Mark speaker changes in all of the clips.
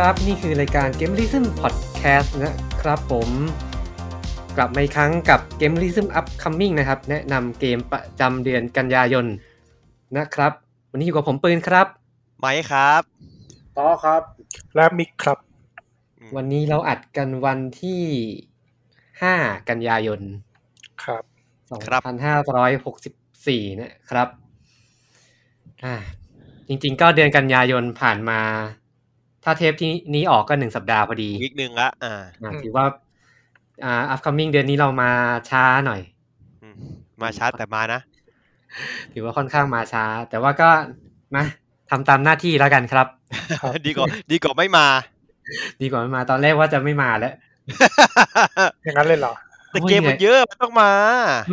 Speaker 1: ครับ นี่คือรายการ g a m e r i s m Podcast นะครับผม กลับมาอีกครั้งกับ g a m e r i s m Upcoming นะครับ แนะนำเกมประจำเดือนกันยายนนะครับ วันนี้อยู่กับผมปืนครับ
Speaker 2: ไมค์ครับ
Speaker 3: ต่อครับ
Speaker 4: และมิกครับ
Speaker 1: วันนี้เราอัดกันวันที่ 5 กันยายน
Speaker 4: ครับ
Speaker 1: 2564 นะครับอ่าจริงๆ ก็เดือนกันยายนผ่านมา ถ้าเทปที่นี้ออกก็หนึ่งสัปดาห์พอดี
Speaker 2: วิกหนึ่งละอ่า
Speaker 1: อ่ะ
Speaker 4: อืม
Speaker 1: ถือว่าอ่า upcoming เดือนนี้เรามาช้าหน่อย
Speaker 2: อืมมาช้าแต่มานะ
Speaker 1: ถือว่าค่อนข้างมาช้า แต่ว่าก็มาทำตามหน้าที่แล้วกันครับ
Speaker 4: ครับ
Speaker 2: ดีกว่าดีกว่าไม่มา
Speaker 1: ดีกว่าไม่มาตอนแรกว่าจะไม่มาแล้ว
Speaker 4: อย่างนั้นเลยเหรอ
Speaker 2: แต่เกมมันเยอะมันต้องมา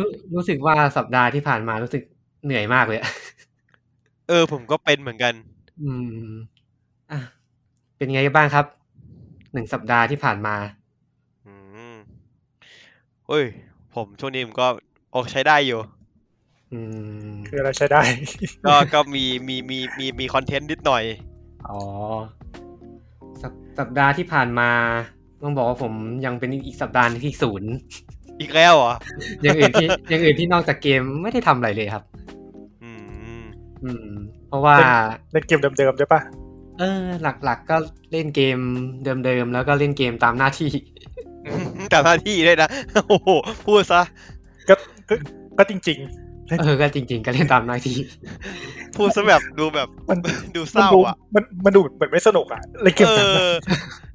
Speaker 1: รู้รู้สึกว่าสัปดาห์ที่ผ่านมารู้สึกเหนื่อยมากเลย
Speaker 2: เออผมก็เป็นเหมือนกัน
Speaker 1: อืมอ่ะเป็นไงบ้างครับหนึ่งสัปดาห์ที่ผ่านมา
Speaker 2: อืมเฮ้ย ผมช่วงนี้ผมก็โอใช้ได้อยู่
Speaker 1: อืม
Speaker 4: คืออะไรใช้ได้
Speaker 2: ก็ก็มีมีมีมีมีคอนเทนต์นิดหน่อย
Speaker 1: อ๋อสัปสัปดาห์ที่ผ่านมา ต้องบอกว่าผมยังเป็นอีกสัปดาห์ที่ศูนย์
Speaker 2: อีกแล้วเหรอ
Speaker 1: อย่างอื่นที่อย่างอื่นที่นอกจากเกมไม่ได้ทำอะไรเลยครับ
Speaker 2: อืม
Speaker 1: อืม เพราะว่า
Speaker 4: เล่นเกมเดิมๆใช่ปะ
Speaker 1: เออ หลักๆก็เล่นเกมเดิมๆ แล้วก็เล่นเกมตามหน้าที่
Speaker 2: แต่หน้าที่ด้วยนะ โอ้โหพูดซะ
Speaker 4: ก็ก็ก็จริง
Speaker 1: เออ ก็จริงๆ ก็เล่นตามหน้าที่
Speaker 2: พูดซะแบบดูแบบ
Speaker 4: มัน
Speaker 2: ดู
Speaker 4: ๆ
Speaker 2: เศร้า
Speaker 4: มันดู
Speaker 2: อ่ะ
Speaker 4: มันมันดูเหมือนไม่สนุกอ่ะเล่นเกม
Speaker 2: เอ
Speaker 4: เดิม
Speaker 2: อ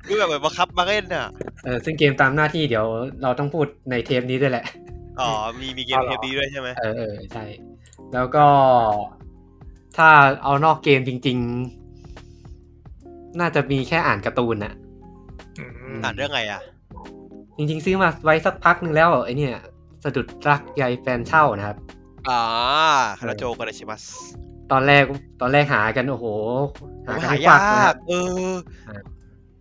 Speaker 2: ดูแบบเหมือนบังคับมาเล่นอ่ะ
Speaker 1: เออ ซึ่งเกมตามหน้าที่เดี๋ยวเราต้องพูดในเทปนี้ด้วยแหละ
Speaker 2: อ๋อ มีมีเกมเทปนี้ด้วยใช่ไหม
Speaker 1: เออเออใช่ แล้วก็ถ้าเอานอกเกมจริงๆ น่าจะมีแค่อ่านการ์ตูนน่ะ
Speaker 4: อืม
Speaker 2: อ่านเรื่องไงอ่ะ
Speaker 1: จริงๆ ซื้อมาไว้สักพักหนึ่งแล้วไอเนี่ย สะดุดรักยายแฟนเช่านะครับ
Speaker 2: อ่าคาราโจกราชิมัส
Speaker 1: ตอนแรกตอนแรกหากันโอ้โห หากัน
Speaker 2: หา
Speaker 1: ให้ควั
Speaker 2: ยาก
Speaker 1: นะครับ
Speaker 2: กเออ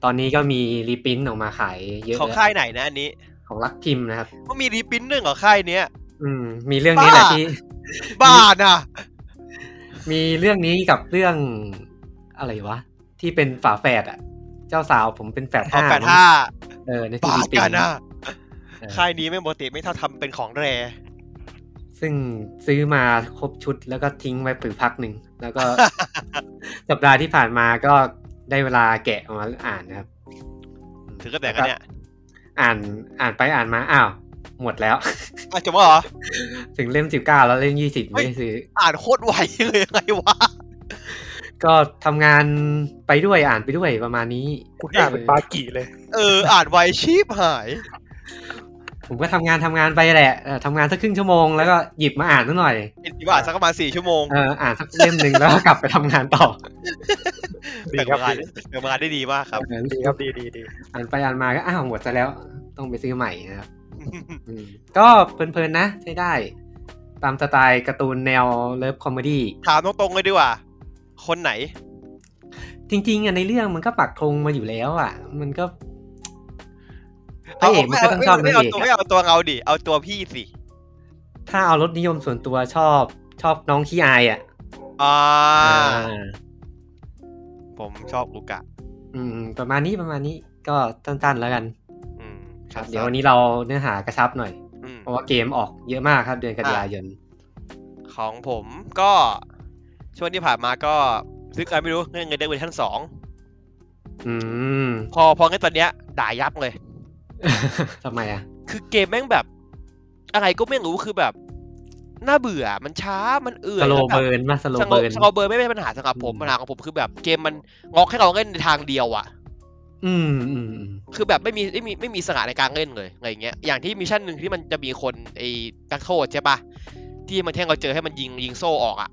Speaker 1: ตอนนี้ก็มีรีปรินท์ออกมาขายเยอะ
Speaker 2: ของ
Speaker 1: แล้ว
Speaker 2: ค่ายไหนนะอันนี้
Speaker 1: ของรักพิมพ์นะครับ
Speaker 2: มันมีรีปรินท์หนึ่งของค่ายเนี้ย
Speaker 1: อืม มีเรื่องนี้แหละ
Speaker 2: บ้า
Speaker 1: ที่
Speaker 2: บ้าน่ะ
Speaker 1: มีเรื่องนี้กับเรื่องอะไรวะ ที่เป็นฝาแฝดอ่ะ เจ้าสาวผมเป็นแฝด
Speaker 2: ของ
Speaker 1: ห้า
Speaker 2: แปดห้า
Speaker 1: เออในที
Speaker 2: บ้า
Speaker 1: รีปริ
Speaker 2: กัน น
Speaker 1: ท์
Speaker 2: น่ะ
Speaker 1: เออ
Speaker 2: ค่ายนี้ไม่ปกติไม่เท่าทำเป็นของแร
Speaker 1: ซึ่งซื้อมาครบชุดแล้วก็ทิ้งไว้ปือพักหนึ่ง แล้ว ก็ สัปดาห์ที่ผ่านมาก็ได้เวลาแกะออกมาอ่านนะครับ
Speaker 2: ถึงกับแตกกันเนี่ย
Speaker 1: อ่านอ่านไปอ่านมาอ้าว หมดแล้ว
Speaker 2: อ่ะจบแล้วเหรอ
Speaker 1: ถึงเล่มสิบเก้าแล้วเล่มยี่สิบไม่ได้ซื้อ
Speaker 2: อ่านโคตรไวเลยยังไงวะ
Speaker 1: ก็ทำงานไปด้วยอ่านไปด้วยประมาณนี้
Speaker 4: คุณอ่านเป็นปากีเลย
Speaker 2: เออ อ่านไวชีพหาย
Speaker 1: ผมก็ทำงานทำงานไปแหละเอ่อทำงานสักครึ่งชั่วโมงแล้วก็หยิบมาอ่านสักหน่อย
Speaker 2: เห็นว่าอ่านสักประมาณสี่ชั่วโมง
Speaker 1: เอออ่านสักเล่มหนึ่งแล้วก็ กลับไปทำงานต่อ
Speaker 4: ดี
Speaker 2: แบ่ง
Speaker 4: ครับ
Speaker 2: เวลาแบ่งเวลาได้ดีมากครับ
Speaker 4: ดีครับดีดีดี
Speaker 1: อ่านไปอ่านมาก็อ้าวหมดซะแล้วต้องไปซื้อใหม่นะครับอืมก็เพลินๆนะใช้ได้ ตามสไตล์การ์ตูนแนวเลิฟคอมเมดี้
Speaker 2: ถามตรงๆเลยดีกว่า คนไหน
Speaker 1: จริงๆอ่ะในเรื่องมันก็ปักธงมาอยู่แล้ว อ่ะ มันก็พ
Speaker 2: เอา
Speaker 1: ระเอกมันก็ต้องชอบ
Speaker 2: ไม่
Speaker 1: นาง
Speaker 2: เอา
Speaker 1: เอก
Speaker 2: ตัวไม่
Speaker 1: อะ
Speaker 2: เอาตัวเราดิ เอาตัวพี่สิ
Speaker 1: ถ้าเอารสนิยมส่วนตัวชอบชอบน้องขี้อายอ่ะ
Speaker 2: อ่า
Speaker 1: อ่า
Speaker 2: ผมชอบอุกะ
Speaker 1: อืมประมาณนี้ประมาณนี้ก็สั้นๆแล้วกัน
Speaker 2: อืม
Speaker 1: ครับเดี๋ยววันนี้เราเนื้อหากระชับหน่อย
Speaker 2: อืม
Speaker 1: เพราะว่าเกมออกเยอะมากครับเดือนกันยายน
Speaker 2: ของผมก็ ช่วงที่ผ่านมาก็ซื้อใครไม่รู้เงินเงินเด็กเวอร์ชันสอง
Speaker 1: อืม
Speaker 2: พอพองั้นตอนเนี้ย ด่ายับเลย
Speaker 1: ทำไมอ่ะ
Speaker 2: คือเกมแม่งแบบ อะไรก็ไม่รู้คือแบบ น่าเบื่อมันช้ามันเอื่อ
Speaker 1: ส
Speaker 2: ย
Speaker 1: โล
Speaker 2: แล้วแบบ
Speaker 1: เบิร์นมาสโล
Speaker 2: สโล
Speaker 1: เบิร์น
Speaker 2: สโลเบิร์นไม่เป็นปัญหาสำหรับผม
Speaker 1: อืม
Speaker 2: ปัญหาของผมคือแบบเกมมันงอกให้เราเล่นในทางเดียวอะ
Speaker 1: อืมอืมอืม
Speaker 2: คือแบบไม่มีไม่มีไม่มีสง่าในการเล่นเลยอะไรอย่างเงี้ยอย่างที่มิชชั่นหนึ่งที่มันจะมีคนไอ้นักโทษใช่ปะที่มันแท่งเราเจอให้มันยิงยิงโซ่ออกอะ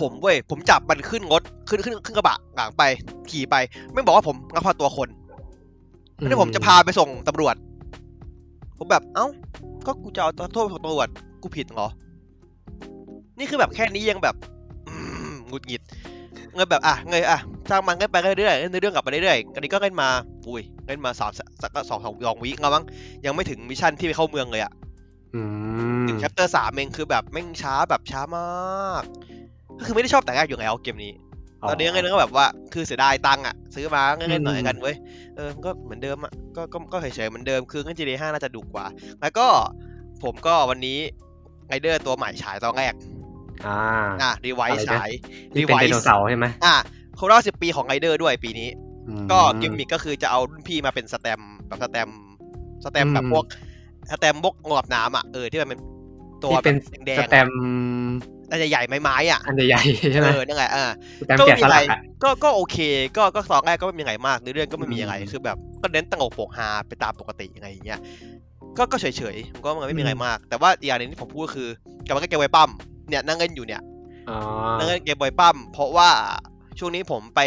Speaker 2: ผมเว้ยผมจับมันขึ้นรถขึ้นขึ้นขึ้นกระบะหลังไป ขี่ไปไม่บอกว่าผมรับพาตัวคน ไม่ได้ผมจะพาไปส่งตำรวจ ผมแบบ เอ้า ก็กูจะเอาตัวโทษไปส่งตำรวจ กูผิดเหรอ นี่คือแบบแค่นี้ยังแบบ อืมหงุดหงิด เงยแบบ อ่ะ เงยอ่ะจ้างมันเล่นไปเรื่อยๆเล่นเรื่องกลับไปเรื่อยๆอันนี้ก็เล่นมา อุ้ย เล่นมาสามสักสองสองสองวิแล้วมั้ง ยังไม่ถึงมิชชั่นที่ไปเข้าเมืองเลยอะ
Speaker 1: อืม
Speaker 2: ถึงแชปเตอร์สามเองคือแบบแม่งช้าแบบช้ามาก ก็คือไม่ได้ชอบแต่แรกอยู่แล้วเกมนี้ ตอนนี้เงินก็แบบว่าคือเสียดายตังค์อ่ะ ซื้อมาก็เล่นๆหน่อยกันเว้ยเออมันก็เหมือนเดิมอ่ะก็ก็ก็เฉยๆเหมือนเดิมคือเงิน GTA 5น่าจะดุกว่า แล้วก็ผมก็วันนี้ไรเดอร์ตัวใหม่ฉายตอนแรก
Speaker 1: อ่า
Speaker 2: อ่ะรีไวซ์
Speaker 1: อะไรนะ
Speaker 2: ฉาย
Speaker 1: ที่เป็น
Speaker 2: Revice
Speaker 1: ไดโนเสาร์ใช่ไหม
Speaker 2: อ่ะครบรอบ10 ปีของไรเดอร์ด้วยปีนี้
Speaker 1: อื
Speaker 2: ก็กิมมิคก็คือจะเอารุ่นพี่มาเป็นสแตมป์แบบสแตมป์สแตมป์แบบ
Speaker 1: อืม
Speaker 2: พวกสแตมป์บกงอบน้ำอ่ะเออที่มันเป็นตัว
Speaker 1: ที่
Speaker 2: แบ
Speaker 1: เป็น
Speaker 2: บแดง
Speaker 1: ส
Speaker 2: ๆ
Speaker 1: แต
Speaker 2: อะ
Speaker 1: มป์
Speaker 2: อาจจะใหญ่ๆไม้ๆอ่ะ
Speaker 1: อันใหญ่ๆใช่ไหม
Speaker 2: เออนั่นแหละเออ
Speaker 1: สแตม
Speaker 2: ก็
Speaker 1: ป์
Speaker 2: ไม่
Speaker 1: แกะ
Speaker 2: มี
Speaker 1: ส
Speaker 2: อะไร
Speaker 1: ลักอะ
Speaker 2: ก็ก็โอเค ก็ก็สองแรกก็ไม่มีอะไรมากในเรื่องก็ไม่มีอะไร
Speaker 1: อืม
Speaker 2: คือแบบก็เน้นตั้งอกโปกฮาไปตามปกติอะไรอย่างเงี้ยก็ก็เฉยๆผมก็มันไม่มีอะไร
Speaker 1: อืม
Speaker 2: มาก แต่ว่าอีกอย่างหนึงที่ผมพูดก็คือกับก็เกมไวปั้มเนี่ยนั่งเล่นอยู่เนี่ย
Speaker 1: อ๋อ
Speaker 2: นั่งเล่นเกมไวปั้มเพราะว่าช่วงนี้ผมไป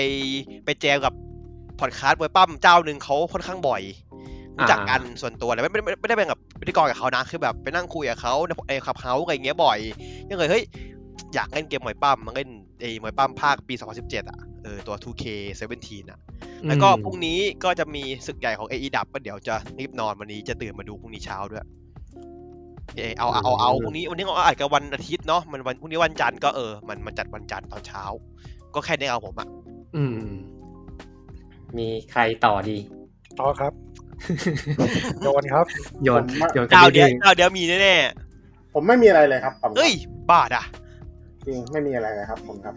Speaker 2: ไปแจมกับพอดคาสต์ไวปั้มเจ้าหนึ่งเขาค่อนข้างบ่อยรู้จักกันส่วนตัวเลยไม่ไม่ไม่ไม่ได้เป็นแบบพิธีกรกับเขานะคือแบบไปนั่งคุยกับเขาในในขับเฮาอะไรอย่างเงี้ยบ่อยยังเลยเฮ้ยอยากเล่นเกมมวยปั้มมาเล่นไอ้มวยปั้มภาคปี 2017 อ่ะเออตัว 2K17 อ่ะ แล้วก็พรุ่งนี้ก็จะมีศึกใหญ่ของ AE ดับก็เดี๋ยวจะรีบนอนวันนี้จะตื่นมาดูพรุ่งนี้เช้าด้วยเออเอาเอาเอาเอาพรุ่งนี้วันนี้เราอาจจะวันอาทิตย์เนาะมันวันพรุ่งนี้วันจันทร์ก็เออมันมันจัดวันจันทร์ตอนเช้า ก็แค่นี้เอาผมอะ
Speaker 1: อืม มีใครต่อดี
Speaker 4: ต่อ ครับ โยนครับ
Speaker 1: โยน
Speaker 3: ผมว่า
Speaker 1: โยนกัน
Speaker 2: เจ้า
Speaker 1: นิด
Speaker 2: เดียว
Speaker 1: นึง
Speaker 2: เจ้าเดียวมีแน่
Speaker 3: ผมไม่มีอะไรเลยครับผม
Speaker 2: ๆเอ้ยบาทอ่ะ
Speaker 3: จริงไม่มีอะไรเลยครับ ผมครับ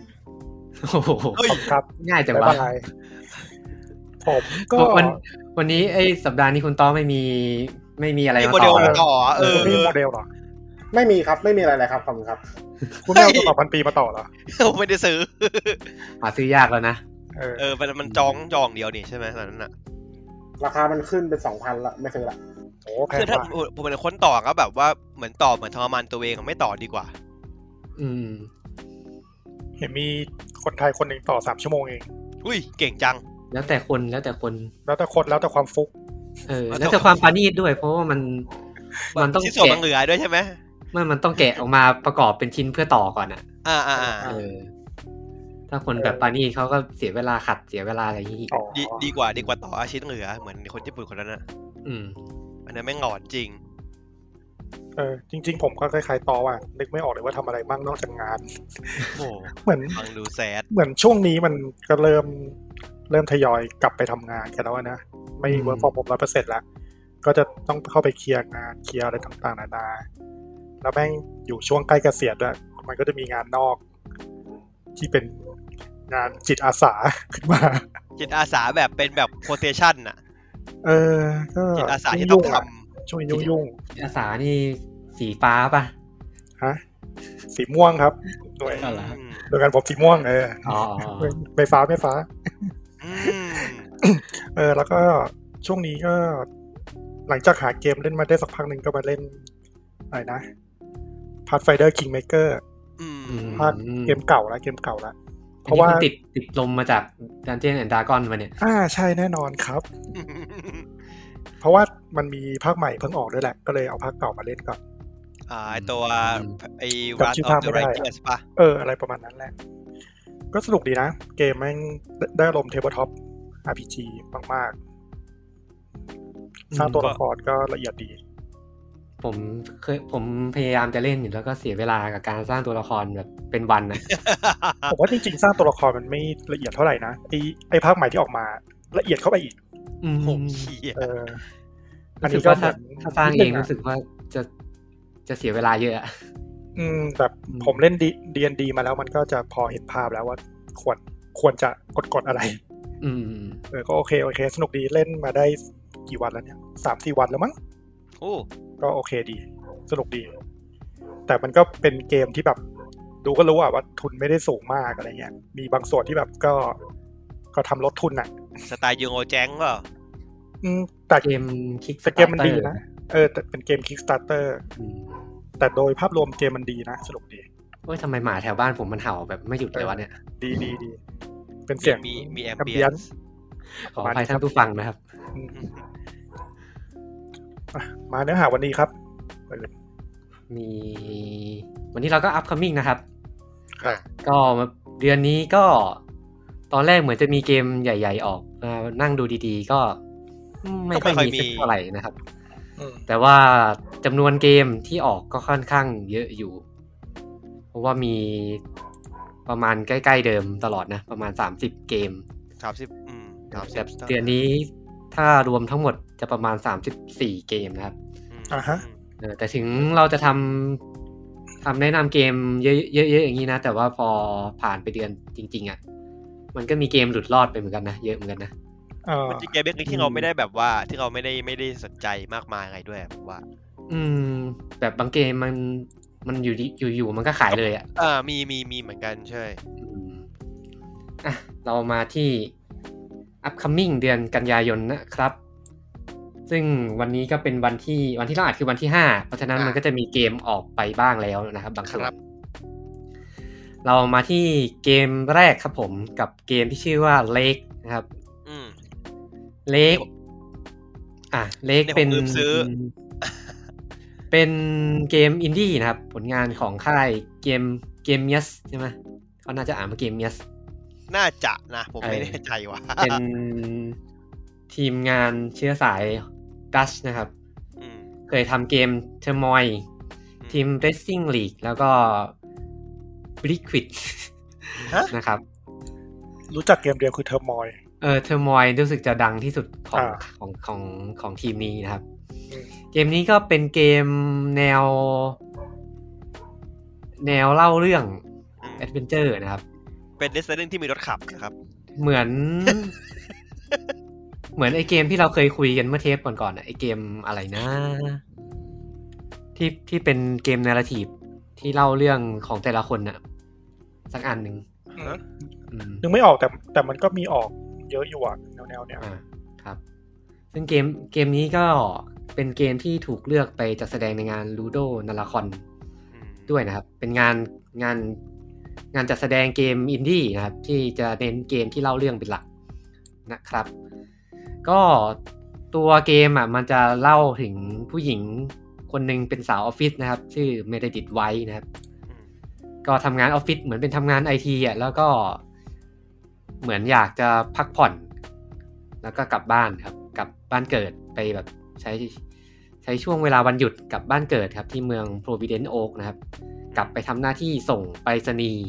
Speaker 1: โอ้โห
Speaker 2: เอ้ย
Speaker 4: ครับ
Speaker 1: ง่ายจัง
Speaker 4: ไม่
Speaker 1: วะ
Speaker 4: เป็นไรผมก็
Speaker 1: วันวันนี้ไอ้สัปดาห์นี้คุณต้อไม่มีไม่มีอะไร
Speaker 2: มี
Speaker 1: มา
Speaker 2: โมเด
Speaker 1: ต่
Speaker 2: ล
Speaker 1: อ
Speaker 2: มาต่อเออ
Speaker 4: มีโมเดลเหรอ
Speaker 3: ไม่มีครับไม่มีอะไรเลยครับผมครับ
Speaker 4: คุณไม่เอาตัวต่อพันปีมาต่อเหรอ
Speaker 2: ผมไม่ได้ซื้อ
Speaker 1: หาซื้อยากแล้วนะ
Speaker 4: เออ
Speaker 2: เออมันมันจองจองเดียวนี่ใช่ไหมตอนนั้นน่ะ
Speaker 3: ราคามันขึ้นเป็นสองพันละไม่ซื้อละ
Speaker 4: โอ้แพ
Speaker 2: คื
Speaker 4: ง
Speaker 2: อถ้า
Speaker 4: ว่ะ
Speaker 2: ผมผมเป็นคนต่อก็แบบว่าเหมือนต่อเหมือนทรมานตัวเองไม่ต่อดีกว่า
Speaker 1: อืม
Speaker 4: เห็นมีคนไทยคนหนึ่งต่อสามชั่วโมงเอง
Speaker 2: อุ้ยเก่งจัง
Speaker 1: แล้วแต่คนแล้วแต่คน
Speaker 4: แล้วแต่คนแล้วแต่ความฟุก
Speaker 1: เออ
Speaker 2: แล้ว
Speaker 1: แล้
Speaker 2: แต่
Speaker 1: วแต่ความปานีตด้วย เพราะว่ามันมันต้อง
Speaker 2: ชิ้นส่วน
Speaker 1: แกะ
Speaker 2: มันเหลือด้วยใช่ไหม
Speaker 1: มันมันต้องแกะออกมาประกอบเป็นชิ้นเพื่อต่อก่อนอ่ะ
Speaker 2: อ่าอ่าอ่า
Speaker 1: เออ ถ้าคนแบบปานีตเขาก็เสียเวลาขัดเสียเวลาอะไรอย่างงี้อีก
Speaker 4: อ๋อ
Speaker 2: ดีดีกว่าดีกว่าต่อชิ้นเหลือเหมือนคนญี่ปุ่นคนนั้นน่ะ
Speaker 1: อืม
Speaker 2: อันนั้นแม่งหลอนจริง
Speaker 4: เออ จริง ๆ ผมก็คล้ายๆต่อว่ะ นึกไม่ออกเลยว่าทำอะไรบ้างนอกจากงาน
Speaker 2: โอ้
Speaker 4: เหมือน
Speaker 2: ฟังดูแซด
Speaker 4: เหมือนช่วงนี้มันก็เริ่มเริ่มทยอยกลับไปทำงานกันแล้วนะ ไม่
Speaker 1: อืม
Speaker 4: เวิร์กฟอร์มผมร้อยเปอร์เซ็นต์ละก็จะต้องเข้าไปเคลียร์งานเคลียร์อะไรต่างๆนานา แล้วแม่งอยู่ช่วงใกล้เกษียณด้วยมันก็จะมีงานนอก ที่เป็นงานจิตอาสา ขึ้นมา
Speaker 2: จิตอาสาแบบเป็นแบบโพเทชันน่ะ
Speaker 4: เออ ก็
Speaker 2: จิตอาสาที่ต้องท
Speaker 4: ช่วงยุ่งๆะช่วงยุ่ง
Speaker 1: อาสานี่สีฟ้าป่ะ
Speaker 4: ๆฮะสีม่วงครับ
Speaker 2: ำ
Speaker 4: โดย
Speaker 1: อะไร
Speaker 2: ม
Speaker 4: โดยการผมสีม่วงเออ
Speaker 1: อ๋ออ๋อ
Speaker 4: ไม่ฟ้าไม่ฟ้า
Speaker 2: อืม
Speaker 4: เออแล้วก็ช่วงนี้ก็หลังจากหาเกมเล่นมาได้สักพักหนึ่งก็มาเล่นอะไรนะ Pathfinder Kingmaker
Speaker 2: อืม
Speaker 1: อืม
Speaker 4: ภาคเกมเก่าละเกมเก่าละเพราะว่า
Speaker 1: อันนี้คุณติดติดลมมาจากดันเจียนแอนดากอนมาเนี่ย
Speaker 4: อ่าใช่แน่นอนครับ เพราะว่ามันมีภาคใหม่เพิ่งออกด้วยแหละ ก็เลยเอาภาคเก่ามาเล่นก่อน
Speaker 2: อ่าไอ้ตัว
Speaker 1: อืม
Speaker 2: ไอ้
Speaker 4: จำ
Speaker 2: Wrath
Speaker 4: ชื่อ
Speaker 2: of
Speaker 4: ภาค
Speaker 2: the
Speaker 4: ไม่ได้อะ
Speaker 2: Righteous ป่ะ
Speaker 4: เออ อะไรประมาณนั้นแหละ ก็สนุกดีนะ เกมแม่งได้ได้อารมณ์เทเบิลท็อป RPG มากๆ สร้างตัวละครก็ละเอียดดี
Speaker 1: ผมเคยผมพยายามจะเล่นอยู่แล้วก็เสียเวลากับการสร้างตัวละครแบบเป็นวันนะ
Speaker 4: ผมว่าจริงๆสร้างตัวละครมันไม่ละเอียดเท่าไหร่นะไอไอภาคใหม่ที่ออกมาละเอียดเข้าไปอีก
Speaker 1: อืม
Speaker 2: โหเหี้ย
Speaker 4: เอออัน
Speaker 1: รู้สึ
Speaker 4: นี้
Speaker 1: ก
Speaker 4: ก็
Speaker 1: ว่า
Speaker 4: เหมื
Speaker 1: ถ้า
Speaker 4: อน
Speaker 1: ถ้าสร้างเอง
Speaker 4: นิดนึะ
Speaker 1: รู้สึกว่าจะจะเสียเวลาเยอะอะ
Speaker 4: อืมแบบ
Speaker 1: อืม
Speaker 4: ผมเล่นดีดีนดีมาแล้วมันก็จะพอเห็นภาพแล้วว่าควรควรจะกดกดอะไร
Speaker 1: อืม
Speaker 4: เออก็โอเคโอเค สนุกดีเล่นมาได้กี่วันแล้วเนี่ยสามสี่วันแล้วมั้ง
Speaker 2: โอ้
Speaker 4: ก็โอเคดี สนุกดี แต่มันก็เป็นเกมที่แบบ ดูก็รู้อะว่าทุนไม่ได้สูงมากอะไรเงี้ยมีบางส่วนที่แบบก็ก็ทำลดทุนอะ
Speaker 2: สไตล์ยูโงแจ้งเปล่า
Speaker 4: อืมแต่
Speaker 1: เกมคิก
Speaker 4: แต่เกมมันดีนะเออแต่เป็นเกม Kickstarter แต่โดยภาพรวมเกมมันดีนะสนุกดี
Speaker 1: โอ้ยทำไมหมาแถวบ้านผมมันเห่าแบบไม่หยุดเลยวะเนี่ย
Speaker 4: ดีดีดี เป็นเสียง
Speaker 2: มีมีแอมเบียน
Speaker 4: ambient
Speaker 1: ขออภัยท่านผู้ฟังนะครับ
Speaker 4: มาเนื้อหาวันนี้ครับ
Speaker 1: มี วันนี้เราก็ upcoming นะครับ
Speaker 4: ครับ
Speaker 1: ก็เดือนนี้ก็ ตอนแรกเหมือนจะมีเกมใหญ่ ๆ ออกมานั่งดูดีๆ ก็ไม่ค่อยมีสักเท่าไหร่นะครับ
Speaker 4: อืม
Speaker 1: แต่ว่าจำนวนเกมที่ออกก็ค่อนข้างเยอะอยู่ เพราะว่ามี ประมาณใกล้ๆเดิมตลอดนะ ประมาณ 30 เกม
Speaker 2: สามสิบอืมสามสิ
Speaker 1: แต่
Speaker 2: บ
Speaker 1: เดือนนี้ถ้ารวมทั้งหมดจะประมาณ 34 เกมนะครับ
Speaker 4: อ่าฮะ
Speaker 1: เออแต่ถึงเราจะทำทำแนะนำเกมเยอะเยอะเยอะอย่างนี้นะ แต่ว่าพอผ่านไปเดือนจริง ๆ อ่ะ มันก็มีเกมหลุดรอดไปเหมือนกันนะ เยอะเหมือนกันนะ
Speaker 4: เออ
Speaker 2: มันจะเกมเล็กที่เราไม่ได้แบบว่าที่เราไม่ได้ไม่ได้สนใจมากมายอะไรด้วยอะผมว่า
Speaker 1: อืม แบบบางเกมมันมันอยู่ดีอยู่อยู่มันก็ขายเลยอ่ะ
Speaker 2: เออมีมีมีเหมือนกันใช่
Speaker 1: อืมอ่ะ เรามาที่ upcoming เดือนกันยายนนะครับ ซึ่งวันนี้ก็เป็นวันที่วันที่เราอัดคือวันที่ห้าเพราะฉะนั้น
Speaker 2: อ่ะ
Speaker 1: มันก็จะมีเกมออกไปบ้างแล้วนะครับบาง
Speaker 2: ค
Speaker 1: ส่ว
Speaker 2: รั
Speaker 1: น
Speaker 2: บ
Speaker 1: เรามาที่เกมแรกครับผมกับเกมที่ชื่อว่าเลกนะครับ
Speaker 2: อืม
Speaker 1: เลกอ่ะเลก
Speaker 2: เนี่ยผม
Speaker 1: เป็น
Speaker 2: ลืมซื้อ
Speaker 1: เป็นเกมอินดี้นะครับ ผลงานของค่ายเกมเกมเมียสใช่ไหมเขาน่าจะอ่านว่าเกมเมียส
Speaker 2: น่าจะนะผม
Speaker 1: เอ
Speaker 2: ไม่
Speaker 1: อ
Speaker 2: แน่ใจว่ะ
Speaker 1: เป็นทีมงานเชื้อสายดัชนะครับ
Speaker 2: อืม
Speaker 1: เคยทำเกมเทอร์มอย
Speaker 2: อื
Speaker 1: ทีม Racing League แล้วก็ Liquid
Speaker 2: ฮะ
Speaker 1: นะครับ
Speaker 4: รู้จักเกมเดียวคือเทอร์มอย
Speaker 1: เออเทอร์มอยรู้สึกจะดังที่สุดของ
Speaker 4: อ่า
Speaker 1: ของของของทีมนี้นะครับ เกมนี้ก็เป็นเกมแนว แนวเล่าเรื่อง
Speaker 2: อืม
Speaker 1: แอดเวนเจอร์นะครับ
Speaker 2: เป็นเดสเซนที่มีรถขับนะครับ
Speaker 1: เหมือน เหมือนไอเกมที่เราเคยคุยกันเมื่อเทปก่อนๆนะไอเกมอะไรนะ ที่ที่เป็นเกมนาราทีฟที่เล่าเรื่องของแต่ละคนน่ะ สักอันหนึ่ง
Speaker 2: ฮะ
Speaker 1: อืม
Speaker 4: นึกไม่ออกแต่แต่มันก็มีออกเยอะอยู่อะแนวๆเนี้ย
Speaker 1: อ่าครับ ซึ่งเกมเกมนี้ก็เป็นเกมที่ถูกเลือกไปจัดแสดงในงานลูโดนาราคอน
Speaker 2: อืม
Speaker 1: ด้วยนะครับ เป็นงานงานงานจัดแสดงเกมอินดี้นะครับ ที่จะเน้นเกมที่เล่าเรื่องเป็นหลักนะครับ ก็ตัวเกมอ่ะมันจะเล่าถึงผู้หญิงคนหนึ่งเป็นสาวออฟฟิศนะครับ ชื่อเมเดดิตไว้นะครับ
Speaker 2: อืม
Speaker 1: ก็ทำงานออฟฟิศเหมือนเป็นทำงานไอทีอ่ะแล้วก็เหมือนอยากจะพักผ่อน แล้วก็กลับบ้านครับ กลับบ้านเกิดไปแบบใช้ใช้ช่วงเวลาวันหยุดกลับบ้านเกิดครับ ที่เมือง Providence Oak นะครับ กลับไปทำหน้าที่ส่งไปรษณีย์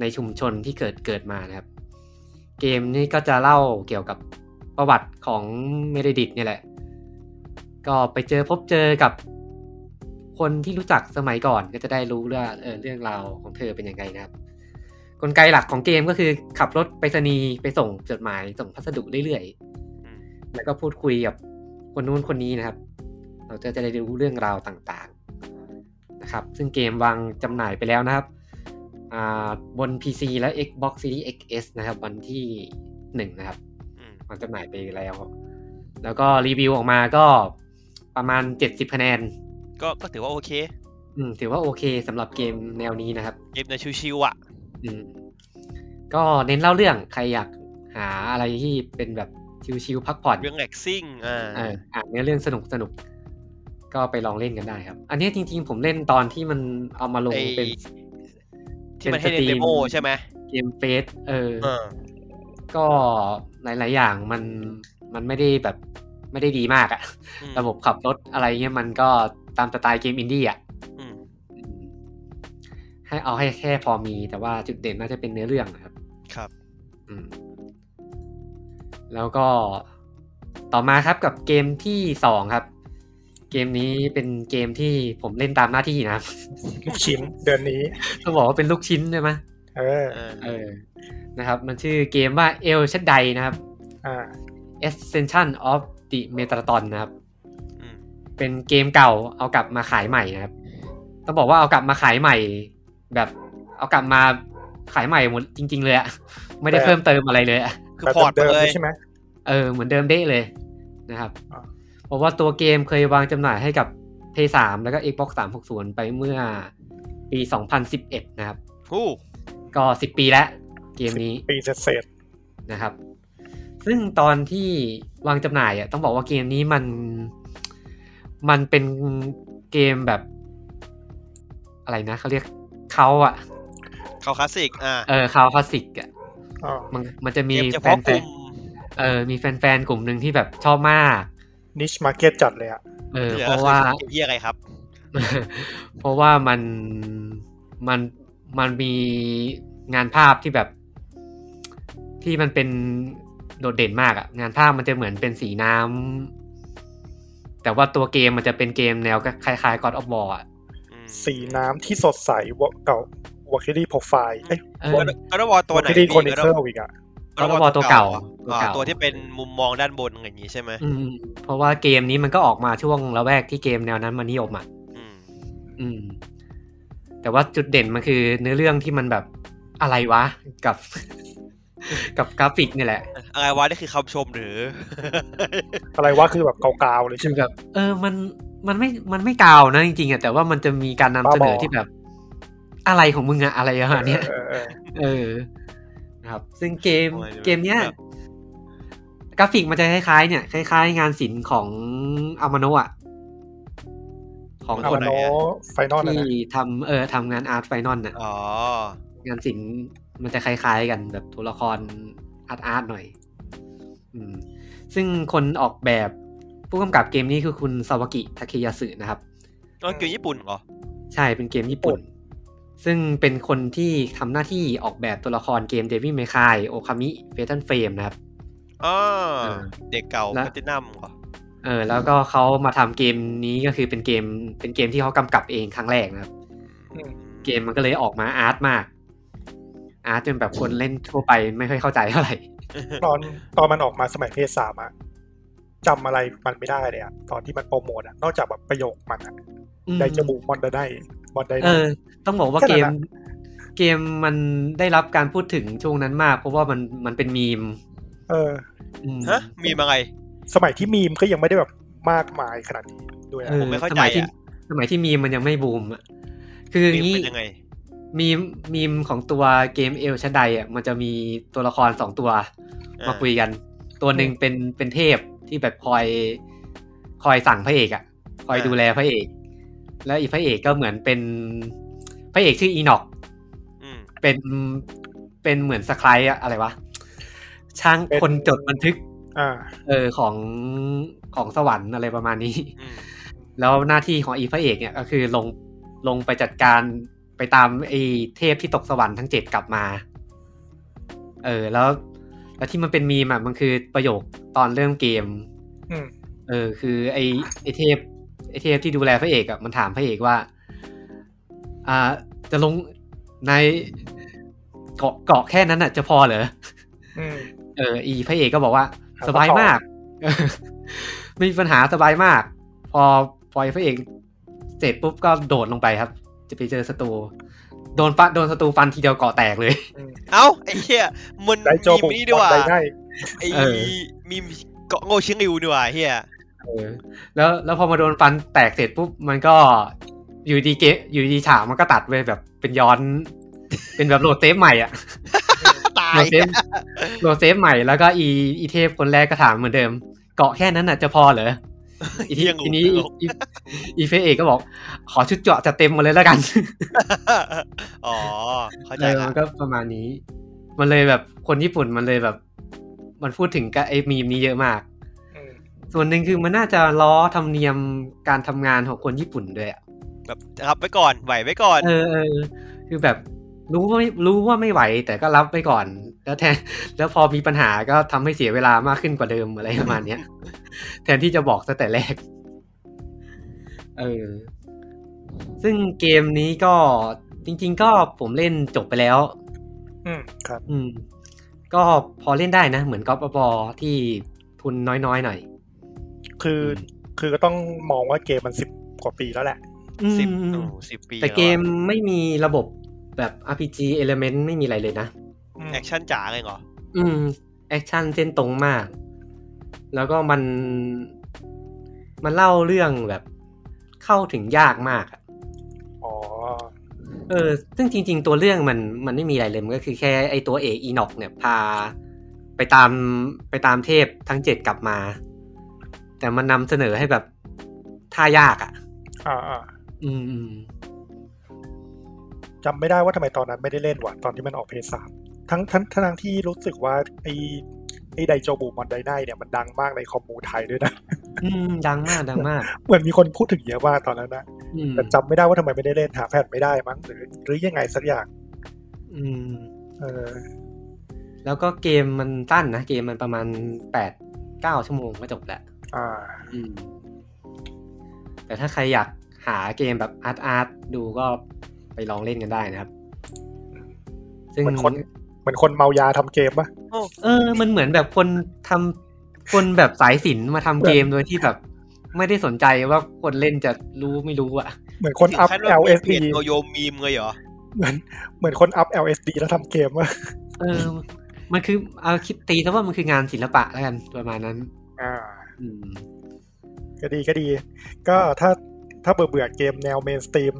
Speaker 1: ในชุมชนที่เกิดเกิดมานะครับ เกมนี้ก็จะเล่าเกี่ยวกับประวัติของเมเดดิตเนี่ยแหละ ก็ไปเจอพบเจอกับคนที่รู้จักสมัยก่อนก็จะได้รู้เรื่องเออเรื่องราวของเธอเป็นยังไงนะครับ กลไกหลักของเกมก็คือขับรถไปรษณีย์ไปส่งจดหมายส่งพัสดุเรื่อย
Speaker 2: อืม
Speaker 1: ๆ แล้วก็พูดคุยกับคนนู้นคนนี้นะครับ เราจะจะได้รู้เรื่องราวต่างๆนะครับ ซึ่งเกมวางจำหน่ายไปแล้วนะครับอ่าบน PC และ Xbox Series XS นะครับ วันที่ 1 นะครับ
Speaker 2: อืม
Speaker 1: วางจำหน่ายไปแล้ว แล้วก็รีวิวออกมาก็ประมาณ 70 คะแนน
Speaker 2: ก็ก็ถือว่าโอเค
Speaker 1: อืมถือว่าโอเคสำหรับเกมแนวนี้นะครับ
Speaker 2: เกมในชิวๆอ่ะ
Speaker 1: อืมก็เน้นเล่าเรื่องใครอยากหาอะไรที่เป็นแบบชิวๆพักผ่อน
Speaker 2: เรื่องแลกซิ่งอ่า
Speaker 1: เอออ่านเนื้อเรื่องสนุกสนุกๆก็ไปลองเล่นกันได้ครับ อันนี้จริงๆผมเล่นตอนที่มันเอามาลง
Speaker 2: ไอ
Speaker 1: เป็น
Speaker 2: ที่มันให้
Speaker 1: เป็
Speaker 2: ใน
Speaker 1: นสตรีม
Speaker 2: เดโมใช่ไหม
Speaker 1: เกมเฟสเออ
Speaker 2: เออ
Speaker 1: ก็หลายๆอย่างมันมันไม่ได้แบบไม่ได้ดีมากอะ
Speaker 2: อืม
Speaker 1: ระบบขับรถอะไรเงี้ยมันก็ตามสไตล์เกมอินดี้อะ
Speaker 2: อืม
Speaker 1: อืมให้เอาให้แค่พอมีแต่ว่าจุดเด่นน่าจะเป็นเนื้อเรื่องนะครับ
Speaker 2: ครับ
Speaker 1: อืม แล้วก็ต่อมาครับกับเกมที่สองครับ เกมนี้เป็นเกมที่ผมเล่นตามหน้าที่นะครับ
Speaker 4: ลูกชิ้นเดือนนี้
Speaker 1: ต้องบอกว่าเป็นลูกชิ้นใช่ไหม
Speaker 4: เออ
Speaker 2: เออ
Speaker 1: เออ นะครับ มันชื่อเกมว่าเอลชัดไดนะครับ
Speaker 4: อ่า
Speaker 1: Ascension of the Metatron นะครับ
Speaker 2: อืม
Speaker 1: เป็นเกมเก่าเอากลับมาขายใหม่นะครับ ต้องบอกว่าเอากลับมาขายใหม่ แบบเอากลับมาขายใหม่หมดจริง ๆ เลยอะไม่ได้
Speaker 4: แบบ
Speaker 1: เพิ่มเติมอะไรเลยอะ
Speaker 2: คือพอร์ตไป
Speaker 4: เดิม
Speaker 2: เลย
Speaker 4: ๆใช่ไหม
Speaker 1: เออเหมือนเดิมเด้เลยนะครับ
Speaker 4: อ่า
Speaker 1: เพราะว่าตัวเกมเคยวางจำหน่ายให้กับ PS3 แล้วก็ Xbox 360 ไปเมื่อปี 2011 นะครับ
Speaker 2: ฮู้
Speaker 1: ก็ 10 ปีแล้วเกมนี้
Speaker 4: ปีเศษ
Speaker 1: นะครับ ซึ่งตอนที่วางจำหน่ายอ่ะต้องบอกว่าเกมนี้มัน มันเป็นเกมแบบ อะไรนะเขาเรียกเขาอ่ะ
Speaker 2: เขาคลาสสิกอ่า
Speaker 1: เออเขาคลาสสิกอ่ะ
Speaker 4: ๆอ๋อ
Speaker 1: มันมันจะมี
Speaker 2: เกมเฉ
Speaker 1: แฟ
Speaker 2: พาะ
Speaker 1: น
Speaker 2: กลุ่ม
Speaker 1: ๆเออมีแฟนๆกลุ่มหนึ่งที่แบบชอบมาก
Speaker 4: นิชมาร์เก็ตจัดเลยอะ
Speaker 1: เออ
Speaker 2: หลื
Speaker 1: เพราะว่า
Speaker 2: คือเยี่ยอะไรครับ
Speaker 1: เพราะว่ามันมัน มันมีงานภาพที่แบบ ที่มันเป็นโดดเด่นมากอะงานภาพมันจะเหมือนเป็นสีน้ำแต่ว่าตัวเกมมันจะเป็นเกมแนวคล้ายๆ God of War อะ
Speaker 2: อืม
Speaker 4: สีน้ำที่สดใสวะเก่าวอคิรี่โปรไฟล์เอ้ย
Speaker 1: เออ
Speaker 2: ก็ก็ระวอตัว
Speaker 4: วอ
Speaker 2: ไหน
Speaker 4: คิรี่
Speaker 2: ดี
Speaker 4: คอนเนคเตอร์อีกอ่ะ
Speaker 1: ก็ระวอตัวเก่าตัว
Speaker 2: อ่า
Speaker 1: เก่า
Speaker 2: ตัวที่เป็นมุมมองด้านบนอย่างนี้ใช่ไหม
Speaker 1: อืมเพราะว่าเกมนี้มันก็ออกมาช่วงระแวกที่เกมแนวนั้นมันนิยมอะ
Speaker 2: อืม
Speaker 1: อืม แต่ว่าจุดเด่นมันคือเนื้อเรื่องที่มันแบบอะไรวะ กับ กับกราฟิกนี่แหละ
Speaker 2: อะไรวะนี่คือคำชมหรือ
Speaker 4: อะไรวะคือแบบเกาๆเลย
Speaker 1: คื
Speaker 4: ใช่
Speaker 1: อ
Speaker 4: ไหม
Speaker 1: แบบเออมันมันไม่มันไม่กาวนะจริงๆอะแต่ว่ามันจะมีการนำเสนอ
Speaker 4: บ้าบอ
Speaker 1: ที่แบบ อะไรของมึงอะอะไรอะเนี้ย
Speaker 4: เออเออ
Speaker 1: เออนะครับ ซึ่งเกม
Speaker 2: โอ้ยดู
Speaker 1: เกมเนี้ย
Speaker 2: ครับ
Speaker 1: กราฟิกมันจะคล้ายๆ เนี่ยคล้ายๆ งานศิลป์ของอามาโนะอะของ
Speaker 4: เอา
Speaker 1: ค
Speaker 4: มาน โนไฟนอลนะ
Speaker 1: ที่
Speaker 4: นะ
Speaker 1: ทำเออทำงานอาร์ตไฟนอลน่ะ
Speaker 2: อ๋อ
Speaker 1: งานศิลป์มันจะคล้ายๆกันแบบตัวละครอาร์ตอาร์ตหน่อย อืม ซึ่งคนออกแบบผู้กำกับเกมนี้คือคุณซาวากิทาเคยาสึนะครับ
Speaker 2: อ๋อเกมญี่ปุ่นเหรอ
Speaker 1: ใช่เป็นเกมญี่ปุ่น ซึ่งเป็นคนที่ทำหน้าที่ออกแบบตัวละครเกมเดวิ l เมคายโอคามิเฟทันเฟรมนะครับ
Speaker 2: อ๋อ
Speaker 1: เออ
Speaker 2: เด็กเก่า
Speaker 1: และ
Speaker 2: แพตินัมเหรอ
Speaker 1: เออแล้วก็เขามาทำเกมนี้ก็คือเป็นเกมเป็นเกมที่เขากำกับเองครั้งแรกนะครับ เกมมันก็เลยออกมาอาร์ตมาก อาร์ตจนแบบคนเล่นทั่วไปไม่ค่อยเข้าใจเท่าไหร่
Speaker 4: ตอนตอนมันออกมาสมัยเพสามอะจำอะไรมันไม่ได้เลยอะตอนที่มันโปรโมทอะนอกจากแบบประโยคมันอะ
Speaker 1: อืม
Speaker 4: ไดจมูกมอนได้ มอนได้
Speaker 1: เออ ต้องบอกว่า
Speaker 4: แค่
Speaker 1: เก
Speaker 4: นั้
Speaker 1: ม
Speaker 4: นอะ
Speaker 1: เกมมันได้รับการพูดถึงช่วงนั้นมาก เพราะว่ามันมันเป็นมีม
Speaker 4: เออ
Speaker 1: อืม
Speaker 2: ฮะ มีมาไง
Speaker 4: สมัยที่มีมก็ยังไม่ได้แบบมากมายขนาดนี้ด้วย
Speaker 1: เอ
Speaker 4: นะ
Speaker 1: อ
Speaker 2: ผมไม่เข้า
Speaker 1: ส
Speaker 2: ใจ
Speaker 1: มัยที่
Speaker 2: อะ
Speaker 1: สมัยที่มีมมันยังไม่บูมอะคืออย่าง
Speaker 2: มี
Speaker 1: นี้
Speaker 2: เป็นยังไง
Speaker 1: มีมมีมของตัวเกมเอลชไดอะมันจะมีตัวละครสองตัว
Speaker 2: อ่าม
Speaker 1: มาคุยกัน ตัวหนึ่งเป็นเป็นเทพที่แบบคอยคอยสั่งพระเอกอะคอยดูแลพระเอก แล้วอีกพระเอกก็เหมือนเป็นพระเอกชื่ออีนอก
Speaker 2: อืม
Speaker 1: เป็นเป็นเหมือนสไครายอะอะไรวะ ช่างคนจดบันทึก
Speaker 4: อ่า
Speaker 1: เออของของสวรรค์อะไรประมาณนี้
Speaker 2: อืม
Speaker 1: แล้วหน้าที่ของอีพระเอกเนี่ยก็คือลงลงไปจัดการไปตามไอ้เทพที่ตกสวรรค์ทั้งเจ็ดกลับมา เออแล้ว แล้วที่มันเป็นมีมอะมันคือประโยคตอนเริ่มเกม
Speaker 4: อืม
Speaker 1: เออคือไอไอเทพไอเทพที่ดูแลพระเอกอะมันถามพระเอกว่า อ่า จะลงในเกาะเกาะแค่นั้นอะจะพอเหรอ
Speaker 4: อืม
Speaker 1: เออ อีพระเอกก็บอกว่า
Speaker 4: ครับ
Speaker 1: สบายมาก เออไม่มีปัญหาสบายมาก พอพอไอ้พระเอกเสร็จปุ๊บก็โดดลงไปครับ จะไปเจอศัตรูโดนฟันโดนศัตรูฟันทีเดียวเกาะแตกเลย
Speaker 2: เอ้า ไอ้เหี้ยมัน
Speaker 4: ไดโจ
Speaker 2: มี
Speaker 4: บุก
Speaker 2: มีนี่ดีก
Speaker 4: มอ
Speaker 2: ว่าน
Speaker 4: ได้ได้
Speaker 2: ไอ้
Speaker 1: เออ
Speaker 2: มีมเกาะโง่เชียงริวดีกว่าเฮีย
Speaker 1: เออ แล้วแล้วพอมาโดนฟันแตกเสร็จปุ๊บมันก็อยู่ดีเกะอยู่ดีฉากมันก็ตัดไปแบบเป็นย้อน เป็นแบบโหลดเซฟใหม่อ่ะ
Speaker 2: ตา
Speaker 1: โหล
Speaker 2: ย
Speaker 1: ด เซฟโหลดเซฟใหม่แล้วก็อีอีเทพคนแรกก็ถามเหมือนเดิม เกาะแค่นั้นน่ะจะพอเหรอ อีที
Speaker 2: เหี้ยงู
Speaker 1: ทีนี้อีอีอีเฟเอกก็บอก ขอชุดเจาะจะเต็มมาเลยแล้วกัน
Speaker 2: อ๋อ เข้าใจ
Speaker 1: เออ
Speaker 2: ละ
Speaker 1: มันก็ประมาณนี้ มันเลยแบบคนญี่ปุ่นมันเลยแบบ มันพูดถึงกับไอ้มีมนี้เยอะมาก
Speaker 4: อืม
Speaker 1: ส่วนหนึ่งคือมันน่าจะล้อธรรมเนียมการทำงานของคนญี่ปุ่นด้วยอะ
Speaker 2: แบบรับไว้ก่อน ไหวไว้ก่อน
Speaker 1: เออเออคือแบบรู้ว่าไม่รู้ว่าไม่ไหวแต่ก็รับไปก่อน แล้วแทน แล้วพอมีปัญหาก็ทำให้เสียเวลามากขึ้นกว่าเดิมอะไรประมาณเนี้ย แทนที่จะบอกตั้งแต่แรก เออ ซึ่งเกมนี้ก็จริง ๆ ก็ผมเล่นจบไปแล้ว
Speaker 4: อืมครับ
Speaker 1: อืม ก็พอเล่นได้นะ เหมือนกอล์ฟบอที่ทุนน้อยๆหน่อย
Speaker 4: คือ
Speaker 1: ม
Speaker 4: คือก็ต้องมองว่าเกมมันสิบกว่าปีแล้วแหละ
Speaker 1: อืม
Speaker 2: สิบโอ้โหสิบปี
Speaker 1: แต่เกมไม่มีระบบแบบ RPG element ไม่มีอะไรเลยนะ
Speaker 2: แอคชั่นจ๋าเลยเหรอ
Speaker 1: อืม แอคชั่นเส้นตรงมาก แล้วก็มัน มันเล่าเรื่องแบบเข้าถึงยากมากอะ
Speaker 4: อ๋อ
Speaker 1: เออ ซึ่งจริง ๆ ตัวเรื่องมันมันไม่มีอะไรเลยมันก็คือแค่ไอตัวเอกอีนอกเนี่ยพาไปตามไปตามเทพทั้งเจ็ดกลับมา แต่มันนำเสนอให้แบบท่ายากอะ่ะ
Speaker 4: อ่าอ่า
Speaker 1: อืมอืม
Speaker 4: จำไม่ได้ว่าทำไมตอนนั้นไม่ได้เล่นว่ะตอนที่มันออกเพย์สามทั้งทั้งทั้งที่รู้สึกว่าไอไอไดโจบูมอนไดไนเนี่ยมันดังมากในคอมมูไทยด้วยนะ
Speaker 1: อืมดังมากดังมาก
Speaker 4: เหมือนมีคนพูดถึงเยอะมากตอนนั้นนะ
Speaker 1: อืม
Speaker 4: แต่จำไม่ได้ว่าทำไมไม่ได้เล่นหาแพทไม่ได้มั้งหรือหรือยังไงสักอย่าง
Speaker 1: อืม
Speaker 4: เออ
Speaker 1: แล้วก็เกมมันสั้นนะ เกมมันประมาณแปดเก้าชั่วโมงก็จบแล้ว
Speaker 4: อ่า
Speaker 1: แต่ถ้าใครอยากหาเกมแบบอาร์ตอาร์ตดูก็ไปลองเล่นกันได้นะครับ ซึ่ง
Speaker 4: เหมือนคน เหมือนคนเมายาทำเกมปะ
Speaker 1: เออ มันเหมือนแบบคนทำคนแบบสายศิลป์มาทำเกมโดยที่แบบ ไม่ได้สนใจว่าคนเล่นจะรู้ไม่รู้อะ
Speaker 4: เหมือนคนอัพ
Speaker 2: ถึงขั้ว่ามี
Speaker 4: LSD
Speaker 2: เพจโยโยมีมเลยเหรอ
Speaker 4: เหมือนเหมือนคนอัพ LSD แล้วทำเกมปะ
Speaker 1: เออ มันคือเอาคิดตีซะว่ามันคืองานศิลปะแล้วกันประมาณนั้น
Speaker 4: อ่า
Speaker 1: อืม
Speaker 4: ก็ดีก็ดี ก็ถ้าถ้าเบื่อเบื่อๆเกมแนวเมนสตรีม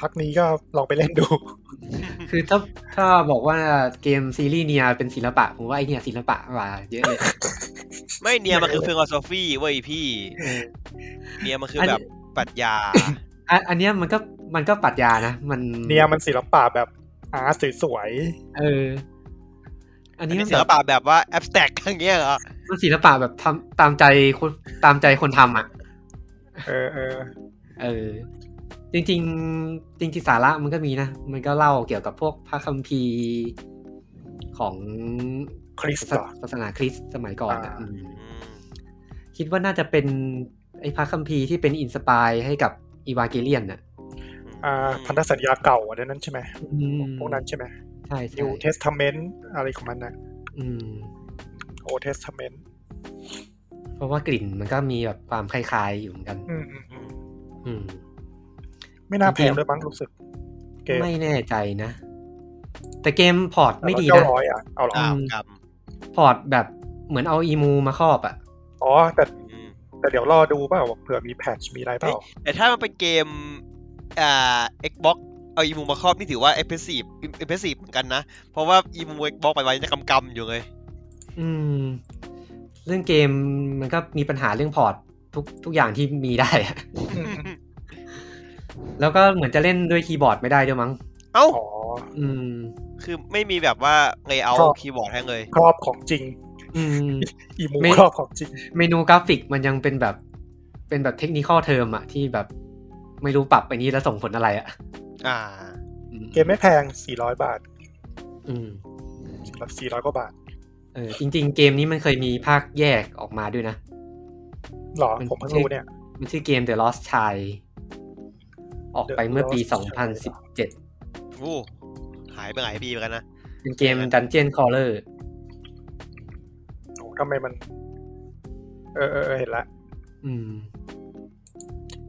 Speaker 4: พักนี้ก็ลองไปเล่นดู
Speaker 1: คือถ้าถ้าบอกว่าเกมซีรีส์เนียเป็นศิลปะผมว่าไอเนียศิลปะกว่าเยอะเลย
Speaker 2: ไม่เนียมันคือฟิโ o โซฟีเว้ยพี่ เนียมันคืออน
Speaker 1: นี้
Speaker 2: แบบปรัชญา
Speaker 1: อ่ะอันเนี้ยมันก็มันก็ปรัชญานะมัน
Speaker 4: เนี่ยมันศิลปะแบบอาร์ตสวย
Speaker 1: เออ อัน
Speaker 2: อัน
Speaker 1: นี้
Speaker 2: นี้
Speaker 1: มัน
Speaker 2: ศิล
Speaker 1: แบบ
Speaker 2: ปะแบบว่าแอบสแต็กอย่างเงี้ยเหรอ
Speaker 1: มันศิลปะแบบทำตามใจคนตามใจคนทำอ่ะ
Speaker 4: ๆเออเออ
Speaker 1: เออ จริง ๆ จริงๆสาระมันก็มีนะ มันก็เล่าเกี่ยวกับพวกพระคัมภีร์ของ
Speaker 4: คริสต์เหรอ
Speaker 1: ศาสนาคริสต์สมัยก่อนอะอืม
Speaker 2: อืม
Speaker 1: คิดว่าน่าจะเป็นไอ้พระคัมภีร์ที่เป็นอินสปายให้กับอีวาเกเลียนน่ะ
Speaker 4: อ่าพันธสัญญาเก่าอะไรนั้นใช่ไหม
Speaker 1: อืม
Speaker 4: พวกนั้นใช่ไหม
Speaker 1: ใช่ใช่
Speaker 4: New Testament อะไรของมันนะ
Speaker 1: อืม
Speaker 4: Old Testament
Speaker 1: เพราะว่ากลิ่นมันก็มีแบบความคล้ายๆอยู่เหมือนกัน
Speaker 4: อืมอืมอืม
Speaker 1: อืม
Speaker 4: ไม่น่าแพ
Speaker 1: จริ
Speaker 4: ง
Speaker 1: งๆ
Speaker 4: ด้วยมั้งรู้สึก เกม
Speaker 1: ไม่แน่ใจนะ แต่เกมพอร์ตไม่ดี
Speaker 4: เก้า
Speaker 1: นะ
Speaker 4: ร้อยอ่ะเอาเหรอ
Speaker 2: อ้าวกรรม
Speaker 1: พอร์ตแบบเหมือนเอาอีมูมาครอบอะ
Speaker 4: อ๋อแต่
Speaker 2: อืม
Speaker 4: แต่เดี๋ยวรอดูเปล่าว่าเผื่อมีแพทชมีอะไรเปล่า
Speaker 2: แต่ถ้ามันเป็นเกมอ่า Xbox เอาอีมูมาครอบนี่ถือว่าเอ p พ s i v e เอ p พ s i v e เหมือนกันนะ เพราะว่าอีมู Xbox ไปไว้จะกำกำๆอยู่เลย
Speaker 1: อืม เรื่องเกมมันก็มีปัญหาเรื่องพอร์ตทุกทุกอย่างที่มีได้อะแล้วก็เหมือนจะเล่นด้วยคีย์บอร์ดไม่ได้ด้วยมั้ง
Speaker 2: เอ้า
Speaker 4: อ๋อ
Speaker 1: อืม
Speaker 2: คือไม่มีแบบว่าเลเยอ
Speaker 4: ครั
Speaker 2: ร์
Speaker 4: บ
Speaker 2: คีย์บอร์ดให้เลย
Speaker 4: ครอบของจริง
Speaker 1: อืม
Speaker 4: อีมู
Speaker 1: ไม่
Speaker 4: ครอบของจริง
Speaker 1: เมนูกราฟิกมันยังเป็นแบบเป็นแบบเทคนิคอลเทอมอะที่แบบไม่รู้ปรับไปนี้แล้วส่งผลอะไรอะ
Speaker 2: อ่า
Speaker 1: อื
Speaker 4: เกมไม่แพง 400 บาท
Speaker 1: อืม
Speaker 4: 400กว่าบาท
Speaker 1: เออจริง ๆ เกมนี้มันเคยมีภาคแยกออกมาด้วยนะ
Speaker 4: หรอ
Speaker 1: มัน
Speaker 4: ผมเพิ่งรู้เนี่ย
Speaker 1: มันชื่อเกม The Lost Child ออกไปเมื่อปี
Speaker 4: The Lost Child
Speaker 1: 2017
Speaker 2: โอ้หายไปหลายปีเหมือนกันนะ
Speaker 1: เป็นเกม Dungeon Crawler
Speaker 4: โอ้ทำไมมัน เออเออเออเห็นละ
Speaker 1: อืม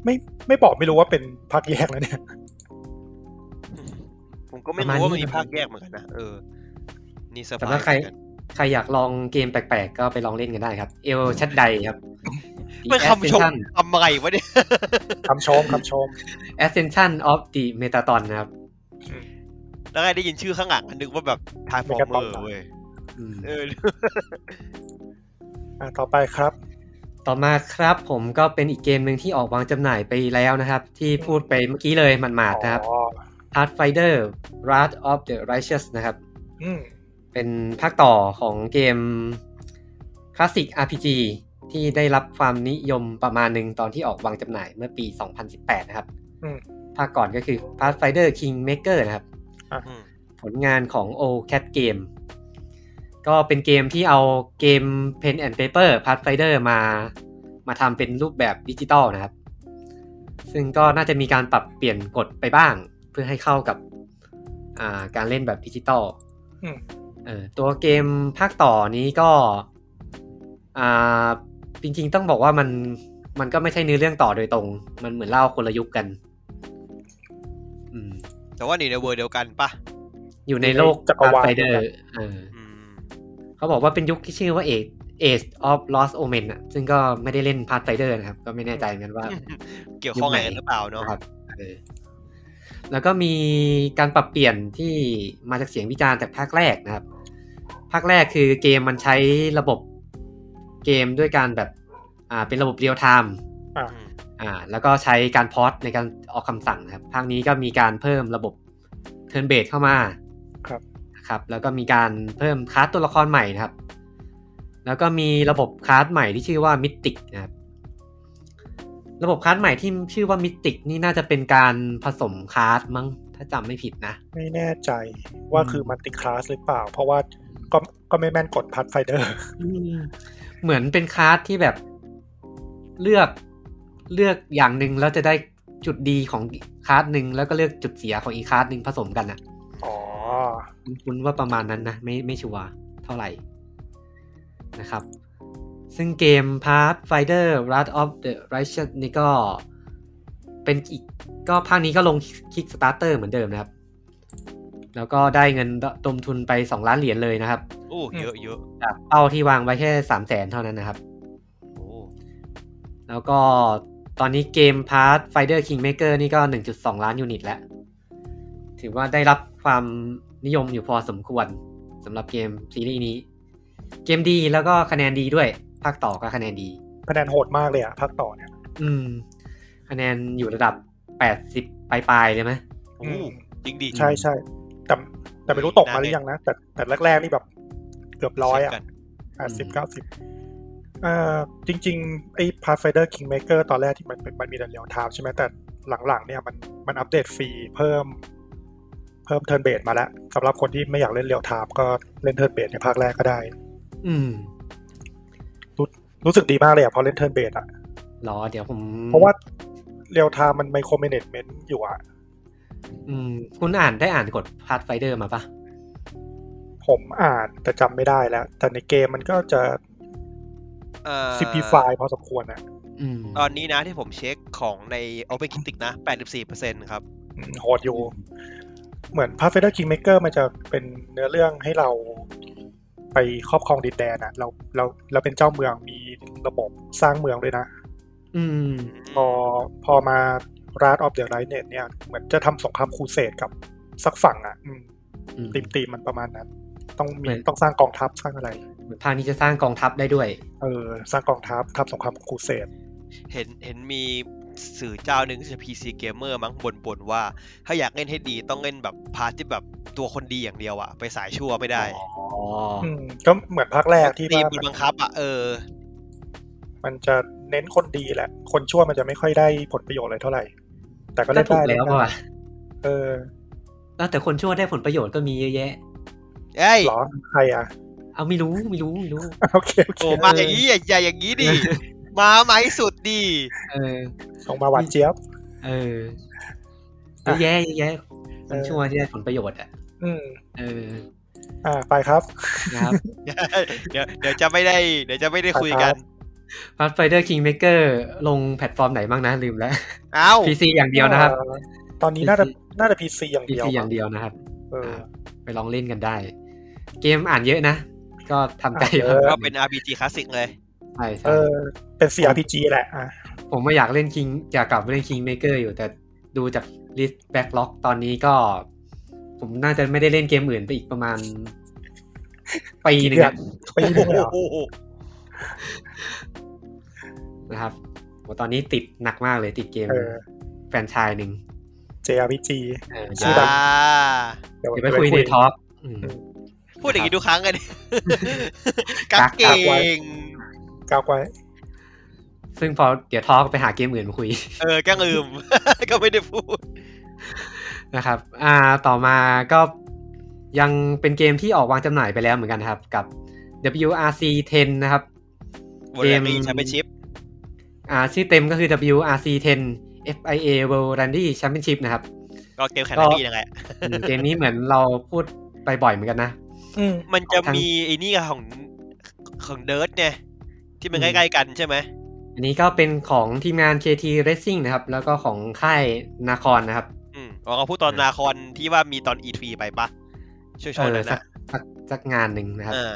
Speaker 4: ไม่ไม่บอกไม่รู้ว่าเป็นภาคแยกแล้วเนี่ย
Speaker 2: ผมก็
Speaker 1: ป
Speaker 2: ไม่
Speaker 1: ระมาณ
Speaker 2: รู้ว่ามัน
Speaker 1: นี้
Speaker 2: มี
Speaker 1: นะ
Speaker 2: ภาคแยกเหมือนกันนะ เออ นี่เซอร์ไพ
Speaker 1: แต่
Speaker 2: ร
Speaker 1: ถ้า
Speaker 2: ส์
Speaker 1: ใคร
Speaker 2: เหมือนกัน
Speaker 1: ใครอยากลองเกมแปลกๆ ก็ไปลองเล่นกันได้ครับ เอลชัดใด ครับ
Speaker 2: เป็นคำชม
Speaker 1: Ascension
Speaker 2: ทำอะไรวะเนี่ย
Speaker 4: คำชมคำชม
Speaker 1: Ascension of the Metaton นะครับ
Speaker 2: แล้วไงได้ยินชื่อข้างหลังอันนึกว่าแบบทาร์ฟอร์เมอร์เว้ย
Speaker 1: อืม
Speaker 2: เออ
Speaker 4: อ่ะต่อไปครับ
Speaker 1: ต่อมาครับผมก็เป็นอีกเกมหนึ่งที่ออกวางจำหน่ายไปแล้วนะครับ ที่พูดไปเมื่อกี้เลยหมาดๆนะครับ
Speaker 4: อ๋อ
Speaker 1: Pathfinder Wrath of the Righteous นะครับ
Speaker 4: อืม
Speaker 1: เป็นภาคต่อของเกมคลาสสิก RPG ที่ได้รับความนิยมประมาณหนึ่งตอนที่ออกวางจำหน่ายเมื่อปี 2018 นะครับ
Speaker 4: อืม
Speaker 1: ภาคก่อนก็คือ Pathfinder Kingmaker นะครับ
Speaker 2: อืม
Speaker 1: ผลงานของ o Cat Game ก็เป็นเกมที่เอาเกม Pen and Paper Pathfinder มา มาทำเป็นรูปแบบดิจิตอลนะครับ ซึ่งก็น่าจะมีการปรับเปลี่ยนกฎไปบ้าง เพื่อให้เข้ากับอ่าการเล่นแบบดิจิตอล
Speaker 4: อืม
Speaker 1: เออตัวเกมภาคต่อนี้ก็อ่าจริงๆต้องบอกว่ามันมันก็ไม่ใช่เนื้อเรื่องต่อโดยตรง มันเหมือนเล่าคนละยุคกัน อืม
Speaker 2: แต่ว่านี่ในเวอร์เดียวกันปะ
Speaker 1: อยู่ในโลก
Speaker 4: จักรวาล
Speaker 1: ไฟเดอร์
Speaker 2: อืม
Speaker 1: เขาบอกว่าเป็นยุคที่ชื่อว่าเอ Age of Lost Omen อ่ะ ซึ่งก็ไม่ได้เล่นพาร์ทไฟเดอร์นะครับ ก็ไม่แน่ใจเหมือนกันว่า
Speaker 2: เกี่ยวข้องอะไรกันหรือเปล่าเนาะ
Speaker 1: นะครับเออแล้วก็มีการปรับเปลี่ยนที่มาจากเสียงวิจารณ์จากภาคแรกนะครับ ภาคแรกคือเกมมันใช้ระบบเกมด้วยการแบบอ่าเป็นระบบเรียลไทม์
Speaker 4: อ่า
Speaker 1: อ่า แล้วก็ใช้การพอสในการออกคำสั่งนะครับ ภาคนี้ก็มีการเพิ่มระบบเทิร์นเบดเข้ามา
Speaker 4: ครับ
Speaker 1: นะครับ แล้วก็มีการเพิ่มคลาสตัวละครใหม่นะครับ แล้วก็มีระบบคลาสใหม่ที่ชื่อว่ามิติกนะครับ ระบบคาร์ดใหม่ที่ชื่อว่ามิติกนี่น่าจะเป็นการผสมคาร์ดมั้งถ้า ถ้าจำไม่ผิดนะ
Speaker 4: ไม่แน่ใจว่าคือมัลติคลาสหรือเปล่า เพราะว่าก็ก็ไม่แม่นกดพัทไฟเดอร์
Speaker 1: เหมือนเป็นคลาสที่แบบเลือกเลือกอย่างหนึ่งแล้วจะได้จุดดีของคลาสหนึ่งแล้วก็เลือกจุดเสียของอีกคลาสหนึ่งผสมกันอ่ะ
Speaker 4: อ๋อ
Speaker 1: คุ้นๆว่าประมาณนั้นนะ ไม่ไม่ชัวร์เท่าไหร่นะครับ ซึ่งเกม Pathfinder Wrath of the Righteous นี่ก็เป็นอีกก็ภาคนี้ก็ลง Kickstarter เหมือนเดิมนะครับ แล้วก็ได้เงินระดมทุนไป 2 ล้านเหรียญเลยนะครับ
Speaker 2: โอ้เยอะเยอะ
Speaker 1: จากเป้าที่วางไว้แค่ 3 0 0แสนเท่านั้นนะครับ
Speaker 2: โอ้
Speaker 1: แล้วก็ตอนนี้เกม Pathfinder Kingmaker นี่ก็ 1.2 ล้านยูนิตแล้ว ถือว่าได้รับความนิยมอยู่พอสมควรสำหรับเกมซีรีส์นี้ เกมดีแล้วก็คะแนนดีด้วย ภาคต่อก็คะแนนดี
Speaker 4: คะแนนโหดมากเลยอะภาคต่อเนี่ย
Speaker 1: อืม คะแนนอยู่ระดับ 80 ปลายๆเลยไหม
Speaker 2: โอ้จริงดี
Speaker 4: ใช่ใช่แต่แต่ไม่รู้ตกมาหรือยังนะ แต่แต่แรกๆนี่แบบเกือบร้อยอะ
Speaker 2: เช็คกัน
Speaker 4: แปดสิบ
Speaker 1: อืม
Speaker 4: เก้าสิบอ่าจริงๆ ไอ้ Pathfinder Kingmaker ตอนแรกที่มันมันมันมีแต่เรียวไทม์ใช่ไหมแต่หลังๆ เนี่ยมันมันอัปเดตฟรีเพิ่ม เพิ่มเทิร์นเบดมาแล้วสำหรับคนที่ไม่อยากเล่นเรียวไทม์ก็เล่นเทิร์นเบดในภาคแรกก็ได้
Speaker 1: อืม
Speaker 4: รู้สึกดีมากเลยอะพอเล่นเทิร์นเบดอะ
Speaker 1: รอเดี๋ยวผม
Speaker 4: เพราะว่าเรียวไทม์มันไมโครเมเนจเมนต์อยู่อะ
Speaker 1: อืม คุณอ่านได้อ่านกฎ Pathfinder มาปะ
Speaker 4: ผมอ่านแต่จำไม่ได้แล้ว แต่ในเกมมันก็จะ
Speaker 2: เอ่อ
Speaker 4: ซิป i ีไฟพอสมควรนะ
Speaker 1: อืม
Speaker 2: ตอนนี้นะที่ผมเช็คของใน Open Critic นะ 84%ครับ
Speaker 4: อืมโหดอยู่ เหมือน Pathfinder Kingmaker มันจะเป็นเนื้อเรื่องให้เราไปครอบครองดินแดนอะเราเราเราเป็นเจ้าเมืองมีระบบสร้างเมืองด้วยนะ
Speaker 1: อืม
Speaker 4: พอพอมา Wrath of the Lightning เนี่ย เหมือนจะทำสงครามครูเสดกับสักฝั่งอะอืม
Speaker 1: อืม
Speaker 4: ตีมตีมมันประมาณนั้น ต้องมี
Speaker 1: เหมือน
Speaker 4: ต้องสร้างกองทัพสร้างอะไร
Speaker 1: ภาคนี้จะสร้างกองทัพได้ด้วย
Speaker 4: เออ สร้างกองทัพทำสงครามครูเสด
Speaker 2: เห็นเห็นมีสื่อเจ้าหนึ่งชื่อ PC Gamer มั้งบ่นบ่นว่า ถ้าอยากเล่นให้ดีต้องเล่นแบบพาร์ทที่แบบตัวคนดีอย่างเดียวอะไปสายชั่วไม่ได้
Speaker 1: อ๋ออ
Speaker 4: มก็เหมือนภาคแรกที่
Speaker 2: ตี
Speaker 4: ว่า
Speaker 2: มั
Speaker 4: มัน น
Speaker 2: บังคับอะเออ
Speaker 4: มันจะเน้นคนดีแหละ คนชั่วมันจะไม่ค่อยได้ผลประโยชน์อะไรเท่าไหร่ แต่ก็เล่น
Speaker 1: ถู
Speaker 4: ได้
Speaker 1: กแล้ว
Speaker 4: เนได้
Speaker 1: ป่ะ
Speaker 4: เออ
Speaker 1: เออแต่คนชั่วได้ผลประโยชน์ก็มีเยอะแยะ
Speaker 2: เอ้ย
Speaker 4: เหรอ ใครอ่ะ
Speaker 1: เอาไม่รู้ไม่รู้ไม่รู้
Speaker 4: โอเคโอเค
Speaker 2: โอ้มาอย่างนี้อย่าอย่าอย่างนี้ดิ มาไหมสุดดี
Speaker 1: เออ
Speaker 4: ส่งมาหวานเจี๊ยบ
Speaker 1: เออเย
Speaker 4: อ่ะ
Speaker 1: อะแยะเยอะแยะคน
Speaker 4: เออ
Speaker 1: ชั่วที่ได้ผลประโยชน์อ่ะ
Speaker 4: อืม
Speaker 1: เออ
Speaker 4: อ่าไปครับ
Speaker 1: นะครับ
Speaker 2: เดี๋ยวเดี๋ยวจะไม่ได้ เดี๋ยวจะไม่ได้คุยกัน
Speaker 1: Pathfinder Kingmaker ลงแพลตฟอร์มไหนบ้างนะ ลืมแล้ว
Speaker 2: เอ้า
Speaker 1: PC อย่างเดียวนะครับ
Speaker 4: เอ่อตอนนี้น่าจะ
Speaker 1: PC
Speaker 4: น่าจะพีซีอย่างเดี
Speaker 1: PC
Speaker 4: ยว
Speaker 1: อย่างเดียวนะครับ
Speaker 4: เออ
Speaker 1: ครับไปลองเล่นกันได้ เกมอ่านเยอะนะ ก็ทำใจ
Speaker 4: อ่านเยอะ
Speaker 1: ครับ
Speaker 2: ก็เป็น RPG คลาสสิกเลย
Speaker 1: ใช่ใช่
Speaker 4: เออ เป็น CRPG แหละอ่ะ
Speaker 1: ผมไม่อยากเล่น King อยากกลับไปเล่น Kingmaker อยู่แต่ดูจาก list backlog ตอนนี้ก็ ผมน่าจะไม่ได้เล่นเกมอื่นไปอีกประมาณปีหนึ่งอะ
Speaker 4: ไปเรื่อยเหรอ
Speaker 2: โอ้โห
Speaker 1: นะครับโหตอนนี้ติดหนักมากเลยติดเกม
Speaker 4: เออ
Speaker 1: แฟรนไชายหนึ่ง
Speaker 4: JRPG
Speaker 1: เออ
Speaker 4: ชื่
Speaker 1: เดี๋ยว
Speaker 4: ดัง
Speaker 2: อ่า
Speaker 4: เดี๋ยว
Speaker 1: เดี๋ยวไปคุยในท็อปอืม
Speaker 2: พูดอย่างนี้ทุกครั้ง เลย
Speaker 1: กั
Speaker 2: กั
Speaker 1: ก
Speaker 2: กเก่ง
Speaker 4: กาวไว้
Speaker 1: ซึ่งพอเดี๋ยวท็อปไปหาเกมอื่นมาคุย
Speaker 2: เออแกล้งลืม ก็ไม่ได้พูด
Speaker 1: นะครับ อ่า ต่อมาก็ยังเป็นเกมที่ออกวางจำหน่ายไปแล้วเหมือนกันนะครับ กับ WRC 10 นะครับ
Speaker 2: World Rally Championship
Speaker 1: อ่า ชื่อเต็มก็คือ WRC 10 FIA World Rally Championship นะครับ
Speaker 2: ก็เกมแข่งแรลลี่ยังไง
Speaker 1: อืมเกมนี้เหมือนเราพูดไปบ่อยเหมือนกันนะ
Speaker 4: อืม
Speaker 2: มันจะ
Speaker 1: ทั้ง
Speaker 2: มีไอ้นี่ของของเดิร์ดเนี่ย ที่มันใกล้ๆกันใช่ไหม
Speaker 1: อันนี้ก็เป็นของทีมงาน KT Racing นะครับ แล้วก็ของค่ายนาคอนนะครับ
Speaker 2: อืมอ๋อก็พูดตอนนาคอนที่ว่ามีตอน E3 ไปปะช่วง
Speaker 1: เอ
Speaker 2: ๆ
Speaker 1: อ
Speaker 2: นั้น
Speaker 1: สัก
Speaker 2: นะ
Speaker 1: สักสักงานหนึ่งนะครับ
Speaker 2: เออ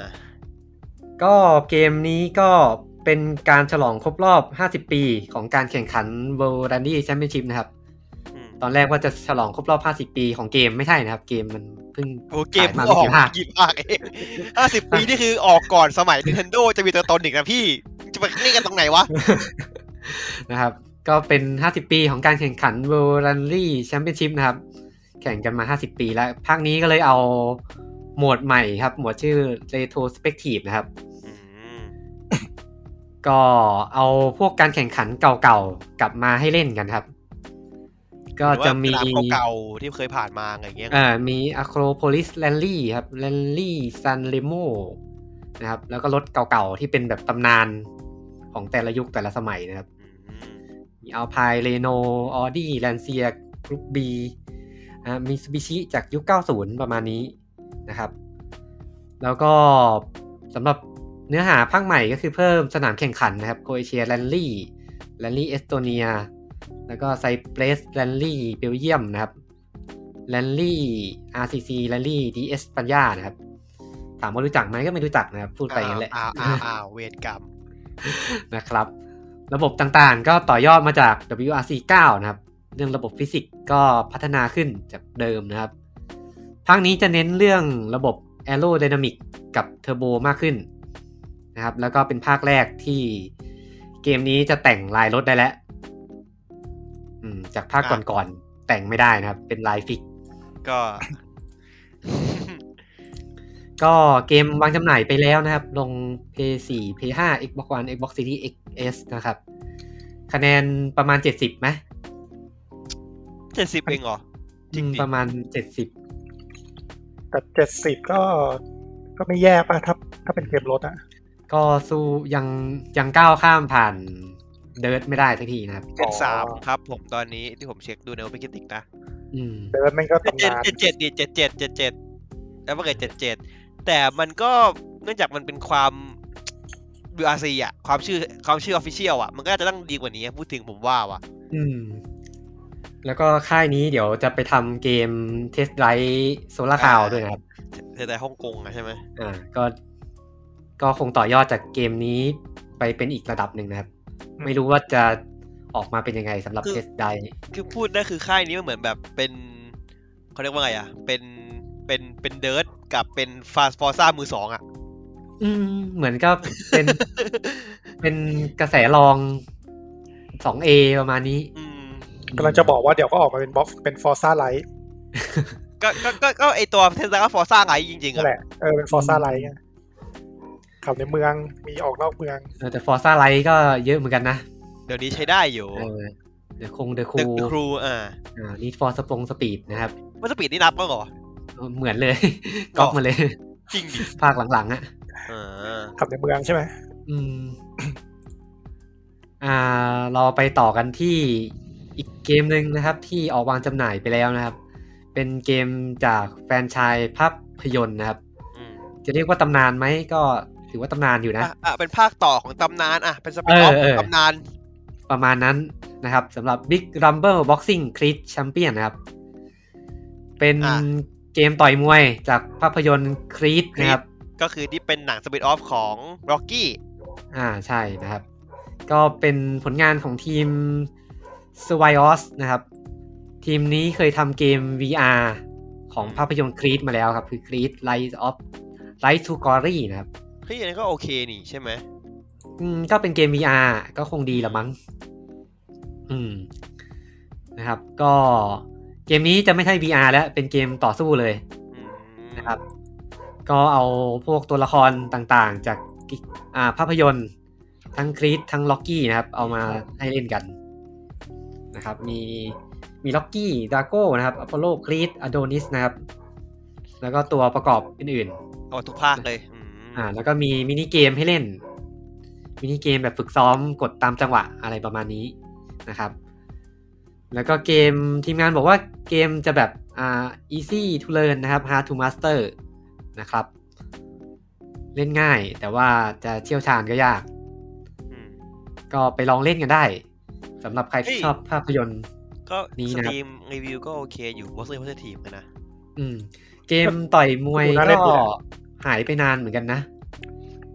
Speaker 1: ก็เกมนี้ก็เป็นการฉลองครบรอบ 50 ปีของการแข่งขัน World Rally Championship นะครับ
Speaker 2: อืม
Speaker 1: ตอนแรกว่าจะฉลองครบรอบ 50 ปีของเกมไม่ใช่นะครับ เกมมันเพิ่ง
Speaker 2: โอ้เกม
Speaker 1: ขาย
Speaker 2: เพิ่
Speaker 1: มาง ไม่
Speaker 2: ออก
Speaker 1: กี่ภาค
Speaker 2: หยิบมากเองห้าสิบปีนี่คือออกก่อนสมัย Nintendo จะมีตัวตนอีกนะพี่ จะไปนี่กันตรงไหนวะ
Speaker 1: นะครับ ก็เป็น 50 ปีของการแข่งขัน World Rally Championship นะครับ แข่งกันมา 50 ปีแล้ว ภาคนี้ก็เลยเอาโหมดใหม่ครับ โหมดชื่อ Retrospective นะครับ
Speaker 2: อืม
Speaker 1: ก็เอาพวกการแข่งขันเก่าๆ กลับมาให้เล่นกันครับ ก็จะมี
Speaker 2: หรือว่าสนามเก่าๆที่เคยผ่านมาอะไรเงี้ย
Speaker 1: อ่า มีอะโครโพลิสแลนลี่ครับแลนลี่ซันเ e โมนะครับ แล้วก็รถเก่าๆ ที่เป็นแบบตำนานของแต่ละยุคแต่ละสมัยนะครับ
Speaker 2: อืม
Speaker 1: มีอัลพายเรโนออดี้แลนเซียกรุ๊ปบีอ่ามีสบิชิจากยุค 90 ประมาณนี้นะครับ แล้วก็สำหรับเนื้อหาภาคใหม่ก็คือเพิ่มสนามแข่งขันนะครับโคเอเชียแลนลี่แลนลี่เอสโตเนีย แล้วก็ไซเปรสแลนลี่เบลเยียมนะครับแลนลี่ RCC แลนลี่ดีเอสปัญญานะครับ ถามว่ารู้จักไหมก็ไม่รู้จักนะครับ พูดไปอย่างนั้นแหละ
Speaker 2: อ้าวอ้าวอ้าวเวรกรรม
Speaker 1: นะครับ ระบบต่างๆก็ต่อยอดมาจาก WRC 9 นะครับ เรื่องระบบฟิสิกส์ก็พัฒนาขึ้นจากเดิมนะครับ ภาคนี้จะเน้นเรื่องระบบ Aerodynamic กับเทอร์โบมากขึ้นนะครับ แล้วก็เป็นภาคแรกที่เกมนี้จะแต่งลายรถได้แล้วอืมจากภาค
Speaker 2: อ่ะ
Speaker 1: ก่อนๆ แต่งไม่ได้นะครับ เป็นลายฟิก
Speaker 2: ก็
Speaker 1: ก็เกมวางจำหน่ายไปแล้วนะครับ ลง PS4 PS5 Xbox One Xbox Series XS นะครับ คะแนนประมาณ 70ไหม
Speaker 2: เจ็ดสิบเองเหรอ จริงดิ
Speaker 1: อืมประมาณ
Speaker 4: แต่เจ็ดสิบก็ก็ไม่แย่ป่ะถ้าถ้าเป็นเกมรถอะ
Speaker 1: 70 ก็สู้ยังยังก้าวข้ามผ่านเดิร์ไม่ได้สักทีนะครับ
Speaker 2: เจนสามครับ ผมตอนนี้ที่ผมเช็คดูในโอเปนคิติกนะ
Speaker 1: อืม
Speaker 4: แต่ว่ามันก็
Speaker 2: เจ็ด
Speaker 4: ตำนาน
Speaker 2: เจ็ดเจ็ดดิเจ็ดเจ็ดเจ็ดเจ็ดแล้วเมื่อไงเจ็ดเจ็ดแต่มันก็เนื่องจากมันเป็นความ WRC อ่ะ ความชื่อความชื่อออฟฟิเชียลอ่ะ มันก็น่าจะต้องดีกว่านี้พูดถึงผมว่าว่ะ
Speaker 1: อืม แล้วก็ค่ายนี้เดี๋ยวจะไปทำเกมเทสไ i ์โซล่าคาว
Speaker 2: อ่า
Speaker 1: ด้วยนะครับ
Speaker 2: แต่แต่ฮ่องกงอ่ะใช่ไหม
Speaker 1: อ่า ก็ ก็คงต่อยอดจากเกมนี้ไปเป็นอีกระดับหนึ่งนะครับ ไม่รู้ว่าจะออกมาเป็นยังไงสำหรับเทสไ i ์
Speaker 2: คือพูดได้คือค่ายนี้มันเหมือนแบบเป็นเขาเรียกว่าไงอ่ะ เป็นเป็นเป็นเดิร์กับเป็นฟาสฟอร์ซ่ามือส องอ่ะ
Speaker 1: อืมเหมือนก็ เป็น เป็นกระแสรอง 2A ประมาณนี้
Speaker 2: อืม
Speaker 4: กำลังจะบอกว่าเดี๋ยวก็ออกมาเป็นบ็อกเป็นฟอร์ซ่าไลท์
Speaker 2: ก็ก็ก็ก็ไอตัวเทสลาก็ฟอร์ซ่าไงจริงๆ
Speaker 4: นั่
Speaker 2: อ่ะ
Speaker 4: นแหละเออเป็นฟอร์ซ่าไลท์ขับในเมืองมีออกนอกเมือง
Speaker 1: เออแต่ฟอร์ซ่าไลท์ก็เยอะเหมือนกันนะ
Speaker 2: เดี๋ยวนี้ใช้ได้อยู่
Speaker 1: เดี๋ยวคงเดอะคู
Speaker 2: The Crew อ่า
Speaker 1: นีดฟอร์สปงสปีดนะครับ
Speaker 2: มันสปีดนี่นับบ้างเหรอ
Speaker 1: เหมือน เลย ก๊อปมาเลย
Speaker 2: จริงดิ
Speaker 1: ภาคหลังๆอ่ะ
Speaker 2: เออ
Speaker 4: ขับในเมืองใช่ไหม
Speaker 1: อืม อ่า เราไปต่อกันที่อีกเกมหนึ่งนะครับ ที่ออกวางจำหน่ายไปแล้วนะครับ เป็นเกมจากแฟรนไชายภาพยนตร์นะครับ
Speaker 2: อืม
Speaker 1: จะเรียกว่าตำนานไหมก็ถือว่าตำนานอยู่นะ
Speaker 2: อ่ะอ่ะเป็นภาคต่อของตำนานอ่ะ เป็นสปินออฟ
Speaker 1: เออเออ
Speaker 2: ตำนาน
Speaker 1: ประมาณนั้นนะครับสำหรับ Big Rumble Boxing Creed Champion นะครับ เป็น
Speaker 2: อ่ะ
Speaker 1: เกมต่อยมวยจากภาพยนตร์ Creed นะครับ
Speaker 2: ก็คือที่เป็นหนังสปินออฟของ Rocky
Speaker 1: อ่าใช่นะครับ ก็เป็นผลงานของทีม s w i o s นะครับ ทีมนี้เคยทำเกม VR ของภาพยนตร์ Creed มาแล้วครับ คือ Creed Light of Light to Glory นะครับ
Speaker 2: เฮ้ยอันนี้ก็โอเคนี่ใช่ไหม
Speaker 1: อืมก็เป็นเกม VR ก็คงดีละมั้ง อืมนะครับ ก็เกมนี้จะไม่ใช่ VR แล้ว เป็นเกมต่อสู้เลย
Speaker 2: อืม
Speaker 1: นะครับ ก็เอาพวกตัวละครต่างๆ จากกิอ่าภาพยนตร์ทั้งครีตทั้งล็อกกี้นะครับ เอามาให้เล่นกันนะครับ มีมีล็อกกี้ดาโก้นะครับอพอลโลครีตอโดนิสนะครับ แล้วก็ตัวประกอบอื่น
Speaker 2: โอ้ทุกภาคเลยอืม
Speaker 1: ๆอ่าแล้วก็มีมินิเกมให้เล่น มินิเกมแบบฝึกซ้อมกดตามจังหวะอะไรประมาณนี้นะครับ แล้วก็เกมทีมงานบอกว่าเกมจะแบบอ่า easy to learn นะครับ hard to master นะครับ เล่นง่ายแต่ว่าจะเชี่ยวชาญก็ยาก
Speaker 2: อืม
Speaker 1: ก็ไปลองเล่นกันได้สำหรับใครที่
Speaker 2: เฮ้ย
Speaker 1: ชอบภาพยนตร์
Speaker 2: ก็
Speaker 1: นี่
Speaker 2: ส
Speaker 1: นะครับ
Speaker 2: ตรีมรีวิวก็โอเคอยู่วอสเซอร์วอสเซอร์ทีมกันนะ
Speaker 1: อืม เกมต่อยมวย
Speaker 4: ดูน่าเล่
Speaker 1: ก็
Speaker 4: นอยู่นะ
Speaker 1: หายไปนานเหมือนกันนะ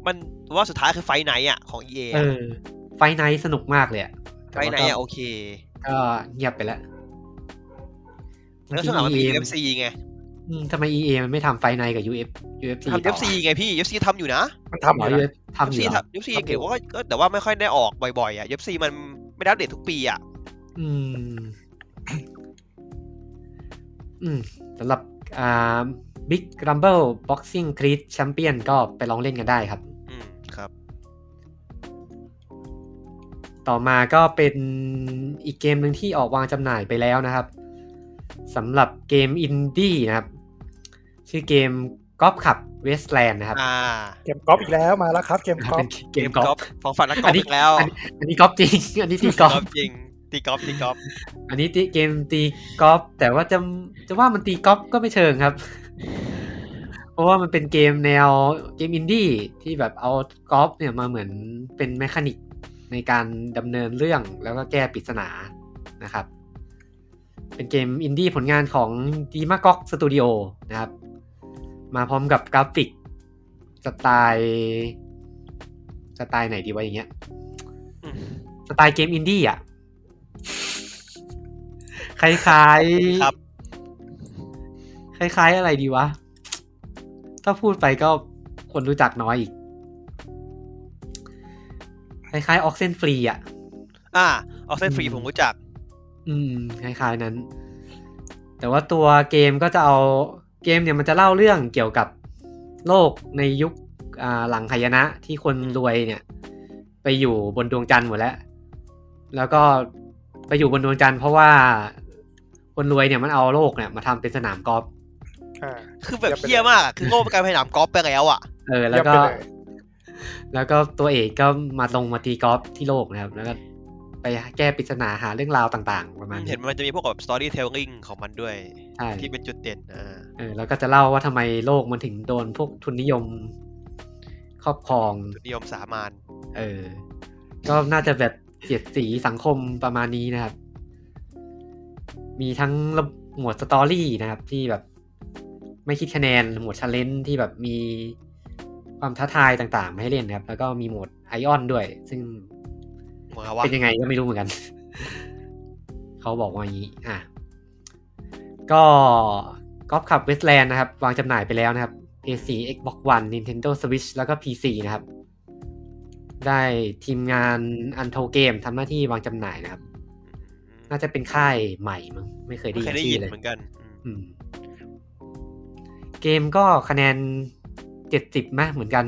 Speaker 2: มันว่าสุดท้ายคือไฟไหนอ่ะของ EA
Speaker 1: เอ
Speaker 2: อะ
Speaker 1: อ ไฟไนสนุกมากเลยอะ
Speaker 2: ไฟไหน
Speaker 1: แต่
Speaker 2: อ่ะ
Speaker 1: ว่า
Speaker 2: โอ
Speaker 1: ก็
Speaker 2: เค
Speaker 1: ก็เงียบไปแล้ว
Speaker 2: แล้วช่วงหลังมันมี
Speaker 1: จริงๆ EA
Speaker 2: UFC ไง
Speaker 1: อืมทำไม EA มันไม่ทำไฟไนกับ UF UFC
Speaker 2: ทำ UFC ไงพี่ UFC ทำอยู่นะ
Speaker 4: มัน
Speaker 1: ต่อ
Speaker 4: ทำ
Speaker 1: ห
Speaker 4: อ
Speaker 1: รอ
Speaker 4: ยู่นะ
Speaker 1: UFC ทำอ
Speaker 2: ซี
Speaker 1: ยู่เหรอ
Speaker 2: ยูซีเก๋ว่าก็แต่ว่าไม่ค่อยได้ออกบ่อยๆอ่ะยูซีมันไม่ได้อัปเดตทุกปีอ่ะ
Speaker 1: อืม อืมสำหรับอ่า Big Rumble Boxing Creed Champion ก็ไปลองเล่นกันได้ครับ
Speaker 2: อืมครับ
Speaker 1: ต่อมาก็เป็นอีกเกมหนึ่งที่ออกวางจำหน่ายไปแล้วนะครับสำหรับเกมอินดี้นะครับ ชื่อเกมกอล์ฟขับเวสแลนด์นะครับ
Speaker 2: อ่า
Speaker 4: เกมกอล์ฟอีกแล้วมาแล้วครับเกมกอ
Speaker 1: เป็
Speaker 4: ล์ฟ
Speaker 1: นเกมกอล์ฟ
Speaker 2: ของฝันนักกอ
Speaker 1: อั
Speaker 2: ล์
Speaker 1: น
Speaker 2: ฟ
Speaker 1: นี้
Speaker 2: อีกแล้ว
Speaker 1: อันอันนี้กอล์ฟจริง อันนี้ตีกอล์ฟ
Speaker 2: จริงตีกอล์ฟตีกอล์ฟ
Speaker 1: อันนี้ตีเกมตีกอล์ฟแต่ว่าจะจะว่ามันตีกอล์ฟก็ไม่เชิงครับ เพราะว่ามันเป็นเกมแนวเกมอินดี้ที่แบบเอากอล์ฟเนี่ยมาเหมือนเป็นแมคานิกในการดำเนินเรื่องแล้วก็แก้ปริศนานะครับ เป็นเกมอินดี้ผลงานของดีมาก็อกสตูดิโอนะครับ มาพร้อมกับกราฟิกสไตล์สไตล์ไหนดีวะอย่างเงี้ย
Speaker 2: อืม
Speaker 1: สไตล์เกมอินดี้อ่ะ คล้ายๆ
Speaker 2: ครับ
Speaker 1: คล้ายๆอะไรดีวะ ถ้าพูดไปก็คนรู้จักน้อยอีก คล้ายๆออกเซนฟรีอ่ะ
Speaker 2: อ่าออกเส้นฟรี
Speaker 1: อืม
Speaker 2: ผมรู้จัก
Speaker 1: อืมคล้ายๆนั้น แต่ว่าตัวเกมก็จะเอาเกมเนี่ยมันจะเล่าเรื่องเกี่ยวกับโลกในยุคอ่าหลังหายนะที่คนรวยเนี่ย ไปอยู่บนดวงจันทร์หมดแล้ว แล้วก็ไปอยู่บนดวงจันทร์เพราะว่าคนรวยเนี่ยมันเอาโลกเนี่ยมาทำเป็นสนามกอล์ฟ
Speaker 4: อ่า
Speaker 2: คือแบบ
Speaker 4: เยี่
Speaker 2: เฮี้ย
Speaker 4: ยมไปเลย
Speaker 2: มากอะคือโง่ไปการพยายามกอล์ฟไปแล้วอ่ะ
Speaker 1: เออ แล้วย
Speaker 4: เยี่ม
Speaker 1: ก็
Speaker 4: ไปเลย
Speaker 1: แล้วก็ตัวเอกก็มาลงมาตีกอล์ฟที่โลกนะครับ แล้วก็ไปแก้ปริศนาหาเรื่องราวต่าง ๆ ประมาณ
Speaker 2: เห็
Speaker 1: นี้
Speaker 2: นมันจะมีพวกแบบสตอรี่เทลลิงของมันด้วย
Speaker 1: ใช่
Speaker 2: ที่เป็นจุดเด่นอ่า
Speaker 1: เออแล้วก็จะเล่าว่าทำไมโลกมันถึงโดนพวกทุนนิยมครอบครอง
Speaker 2: จุดนิยมสามาน
Speaker 1: เออ ก็น่าจะแบบเสียดสีสังคมประมาณนี้นะครับ มีทั้งระบบหมวดสตอรี่นะครับ ที่แบบไม่คิดคะแนนหมวดช l เลน g e ที่แบบมีความท้าทายต่างๆ มาให้เล่นนะครับ แล้วก็มีหมวดไอออนด้วย ซึ่ง
Speaker 2: เหมือนกับว่า
Speaker 1: เป็นยังไงก็ไม่รู้เหมือน กัน เขาบอกว่าอย่างนี้ อ่ะ ก็กอล์ฟขับเวสแลนด์นะครับ วางจำหน่ายไปแล้วนะครับ PS4 Xbox One Nintendo Switch แล้วก็ PC นะครับ ได้ทีมงานอันโทเกมทำหน้าที่วางจำหน่ายนะครับ น่าจะเป็นค่ายใหม่มั้งไม่เคยได้
Speaker 2: เค
Speaker 1: ยิ
Speaker 2: ย
Speaker 1: น
Speaker 2: ได้
Speaker 1: ชื่
Speaker 2: ยิน
Speaker 1: อเลย
Speaker 2: เหมือนกันอื
Speaker 1: อื
Speaker 2: ม
Speaker 1: มเกมก็คะแนนเจ็ดสิบมะเหมือนกัน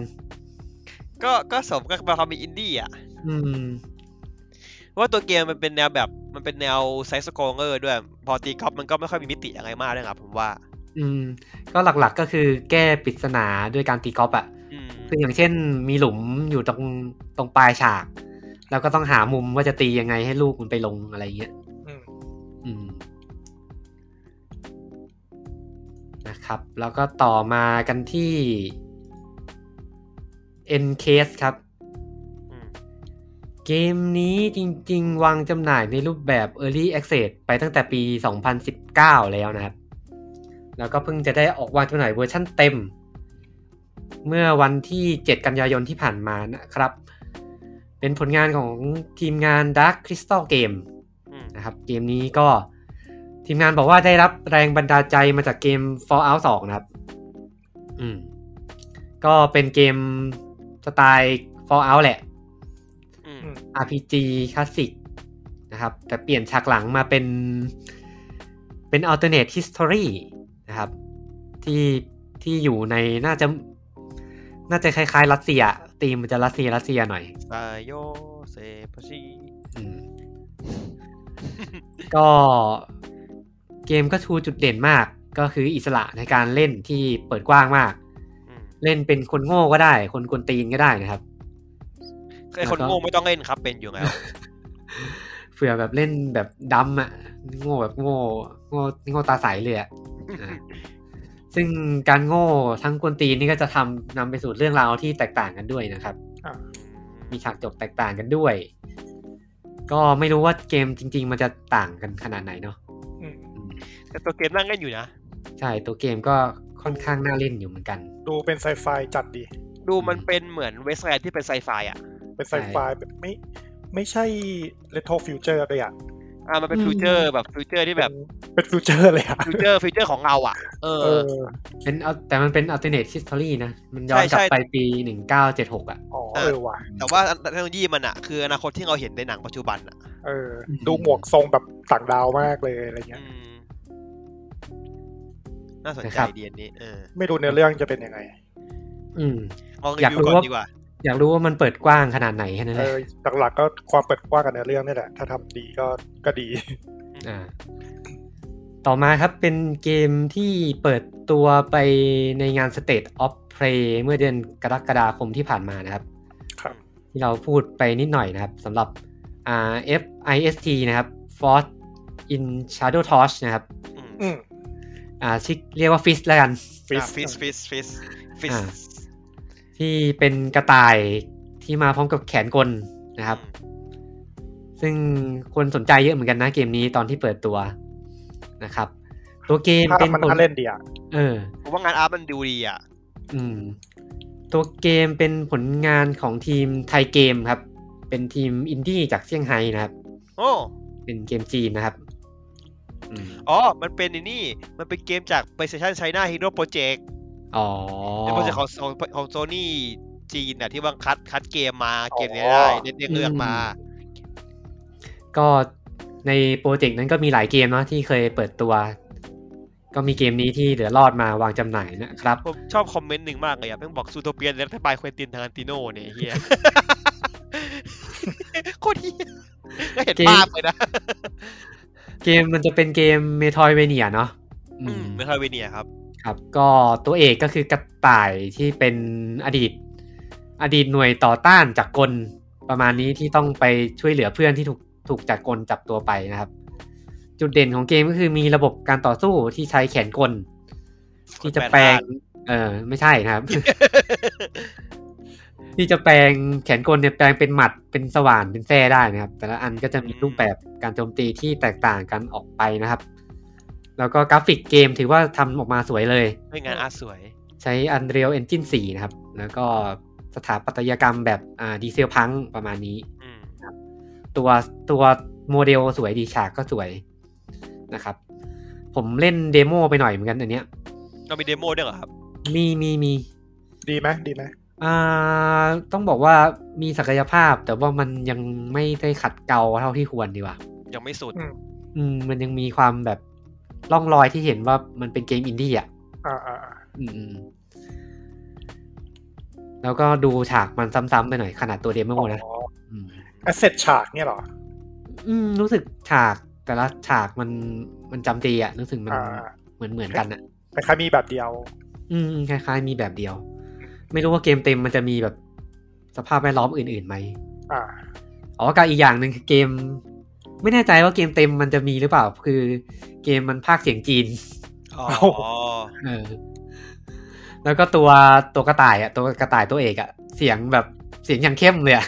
Speaker 2: ก็ก็สมกับความเป็นอินดี้อ่ะ
Speaker 1: อืม
Speaker 2: เพราะว่าตัวเกมมันเป็นแนวแบบมันเป็นแนวไซส์สโคเกอร์ด้วย พอตีกอล์ฟมันก็ไม่ค่อยมีมิติอะไรมากด้วยครับผมว่า
Speaker 1: อืม ก็หลักๆก็คือแก้ปริศนาด้วยการตีกอล์ฟอะ
Speaker 2: อืม
Speaker 1: คืออย่างเช่นมีหลุมอยู่ตรงตรงปลายฉาก แล้วก็ต้องหามุมว่าจะตียังไงให้ลูกมันไปลงอะไรเงี้ย
Speaker 4: อืม
Speaker 1: อืมนะครับ แล้วก็ต่อมากันที่ N case ครับ
Speaker 2: อืม
Speaker 1: เกมนี้จริง ๆ วางจำหน่ายในรูปแบบ Early Access ไปตั้งแต่ปี 2019 แล้วนะครับ แล้วก็เพิ่งจะได้ออกวางจำหน่ายเวอร์ชั่นเต็ม เมื่อวันที่ 7 กันยายนที่ผ่านมานะครับ เป็นผลงานของทีมงาน Dark Crystal Game
Speaker 2: อืม
Speaker 1: นะครับ เกมนี้ก็ทีมงานบอกว่าได้รับแรงบันดาลใจมาจากเกม Fallout 2 นะครับ อืม ก็เป็นเกมสไตล์ Fallout แหละ
Speaker 2: อืม
Speaker 4: อืม
Speaker 1: RPG คลาสสิกนะครับ แต่เปลี่ยนฉากหลังมาเป็นเป็น alternate history นะครับ ที่ที่อยู่ในน่าจะ น่าจะคล้ายๆ รัสเซียตีมมันจะรัสเซียรัสเซียหน่อย
Speaker 2: ไซโยเซปาชิ
Speaker 1: อืม ก็เกมก็ชูจุดเด่นมาก ก็คืออิสระในการเล่นที่เปิดกว้างมาก
Speaker 2: อืม
Speaker 1: เล่นเป็นคนโง่ก็ได้ คนกวนตีนก็ได้นะครับ
Speaker 2: ไอคน
Speaker 1: แล้วก็
Speaker 2: โง่ไม่ต้องเล่นครับเป็นอยู่แล้ว
Speaker 1: เผื่อแบบเล่นแบบดำอะโง่แบบโง่โง่โง่ตาใสเลยอะอ่ะซึ่งการโง่ทั้งกวนตีนนี่ก็จะทำนำไปสู่เรื่องราวที่แตกต่างกันด้วยนะครับ มีฉากจบแตกต่างกันด้วย ก็ไม่รู้ว่าเกมจริง ๆ มันจะต่างกันขนาดไหนเนาะ
Speaker 4: อืม
Speaker 1: อืม
Speaker 2: แต่ตัวเกมนั่งเล่นอยู่นะ
Speaker 1: ใช่ตัวเกมก็ค่อนข้างน่าเล่นอยู่เหมือนกัน
Speaker 4: ดูเป็นไซไฟจัดดี
Speaker 2: ดูมันเป็นเหมือนเวสแลนด์ที่เป็นไซไฟอ่ะ
Speaker 4: เป็นไซไฟแบบไม่ไม่ใช่เรโทรฟิวเจอร์เลยอ่ะ
Speaker 2: อ่ามันเป็น
Speaker 1: อืม
Speaker 2: ฟิวเจอร์แบบฟิวเจอร์ที่แบบ
Speaker 4: เป็นฟิวเจอร์เลยอ่ะ
Speaker 2: ฟิวเจอ ร์ฟิวเจอร์ของเราอ่ะ เอ
Speaker 4: เอ
Speaker 2: อ
Speaker 4: อ
Speaker 1: เป็นเอาแต่มันเป็น alternate history นะ มันย้อนกลับ
Speaker 2: ใช่ใช่
Speaker 1: ไปปีหนึ่งเก้าเจ็ดหกอ่ะ
Speaker 4: อ๋อเออว่ะ
Speaker 2: แต่ว่าเทคโนโลยีมันอ่ะ คืออนาคตที่เราเห็นในหนังปัจจุบันอ่ะ
Speaker 4: เอออ
Speaker 1: ม
Speaker 4: ดูหมวกทรงแบบต่างดาวมากเลยอะไรเงี้ย
Speaker 2: อืมน่าสน
Speaker 1: นะ
Speaker 2: ใจ
Speaker 1: ครับ
Speaker 2: ดีอันนี้เออ
Speaker 4: ไม่รู้เนื้อเรื่องจะเป็นยังไง
Speaker 1: อืม
Speaker 2: ลองรี
Speaker 1: อยาก
Speaker 2: วิว
Speaker 1: รู้
Speaker 2: ก่อน
Speaker 1: ว่า
Speaker 2: ดีกว่า
Speaker 1: อยากรู้ว่ามันเปิดกว้างขนาดไหนแค่นั้น
Speaker 4: เอ
Speaker 1: แหละ
Speaker 4: อหลักๆก็ความเปิดกว้างกันในเรื่องนี่แหละ ถ้าทำดีก็ก็ดี
Speaker 1: ่า ต่อมาครับเป็นเกมที่เปิดตัวไปในงาน State of Play เมื่อเดือนกรกฎาคมที่ผ่านมานะครับ
Speaker 4: ครับ
Speaker 1: ที่เราพูดไปนิดหน่อยนะครับสำหรับอ่า FIST นะครับ Force in Shadow Torch นะครับ
Speaker 4: อืม
Speaker 1: อ่าชื่อเรียกว่า Fist แล้วกัน
Speaker 4: Fist
Speaker 2: ฟิสฟิสฟิสฟิส
Speaker 1: อ่า ที่เป็นกระต่ายที่มาพร้อมกับแขนกลนะครับ ซึ่งคนสนใจเยอะเหมือนกันนะเกมนี้ตอนที่เปิดตัวนะครับ ตัวเกม
Speaker 4: ภาพ
Speaker 1: เป็น
Speaker 4: มัน
Speaker 1: ผล
Speaker 4: น่าเล่นดีอ่ะ
Speaker 1: เออ
Speaker 2: ผมว่างานอาร์ตมันดูดีอ่ะ
Speaker 1: อืม ตัวเกมเป็นผลงานของทีมไทยเกมครับ เป็นทีมอินดี้จากเซี่ยงไฮ้นะครับ
Speaker 2: โอ้
Speaker 1: เป็นเกมจีนนะครับอืม
Speaker 2: อ๋อ มันเป็นไอ้นี่ มันเป็นเกมจาก PlayStation China Hero Project
Speaker 1: อ๋อ
Speaker 2: เป็นโปรเจกต์ของของของโซนี่จีนน่ะที่ว่าคัดคัดเกมมาเกมเนี้ยได้เด็กเลือกมา
Speaker 1: ก็ในโปรเจกต์นั้นก็มีหลายเกมเนาะที่เคยเปิดตัว ก็มีเกมนี้ที่เดือรอดมาวางจำหน่ายนะครับ
Speaker 2: ผมชอบคอมเมนต์หนึ่งมากเลยอ่ะแม่งบอกซูโทเปียนและทบายเควินตินทารันติโน่เนี่ยไอ้เฮีย โคตรเฮียก็เห็น
Speaker 1: เกม
Speaker 2: ภาพเลยนะ
Speaker 1: เกมมันจะเป็นเกมเมทอยเวเนียเนาะอื
Speaker 2: อื
Speaker 1: ม
Speaker 2: มเมทัลเวเนียครับ
Speaker 1: ครับ ก็ตัวเอกก็คือกระต่ายที่เป็นอดีต อดีตหน่วยต่อต้านจากกลประมาณนี้ที่ต้องไปช่วยเหลือเพื่อนที่ถูกถูกจากกลจับตัวไปนะครับ จุดเด่นของเกมก็คือมีระบบการต่อสู้ที่ใช้แขนกล ที่จะแปลง เออไม่ใช่นะครับ ที่จะแปลงแขนกลเนี่ยแปลงเป็นหมัดเป็นสว่านเป็นแส้ได้นะครับ แต่ละอันก็จะมีรูปแบบการโจมตีที่แตกต่างกันออกไปนะครับ แล้วก็กราฟิกเกมถือว่าทำออกมาสวยเลย
Speaker 2: ไม่งานอาร์ตสวย
Speaker 1: ใช้ Unreal Engine 4 นะครับ แล้วก็สถาปัตยกรรมแบบอ่าดีเซลพังประมาณนี้
Speaker 2: อืม
Speaker 1: ตัวตัวโมเดลสวยดีฉากก็สวยนะครับ ผมเล่นเดโมไปหน่อยเหมือนกันอันเนี้ย
Speaker 2: เรามีเดโมด้วยเหรอครับ
Speaker 1: มีมีมี
Speaker 4: ดีไหมดีไหม
Speaker 1: อ่าต้องบอกว่ามีศักยภาพแต่ว่ามันยังไม่ได้ขัดเกลาเท่าที่ควรดีกว่า
Speaker 2: ยังไม่สุด
Speaker 4: อืม
Speaker 1: อืมมันยังมีความแบบร่องรอยที่เห็นว่ามันเป็นเกมอินดี้อ่ะ
Speaker 4: อ่าอ่าอ่า
Speaker 1: อืมอืมแล้วก็ดูฉากมันซ้ำๆไปหน่อยขนาดตัวเดโมนะ
Speaker 4: อ๋อ
Speaker 1: อืม
Speaker 4: แอสเซทฉากเนี่ยเหรอ
Speaker 1: อืมรู้สึกฉากแต่ละฉากมันมันจำเจอ่ะรู้สึกมัน
Speaker 4: อ่า
Speaker 1: เหมือนเหมือนกันอ่ะ
Speaker 4: แต่คล้ายมีแบบเดียว
Speaker 1: อืมคล้ายๆมีแบบเดียว ไม่รู้ว่าเกมเต็มมันจะมีแบบสภาพแวดล้อมอื่นๆไหม
Speaker 4: อ่า
Speaker 1: อ๋อกับอีกอย่างหนึ่งคือเกม ไม่แน่ใจว่าเกมเต็มมันจะมีหรือเปล่า คือเกมมันภาคเสียงจีน
Speaker 2: อ๋อ
Speaker 4: เอา
Speaker 1: เออแล้วก็ตัวตัวกระต่ายอ่ะตัวกระต่ายตัวเอกอ่ะ เสียงแบบเสียงยังเข้มเลยอ่ะ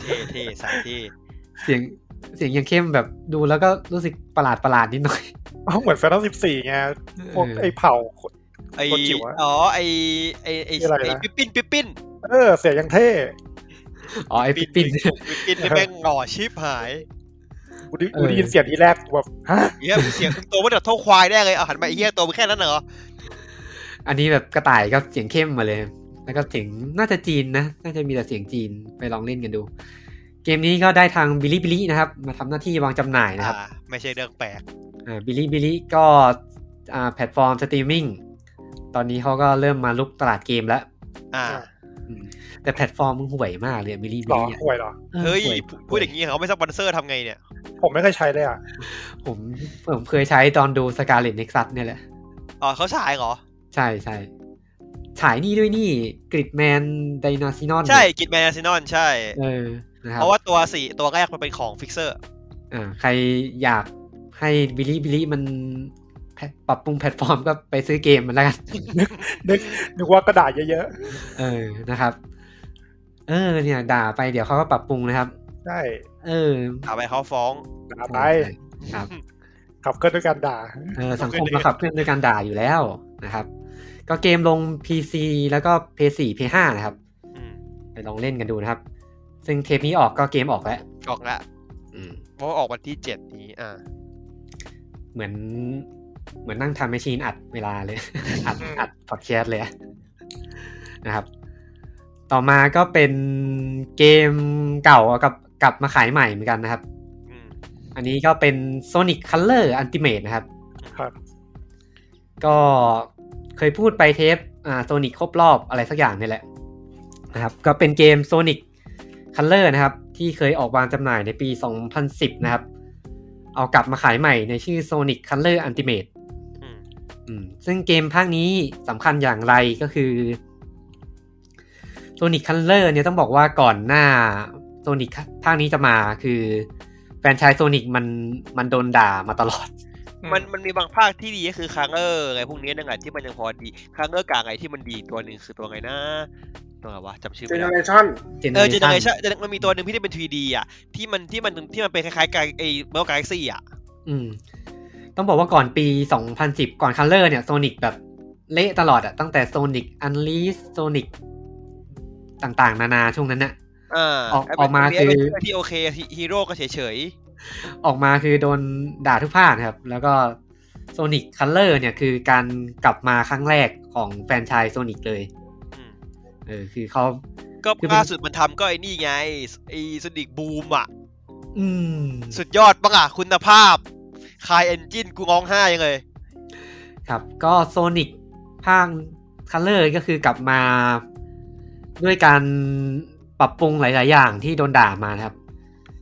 Speaker 2: เท่เท่สายเท่
Speaker 1: เสียงเสียงยังเข้มแบบดูแล้วก็รู้สึกประหลาดประหลาดนิดหน่อย
Speaker 4: อ้าวเหมื อนแฟนตาสิบสี่ไงพวกไอ้เผ่า
Speaker 2: ไอ
Speaker 4: คนจิ๋วอะ
Speaker 2: อ๋อ ไอไอไอ
Speaker 4: ชื่ออะไรนะ
Speaker 2: ไอปิ๊ปปิ้นปิ๊ปปิ้น
Speaker 4: เออ เสียงยังเท่
Speaker 1: อ๋อไอ้ปิ๊ปปิน
Speaker 2: ปิ๊ปปิ้นนี่แม่งหล่อชิบหาย
Speaker 4: กูได้
Speaker 1: เออ
Speaker 4: กูได้ยินเสียงที่แรกกูแบบฮะ
Speaker 2: เฮียเสียงตัวมันเดือดเท่าควายได้เลยเอาหันมาไอเฮียตัวมันแค่นั้นเหรอ
Speaker 1: อันนี้แบบกระต่ายก็เสียงเข้มมาเลย แล้วก็เสียงน่าจะจีนนะ น่าจะมีแต่เสียงจีนไปลองเล่นกันดู เกมนี้ก็ได้ทางบิลิบิลินะครับ มาทำหน้าที่วางจำหน่ายนะครับ
Speaker 2: อ่า ไม่ใช่เรื่องแปลก
Speaker 1: บิลิบิลิก็อ่าแพลตฟอร์มสตรีมมิ่งตอนนี้เขาก็เริ่มมาลุกตลาดเกมแล้ว
Speaker 2: อ่า
Speaker 1: อืมแต่แพลตฟอร์มมึงห่วยมากเลยบิลิบิ
Speaker 4: หรอ
Speaker 1: ลิ
Speaker 4: ห่วยเหรอ
Speaker 2: เฮ้ย พูดอย่างนี้เขาไม่สปอนเซอร์ทำไงเนี่ย
Speaker 4: ผมไม่เคยใช้เลยอ่ะ
Speaker 1: ผมผมเคยใช้ตอนดูสกาเลตเน็กซัสเนี่ยแหละ
Speaker 2: อ๋อเขาฉายเหรอ
Speaker 1: ใช่ใช่ฉายนี่ด้วยนี่กริดแมนไดนาซินอน
Speaker 2: ใช่กินแมนอาร์เซนอนใช่
Speaker 1: เออนะครับ
Speaker 2: เพราะว่าตัวสี่ตัวแรกมันเป็นของฟิกเซอร์
Speaker 1: อ่าใครอยากให้บิลิบิลิมันแพะปรับปรุงแพลตฟอร์มก็ไปซื้อเกมมันแล้วกัน
Speaker 4: นึกนึกว่ากระดาษเยอะ
Speaker 1: เออนะครับ เออเนี่ยด่าไปเดี๋ยวเขาก็ปรับปรุงนะครับ
Speaker 4: ๆใช่
Speaker 1: เออ
Speaker 2: ถามไปเขาฟ้อง
Speaker 4: ด่าไป
Speaker 1: ครับ
Speaker 4: ขับเคลื่อนด้วยการด่า
Speaker 1: เออสังคมเราขับเคลื่อนด้วยการด่าอยู่แล้วนะครับ ก็เกมลง PC แล้วก็ PS4 PS5 นะครับ
Speaker 2: อืม
Speaker 1: ไปลองเล่นกันดูนะครับ ซึ่งเทปนี้ออกก็เกมออกแล้ว
Speaker 2: ออกละ
Speaker 1: อืม
Speaker 2: เพราะว่าออกวันที่เจ็ดนี้อ่า
Speaker 1: เหมือน เหมือนนั่งทำแมชชีนอัดเวลาเลย อัดอัดพอดแคสต์เลยอะนะครับ ต่อมาก็เป็นเกมเก่าเอากับกลับมาขายใหม่เหมือนกันนะครับ
Speaker 2: อืม
Speaker 1: อันนี้ก็เป็น Sonic Color Ultimate นะครับ
Speaker 4: ครับ
Speaker 1: ก็เคยพูดไปเทปอ่าโซนิคครบรอบอะไรสักอย่างนี่แหละ นะครับ ก็เป็นเกม Sonic Color นะครับ ที่เคยออกวางจำหน่ายในปี 2010 นะครับ เอากลับมาขายใหม่ในชื่อ Sonic Color Ultimate
Speaker 2: อืม
Speaker 1: อืมซึ่งเกมภาคนี้สำคัญอย่างไรก็คือ Sonic Color เนี่ยต้องบอกว่าก่อนหน้า Sonic ภาคนี้จะมาคือแฟรนไชาย Sonic มันมันโดนด่ามาตลอด
Speaker 2: มันมันมีบางภาคที่ดีก็คือคังเออร์ไงพวกนี้นังไงที่มันยังพอดีคังเออร์กลางไงที่มันดีตัวหนึ่งคือตัวไงนะตัวอะไรวะจำชื่อ
Speaker 3: เจ
Speaker 2: ไม่
Speaker 3: เน
Speaker 2: ได้
Speaker 3: อเรชั่น
Speaker 2: เออ
Speaker 1: Generation
Speaker 2: เจเนอเรชั่นมันมีตัวหนึ่งที่ได้เป็น 3D อ่ะ ที่มันที่มันที่มันเป็นคล้ายๆกับไอ้เมลกาแล็กซี่อ่ะ
Speaker 1: อืม ต้องบอกว่าก่อนปี 2010 ก่อน Color เนี่ย Sonic แบบเละตลอดอะตั้งแต่ Sonic Unleashed Sonic ต่างๆ นานาช่วงนั้นน่ะ
Speaker 2: อ่า
Speaker 1: ออกออกมาคือ
Speaker 2: ที่โอเคฮีโร่ก็เฉย
Speaker 1: ออกมาคือโดนด่าทุกภาคนะครับ แล้วก็ Sonic Color เนี่ยคือการกลับมาครั้งแรกของแฟรนไชาย Sonic เลย
Speaker 2: ๆอืม
Speaker 1: เออ คือเขา
Speaker 2: ก็
Speaker 1: คือมัน
Speaker 2: ล่าสุดมันทำก็ไอ้นี่ไงไอ้สนิกบูมอ่ะ
Speaker 1: อืม
Speaker 2: สุดยอดปะอ่ะ คุณภาพ คายเอนจินกูร้องไห้ยังเลย
Speaker 1: ครับ ก็ Sonic ภาค Color ก็คือกลับมาด้วยการปรับปรุงหลาย ๆ อย่างที่โดนด่ามานะครับ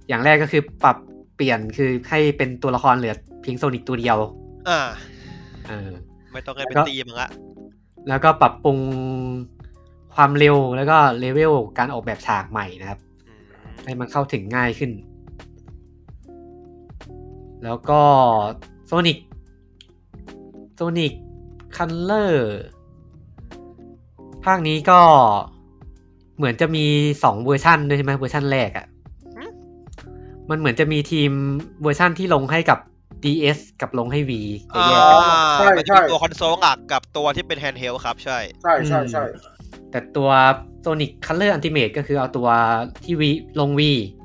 Speaker 1: อย่างแรกก็คือปรับเปลี่ยนคือให้เป็นตัวละครเหลือเพียงโซนิกตัวเดียว
Speaker 2: อ่า
Speaker 1: เออ
Speaker 2: ไม่ต้องให้เป็น
Speaker 1: ก็
Speaker 2: ตีมมึงละ
Speaker 1: แล้วก็ปรับปรุงความเร็วแล้วก็เลเวลการออกแบบฉากใหม่นะครับ
Speaker 2: อืม
Speaker 1: ให้มันเข้าถึงง่ายขึ้น แล้วก็ Sonic Sonic Color ภาคนี้ก็เหมือนจะมีสองเวอร์ชันด้วยใช่ไหมเวอร์ชันแรกอะ่ะ มันเหมือนจะมีทีมเวอร์ชันที่ลงให้กับ DS กับลงให้ V จะ
Speaker 2: อ่า
Speaker 1: แยกกัน
Speaker 3: ใช่
Speaker 2: มัน
Speaker 3: ใช่
Speaker 2: จะมีตัวคอนโซลหลักกับตัวที่เป็นแฮนด์เฮลครับ ใช่
Speaker 3: ใช่ใช่ใช่
Speaker 1: แต่ตัว Sonic Color Ultimate ก็คือเอาตัวที่ V ลง V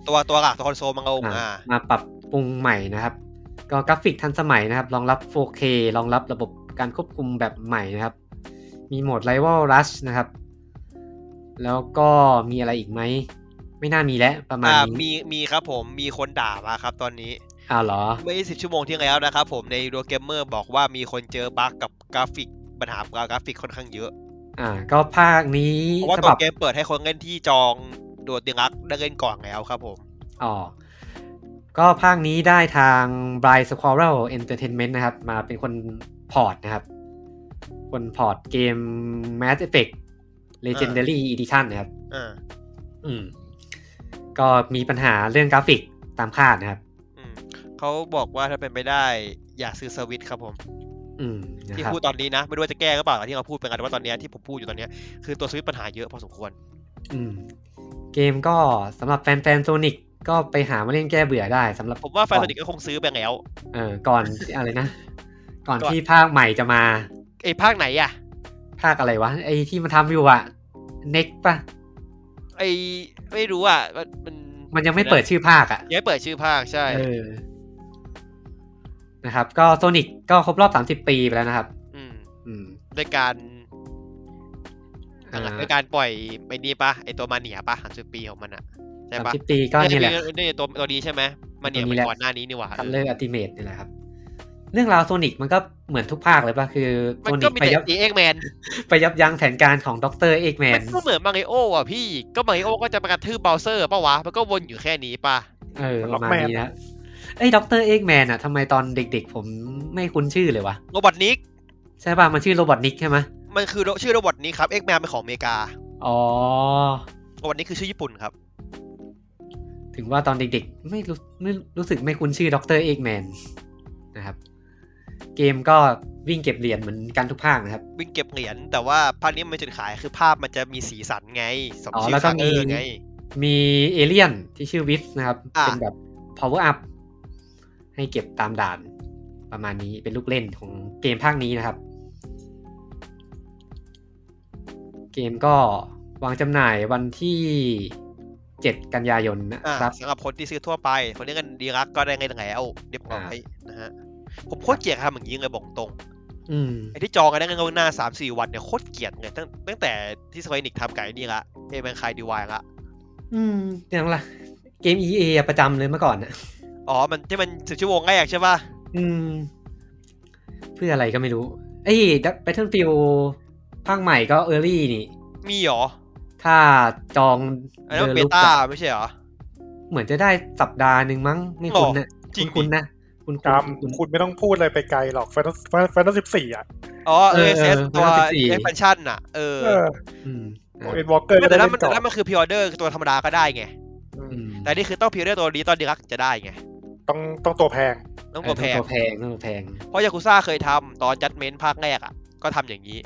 Speaker 2: ตัวตัวหลักตัวคอนโซลมังลง
Speaker 1: อ่ะ
Speaker 2: อ่า
Speaker 1: มาปรับปรุงใหม่นะครับ ก็กราฟิกทันสมัยนะครับ รองรับ 4K รองรับระบบการควบคุมแบบใหม่นะครับ มีโหมด Rival Rush นะครับ แล้วก็มีอะไรอีกไหม ไม่น่ามีแล้วประมาณ
Speaker 2: อ่า
Speaker 1: นี้
Speaker 2: มีมีครับผมมีคนด่ามาครับตอนนี้
Speaker 1: อ้าวเหรอ
Speaker 2: เมื่อ 20 ชั่วโมงที่แล้วนะครับผมในโรเกมเมอร์บอกว่ามีคนเจอบั๊กกับกราฟิกปัญหากราฟิกค่อนข้างเยอะ
Speaker 1: อ่า ก็ภาคนี้
Speaker 2: เพราะว่า
Speaker 1: ฉ
Speaker 2: ตัว
Speaker 1: บับ
Speaker 2: เกมเปิดให้คนเล่นที่จอง โดดเดียงรักได้เล่นก่อนแล้วครับผม
Speaker 1: อ๋อ ก็ภาคนี้ได้ทาง Bright Squirrel Entertainment นะครับ มาเป็นคนพอร์ตนะครับ คนพอร์ตเกม Mass Effect Legendary Edition นะครับ
Speaker 2: อ่า
Speaker 1: อืม ก็มีปัญหาเรื่องกราฟิกตามคาดนะครับ
Speaker 2: อืมเขาบอกว่าถ้าเป็นไปได้อย่าซื้อสวิตช์ครับผม
Speaker 1: อืมนะ
Speaker 2: ที่
Speaker 1: ครับ
Speaker 2: พูดตอนนี้นะ ไม่รู้ว่าจะแก้หรือเปล่าแต่ที่เราพูดไปกันแต่ว่าตอนเนี้ยที่ผมพูดอยู่ตอนเนี้ยคือตัวสวิตช์ปัญหาเยอะพอสมควร
Speaker 1: อืม เกมก็สำหรับแฟนๆโซนิกก็ไปหามาเล่นแก้เบื่อได้สำหรับ
Speaker 2: ผมว่าแฟน
Speaker 1: ก่
Speaker 2: ส
Speaker 1: อ
Speaker 2: นิทก็คงซื้อไปแล้ว
Speaker 1: เออก่อน ที่อะไรนะ ก่อน
Speaker 2: ก่อน
Speaker 1: ที่ภาคใหม่จะมา
Speaker 2: ไอ้ภาคไหนอะ
Speaker 1: ภาคอะไรวะ ไอที่มันทำอยู่อะเน็กปะ
Speaker 2: ไอ้ไม่รู้อะมันมัน
Speaker 1: มันยังไม่เปิดชื่อภาคอะ
Speaker 2: ยังไม่เปิดชื่อภาคใช่
Speaker 1: เออ นะครับ ก็โซนิกก็ครบรอบ 30 ปีไปแล้วนะครับ
Speaker 2: อืม
Speaker 1: อืม
Speaker 2: ด้วยการ
Speaker 1: อ่า
Speaker 2: ด้วยการปล่อยไอ้นี่ปะไอตัวมาเนียปะหันสุดปีของมันอะใช่ปะ
Speaker 1: 30 ปีก็นี่แหละ
Speaker 2: นี่ตัวตัวนี้ใช่ไหมมาเนีย
Speaker 1: ตัวนี้แห
Speaker 2: มัน
Speaker 1: ละ
Speaker 2: ก่อนหน้านี้นี่หว่า
Speaker 1: คัลเลอร์อัติเมตนี่แหละครับ เรื่องราวโซนิกมันก็เหมือนทุกภาคเลยป่ะ คือโซ
Speaker 2: มัน
Speaker 1: นิ
Speaker 2: ก็
Speaker 1: ก
Speaker 2: มี
Speaker 1: ไป
Speaker 2: แต่
Speaker 1: ยับ
Speaker 2: เอ็กแมน
Speaker 1: ไปยับยั้งแผนการของด็อกเตอร์เอกแม
Speaker 2: มัน
Speaker 1: น
Speaker 2: ก็เหมือนมาริโออ่ะพี่ก็มาริโอก็จะมากระทืบเบลเซอร์ปะวะมันก็วนอยู่แค่นี้ปะ
Speaker 1: เออ
Speaker 4: มัน
Speaker 1: ประ
Speaker 4: ล็อก
Speaker 1: มาณ
Speaker 4: แมน
Speaker 1: นี้นะไอ้ด็อกเตอร์เอกแมนอะทำไมตอนเด็กๆ ผมไม่คุ้นชื่อเลยวะ
Speaker 2: โรบอทนิก
Speaker 1: ใช่ป่ะ มันชื่อโรบอทนิกใช่ไหม
Speaker 2: มันคือโรชื่อโรบอทนิกครับเอ็กแมนเป็นของอเมริกา
Speaker 1: อ๋อ
Speaker 2: โรบอทนิกคือชื่อญี่ปุ่นครับ
Speaker 1: ถึงว่าตอนเด็กๆ ไม่รู้ไม่รู้สึกไม่คุ้นชื่อด็อกเตอร์เอกแมนนะครับ เกมก็วิ่งเก็บเหรียญเหมือนกันทุกภาคนะครับ
Speaker 2: วิ่งเก็บเหรียญแต่ว่าภาคนี้มันมีจุดขายคือภาพมันจะมีสีสันไงสม
Speaker 1: อ๋อ
Speaker 2: ชื่
Speaker 1: แล้
Speaker 2: อ
Speaker 1: วก็
Speaker 2: คาร์เตอ
Speaker 1: มี
Speaker 2: ร์ไง
Speaker 1: มีเอเลี่ยนที่ชื่อวิฟนะครับ
Speaker 2: อ่ะ
Speaker 1: เป็นแบบ power up ให้เก็บตามด่าน ประมาณนี้เป็นลูกเล่นของเกมภาคนี้นะครับ เกมก็วางจำหน่ายวันที่ 7 กันยายนนะ
Speaker 2: อ่า
Speaker 1: ครับ
Speaker 2: สำหรับคนที่ซื้อทั่วไป คนที่เงินดีรักก็ได้เงินแล้วเรียบร้อยนะฮะ ผมโคตรเกลียดทำอย่างนี้เลยบอกตรง
Speaker 1: อืม
Speaker 2: ไอ้ที่จองกันได้เงินล่วงหน้าสามสี่วันเนี่ยโคตรเกลียดเลยตั้งตั้งแต่ที่สควอนิกทำกับไอ้นี่ละเอแมนคายดีวายละ
Speaker 1: อืมอย่างละเกม EA อะประจำเลยเมื่อก่อนนะ
Speaker 2: อ๋อ มันที่มันสิบชั่วโมงแรกใช่ป่ะ
Speaker 1: อืม เพื่ออะไรก็ไม่รู้ไอ้ย Battlefield ภาคใหม่ก็ Early นี่
Speaker 2: มีเหรอ
Speaker 1: ถ้าจอง
Speaker 2: อันนั้นมันเบ
Speaker 1: ดิลุก
Speaker 2: ต้า
Speaker 1: อะ
Speaker 2: ไม่ใช่เหรอ
Speaker 1: เหมือนจะได้สัปดาห์หนึ่งมั้งไม่คุณนะ
Speaker 2: จริงดิ
Speaker 1: คุณนะคุณ
Speaker 4: ตาม
Speaker 1: คุณ
Speaker 4: คุณไม่ต้องพูดอะไรไปไกลหรอกแฟนแฟนสิบสี่อ่ะ
Speaker 2: อ๋อเออเซ
Speaker 1: เออ
Speaker 2: ส
Speaker 1: เออ
Speaker 2: ตัว
Speaker 1: 14
Speaker 2: expansion น่ะเออ
Speaker 4: เออ
Speaker 1: อืม
Speaker 4: เอ็นวอลเกอร์ก็
Speaker 2: แต่
Speaker 4: ได้
Speaker 2: นั้น
Speaker 4: เล่
Speaker 2: มัน
Speaker 4: น
Speaker 2: แต่
Speaker 4: ก่อ
Speaker 2: นั้น
Speaker 4: น
Speaker 2: มันคือพ r ออเดอร์ตัวธรรมดาก็ได้ไง
Speaker 1: อืม
Speaker 2: แต่นี่คือต้องพ r ออเดอร์ตัวนี้ตอนดีลักถึงจะได้ไง
Speaker 4: ต้องต้องตัวแพง
Speaker 2: ต้องกดแพง
Speaker 1: ตัวแพงตัวแพง
Speaker 2: เพราะยากุซ่าเคยทำตอนจัดเมนภาคแรกอ่ะ ก็ทำอย่างนี้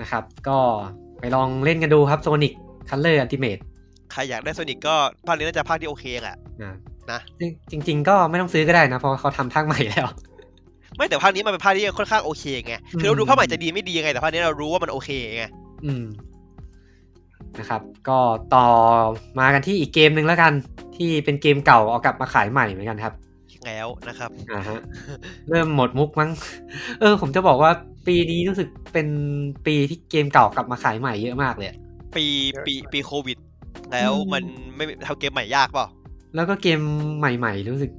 Speaker 1: นะครับ ก็ไปลองเล่นกันดูครับ Sonic Color Ultimate
Speaker 2: ใครอยากได้โซนิกก็ภาคนี้น่าจะภาคที่โอเคแหละ
Speaker 1: นะ
Speaker 2: นะ
Speaker 1: จริงจริง ๆ ก็ไม่ต้องซื้อก็ได้นะ เพราะเขาทำภาคใหม่แล้ว
Speaker 2: ไม่แต่ภาคนี้มันเป็นภาคที่ค่อนข้างโอเคไง คือเราดูภาคใหม่จะดีไม่ดีไง แต่ภาคนี้เรารู้ว่ามันโอเคไง
Speaker 1: อืม นะครับ ก็ต่อมากันที่อีกเกมหนึ่งแล้วกัน ที่เป็นเกมเก่าเอากลับมาขายใหม่เหมือนกันครับ
Speaker 2: แล้วนะครับ
Speaker 1: อ่าฮะ เริ่มหมดมุกมั้ง เออ ผมจะบอกว่าปีนี้รู้สึกเป็นปีที่เกมเก่ากลับมาขายใหม่เยอะมากเลยอะ
Speaker 2: ปี
Speaker 4: เยอะ
Speaker 2: ปีปีโควิด แล้ว
Speaker 1: อืม
Speaker 2: มันไม่ทำเกมใหม่ยากเปล่า
Speaker 1: แล้วก็เกมใหม่ๆ รู้สึก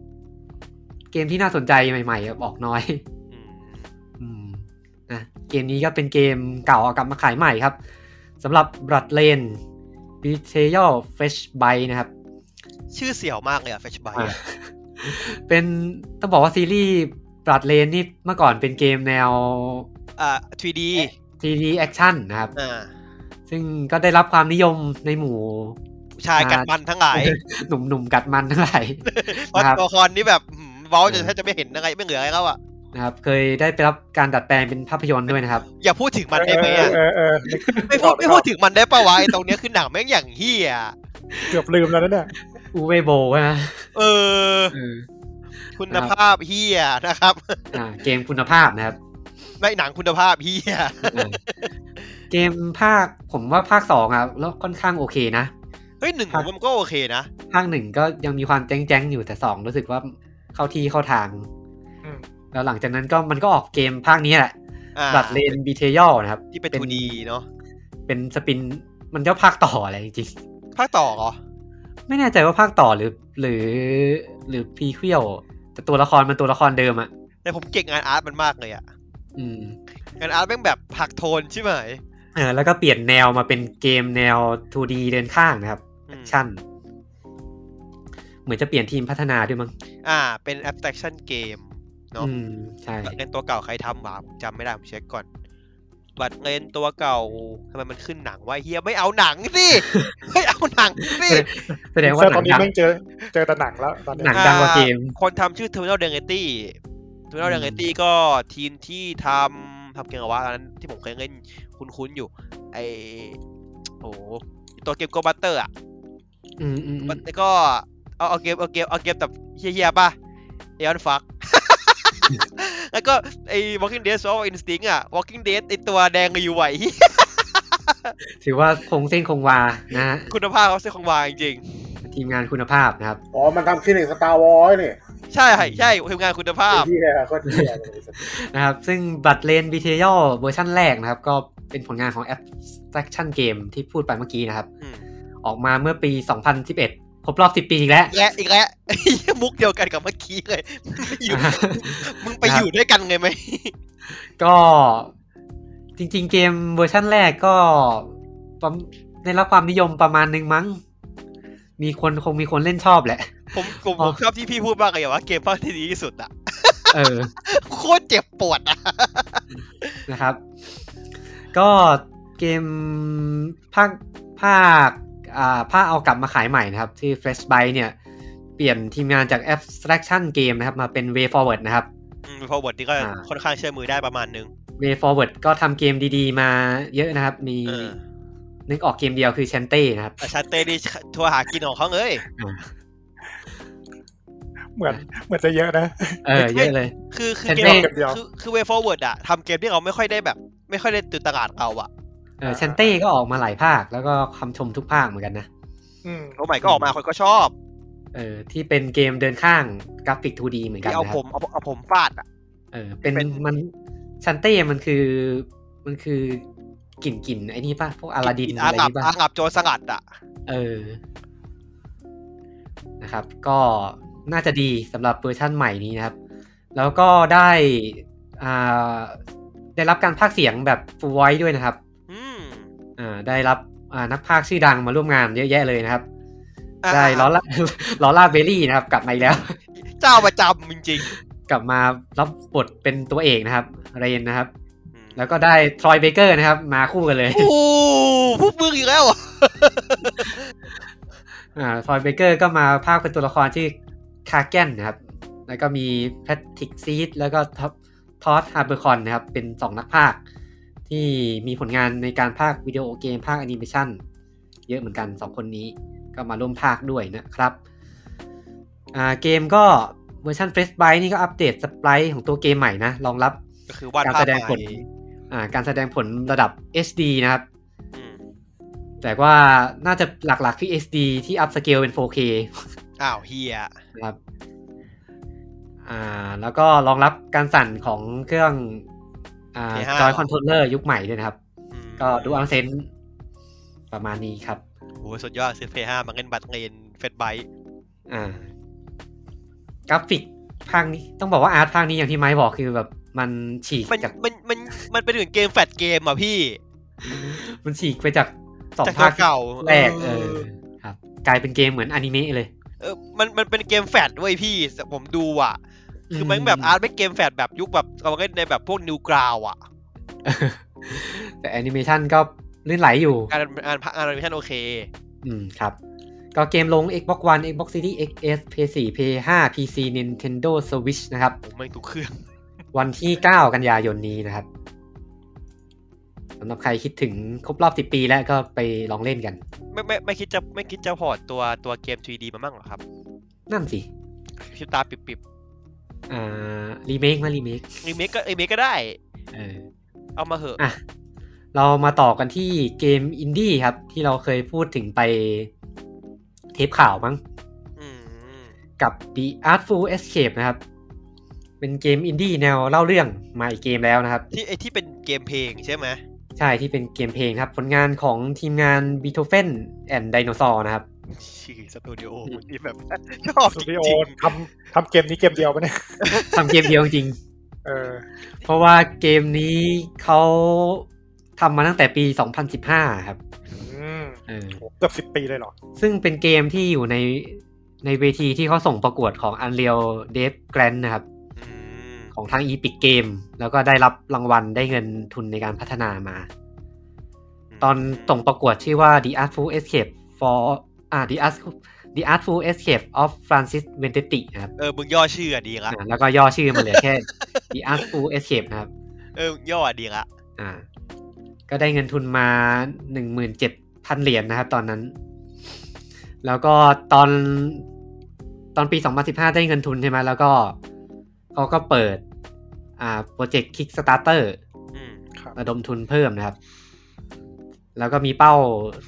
Speaker 1: เกมที่น่าสนใจใหม่ๆอะออกน้อย
Speaker 2: อืม
Speaker 1: อืมนะเกมนี้ก็เป็นเกมเก่าเอากลับมาขายใหม่ครับสำหรับ Blood Lane Betrayal Fresh Bite นะครับ
Speaker 2: ชื่อเสี่ยวมากเลยอะเฟชไบ
Speaker 1: อ่ะ เป็นต้องบอกว่าซีรีส์ Blood Lane นี่เมื่อก่อนเป็นเกมแนว
Speaker 2: อ่า 3D
Speaker 1: 3D Action นะครับ
Speaker 2: อ่า
Speaker 1: ซึ่งก็ได้รับความนิยมในหมู่
Speaker 2: ชายกัด
Speaker 1: อ่ามั
Speaker 2: มันทั้งหลาย
Speaker 1: หนุ่มๆกัดมันทั้งหลาย
Speaker 2: เพราะ
Speaker 1: นะครับ
Speaker 2: ตัวละครนี่แบบหืมเว้าจะแทบจะไม่เห็นอะไรไม่เหลืออะไรแล้วอะ
Speaker 1: นะครับ เคยได้ไปรับการดัดแปลงเป็นภาพยนตร์ด้วยนะครับ
Speaker 2: อย่าพูดถึงมันได้ไหมอะ
Speaker 4: เออเออเออ
Speaker 2: ไม่พูดไม่พูดถึงมันได้ปะวะไอตรงเนี้ยคือหนังแม่งอย่างเฮีย
Speaker 4: เกือบลืมแล้วนะเนี่ย
Speaker 1: อูเวโบใช่ไหม
Speaker 2: เออ
Speaker 1: เออ
Speaker 2: คุณภาพเฮียนะครับ
Speaker 1: อ่าเกมคุณภาพนะครับ
Speaker 2: ไม่หนังคุณภาพเฮีย
Speaker 1: เกมภาคผมว่าภาคสองอ่ะแล้วค่อนข้างโอเคนะ
Speaker 2: เฮ้ยหนึ่ง
Speaker 1: ครับ
Speaker 2: ผมว่ามันก็โอเคนะ
Speaker 1: ภาคหนึ่งก็ยังมีความแจ้งๆอยู่แต่สองรู้สึกว่าเข้าที่เข้าทาง
Speaker 4: อืม
Speaker 1: แล้วหลังจากนั้นก็มันก็ออกเกมภาคนี้แหละ
Speaker 2: อ่า
Speaker 1: บัตเลนบีเทยอลนะครับ
Speaker 2: ที่เป็น
Speaker 1: เป็น
Speaker 2: ทูดีเนาะ
Speaker 1: เป็นสปินมันก็ภาคต่ออะไรจริง
Speaker 2: ภาคต่อเหรอ
Speaker 1: ๆ ไม่แน่ใจว่าภาคต่อหรือ หรือ หรือพีเคียลแต่ตัวละครมันตัวละครเดิมอ่ะ
Speaker 2: แต่ผมเก่งงานอาร์ตมันมากเลยอะ
Speaker 1: อืม
Speaker 2: งานอาร์ตแม่งแบบผักโทนใช่ไหม
Speaker 1: เออแล้วก็เปลี่ยนแนวมาเป็นเกมแนว 2D เดินข้างนะครับแอ
Speaker 2: อืม
Speaker 1: คชั่นเหมือนจะเปลี่ยนทีมพัฒนาด้วยมั้ง
Speaker 2: อ่า เป็นแอปแ r คชั่นเกมเนาะ
Speaker 1: อืมใช่
Speaker 2: เล่นตัวเก่าใครทำหว่าผมจำไม่ได้ผมเช็คก่อน บัตรเงินตัวเก่าทำไมมันขึ้นหนังวะเฮียไม่เอาหนัง สิ ไม่เอาหนังสิ
Speaker 1: แสดงว่าห
Speaker 4: ต
Speaker 1: นั
Speaker 4: องนนี้
Speaker 1: ดัง
Speaker 4: แม่งเจอเจอแต่หนังแล้วตอนนี้
Speaker 1: หนัง ดัว่าเกม
Speaker 2: อ่าคนทำชื่อ Terminal Identity Terminal
Speaker 1: อืม
Speaker 2: Identity ก็ทีมที่ทำทำเกมอะไรวะตอนนั้นที่ผมเคยเล่นคุ้นๆอยู่ ไอโอ้โหตัวเกม Go Butter อ่ะ
Speaker 1: อืมอืมอืม
Speaker 2: แล้วก็เอาเอาเกมเอาเกมเอาเกมแบบเฮียๆป่ะ Aeon Fuck แล้วก็ไอ้ Walking Dead Survival Instinct อ่ะ Walking Dead ไอตัวแดงอยู่ไหว
Speaker 1: ถือว่าคงเส้นคงวานะฮะ
Speaker 2: คุณภาพเขาเส้นของวางจริง
Speaker 1: ทีมงานคุณภาพนะครับ
Speaker 3: อ๋อ มันทำคลินิกสตาร์วอร์นี่
Speaker 2: ๆใช่ใช่ทีมงานคุณภา
Speaker 3: ไอ้
Speaker 2: พ
Speaker 3: ที่เนี่ยก็เที่ยเลย
Speaker 1: นะครับ ซึ่งบัตรเลนบีเทย l เวอร์ชั่นแรกนะครับ ก็เป็นผลงานของ Abstraction Game ที่พูดไปเมื่อกี้นะครับ
Speaker 2: อืม
Speaker 1: ออกมาเมื่อปี 2011 ครบรอบ 10 ปีอีกแล้ว
Speaker 2: และอีกแล้ว มุกเดียวกันกับเมื่อกี้เลยอยู่ มึงไปอยู่ด้วยกันไงไหม
Speaker 1: ก็จริงๆ เกมเวอร์ชั่นแรกก็ประมได้รับความนิยมประมาณนึงมั้ง มีคนคงมีคนเล่นชอบแหละ
Speaker 2: ผมผม
Speaker 1: อ๋
Speaker 2: ผ
Speaker 1: อ
Speaker 2: มชอบที่พี่พูดมากเลยอะว่าเกมภาคที่ดีที่สุดอะ
Speaker 1: เออ
Speaker 2: โคตรเจ็บปวดอะ
Speaker 1: นะครับ ก็เกมภาคภาคอ่าภาคเอากลับมาขายใหม่นะครับ ที่ Fresh Byte เนี่ย เปลี่ยนทีมงานจาก Abstraction Game นะครับ มาเป็น Way Forward นะครับ
Speaker 2: พอบทนี่ก็
Speaker 1: อ่า
Speaker 2: ค่อนข้างเชื่อมือได้ประมาณนึง
Speaker 1: Way Forward ก็ทำเกมดีๆ มาเยอะนะครับ มี
Speaker 2: เออ
Speaker 1: นึกออกเกมเดียวคือ Shanty นะครับ
Speaker 2: แต่ชาเต้นี่ทัวหากินของเขาเลย
Speaker 4: เหมือนเหมือนจะเยอะนะ
Speaker 1: เออ เยอะเลย
Speaker 2: คือคือ
Speaker 1: ฉัน
Speaker 2: เก
Speaker 1: เต้
Speaker 2: ม
Speaker 4: เดียว
Speaker 2: คือคือเวฟอร์เวิร์ดอะทำเกมที่เราไม่ค่อยได้แบบ ไม่ค่อยได้ตื่นตลาดเราอะ
Speaker 1: เออ Shanty ก็ออกมาหลายภาค แล้วก็คำชมทุกภาคเหมือนกันนะ
Speaker 4: อืม
Speaker 2: โอ้ใหม่ก็ออกมาคนก็ชอบ
Speaker 1: เออ ที่เป็นเกมเดินข้างกราฟิก 2D เหมือนกัน
Speaker 2: ที่
Speaker 1: นะค
Speaker 2: เอา
Speaker 1: รับ
Speaker 2: ผมเอาเอาผมฟาดอะ
Speaker 1: เออเป็น
Speaker 2: เป็น
Speaker 1: มันชันเต้ มันคือ มันคือกลิ่นกลิ่นไอ้นี่ป่ะ พวกอาลาดิน
Speaker 2: กิน
Speaker 1: อะ
Speaker 2: อา
Speaker 1: ไร
Speaker 2: งับ
Speaker 1: นี่ป่ะ
Speaker 2: อางับโจรสงัดอะ
Speaker 1: เออ นะครับ ก็น่าจะดีสำหรับเวอร์ชั่นใหม่นี้นะครับ แล้วก็ได้อ่าได้รับการพากย์เสียงแบบฟูไว้ด้วยนะครับ
Speaker 2: อืม
Speaker 1: อ่า ได้รับอ่านักพากย์ชื่อดังมาร่วมงานเยอะแยะเลยนะครับ
Speaker 2: อ่า
Speaker 1: ได้ลอ ล่า ลอล่าเบลลี่นะครับ กลับมาอีกแล้ว
Speaker 2: เจ้าประจำจริง
Speaker 1: กลับมารับบทเป็นตัวเอกนะครับเรนนะครับ
Speaker 2: ๆอืม
Speaker 1: แล้วก็ได้ทรอยเบเกอร์นะครับ มาคู่กันเลย
Speaker 2: โอ้โหพวกมึงอีกแล้วเหรอ
Speaker 1: อ่าทรอยเบเกอร์ก็มาภาคเป็นตัวละครชื่อคาแกนนะครับ แล้วก็มีแพทริกซีดแล้วก็ท็อปทอสฮาร์เบอร์คอนนะครับ เป็นสองนักภาค ที่มีผลงานในการภาควิดีโอเกมภาคแอนิเมชันเยอะเหมือนกันสองคนนี้ก็มาร่วมภาคด้วยนะครับอ่าเกมก็เวอร์ชันเฟสไบนี่ก็อัปเดตสป i t ์ของตัวเกมใหม่นะรองรับ
Speaker 2: ก็คือวาด
Speaker 1: การ
Speaker 2: ภา
Speaker 1: แส
Speaker 2: พ
Speaker 1: ดงผล
Speaker 2: ใหม่
Speaker 1: อ่าการแสดงผลระดับ HD นะครับ
Speaker 2: อืม
Speaker 1: แต่ว่าน่าจะหลักๆคือ SD ที่อัพสเกลเป็น 4K
Speaker 2: อ้าวเฮีย
Speaker 1: นะครับ อ่า แล้วก็รองรับการสั่นของเครื่อง อ่าจอยคอนโทรลเลอร์ยุคใหม่ด้วยนะครับ
Speaker 2: อืม
Speaker 1: ก็ดูอัลเซนประมาณนี้ครับ
Speaker 2: โอ้ยสุดยอดซื้อเพย์ห้ามาเล่นบัตรเงินเฟสไบต์
Speaker 1: อ่า กราฟิกภาคนี้ ต้องบอกว่าอาร์ตภาคนี้อย่างที่ไม้บอกคือแบบมันฉีก
Speaker 2: มัน
Speaker 1: จาก
Speaker 2: มันมันมันเป็นเหมือนเกมแฟดเกมอ่ะพี่
Speaker 1: มันฉีกไปจากสอง
Speaker 2: จาก
Speaker 1: ภาค
Speaker 2: เก่า
Speaker 1: แรก
Speaker 2: เอ
Speaker 1: เอ
Speaker 2: อ
Speaker 1: อ ครับ กลายเป็นเกมเหมือนอนิเมะเลย
Speaker 2: เออมันมันเป็นเกมแฟดเว้ยพี่แต่ผมดูอ่ะ คือมันแบบอาร์ตเป็นเกมแฟดแบบยุคแบบเอามาเล่นในแบบพวกนิวกราวอ่ะ
Speaker 1: แต่แอนิเมชันก็ลื่นไหลอยู่
Speaker 2: การงานงานอนิเมชันโอเค
Speaker 1: อืมครับ ก็เกมลง Xbox One Xbox Series XS PS4 PS5 PC Nintendo Switch นะครับ
Speaker 2: ผมไม่ถูกเครื่อง
Speaker 1: วันที่ 9 กันยายนนี้นะครับสำหรับใครคิดถึงครบรอบ 10 ปีแล้วก็ไปลองเล่นกัน
Speaker 2: ไม่ไม่ไม่คิดจะไม่คิดจะพอร์ตตัวตัวเกม 3D มามั่งเหรอครับ
Speaker 1: นั่นสิ
Speaker 2: ชิบตาปิบปิบ
Speaker 1: อ่า รีเมคมารีเมค
Speaker 2: รีเมคก็รีเมคก็ได้
Speaker 1: เออ
Speaker 2: เอามาเหอะ
Speaker 1: อ่ะ เรามาต่อกันที่เกมอินดี้ครับ ที่เราเคยพูดถึงไปเทปข่าวมั้ง
Speaker 2: อืม
Speaker 1: กับ The Artful Escape นะครับ เป็นเกมอินดี้แนวเล่าเรื่องมาอีกเกมแล้วนะครับ
Speaker 2: ที่ไอที่เป็นเกมเพลงใช่ไหม
Speaker 1: ใช่ที่เป็นเกมเพลงครับ ผลงานของทีมงาน Beethoven and Dinosaur นะครับ
Speaker 2: ชื่อสตูดิโอที่แบบ ชอบ
Speaker 4: สตู
Speaker 2: จ
Speaker 4: ดิ
Speaker 2: ริ
Speaker 4: โองทำทำเกมนี้เกมเดียวปะเนี่ย
Speaker 1: ทำเกมเดียวจริง
Speaker 4: เออ
Speaker 1: เพราะว่าเกมนี้เขาทำมาตั้งแต่ปี 2015 ครับ
Speaker 4: อืม
Speaker 1: เออ
Speaker 4: โหเกือบสิบปีเลยเหรอ
Speaker 1: ซึ่งเป็นเกมที่อยู่ในในเวทีที่เขาส่งประกวดของ Unreal Dev Grand นะครับ
Speaker 2: ๆอืม
Speaker 1: ของทาง Epic Game แล้วก็ได้รับรางวัลได้เงินทุนในการพัฒนามา ตอนส่งประกวดชื่อว่า The Artful Escape for อ่า The Art The Artful Escape of Francis Vendetti นะครับ
Speaker 2: เออมึงย่อชื่ออะดีละ
Speaker 1: อ่าแล้วก็ย่อชื่อมาเหลือแค่ The Artful Escape นะครับ
Speaker 2: เออมึงย่ออะดีละ
Speaker 1: อ่า ก็ได้เงินทุนมาหนึ่งหมื่นเจ็ดพันเหรียญนะครับตอนนั้น แล้วก็ตอนตอนปีสองพันสิบห้าได้เงินทุนใช่ไหมแล้วก็เขาก็เปิด อ่าโปรเจกต์ Kickstarter
Speaker 2: อืม
Speaker 4: ครับ
Speaker 1: ระดมทุนเพิ่มนะครับ แล้วก็มีเป้า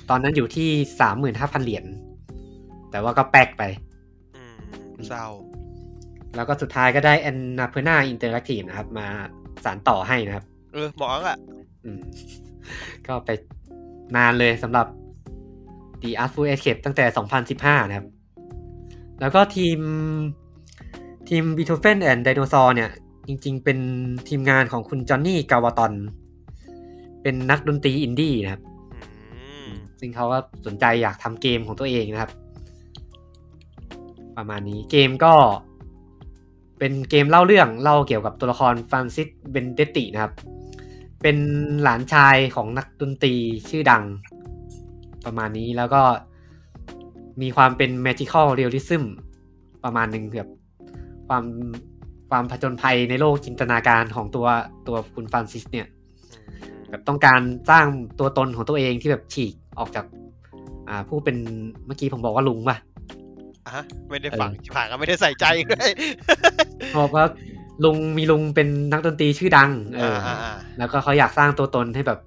Speaker 1: ตอนนั้นอยู่ที่สามหมื่นห้าพันเหรียญ แต่ว่าก็แปลกไป
Speaker 2: อืมเศร้า
Speaker 1: แล้วก็สุดท้ายก็ได้ Annapurna Interactive นะครับ มาสานต่อให้นะครับ
Speaker 2: เออเหมออ่ะ
Speaker 1: อืม ก็ไปนานเลยสำหรับ The Artful Escape ตั้งแต่ 2015 นะครับ แล้วก็ทีมทีม Beethoven and Dinosaur เนี่ย จริงๆ เป็นทีมงานของคุณจอห์นนี่กาวาตอน เป็นนักดนตรีอินดี้นะครับ
Speaker 2: อืม
Speaker 1: ซึ่งเขาก็สนใจอยากทำเกมของตัวเองนะครับ ประมาณนี้เกมก็ เป็นเกมเล่าเรื่องเล่าเกี่ยวกับตัวละครฟรานซิสเบนเดตตินะครับ เป็นหลานชายของนักดนตรีชื่อดัง ประมาณนี้แล้วก็มีความเป็นแมจิคอลเรียลลิซึมประมาณหนึ่งแบบความความผจญภัยในโลกจินตนาการของตัวตัวคุณฟรานซิสเนี่ย แบบต้องการสร้างตัวตนของตัวเองที่แบบฉีกออกจาก อ่าผู้เป็นเมื่อกี้ผมบอกว่าลุงป่ะ
Speaker 2: อ่ะฮะไม่ได้ฟังผ่านก็ไม่ได้ใส่ใจเลย
Speaker 1: บอกว่าลุงมีลุงเป็นนักดนตรีชื่อดัง เอออ
Speaker 2: อ่าอ่า
Speaker 1: แล้วก็เขาอยากสร้างตัวตนให้แบบ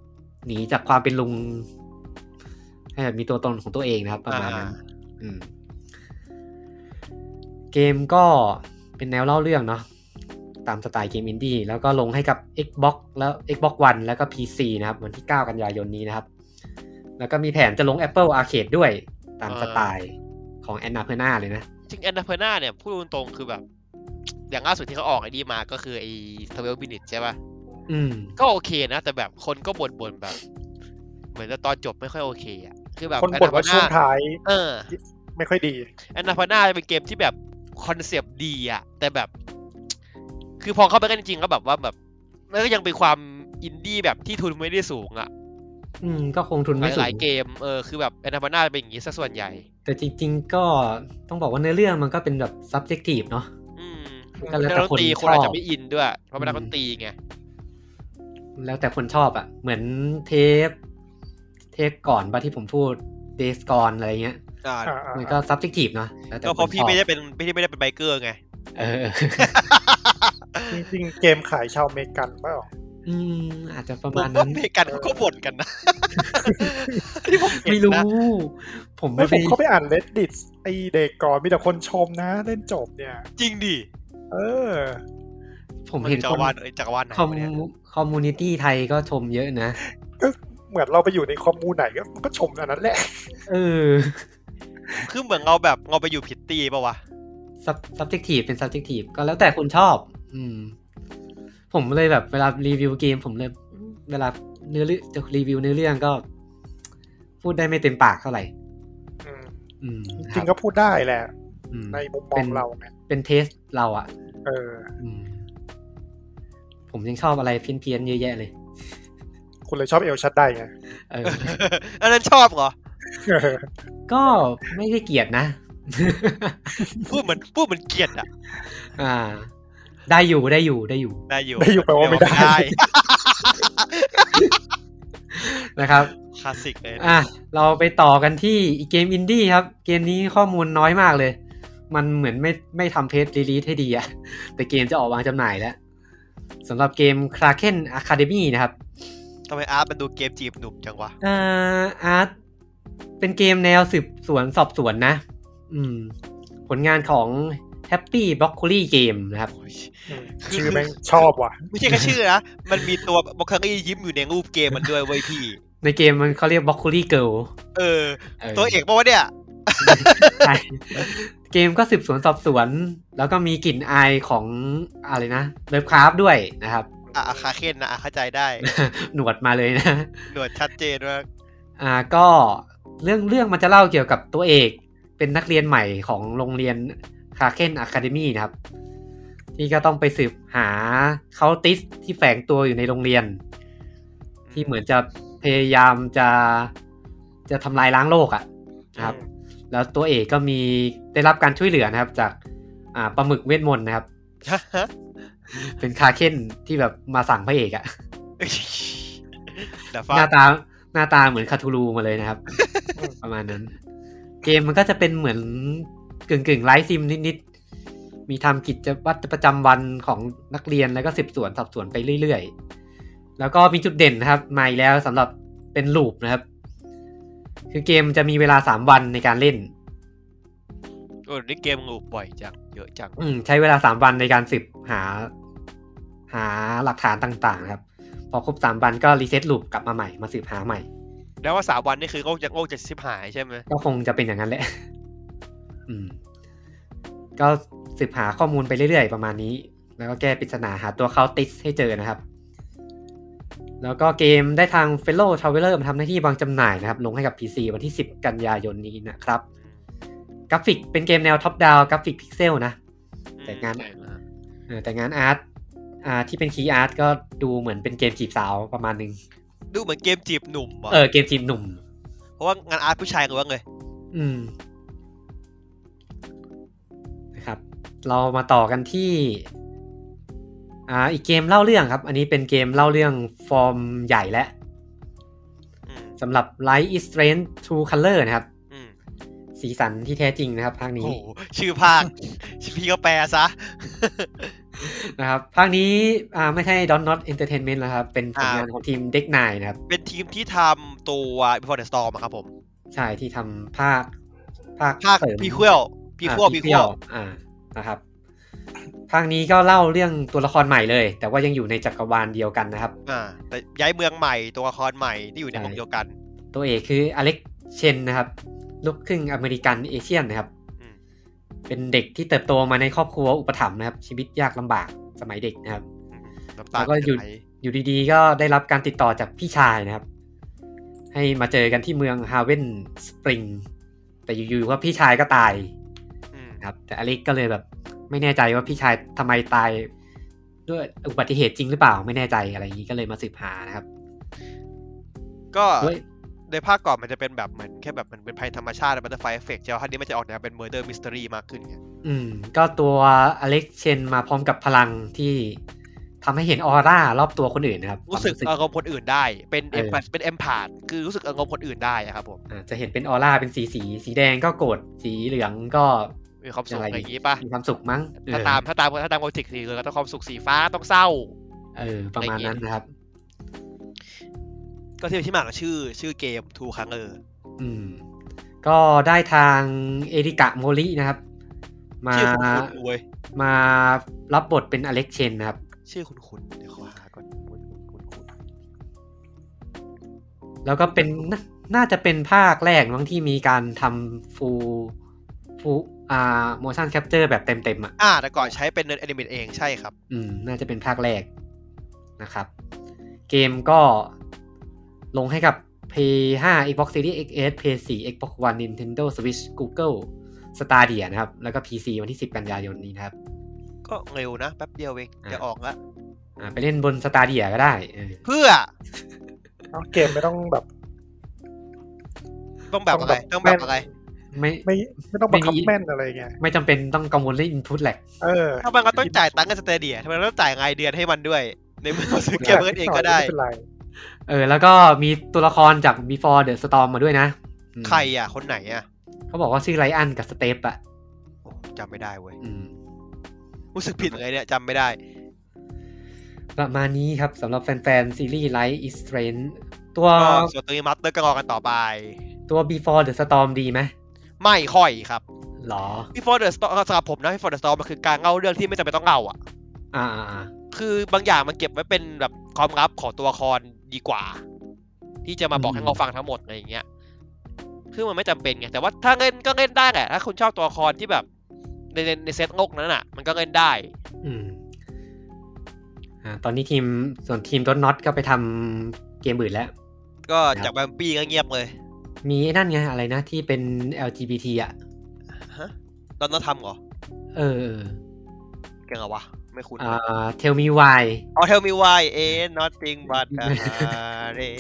Speaker 1: หนีจากความเป็นลุง ให้แบบมีตัวตนของตัวเองนะครับ ประมาณนั้นอืม เกมก็เป็นแนวเล่าเรื่องเนาะตามสไตล์เกมอินดี้แล้วก็ลงให้กับ Xbox แล้ว Xbox One แล้วก็ PC นะครับ วันที่ 9 กันยายนนี้นะครับ แล้วก็มีแผนจะลง Apple Arcade ด้วยตามสไตล์ของ a n n a p u r n a เลยนะ
Speaker 2: จริงแอนนาเพน่าเนี่ยพูดตรงๆคือแบบ อย่างล่าสุดที่เขาออกไอ้นี่มาก็คือไอ้ทเวลบินิตใช่ป่ะ
Speaker 1: อืม
Speaker 2: ก็โอเคนะ แต่แบบคนก็บ่นๆแบบ เหมือนตอนจบไม่ค่อยโอเคอ่ะคือแบบ
Speaker 4: คนบ่นว่าช่วงท้าย
Speaker 2: เออ
Speaker 4: ไม่ค่อยดี
Speaker 2: แอนนาพาน่าเป็นเกมที่แบบคอนเซปต์ดีอะแต่แบบ คือพอเข้าไปกันจริงๆก็แบบว่าแบบมันก็ยังเป็นความอินดี้แบบที่ทุนไม่ได้สูงอะ
Speaker 1: อืมก็คงทุนไม่สู
Speaker 2: หลาย
Speaker 1: ง
Speaker 2: ๆเกมเออคือแบบแอนนาพาน่าเป็นอย่างงี้ซะส่วนใหญ่
Speaker 1: แต่จริง ๆ ก็ต้องบอกว่าเนื้อเรื่องมันก็เป็นแบบ subjective เนาะ
Speaker 2: อืม
Speaker 1: ก็แล้วแต่
Speaker 2: นักดนตรี
Speaker 1: คน
Speaker 2: คนอา
Speaker 1: ช
Speaker 2: จ
Speaker 1: อบ
Speaker 2: จะไม่อินด้วย เพราะเป็น
Speaker 1: อืม
Speaker 2: นักดนตรีไง
Speaker 1: แล้วแต่คนชอบอะ่ะ เหมือนเทป เทปก่อนปะที่ผมพูด days gone อะไรเงี้ย
Speaker 2: อ่า
Speaker 4: อ่าอ่า
Speaker 1: มันก็ subjective เนาะแล้วแต่
Speaker 2: ก็เพราะพี่ไม่ได้เป็นพี่ไม่ได้เป็นไบเกอร์ไง
Speaker 1: เออ
Speaker 4: จริงๆเกมขายชาวอเมริกันเปล่า
Speaker 1: อืม อาจจะประ
Speaker 2: ผม
Speaker 1: มาณ
Speaker 2: ว่า
Speaker 1: นั้น
Speaker 2: เมกันเขาก็บ่นกันนะ ที่ผมเห็นนะ
Speaker 1: ไม่รู้ ผม
Speaker 4: ไม่
Speaker 1: ไม่
Speaker 4: ผมเข้าไปอ่าน reddit ไอเด็กก่อนมีแต่คนชมนะเล่นจบเนี่ย
Speaker 2: จริงดิ
Speaker 4: เออ
Speaker 1: ผมเห็น
Speaker 2: จั
Speaker 1: ค
Speaker 2: กร
Speaker 1: น
Speaker 2: วาลเอ้ยจักรวาลไหน
Speaker 1: คอม
Speaker 2: วะเนี่ย
Speaker 1: คอมมูนิตี้ไทยก็ชมเยอะนะ
Speaker 4: เหมือนเราไปอยู่ในคอมมูนไหนก็มันก็ชมอันนั้นแหละ
Speaker 1: เออ
Speaker 2: คือเหมือนเราแบบเราไปอยู่ผิดตีปะ วะ
Speaker 1: sub- subjective เป็น subjective ก็แล้วแต่คนชอบ อืม ผมเลยแบบเวลารีวิวเกม ผมเลย เวลาเนื้อเรื่องจะรีวิวเนื้อเรื่องก็ พูดได้ไม่เต็มปากเท่าไหร่
Speaker 4: อืม
Speaker 1: อืม
Speaker 4: จริงๆก็พูดได้แหละ
Speaker 1: อืม
Speaker 4: ในมุมมอ
Speaker 1: เป็
Speaker 4: ง
Speaker 1: น
Speaker 4: เราเนี่ย
Speaker 1: เป็นเทสเราอะ่ะ
Speaker 4: เออ
Speaker 1: อืม ผมยังชอบอะไรเพี้ยนๆเยอะแยะเลย
Speaker 4: คุณเลยชอบเอลชัดได้ไง
Speaker 1: เอ อ
Speaker 2: อันนั้นชอบเหรอ
Speaker 4: เออ
Speaker 1: ก็ไม่ได้เกลียดนะ
Speaker 2: พูดเหมือนพูดเหมือนเกลียดอ่ะ
Speaker 1: อ่า ได้อยู่ได้อยู่ได้อยู่
Speaker 2: นายอยู่
Speaker 4: ไม่อยู่แปลว่าไม่ได้
Speaker 1: นะครับ
Speaker 2: คลาสสิกเลยนะ
Speaker 1: อ่ะเราไปต่อกันที่อีกเกมอินดี้ครับ เกมนี้ข้อมูลน้อยมากเลย มันเหมือนไม่ไม่ทำเพจรีลีสให้ดีอะ แต่เกมจะออกวางจำหน่ายแล้วสำหรับเกม Kraken Academy นะครับ
Speaker 2: ทำไมอาร์ตมันดูเกมจีบหนุ่มจังวะ
Speaker 1: อ่าอาร์ตเป็นเกมแนวสืบสวนสอบสวนนะ อืม ผลงานของ Happy Broccoli Game นะครับ
Speaker 2: โอ้ย
Speaker 4: ชื่อแม่งชอบว่ะ
Speaker 2: ไม่ใช่แค่ชื่อนะ มันมีตัวบล็อกคังอี้ยิ้มอยู่ในรูปเกมมันด้วยเว้ยพี่
Speaker 1: ในเกมมันเขาเรียก Broccoli Girl
Speaker 2: เออ ตัวเอกปะวะเนี่ย
Speaker 1: ใช่เกมก็สืบสวนสอบสวน แล้วก็มีกลิ่นอายของอะไรนะเลิฟคราฟด้วยนะครับ
Speaker 2: อ่ะอาคาเคนนะอ่ะเข้าใจได้
Speaker 1: หนวดมาเลยนะ
Speaker 2: หนวดชัดเจนมาก
Speaker 1: อ่าก็เรื่องเรื่องมันจะเล่าเกี่ยวกับตัวเอกเป็นนักเรียนใหม่ของโรงเรียนคาเคนอะคาเดมี่นะครับ ที่ก็ต้องไปสืบหาเคาน์ติสที่แฝงตัวอยู่ในโรงเรียน ที่เหมือนจะพยายามจะจะทำลายล้างโลกอะนะครับ แล้วตัวเอกก็มีได้รับการช่วยเหลือนะครับ จากอ่าปลาหมึกเวทมนต์นะครับ
Speaker 2: ฮะฮะ
Speaker 1: เป็นคาเคนที่แบบมาสั่งพระเอกอะ
Speaker 2: เดาฟ้า
Speaker 1: หน้าตาหน้าตาเหมือนคาทูลูมาเลยนะครับ ประมาณนั้น เกมมันก็จะเป็นเหมือนกึ่งกึ่งไลฟ์ซิมนิดๆ มีทำกิจวัตรประจำวันของนักเรียนแล้วก็สืบสวนสอบสวนไปเรื่อยๆ แล้วก็มีจุดเด่นนะครับมาอีกแล้วสำหรับเป็นลูปนะครับ คือเกมจะมีเวลาสามวันในการเล่น
Speaker 2: โอ้นี่เกมงูบ่อยจัง เยอะจัง
Speaker 1: อืมใช้เวลาสามวันในการสืบหา หาหลักฐานต่างๆครับ พอครบสามวันก็รีเซ็ตลูปกลับมาใหม่มาสืบหาใหม่
Speaker 2: แล้วว่าสามวันนี่คือโง่จะโง่จะชิบหายใช่ไหม
Speaker 1: ก็คงจะเป็นอย่างนั้นแหละ อืม ก็สืบหาข้อมูลไปเรื่อยๆ ประมาณนี้ แล้วก็แก้ปริศนาหาตัวเขาติสให้เจอนะครับ แล้วก็เกมได้ทาง Fellow Traveler มาทำหน้าที่วางจำหน่ายนะครับ ลงให้กับ PC วันที่ 10 กันยายนนี้นะครับ กราฟิกเป็นเกมแนวท็อปดาวกราฟิกพิกเซลนะ แต่งาน
Speaker 2: อืมใช่ครับ
Speaker 1: เออแต่งานอาร์ตอ่าที่เป็นคีย์อาร์ตก็ดูเหมือนเป็นเกมจีบสาวประมาณหนึง
Speaker 2: ดูเหมือนเกมจีบหนุ่มว่ะ
Speaker 1: เออเกมจีบหนุ่ม
Speaker 2: เพราะว่างานอาร์ตผู้ชายล้วนเลย
Speaker 1: อืม นะครับ เรามาต่อกันที่ อ่า อีกเกมเล่าเรื่องครับ อันนี้เป็นเกมเล่าเรื่องฟอร์มใหญ่และ
Speaker 2: อืม
Speaker 1: สำหรับ Light is Strange True Color นะครับ
Speaker 2: อืม
Speaker 1: สีสันที่แท้จริงนะครับ ภาค
Speaker 2: โอ้
Speaker 1: นี้
Speaker 2: โหชื่อภาค พี่ก็แปลซะ
Speaker 1: นะครับ ภาคนี้ อ่า ไม่ใช่ Don't Not Entertainment แล้วครับ เป็นผลงานของทีม Deck Nine นะครับ
Speaker 2: เป็นทีมที่ทำตัว Before the Storm อะครับผม
Speaker 1: ใช่ที่ทำภาค ภาค
Speaker 2: ภาค
Speaker 1: เสริม
Speaker 2: พีคว l ลพีคว l
Speaker 1: อ่า
Speaker 2: พีคว
Speaker 1: prequel
Speaker 2: l
Speaker 1: อ่านะครับ ภาคนี้ก็เล่าเรื่องตัวละครใหม่เลย แต่ว่ายังอยู่ในจักรวาลเดียวกันนะครับ
Speaker 2: อ่า แต่ย้ายเมืองใหม่ตัวละครใหม่ที่อยู่ใน
Speaker 1: ใช่
Speaker 2: เมืองเดียวกัน
Speaker 1: ตัวเอกคืออเล็กเชนนะครับ ลูกครึ่งอเมริกันเอเชียนนะครับ
Speaker 2: อืม
Speaker 1: เป็นเด็กที่เติบโตมาในครอบครัวอุปถัมภ์นะครับ ชีวิตยากลำบากสมัยเด็กนะครับ
Speaker 2: อืมน้ำตา
Speaker 1: แล้วก็หยุด
Speaker 2: ไหล
Speaker 1: อยู่ดีๆ ก็ได้รับการติดต่อจากพี่ชายนะครับ ให้มาเจอกันที่เมืองฮาเวนสปริง แต่อยู่ๆว่าพี่ชายก็ตาย
Speaker 2: อืม
Speaker 1: นะครับแต่อเล็กก็เลยแบบไม่แน่ใจว่าพี่ชายทำไมตายด้วยอุบัติเหตุจริงหรือเปล่าไม่แน่ใจอะไรอย่างนี้ก็เลยมาสืบหานะครับ
Speaker 2: ก็
Speaker 1: ด้วย
Speaker 2: ในภาคก่อนมันจะเป็นแบบเหมือนแค่แบบเหมันเป็นภัยธรรมชาติบัตเตอร์ไฟเอฟเฟกต์ใช่ไหมภาคนี้มันจะออกแนวเป็นเมอร์เดอร์มิส y รีมากขึ้นไง
Speaker 1: อืมก็ตัวอเล็กเชนมาพร้อมกับพลังที่ทำให้เห็นออร่ารอบตัวคนอื่นนะครับ
Speaker 2: รู้สึก
Speaker 1: ความ
Speaker 2: อารมณ์คนอื่นได้ เป็น
Speaker 1: เอ
Speaker 2: เอ
Speaker 1: อ
Speaker 2: มพเป็นเอมพาดคือรู้สึกอารมณ์คนอื่นได้อะครับผม
Speaker 1: อ่าจะเห็นเป็นออร่าเป็นสีสีสีแดงก็โกรธสีเหลืองก็
Speaker 2: มีความสุข
Speaker 1: อะไร
Speaker 2: อะไรอย่างนี้ป่ะ
Speaker 1: มีความสุขมั้งเอ
Speaker 2: ถ้า
Speaker 1: อ
Speaker 2: ตามถ้าตามถ้าตามคอนติกสีเหลืองก็ต้องความสุขสีฟ้าต้องเศร้า
Speaker 1: เออประมาณนั้นนะครับ
Speaker 2: ก็ที่ที่มาของชื่อชื่อเกมทูคังเออ
Speaker 1: อืม ก็ได้ทางเอริกะโมรินะครับ มา
Speaker 2: ชื่อคุณคุณเว้ย
Speaker 1: มารับบทเป็นอเล็กเชนนะครับ
Speaker 2: ชื่อคุณคุณเดี๋ยวขอหาก่อนคุณคุณคุณ
Speaker 1: แล้วก็เป็นนาน่าจะเป็นภาคแรกมั้งที่มีการทำฟูฟูอ่า motion capture แบบเต็มๆอ่ะ
Speaker 2: อ่าแต่ก่อนใช้เป็นเนิร์ดแอนิเมตเองใช่ครับ
Speaker 1: อืม น่าจะเป็นภาคแรกนะครับ เกมก็ลงให้กับ Play 5 Xbox Series XS Play 4 Xbox One Nintendo Switch Google Stadia นะครับ แล้วก็ PC วันที่ 10 กันยายนนี้นะครับ
Speaker 2: ก็เร็วนะแป๊บเดียวเองจะออกละ
Speaker 1: อ่า ไปเล่นบน Stadia ก็ได้เออ
Speaker 2: เพื่อ
Speaker 4: เนาะเกมไม่ต้องแบบ
Speaker 2: ต้องแบบอะไรต้องแบบอะไร
Speaker 1: ไม่
Speaker 4: ไม่ไม่ต้องบังคับแม่นอะไรไง
Speaker 1: ไม่จำเป็นต้องกังวลเรื่อง input lag
Speaker 4: เออ
Speaker 2: ถ้ามันก็ต้องจ่ายตังค์กับสเตเดียทำไมเราต้องจ่ายรายเดือนให้มันด้วย ในเมื่อเราซื้อเกมเพิร์เองก็ได้
Speaker 4: ม่เป็นไร
Speaker 1: เออ แล้วก็มีตัวละครจาก Before the Storm มาด้วยนะอืม
Speaker 2: ใครอ่ะ คนไหนอ่ะ
Speaker 1: เขาบอกว่าชื่อไรอันกับสเตปอะ
Speaker 2: โอ้จำไม่ได้เว้ย
Speaker 1: อืม
Speaker 2: รู้สึกผิดเลยเนี่ยจำไม่ได้
Speaker 1: ประมาณนี้ครับสำหรับแฟนๆ ซีรีส์ Light is Strange ตัว
Speaker 2: ก็ส่วนตัวนี้มัตเตอร์ก็รอกันต่อไป
Speaker 1: ตัว Before the Storm ดีไหม
Speaker 2: ไม่ค่อยครับ
Speaker 1: หรอ
Speaker 2: Before the Storm สำหรับผมนะ Before the Storm มันคือการเล่าเรื่องที่ไม่จำเป็นต้องเล่าอ่ะ
Speaker 1: อ่าอ่าอ่า
Speaker 2: คือบางอย่างมันเก็บไว้เป็นแบบความลับของตัวละครดีกว่า ที่จะมาบอกให้เราฟังทั้งหมดอะไรอย่างเงี้ยคือมันไม่จำเป็นไงแต่ว่าถ้าเล่นก็เล่นได้แหละถ้าคุณชอบตัวละครที่แบบในในในเซตงกนั้นอ่ะ มันก็เล่นได้
Speaker 1: อืมอ่าตอนนี้ทีมส่วนทีมดนน็อตก็ไปทำเกมอื่นแล้ว
Speaker 2: ก็
Speaker 1: ครับ
Speaker 2: จากแวมปี้ก็เงียบเลย
Speaker 1: มีไอ้นั่นไง อะไรนะ ที่เป็น LGBT อะ
Speaker 2: ฮะตอนนั้นทำเหรอ
Speaker 1: เออเออ
Speaker 2: เก่งเหรอวะ ไม่คุ้น
Speaker 1: อ่า Tell me why
Speaker 2: เอาเทลมิวายเอ nothing but a hurry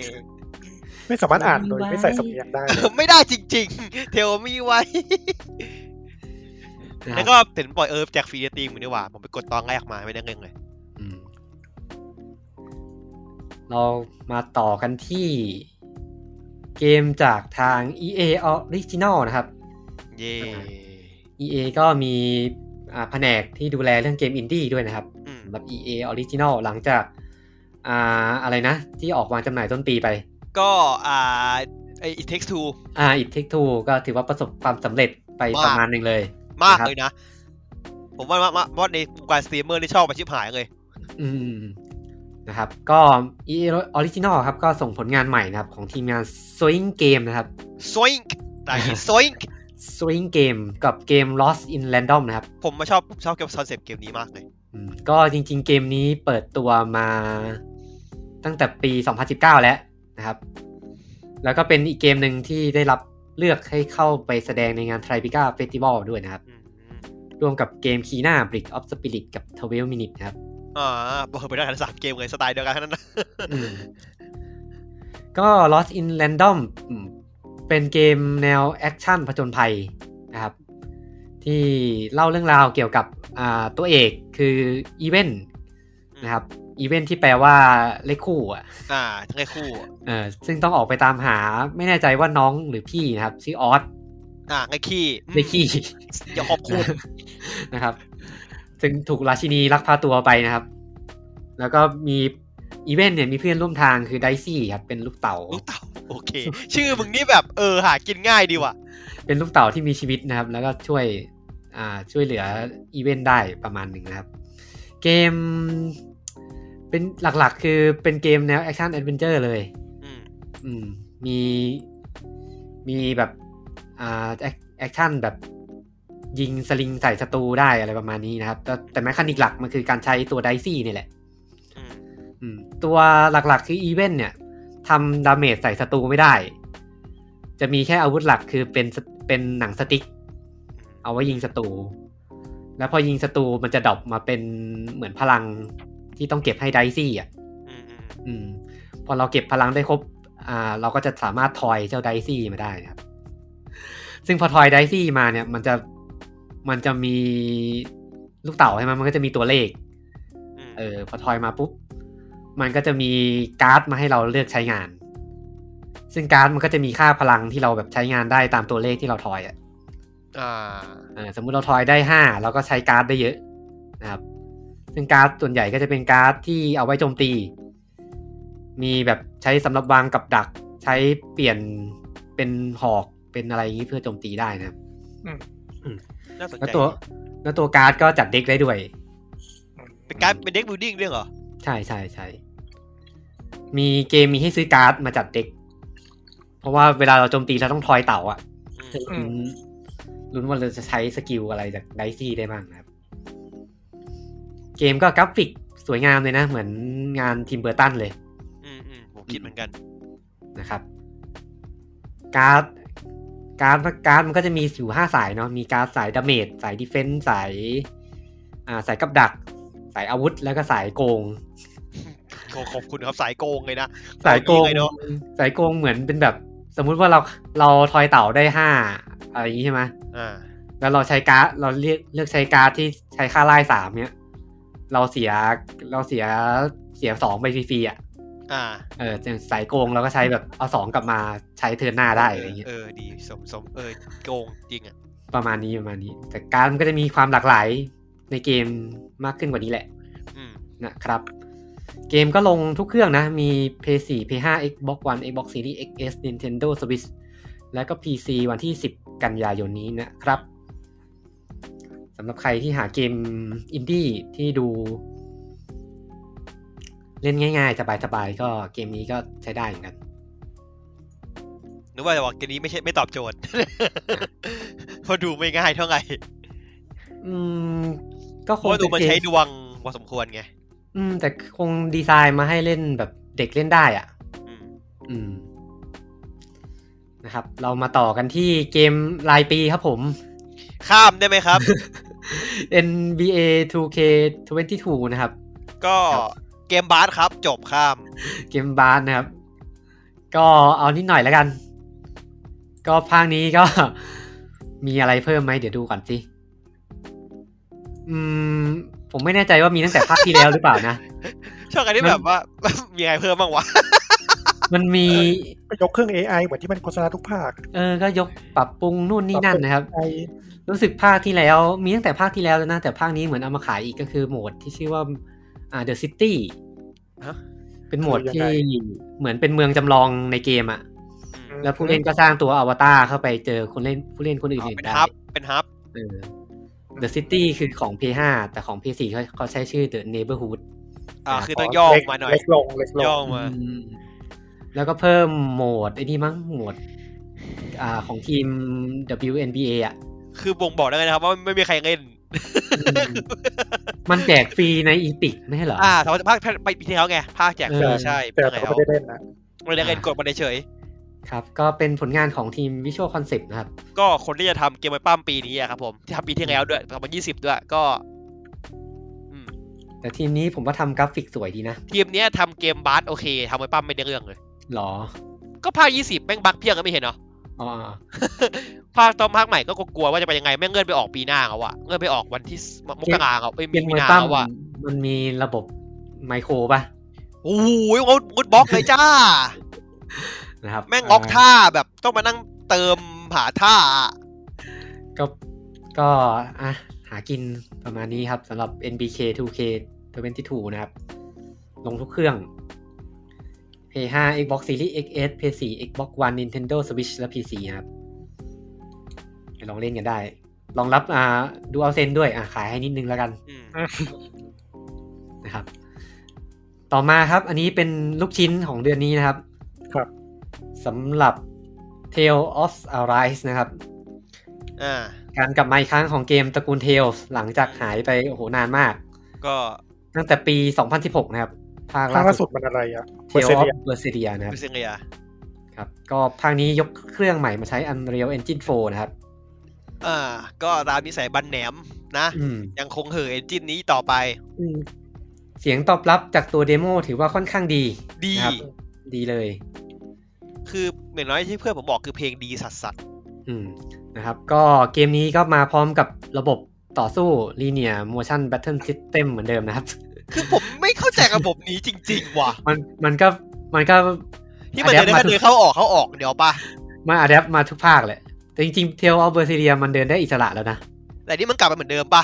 Speaker 4: ไม่สามารถอ่านโดยไม่ใส่สำเนียงได้เลย
Speaker 2: ไม่ได้จริงๆ เทลมิวาย
Speaker 1: นะครับ
Speaker 2: แล้วก็เห็นปล่อยเอิร์ฟจากฟรีตีมเหมือนดีกว่า ผมไปกดตอนแรกมาไม่ได้เงินเลย
Speaker 1: อืมเรามาต่อกันที่เกมจากทาง EA Original นะครับ
Speaker 2: เย่
Speaker 1: อ่า EA ก็มีอ่าแผนกที่ดูแลเรื่องเกมอินดี้ด้วยนะครับ
Speaker 2: อืม
Speaker 1: สำหรับ EA Original หลังจากอ่าอะไรนะ ที่ออกวางจำหน่ายต้นปีไป
Speaker 2: ก็อ่าไอ it takes two
Speaker 1: อ่า It Take Two ก็ถือว่าประสบความสำเร็จไป
Speaker 2: มาก
Speaker 1: ประมาณหนึ่งเลย
Speaker 2: มาก
Speaker 1: ครับ
Speaker 2: เลยนะ ผมว่ามามาว่าในวงการสตรีมเมอร์ที่ชอบมาชิบหายเลย
Speaker 1: อืมนะครับ ก็ EA Original ครับ ก็ส่งผลงานใหม่นะครับ ของทีมงาน Swing Game นะครับ
Speaker 2: s o i n k แต่ Soink
Speaker 1: Swing Game กับเกม Lost in Random นะครับ
Speaker 2: ผมมาชอบชอบเกมคอนเซปต์เกมนี้มากเลย
Speaker 1: อืมก็จริงๆเกมนี้เปิดตัวมาตั้งแต่ปี 2019 แล้วนะครับ แล้วก็เป็นอีกเกมหนึ่งที่ได้รับเลือกให้เข้าไปแสดงในงาน t r i b i c a Festival ด้วยนะครับ
Speaker 2: อืม
Speaker 1: ร่วมกับเกมคีน่า b r i c k of Spirit กับ 12 Minute นะครับ
Speaker 2: อ่าบอกไปได้กันสามเกมเลยสไตล์เดียวกันทั้งนั้นนะ
Speaker 1: อืม ก็ Lost in Random อืมเป็นเกมแนวแอคชั่นผจญภัยนะครับ ที่เล่าเรื่องราวเกี่ยวกับอ่าตัวเอกคืออีเวนนะครับอีเวนที่แปลว่าเลขคู่อ่ะ
Speaker 2: อ่าทั้งไอ้คู่
Speaker 1: เออซึ่งต้องออกไปตามหาไม่แน่ใจว่าน้องหรือพี่นะครับ ชื่อออส
Speaker 2: อ่าไอ้ขี้อืม
Speaker 1: เลขี้
Speaker 2: อย่าขอบคุณ
Speaker 1: นะครับ ซึ่งถูกราชินีลักพาตัวไปนะครับ แล้วก็มีอีเวนเนี่ยมีเพื่อนร่วมทางคือไดซี่ครับเป็นลูกเต่า
Speaker 2: ลูกเต่าโอเค ชื่อมึงนี่แบบเออหากินง่ายดีว่ะ
Speaker 1: เป็นลูกเต่าที่มีชีวิตนะครับ แล้วก็ช่วยอ่าช่วยเหลืออีเวนต์ได้ประมาณหนึ่งนะครับ เกมเป็นหลักๆ คือเป็นเกมแนวแอคชั่นแอดเวนเจอร์เลย
Speaker 2: อืม
Speaker 1: อืมมีมีแบบอ่าแอคแอคชั่นแบบยิงสลิงใส่ศัตรูได้อะไรประมาณนี้นะครับ แต่แต่แมคานิกหลักมันคือการใช้ตัวไดซี่นี่แหละ
Speaker 2: อืม
Speaker 1: อืมตัวหลักๆคืออีเวนต์เนี่ย ทำดาเมจใส่ศัตรูไม่ได้ จะมีแค่อาวุธหลักคือเป็นสเป็นหนังสติ๊ก เอาไว้ยิงศัตรู แล้วพอยิงศัตรูมันจะดรอปมาเป็นเหมือนพลังที่ต้องเก็บให้ไดซี่อ่ะ
Speaker 2: อืมอืม
Speaker 1: อืม พอเราเก็บพลังได้ครบ อ่า เราก็จะสามารถทอยเจ้าไดซี่มาได้นะครับ ซึ่งพอทอยไดซี่มาเนี่ย มันจะ มันจะมีลูกเต่าใช่ไหมมันก็จะมีตัวเลข
Speaker 2: อืม
Speaker 1: เออ พอทอยมาปุ๊บ มันก็จะมีการ์ดมาให้เราเลือกใช้งาน ซึ่งการ์ดมันก็จะมีค่าพลังที่เราแบบใช้งานได้ตามตัวเลขที่เราทอยอ่ะ
Speaker 2: อ่า
Speaker 1: เอ่อสมมุติเราทอยได้ห้าเราก็ใช้การ์ดได้เยอะนะครับ ซึ่งการ์ดส่วนใหญ่ก็จะเป็นการ์ดที่เอาไว้โจมตี มีแบบใช้สำหรับวางกับดัก ใช้เปลี่ยนเป็นหอกเป็นอะไรอย่างนี้เพื่อโจมตีได้นะครับ
Speaker 2: น่าสนใจ
Speaker 1: แล้วตัวแล้วตัวการ์ดก็จัดเด็กได้ด้วย
Speaker 2: เป็นการดเป็นเด็กบิวดิ้งด้วยเหรอ
Speaker 1: ใช่ใช่ใช่ มีเกมมีให้ซื้อการ์ดมาจัดเด็ก เพราะว่าเวลาเราโจมตีเราต้องทอยเต่าอะ
Speaker 2: อืม
Speaker 4: อื
Speaker 1: ลุ้นลุ้น
Speaker 4: ม
Speaker 1: ว่าเราจะใช้สกิลอะไรจากไดซี่ได้บ้างนะครับ เกมก็กราฟิกสวยงามเลยนะ เหมือนงานทีมเบอร์ตันเลย
Speaker 2: อืมอืมผมคิดเหมือนกัน
Speaker 1: นะครับ การ์ด การ์ดการ์ดมันก็จะมีอยู่ห้าสายเนาะ มีการ์ดสายดาเมจ สายดิเฟนส์สาย อ่า สายกับดัก สายอาวุธ แล้วก็สายโกง
Speaker 2: ขอขอบคุณครับสายโกงเลยนะ
Speaker 1: สายโกง
Speaker 2: เอาอย่างนี้เลยเนอะ
Speaker 1: สายโกงเหมือนเป็นแบบ สมมุติว่าเราเราทอยเต่าได้ห้าอะไรอย่างนี้ใช่ไหม
Speaker 2: อ่า
Speaker 1: แล้วเราใช้การ์ดเราเลือกเลือกใช้การ์ดที่ใช้ค่าไล่สามเนี้ยเราเสียเราเสียเสียสองไปฟรีๆอ่ะ
Speaker 2: อ่า
Speaker 1: เออแต่สายโกงเราก็ใช้แบบเอาสองกลับมาใช้เทิร์นหน้าได้อะไรอย่างเงี้ย
Speaker 2: เออดีสมสมเออโกงจริงอ่ะ
Speaker 1: ประมาณนี้ประมาณนี้ แต่การ์ดมันก็จะมีความหลากหลายในเกมมากขึ้นกว่านี้แหละ
Speaker 2: อืม
Speaker 1: นะครับ เกมก็ลงทุกเครื่องนะ มี PS4 PS5 Xbox One Xbox Series XS Nintendo Switch แล้วก็ PC วันที่ 10 กันยายนนี้นะครับสำหรับใครที่หาเกมอินดี้ที่ดู เล่นง่ายๆ สบายๆ ก็เกมนี้ก็ใช้ได้เหมือนกัน
Speaker 2: นึกว่าจะบอกเกมนี้ไม่ใช่ไม่ตอบโจทย์ เพราะดูไม่ง่ายเท่าไหร่
Speaker 1: อืม ก็ค
Speaker 2: เพ
Speaker 1: ง
Speaker 2: ราะดู
Speaker 1: เป็น
Speaker 2: มัน
Speaker 1: เก
Speaker 2: ใช้
Speaker 1: ม
Speaker 2: ดวงพอสมควรไง
Speaker 1: อืม แต่คงดีไซน์มาให้เล่นแบบเด็กเล่นได้อ่ะ
Speaker 2: อืม
Speaker 1: อืม นะครับ เรามาต่อกันที่เกมรายปีครับผม
Speaker 2: ข้ามได้ไหมครับ
Speaker 1: NBA 2K22 นะครับ
Speaker 2: ก็เกมบาสครับจบข้าม
Speaker 1: เกมบาสนะครับ ก็เอานิดหน่อยแล้วกัน ก็ภาคนี้ก็ มีอะไรเพิ่มไหมเดี๋ยวดูก่อนสิ อืม ผมไม่แน่ใจว่ามีตั้งแต่ภาคที่แล้วหรือเปล่านะ
Speaker 2: ชอบกันที่
Speaker 1: มัน
Speaker 2: แบบว่า มีอะไรเพิ่มบ้างวะ
Speaker 1: มันมี
Speaker 4: ก็ยกเครื่อง AI เหมือนที่มันโฆษณาทุกภาค
Speaker 1: เออ ก็ยกปรับปรุงนู่นนี่นั่นนะครับ
Speaker 4: ไอ
Speaker 1: รู้สึกภาคที่แล้ว มีตั้งแต่ภาคที่แล้วแล้วนะแต่ภาคนี้เหมือนเอามาขายอีกก็คือโหมดที่ชื่อว่าอ่า The City
Speaker 2: ฮะ
Speaker 1: เป็นโหมดที่เหมือนเป็นเมืองจำลองในเกมอะ
Speaker 2: อืม
Speaker 1: แล้วผู้เล่นก็สร้างตัวอวตารเข้าไปเจอคนเล่นผู้เล่นคนอื่
Speaker 2: อ๋อน เป็
Speaker 1: ๆ
Speaker 2: น
Speaker 1: ได้
Speaker 2: ฮับเป็นฮับ
Speaker 1: เออ The City คือของ P5 แต่ของ P4 เขาเขาใช้ชื่อ The Neighborhood
Speaker 2: อ่าคือต้องย่อมาหน่อย
Speaker 4: เล็กลงเล็กล
Speaker 2: ย่อง มา
Speaker 1: อืมแล้วก็เพิ่มโหมดไอ้นี่มั้งโหมด อ่าของทีม WNBA อ่ะ
Speaker 2: คือบ่งบอกได้เลยนะครับว่าไม่มีใครเล่น
Speaker 1: ม มันแจกฟรีในอีพิกไม่ใช่เหรอ
Speaker 2: อ่าแต่ว่าภาคไปปีที่แล้วไงภาคแจกฟรี
Speaker 1: เออ
Speaker 2: ใช่
Speaker 4: แต่
Speaker 2: ปี
Speaker 4: แต่
Speaker 2: ที่แล้ว
Speaker 4: ก็ไม่ได้เล่นนะ
Speaker 2: ไม่ได้เล่นกดมาเฉย
Speaker 1: ครับ ก็เป็นผลงานของทีม Visual Concept นะครับ
Speaker 2: ๆก็คนที่จะทำเกมไว้ปั้มปีนี้อะครับผมที่ทำปีที่แล้วด้วย2020ด้วยก็ อืม
Speaker 1: แต่ทีมนี้ผมว่าทำกราฟิกสวยดีนะ
Speaker 2: ทีมเนี้ยทำเกมบาสโอเคทำไว้ปั้มไม่ได้เรื่องเลย
Speaker 1: หรอ
Speaker 2: ก็ภาค20แม่งบักเพียงก็ไม่เห็นเนาะ
Speaker 1: อ๋อ
Speaker 2: ภาคตอนภาคใหม่ก็กลัวว่าจะไปยังไงแม่งเงื่อนไปออกปีหน้าเขาอะเงื่อนไปออกวันที่สมกราเขาเอ้ย
Speaker 1: เก
Speaker 2: มี
Speaker 1: มม
Speaker 2: มี
Speaker 1: วย
Speaker 2: นา
Speaker 1: ปั้ม
Speaker 2: เขาอะ
Speaker 1: มันมีระบบไมโครป่ะ
Speaker 2: โอ้ยงดงดบล็อกเลยจ้า
Speaker 1: นะครับ
Speaker 2: แม่งล็อก
Speaker 1: า
Speaker 2: ท่าแบบต้องมานั่งเติมหาท่าอะ
Speaker 1: ก็ก็อ่ะหากินประมาณนี้ครับสำหรับ NBK 2K 22นะครับ ลงทุกเครื่อง Play 5 Xbox Series XS Play 4 Xbox One Nintendo Switch และ PC นะครับไปลองเล่นกันได้ ลองรับอ่าดูเอาเซนด้วยอ่ะขายให้นิดนึงแล้วกัน
Speaker 2: อืม
Speaker 1: นะครับ ต่อมาครับ อันนี้เป็นลูกชิ้นของเดือนนี้นะครับ
Speaker 4: ครับ
Speaker 1: สำหรับ Tale of Arise นะครับ
Speaker 2: อ่า
Speaker 1: การกลับมาอีกครั้งของเกมตระกูล Tales หลังจากหายไปโอ้โหนานมาก
Speaker 2: ก็
Speaker 1: ตั้งแต่ปี 2016 นะครับ ภาค
Speaker 4: ภาคล่า
Speaker 1: ล่า
Speaker 4: สุ
Speaker 1: สุ
Speaker 4: ด
Speaker 1: ด
Speaker 4: มันอะไรอ่ะ
Speaker 1: เทียวออฟ
Speaker 4: Berseria
Speaker 1: เบอร์เซเดียนะครับ
Speaker 2: เบเซเรีย
Speaker 1: ครับ ก็ภาคนี้ยกเครื่องใหม่มาใช้ Unreal Engine 4 นะครับ
Speaker 2: อ่าก็รามนิสัยบันแหนมนะ
Speaker 1: อืม
Speaker 2: ยังคงเห่อเอนจินนี้ต่อไป
Speaker 1: อืมเสียงตอบรับจากตัวเดโมถือว่าค่อนข้างดี
Speaker 2: ดี
Speaker 1: นะครับดีเลย
Speaker 2: คืออย่างน้อยที่เพื่อนผมบอกคือเพลงดีสัสสัส
Speaker 1: อืมนะครับ ก็เกมนี้ก็มาพร้อมกับระบบต่อสู้ Linear Motion Battle System เหมือนเดิมนะครับ
Speaker 2: ๆคือผมไม่เข้าใจระบบนี้จริง ๆ ว่ะ
Speaker 1: มันมันก็มันก็
Speaker 2: ที่มันเดินได้ก็
Speaker 1: Adapt มาทุ
Speaker 2: เดิน
Speaker 1: ก
Speaker 2: เข้าออกเข้าออกเดี๋ยวปะ
Speaker 1: มาอัดแอปมาทุกภาคแหละ แต่จริงๆเทลออฟเบอร์ซีเรียมันเดินได้อิสระแล้วนะ
Speaker 2: แต่นี่มันกลับไปเหมือนเดิมปะ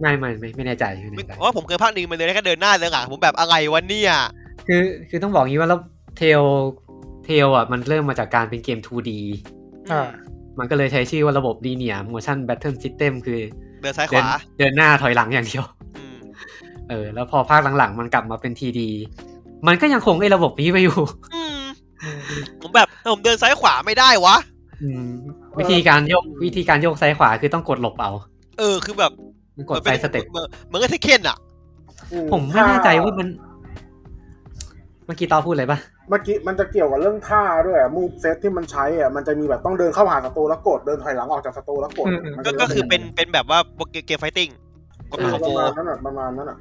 Speaker 1: ไม่ไม่ไม่ไม่แน่ใจไม่
Speaker 2: ไม่
Speaker 1: แน่ใจ
Speaker 2: เพราะว่าผมเคยภาคหนึ่งมันเดินได้แค่เดินหน้าเดินหลังผมแบบอะไรวะเนี่ย
Speaker 1: คือคือต้องบอกงี้ว่าแล้วเทลเทลอ่ะมันเริ่มมาจากการเป็นเกม 2D
Speaker 4: อ่า
Speaker 1: มันก็เลยใช้ชื่อว่าระบบ Linear Motion Battle System คือ
Speaker 2: เดินซ้ายข
Speaker 1: เดิน
Speaker 2: วา
Speaker 1: เดินหน้าถอยหลังอย่างเดียว
Speaker 2: อืม
Speaker 1: เออ แล้วพอภาคหลังๆ มันกลับมาเป็น TD มันก็ยังคงไอ้ระบบนี้ไปอยู่
Speaker 2: อืมผมแบบผมเดินซ้ายขวาไม่ได้วะ
Speaker 1: อืมวิธีการโยกวิธีการโยกซ้ายขวาคือต้องกดหลบเอา
Speaker 2: เออคือแบบ
Speaker 1: มันกด
Speaker 2: มัน
Speaker 1: ไป
Speaker 2: เป็น
Speaker 1: สเต็ป
Speaker 2: หมือนเหมือนกับเทคเคนอะ
Speaker 3: อื
Speaker 1: ผมไม่แน่ใจว่ามัน เมื่อกี้ตอพูดอะไรปะ
Speaker 3: เมื่อกี้มันจะเกี่ยวกับเรื่องท่าด้วยมูฟเซตที่มันใช้อ่ะมันจะมีแบบต้องเดินเข้าหาศัตรูแล้วกดเดินถอยหลังออกจากศัตรูแล้วกด
Speaker 4: อืมอืม
Speaker 3: มัน
Speaker 2: ก็
Speaker 3: จะ
Speaker 2: ก็คือเป็นเป็นแบบว่าเกมไฟติ้งกด
Speaker 3: เอ
Speaker 2: เป็น
Speaker 3: อ
Speaker 2: คอม
Speaker 3: ป
Speaker 2: โบ
Speaker 3: ระมาณนั้นอ่ะประมาณนั้นอ่ะ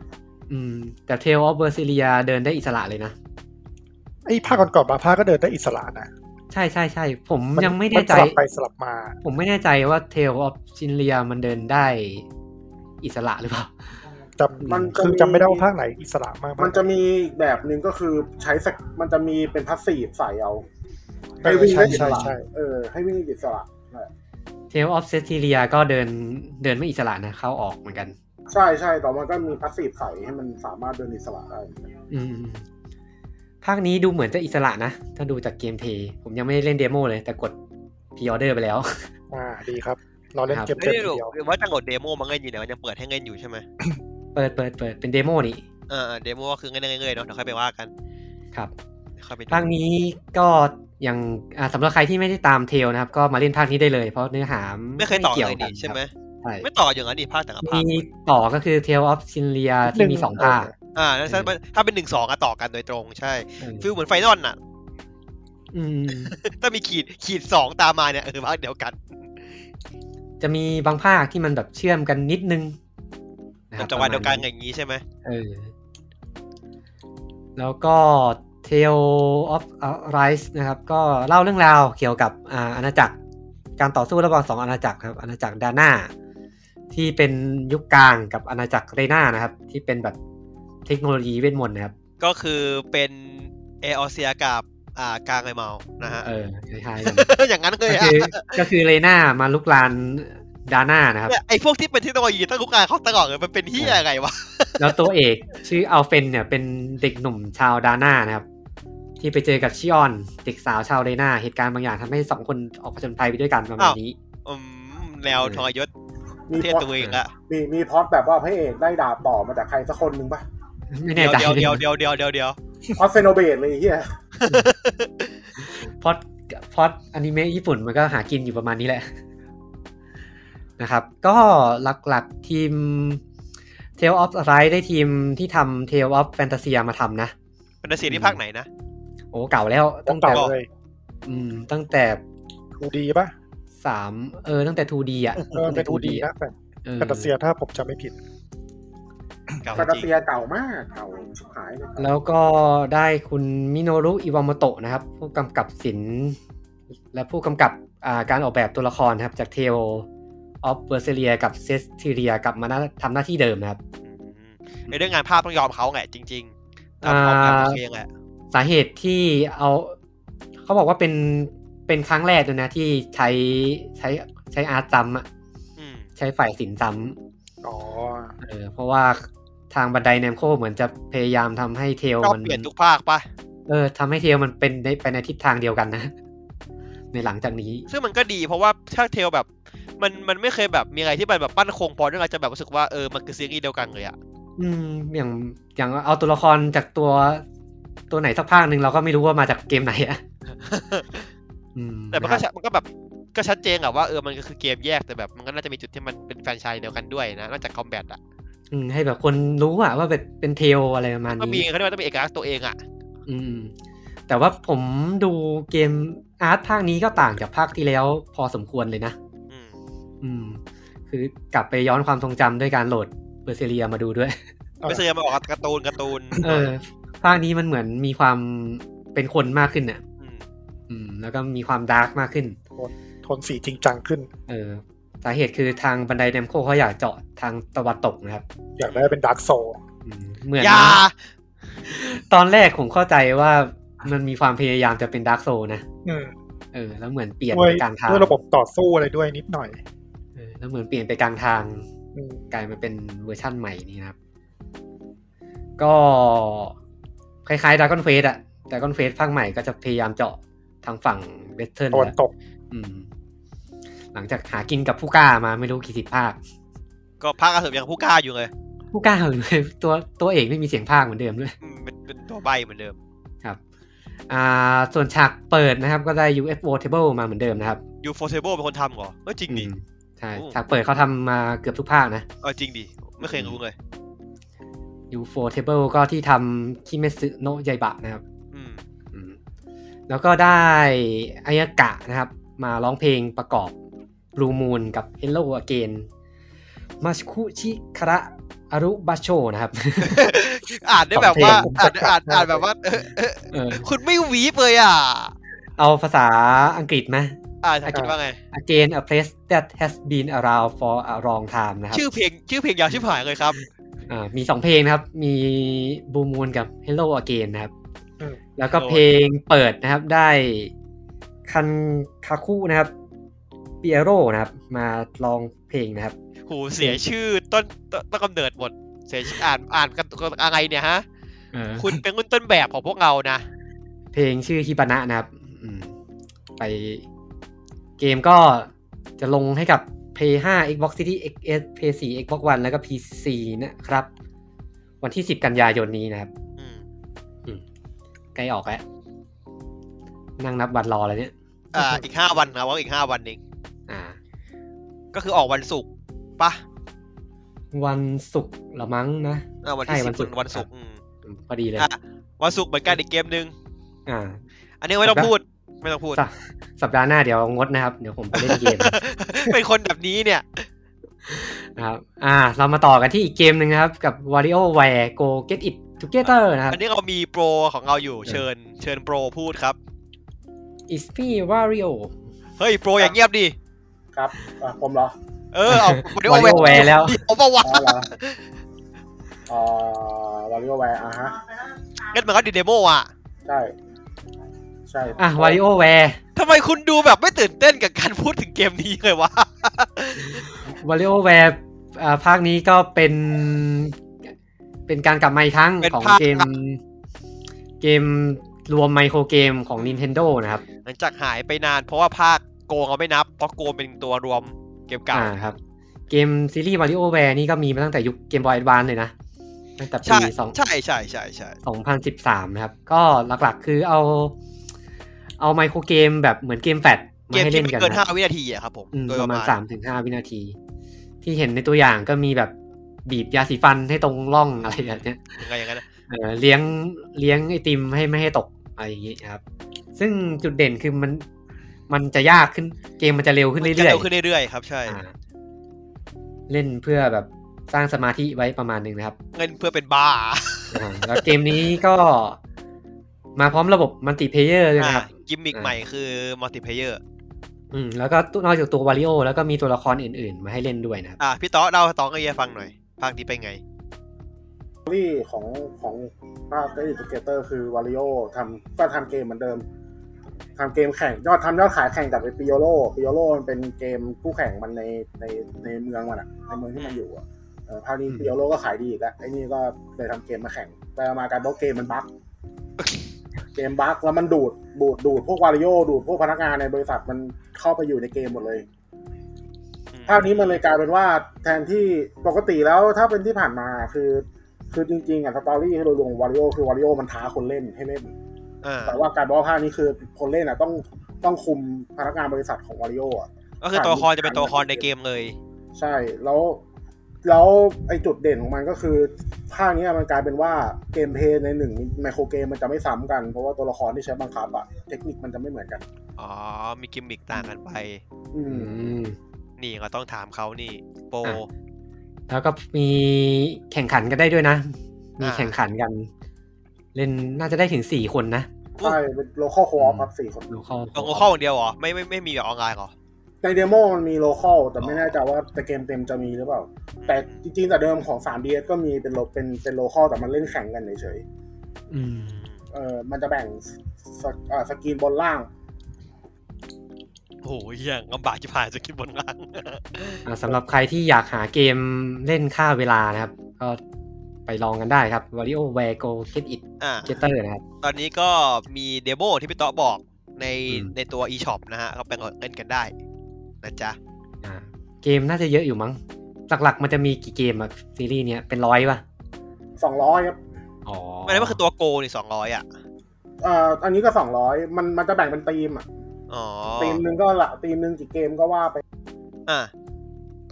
Speaker 1: อืม แต่เทลออฟเบอร์ซิเลียเดินได้อิสระเลยนะ
Speaker 4: ไอ้ภาคก่อนๆบางภาคก็เดินได้อิสระนะ
Speaker 1: ใช่ใช่ใช่ผม
Speaker 4: น
Speaker 1: ยังไม่แน่ใจ
Speaker 4: นสลับไปสลับมา
Speaker 1: ผมไม่แน่ใจว่าเทลออฟซินเลียมันเดินได้อิสระหรือเปล่า
Speaker 4: จ
Speaker 3: มัน
Speaker 4: ำคือจำไม่ได้ว่าภาคไหนอิสระมาก
Speaker 3: มันจะมีอีกแบบหนึ่งก็คือใช้สกมันจะมีเป็นพัสซีฟใส่เอาให้วิ่ง
Speaker 4: ใช่
Speaker 3: ได้อิส
Speaker 4: ใช่
Speaker 3: ระ
Speaker 4: ใช่
Speaker 3: เออให้วิ่งได้อิสระนั่นแหละ
Speaker 1: เทลออฟเซติเลียก็เดินเดินไม่อิสระนะเข้าออกเหมือนกัน
Speaker 3: ใช่ใช่แต่มันก็มีพัสซีฟใส่ให้มันสามารถเดินอิสระได้
Speaker 1: อืมภาคนี้ดูเหมือนจะอิสระนะ ถ้าดูจากเกมเพลย์ผมยังไม่ได้เล่นเดโมเลย แต่กดพ r ออเดอร์ไปแล้ว
Speaker 4: อ่าดีครับ เราเล่นเกม
Speaker 2: ไม่ได้
Speaker 4: เต็มที
Speaker 2: ดู
Speaker 4: เดียว
Speaker 2: ว่าจะโหลดเดโมมาเล่นอยู่เนี่ยมันยังเปิดให้เล่นอยู่ใช่ไหม
Speaker 1: เปิดเปิดเปิดเป็นเดโมนี่
Speaker 2: เออเดโมก็คือเล่นเรื่อยๆเนาะเดี๋ยวค่อยไปว่ากัน
Speaker 1: ครับ
Speaker 2: เดี๋ยวค่อยไปดู
Speaker 1: ภาคนี้ก็อย่างอ่าสำหรับใครที่ไม่ได้ตามเทลนะครับ ก็มาเล่นภาคนี้ได้เลย เพราะเนื้อหา
Speaker 2: ไม่เคยต่อ
Speaker 1: กี่
Speaker 2: เล
Speaker 1: วยกั
Speaker 2: นี่ใช่ไหม
Speaker 1: ใช่
Speaker 2: ไม่ต่ออย่างนั้นดิภาคแต่ละภาค
Speaker 1: มีต่อก็คือเทลออฟซินเลียที่มีสองภาค
Speaker 2: อ่านั่นถ้าเป็นถ้าเป็นหนึ่งสองอะต่อกันโดยตรงใช่
Speaker 1: เออ
Speaker 2: ฟิลเหมือนไฟนอลน่ะ
Speaker 1: อืม
Speaker 2: ถ้ามีขีดขีดสองตามมาเนี่ยเออภาคเดียวกัน
Speaker 1: จะมีบางภาคที่มันแบบเชื่อมกันนิดนึงนะค
Speaker 2: มั
Speaker 1: รั
Speaker 2: น
Speaker 1: บ
Speaker 2: จะวันเดียวกัน
Speaker 1: ประมาณ
Speaker 2: อย่างนี้ใช่ไหม
Speaker 1: เออ แล้วก็ Tale of Arise นะครับ ก็เล่าเรื่องราวเกี่ยวกับอ่าอาณาจักร การต่อสู้ระหว่างสองอาณาจักรครับอาณาจักรดาน่าที่เป็นยุคกลางกับอาณาจักรเรน่านะครับ ที่เป็นแบบเทคโนโลยีเวทมนต์นะครับ
Speaker 2: ก็คือเป็นเอออเซียกับอ่ากลางไอเมานะฮะ
Speaker 1: เอ อคล้ายๆกัน
Speaker 2: อย่างนั้นเลย
Speaker 1: ก็
Speaker 2: อะ
Speaker 1: คือก็คือเรน่ามาลุกลานดาน่านะครับ
Speaker 2: เนี่ยไอพวกที่เป็นเทคโนโลยีตั้งคุกการเขาตลอดเลยมันเป็นที่อะไรวะ
Speaker 1: แล้วตัวเอกชื่ออัลเฟนเนี่ยเป็นเด็กหนุ่มชาวดาน่านะครับ ที่ไปเจอกับชิออน เด็กสาวชาวเรน่าเหตุการณ์บางอย่างทำให้สองคนออกผจญภัยไปด้วยกันประมาณนี้
Speaker 2: อืมแนวทรยศ
Speaker 3: มี
Speaker 2: เทศ
Speaker 3: พล็อต
Speaker 2: ตัวเองละ
Speaker 3: มีมีพล็อตแบบว่าพระเอกได้ดาบต่อมาจากใครสักคน หนึ่งปะ
Speaker 1: ไม่
Speaker 2: เดี
Speaker 1: แน่
Speaker 2: ยว
Speaker 1: ใจ
Speaker 2: เดียวเดียวเดียวเดียวเดียวเดียว
Speaker 3: พล็อตเซโนเบตเลยไอ้เฮีย
Speaker 1: พอดพอดอนิเมะญี่ปุ่นมันก็หากินอยู่ประมาณนี้แหละ นะครับ ก็หลักๆทีม Tale of Arise ได้ทีมที่ทำ Tale of Fantasia มาทำนะ
Speaker 2: เป็นเสียที่ภาคไหนนะ
Speaker 1: โอ้เก่าแล้วตั้งแต่
Speaker 4: เก่าเลย
Speaker 1: อืมตั้งแต่
Speaker 4: ดูดีป่ะ
Speaker 1: สามเออตั้งแต่ 2D อ่ะ
Speaker 4: เออเป็นดูดีนะแต่
Speaker 1: ออ
Speaker 4: แฟนตาเซียถ้าผมจำไม่ผิด
Speaker 2: เก่า
Speaker 3: ซาตา
Speaker 2: จริง
Speaker 3: เซียเก่ามากเก่าชิบหายเลย
Speaker 1: แล้วก็ได้คุณมิโนรุอิวามโตะนะครับ ผู้กำกับศิลป์และผู้กำกับอ่าการออกแบบตัวละครนะครับ จากเทลออฟเบอร์เซเลียกับเซสทีเรียกลับมาน่าทำหน้าที่เดิมนะครับ
Speaker 2: อืมในเรื่องงานภาพต้องยอมเขาแหละจริงๆตามความแบบโอเคแหละ
Speaker 1: สาเหตุที่เอาเขาบอกว่าเป็นเป็นครั้งแรกเลยนะที่ใช้ใช้ใช้อาร์ตซ้ำอะ
Speaker 2: อืม
Speaker 1: ใช้ฝ่ายศิลป์ซ้
Speaker 4: อ๋อ
Speaker 1: ำเออเพราะว่าทางบันไดแนมโคเหมือนจะพยายามทำให้เทล
Speaker 2: ก็
Speaker 1: มัน
Speaker 2: เปลี่ยนทุกภาคปะ
Speaker 1: เออทำให้เทลมันเป็นในไปในทิศทางเดียวกันนะ ในหลังจากนี้
Speaker 2: ซึ่งมันก็ดีเพราะว่าถ้าเทลแบบ มันมันไม่เคยแบบมีอะไรที่มันแบบปั้นโครงพอเรื่องอะไรจะแบบรู้สึกว่าเออมันคือซีรีส์เดียวกันเลยอะ
Speaker 1: อืมอย่างอย่างเอาตัวละครจากตัวตัวไหนสักภาคหนึ่งเราก็ไม่รู้ว่ามาจากเกมไหนอะอืม
Speaker 2: แต่มันก็
Speaker 1: ะค
Speaker 2: ชั
Speaker 1: รับ
Speaker 2: ดมันก็แบบก็ชัดเจนอะว่าเออมันก็คือเกมแยกแต่แบบมันก็น่าจะมีจุดที่มันเป็นแฟรนไชส์เดียวกันด้วยนะนอกจากคอมแบทอะ
Speaker 1: อืมให้แบบคนรู้อะว่าเป็นเป็นเทลอะไรประมาณ
Speaker 2: มันมี
Speaker 1: นี้
Speaker 2: เขาเรียกว่าต้องมีเอกลักษณ์ตัวเองอ่ะ
Speaker 1: อืม แต่ว่าผมดูเกมอาร์ตภาคนี้ก็ต่างจากภาคที่แล้วพอสมควรเลยนะ
Speaker 2: อืม
Speaker 1: อืม คือกลับไปย้อนความทรงจำด้วยการโหลดเบอร์เซเรียมาดูด้วย
Speaker 2: ไม่เสียมาออกการ์ตูนการ์ตูน
Speaker 1: เออ ภาคนี้มันเหมือนมีความเป็นคนมากขึ้นอ่ะ
Speaker 2: ม
Speaker 1: อืม แล้วก็มีความดาร์กมากขึ้น
Speaker 4: โทนสีจริงจังขึ้น
Speaker 1: เออ สาเหตุคือทางบันไดเนมโคเขาอยากเจาะทางตะวันตกนะครับ
Speaker 4: อยากได้เป็นดาร์กโซ
Speaker 1: อืมเหมือน
Speaker 2: อย่า
Speaker 1: ตอนแรกผมเข้าใจว่ามันมีความพยายามจะเป็นดาร์กโซนะ
Speaker 4: อืม
Speaker 1: เออ แล้วเหมือนเปลี่ยน
Speaker 4: ด้วย
Speaker 1: ไปกลางทาง
Speaker 4: ด้วยระบบต่อสู้อะไรด้วยนิดหน่อย
Speaker 1: เออแล้วเหมือนเปลี่ยนไปกลางทาง
Speaker 4: อืม
Speaker 1: กลายมาเป็นเวอร์ชั่นใหม่นี่นะครับ ก็คล้ายๆ Dragon Quest อะแต่ Dragon Quest ภาคใหม่ก็จะพยายามเจาะทางฝั่งเวสเทิร์น
Speaker 4: ตะวันตก
Speaker 1: อืม หลังจากหากินกับผู้กล้ามาไม่รู้กี่สิบภาค
Speaker 2: ก็ภาคอาเสือยังผู้กล้าอยู่เลย
Speaker 1: ผู้กล้าเลย ตัวตัวเอกไม่มีเสียงภาคเหมือนเดิมด้วย
Speaker 2: อืมเป็นเป็นตัวใบเหมือนเดิม
Speaker 1: ครับ อ่า ส่วนฉากเปิดนะครับ ก็ได้ UFO Table มาเหมือนเดิมนะครับ
Speaker 2: ยูโฟเทเบิลเป็นคนทำเหรอเออจริงดิ
Speaker 1: อืมใช่
Speaker 2: โอ้
Speaker 1: ฉากเปิดเขาทำมาเกือบทุกภาคนะ
Speaker 2: เออจริงดิ ไม่เคยรู้เลย
Speaker 1: UFO Table ก็ที่ทำคิเมสึโนะยายบะนะครับ
Speaker 2: อืม
Speaker 1: อืมแล้วก็ได้อายากะนะครับ มาร้องเพลงประกอบ Blue Moon กับ Hello Again มาชคุชิคาระอารุบาโช นะครับ
Speaker 2: อ่านได้แบบว่า
Speaker 1: สองเพลง
Speaker 2: อ่านอ่านอ่านแบบว่าเออเออ
Speaker 1: เออ
Speaker 2: คุณไม่หวีบเลยอ่ะ
Speaker 1: เอาภาษาอังกฤษไหม
Speaker 2: อ่านคิดว่าไง
Speaker 1: Again a place that has been around for a long time นะครับ
Speaker 2: ชื่อเพลงชื่อเพลงยาวชิบหายเลยครับ
Speaker 1: อ่ามีสองเพลงนะครับ มี Blue Moon กับ Hello Again นะครับ
Speaker 4: อืม
Speaker 1: แล้วก็เพลงเปิดนะครับได้คันคาคุนะครับเปียโรนะครับ มาลองเพลงนะครับ
Speaker 2: หูเสียชื่อต้นต้นต้นกำเนิดหมด เสียชื่ออ่านอ่านกันอะไรเนี่ยฮะ คุณเป็นรุ่นต้นแบบของพวกเรานะ
Speaker 1: เพลงชื่อฮิบานะนะครับอืมไปเกมก็จะลงให้กับ Play 5 Xbox Series XS Play 4 Xbox One แล้วก็ PC นะครับ วันที่ 10 กันยายนนี้นะครับ
Speaker 2: อืม
Speaker 1: ใกล้ออกแล้ว นั่งนับวันรอแล้วเนี่ย
Speaker 2: อ่าอีกห้าวันนะว่าอีกห้าวันเอง
Speaker 1: อ่า
Speaker 2: ก็คือออกวันศุกร์ปะ
Speaker 1: วันศุกร์ละมั้งนะ
Speaker 2: อ่าวันที่
Speaker 1: ใช่
Speaker 2: สิ
Speaker 1: วั
Speaker 2: บ
Speaker 1: นศุกร์
Speaker 2: วันศุกร์อืม
Speaker 1: อืมพอดีเลย
Speaker 2: อ่ะวันศุกร์เหมือนกันอีกเกมหนึ่ง
Speaker 1: อ่า
Speaker 2: อันนี้ไม่ต้องพูด ไม่ต้องพูด
Speaker 1: สัปสัปดาห์หน้าเดี๋ยวงดนะครับ เดี๋ยวผมไปเล่นเกม
Speaker 2: เป็นคนแบบนี้เนี่ย
Speaker 1: นะครับ อ่า เรามาต่อกันที่อีกเกมหนึ่งนะครับ กับ Wario Ware Go Get It Together นะครับ
Speaker 2: อันนี้เรามีโปรของเราอยู่เชิญ เชิญโปรพูดครับ
Speaker 1: It's me Wario
Speaker 2: เฮ้ยโปรอย่างเงียบดิ
Speaker 3: ครับ อ่ะผมเหรอ
Speaker 2: เออ เอา
Speaker 1: Wario Wear แล้ว
Speaker 2: เอาปะวะ
Speaker 3: อ๋อเหรออ่าวาริโอแวร์อ่ะฮะ
Speaker 2: งั้นมันก็ดีเดโมอ่ะ
Speaker 3: ใช่ ใช่
Speaker 1: อ่ะ Wario Ware
Speaker 2: ทำไมคุณดูแบบไม่ตื่นเต้นกับการพูดถึงเกมนี้เลยวะ
Speaker 1: Wario Ware อ่าภาคนี้ก็เป็น เป็นการกลับมาอีกครั้ง
Speaker 2: เป็น
Speaker 1: ของ
Speaker 2: ภาค
Speaker 1: เกม เกมรวมไมโครเกมของ Nintendo นะครับ
Speaker 2: หลังจากหายไปนานเพราะว่าภาคโกงเขาไม่นับ เพราะโกงเป็นตัวรวมเกมเก่า
Speaker 1: อ่าครับ เกมซีรีส์ Wario Ware นี่ก็มีมาตั้งแต่ยุคเกมบอยแอดวานเลยนะ ตั้งแต่
Speaker 2: ใช่
Speaker 1: ปีสอง
Speaker 2: ใช่ใช่ใช่ใช่
Speaker 1: 2013 นะครับ ก็หลักๆคือเอา เอาไมโครเกมแบบเหมือนเกมแฟลช
Speaker 2: เก
Speaker 1: มามให้
Speaker 2: ที่
Speaker 1: เล่น
Speaker 2: ไม่
Speaker 1: กัน
Speaker 2: เกินห้า
Speaker 1: นะ
Speaker 2: วินาทีอะครับผม
Speaker 1: อืม
Speaker 2: โดย
Speaker 1: ป
Speaker 2: ประ ระ
Speaker 1: มาณ
Speaker 2: มาณ
Speaker 1: สามถึงห้าวินาที ที่เห็นในตัวอย่างก็มีแบบบีบยาสีฟันให้ตรงร่อง อะไรแบบเนี้ย
Speaker 2: ยังไงอย่างนั้นนะ
Speaker 1: เออเลี้ยงเลี้ยงไอติมให้ไม่ให้ตกอะไรอย่างงี้ครับ ซึ่งจุดเด่นคือมันมันจะยากขึ้นเกมมันจะเร็วขึ้น
Speaker 2: มัน
Speaker 1: เรื่อ
Speaker 2: จะ
Speaker 1: ย
Speaker 2: เร็วขึ้นเรื่อยๆครับใช่
Speaker 1: ๆอ่าเล่นเพื่อแบบสร้างสมาธิไว้ประมาณหนึงนะครับ
Speaker 2: เงินเพื่อเป็นบ้า
Speaker 1: อ่าแล้วเกมนี้ก็มาพร้อมระบบมัลติเพเยอร์ด้วยนะครับ
Speaker 2: กิมมิก
Speaker 1: อ่า
Speaker 2: ใหม่คือมัลติเพเยอร์
Speaker 1: อืมแล้วก็ตัวนอกจากตัววาริโอแล้วก็มีตัวละครอื่นๆ มาให้เล่นด้วยนะครับ
Speaker 2: อ่ะพี่ต๊อเล่าให้ต๊อกกับเฮียฟังหน่อย ภาคนี้เป็นไง
Speaker 3: สตอรี่ของของภาคเดลิทเกเตอร์คือวาริโอทำก็ทำเกมเหมือนเดิมทำเกมแข่งยอดทำยอดขายแข่งกับไอ้ปิโยโรปิโยโรมันเป็นเกมคู่แข่งมันในในในเมืองมันอะในเมืองที่มันอยู่อะเออภาคนี้
Speaker 1: อืม
Speaker 3: ปิโยโรก็ขายดีอีกแล้วไอ้นี่ก็เลยทำเกมมาแข่งไปมากลารเพราะเกมมันบั๊กเกมบั๊กแล้วมันดูดดูดดูดพวกวาริโอดูดพวกพนักงานในบริษัทมันเข้าไปอยู่ในเกมหมดเลย ภาพนี้มันเลยกลายเป็นว่าแทนที่ปกติแล้วถ้าเป็นที่ผ่านมาคือ คือจริงๆอ่ะสตอรี่โดยรวมวาริโอคือวาริโอมันท้าคนเล่นให้เล่น
Speaker 2: อ่า
Speaker 3: แต่ว่าการบอกว่าภาพนี้คือคนเล่นอ่ะต้องต้องคุมพนักงานบริษัทของวาริโออ่ะ
Speaker 2: ก็คือตัวละครจะเป็นตัวละครในเกมเลย
Speaker 3: ใช่แล้ว แล้วไอจุดเด่นของมันก็คือภาคเนี้ยมันกลายเป็นว่าเกมเพลย์ในหนึ่งไมโครเกมมันจะไม่ซ้ำกัน เพราะว่าตัวละครที่ใช้บังคับอะเทคนิคมันจะไม่เหมือนกัน
Speaker 2: อ๋อ มีกิมมิกต่างกันไป
Speaker 3: อื
Speaker 1: อื
Speaker 3: ม
Speaker 1: ม
Speaker 2: นี่ก็ต้องถามเขานี่ โปร
Speaker 1: อ่ะ แล้วก็มีแข่งขันกันได้ด้วยนะ มี
Speaker 2: อ่า
Speaker 1: แข่งขันกัน เล่นน่าจะได้ถึงสี่คนนะ
Speaker 3: ใช่เป็นโลคอลคอร์ครับสี่คน
Speaker 1: ดูเข้า
Speaker 2: ลงโลคอลอย่างเดียวเหรอ ไม่ไม่ไม่มีแบบออนไลน์เหรอ
Speaker 3: ในเดโมมันมีโลคอลแต่ไม่แน่ใจว่าแต่เกมเต็มจะมีหรือเปล่า แต่จริงๆแต่เดิมของ 3DS ก็มีเป็นโลเป็นเป็นโลคอลแต่มันเล่นแข่งกันเฉย
Speaker 1: อืม
Speaker 3: ๆเออมันจะแบ่งสกอ่าสกรีนบนล่าง
Speaker 2: โอ้ยยังลำบากจะผ่านจะคิดบนล่าง
Speaker 1: อ่าสำหรับใครที่อยากหาเกมเล่นค่าเวลานะครับ ก็ไปลองกันได้ครับ Wario w a r e Go Get It
Speaker 2: อ่า
Speaker 1: Getter นะครับ
Speaker 2: ตอนนี้ก็มีเดโมที่พี่ต๊อบอกใน
Speaker 1: อืม
Speaker 2: ในตัว eShop นะฮะก็ไปกดเล่นกันได้ นะจ๊ะ
Speaker 1: อ่าเกมน่าจะเยอะอยู่มั้ง หลักๆมันจะมีกี่เกมอะซีรีส์เนี้ยเป็นร้อยป่ะ
Speaker 3: 200ครับ
Speaker 1: อ๋อ
Speaker 2: อันนั้นมันคือตัวโกนี่สองร้อยอ่ะ
Speaker 3: เอ่ออันนี้ก็ 200 มันมันจะแบ่งเป็นทีมอะ
Speaker 2: อ๋อ
Speaker 3: ทีมหนึ่งก็ละทีมหนึ่งกี่เกมก็ว่าไป
Speaker 2: อ่ะ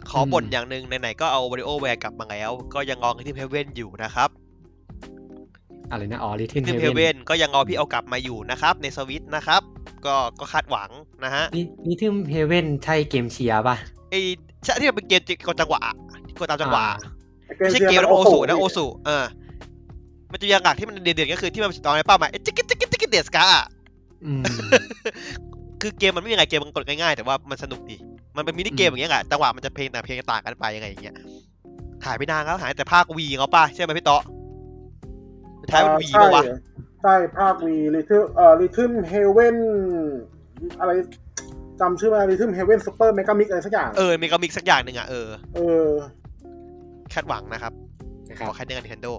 Speaker 2: ขอบ่นอย่างหนึ่งไหนๆก็เอา w a r i o w a r e กลับมาแล้ว ก็ยังรอที่เ e a v e n อยู่นะครับ
Speaker 1: อะไรนะอ๋อ Little
Speaker 2: ที่
Speaker 1: Heaven
Speaker 2: Heaven ก็ยังรอพี่เอากลับมาอยู่นะครับ ในสวิตนะครับ ก็ก็คาดหวังนะฮะ
Speaker 1: นี่นี่ที่ Heaven ใช่เกมเชียร์ป่ะ
Speaker 2: ไอ้ใช่ที่มันเป็นเกมกดจังหวะอะกดตามจังหวะ
Speaker 1: อ่า
Speaker 2: ไม่ใช่เกม
Speaker 3: ชียร์
Speaker 2: นะโอสุนะ
Speaker 3: พี่
Speaker 2: โอสุเออมันจะอย่างหลักที่มันเด่นๆก็คือที่มันตอนในเป้าหมายเอ๊ะจิกกิ๊กจิกกิ๊กจิกกิ๊กเดสกาอะ
Speaker 1: อืม
Speaker 2: คือเกมมันไม่มีอะไรเกมมันกดง่ายๆแต่ว่ามันสนุกดีมันเป็นมินิเกมอย่างเงี้ยแหละจังหวะมันจะเพลงแต่เพลงต่างกันไปยังไงอย่างเงี้ยหายไปนานแล้วหายแต่ภาควีเขาป่ะใช่ไหมพี่เตาะสุดท้ายมันวี
Speaker 3: ใช่
Speaker 2: ปะวะ
Speaker 3: ใช่ภาควีลิทึมเอ่อลิทึมเฮเว่นอะไรจำชื่อไมาลิทึมเฮเว่นซูเปอร์เมกามิกอะไรสักอย่าง
Speaker 2: เออมีก็มิกสักอย่างหนึ่งอ่ะเออ
Speaker 3: เออ
Speaker 2: คาดหวังนะครับ
Speaker 1: นะค
Speaker 2: ข
Speaker 1: รับ
Speaker 2: อแค่เดือน Nintendo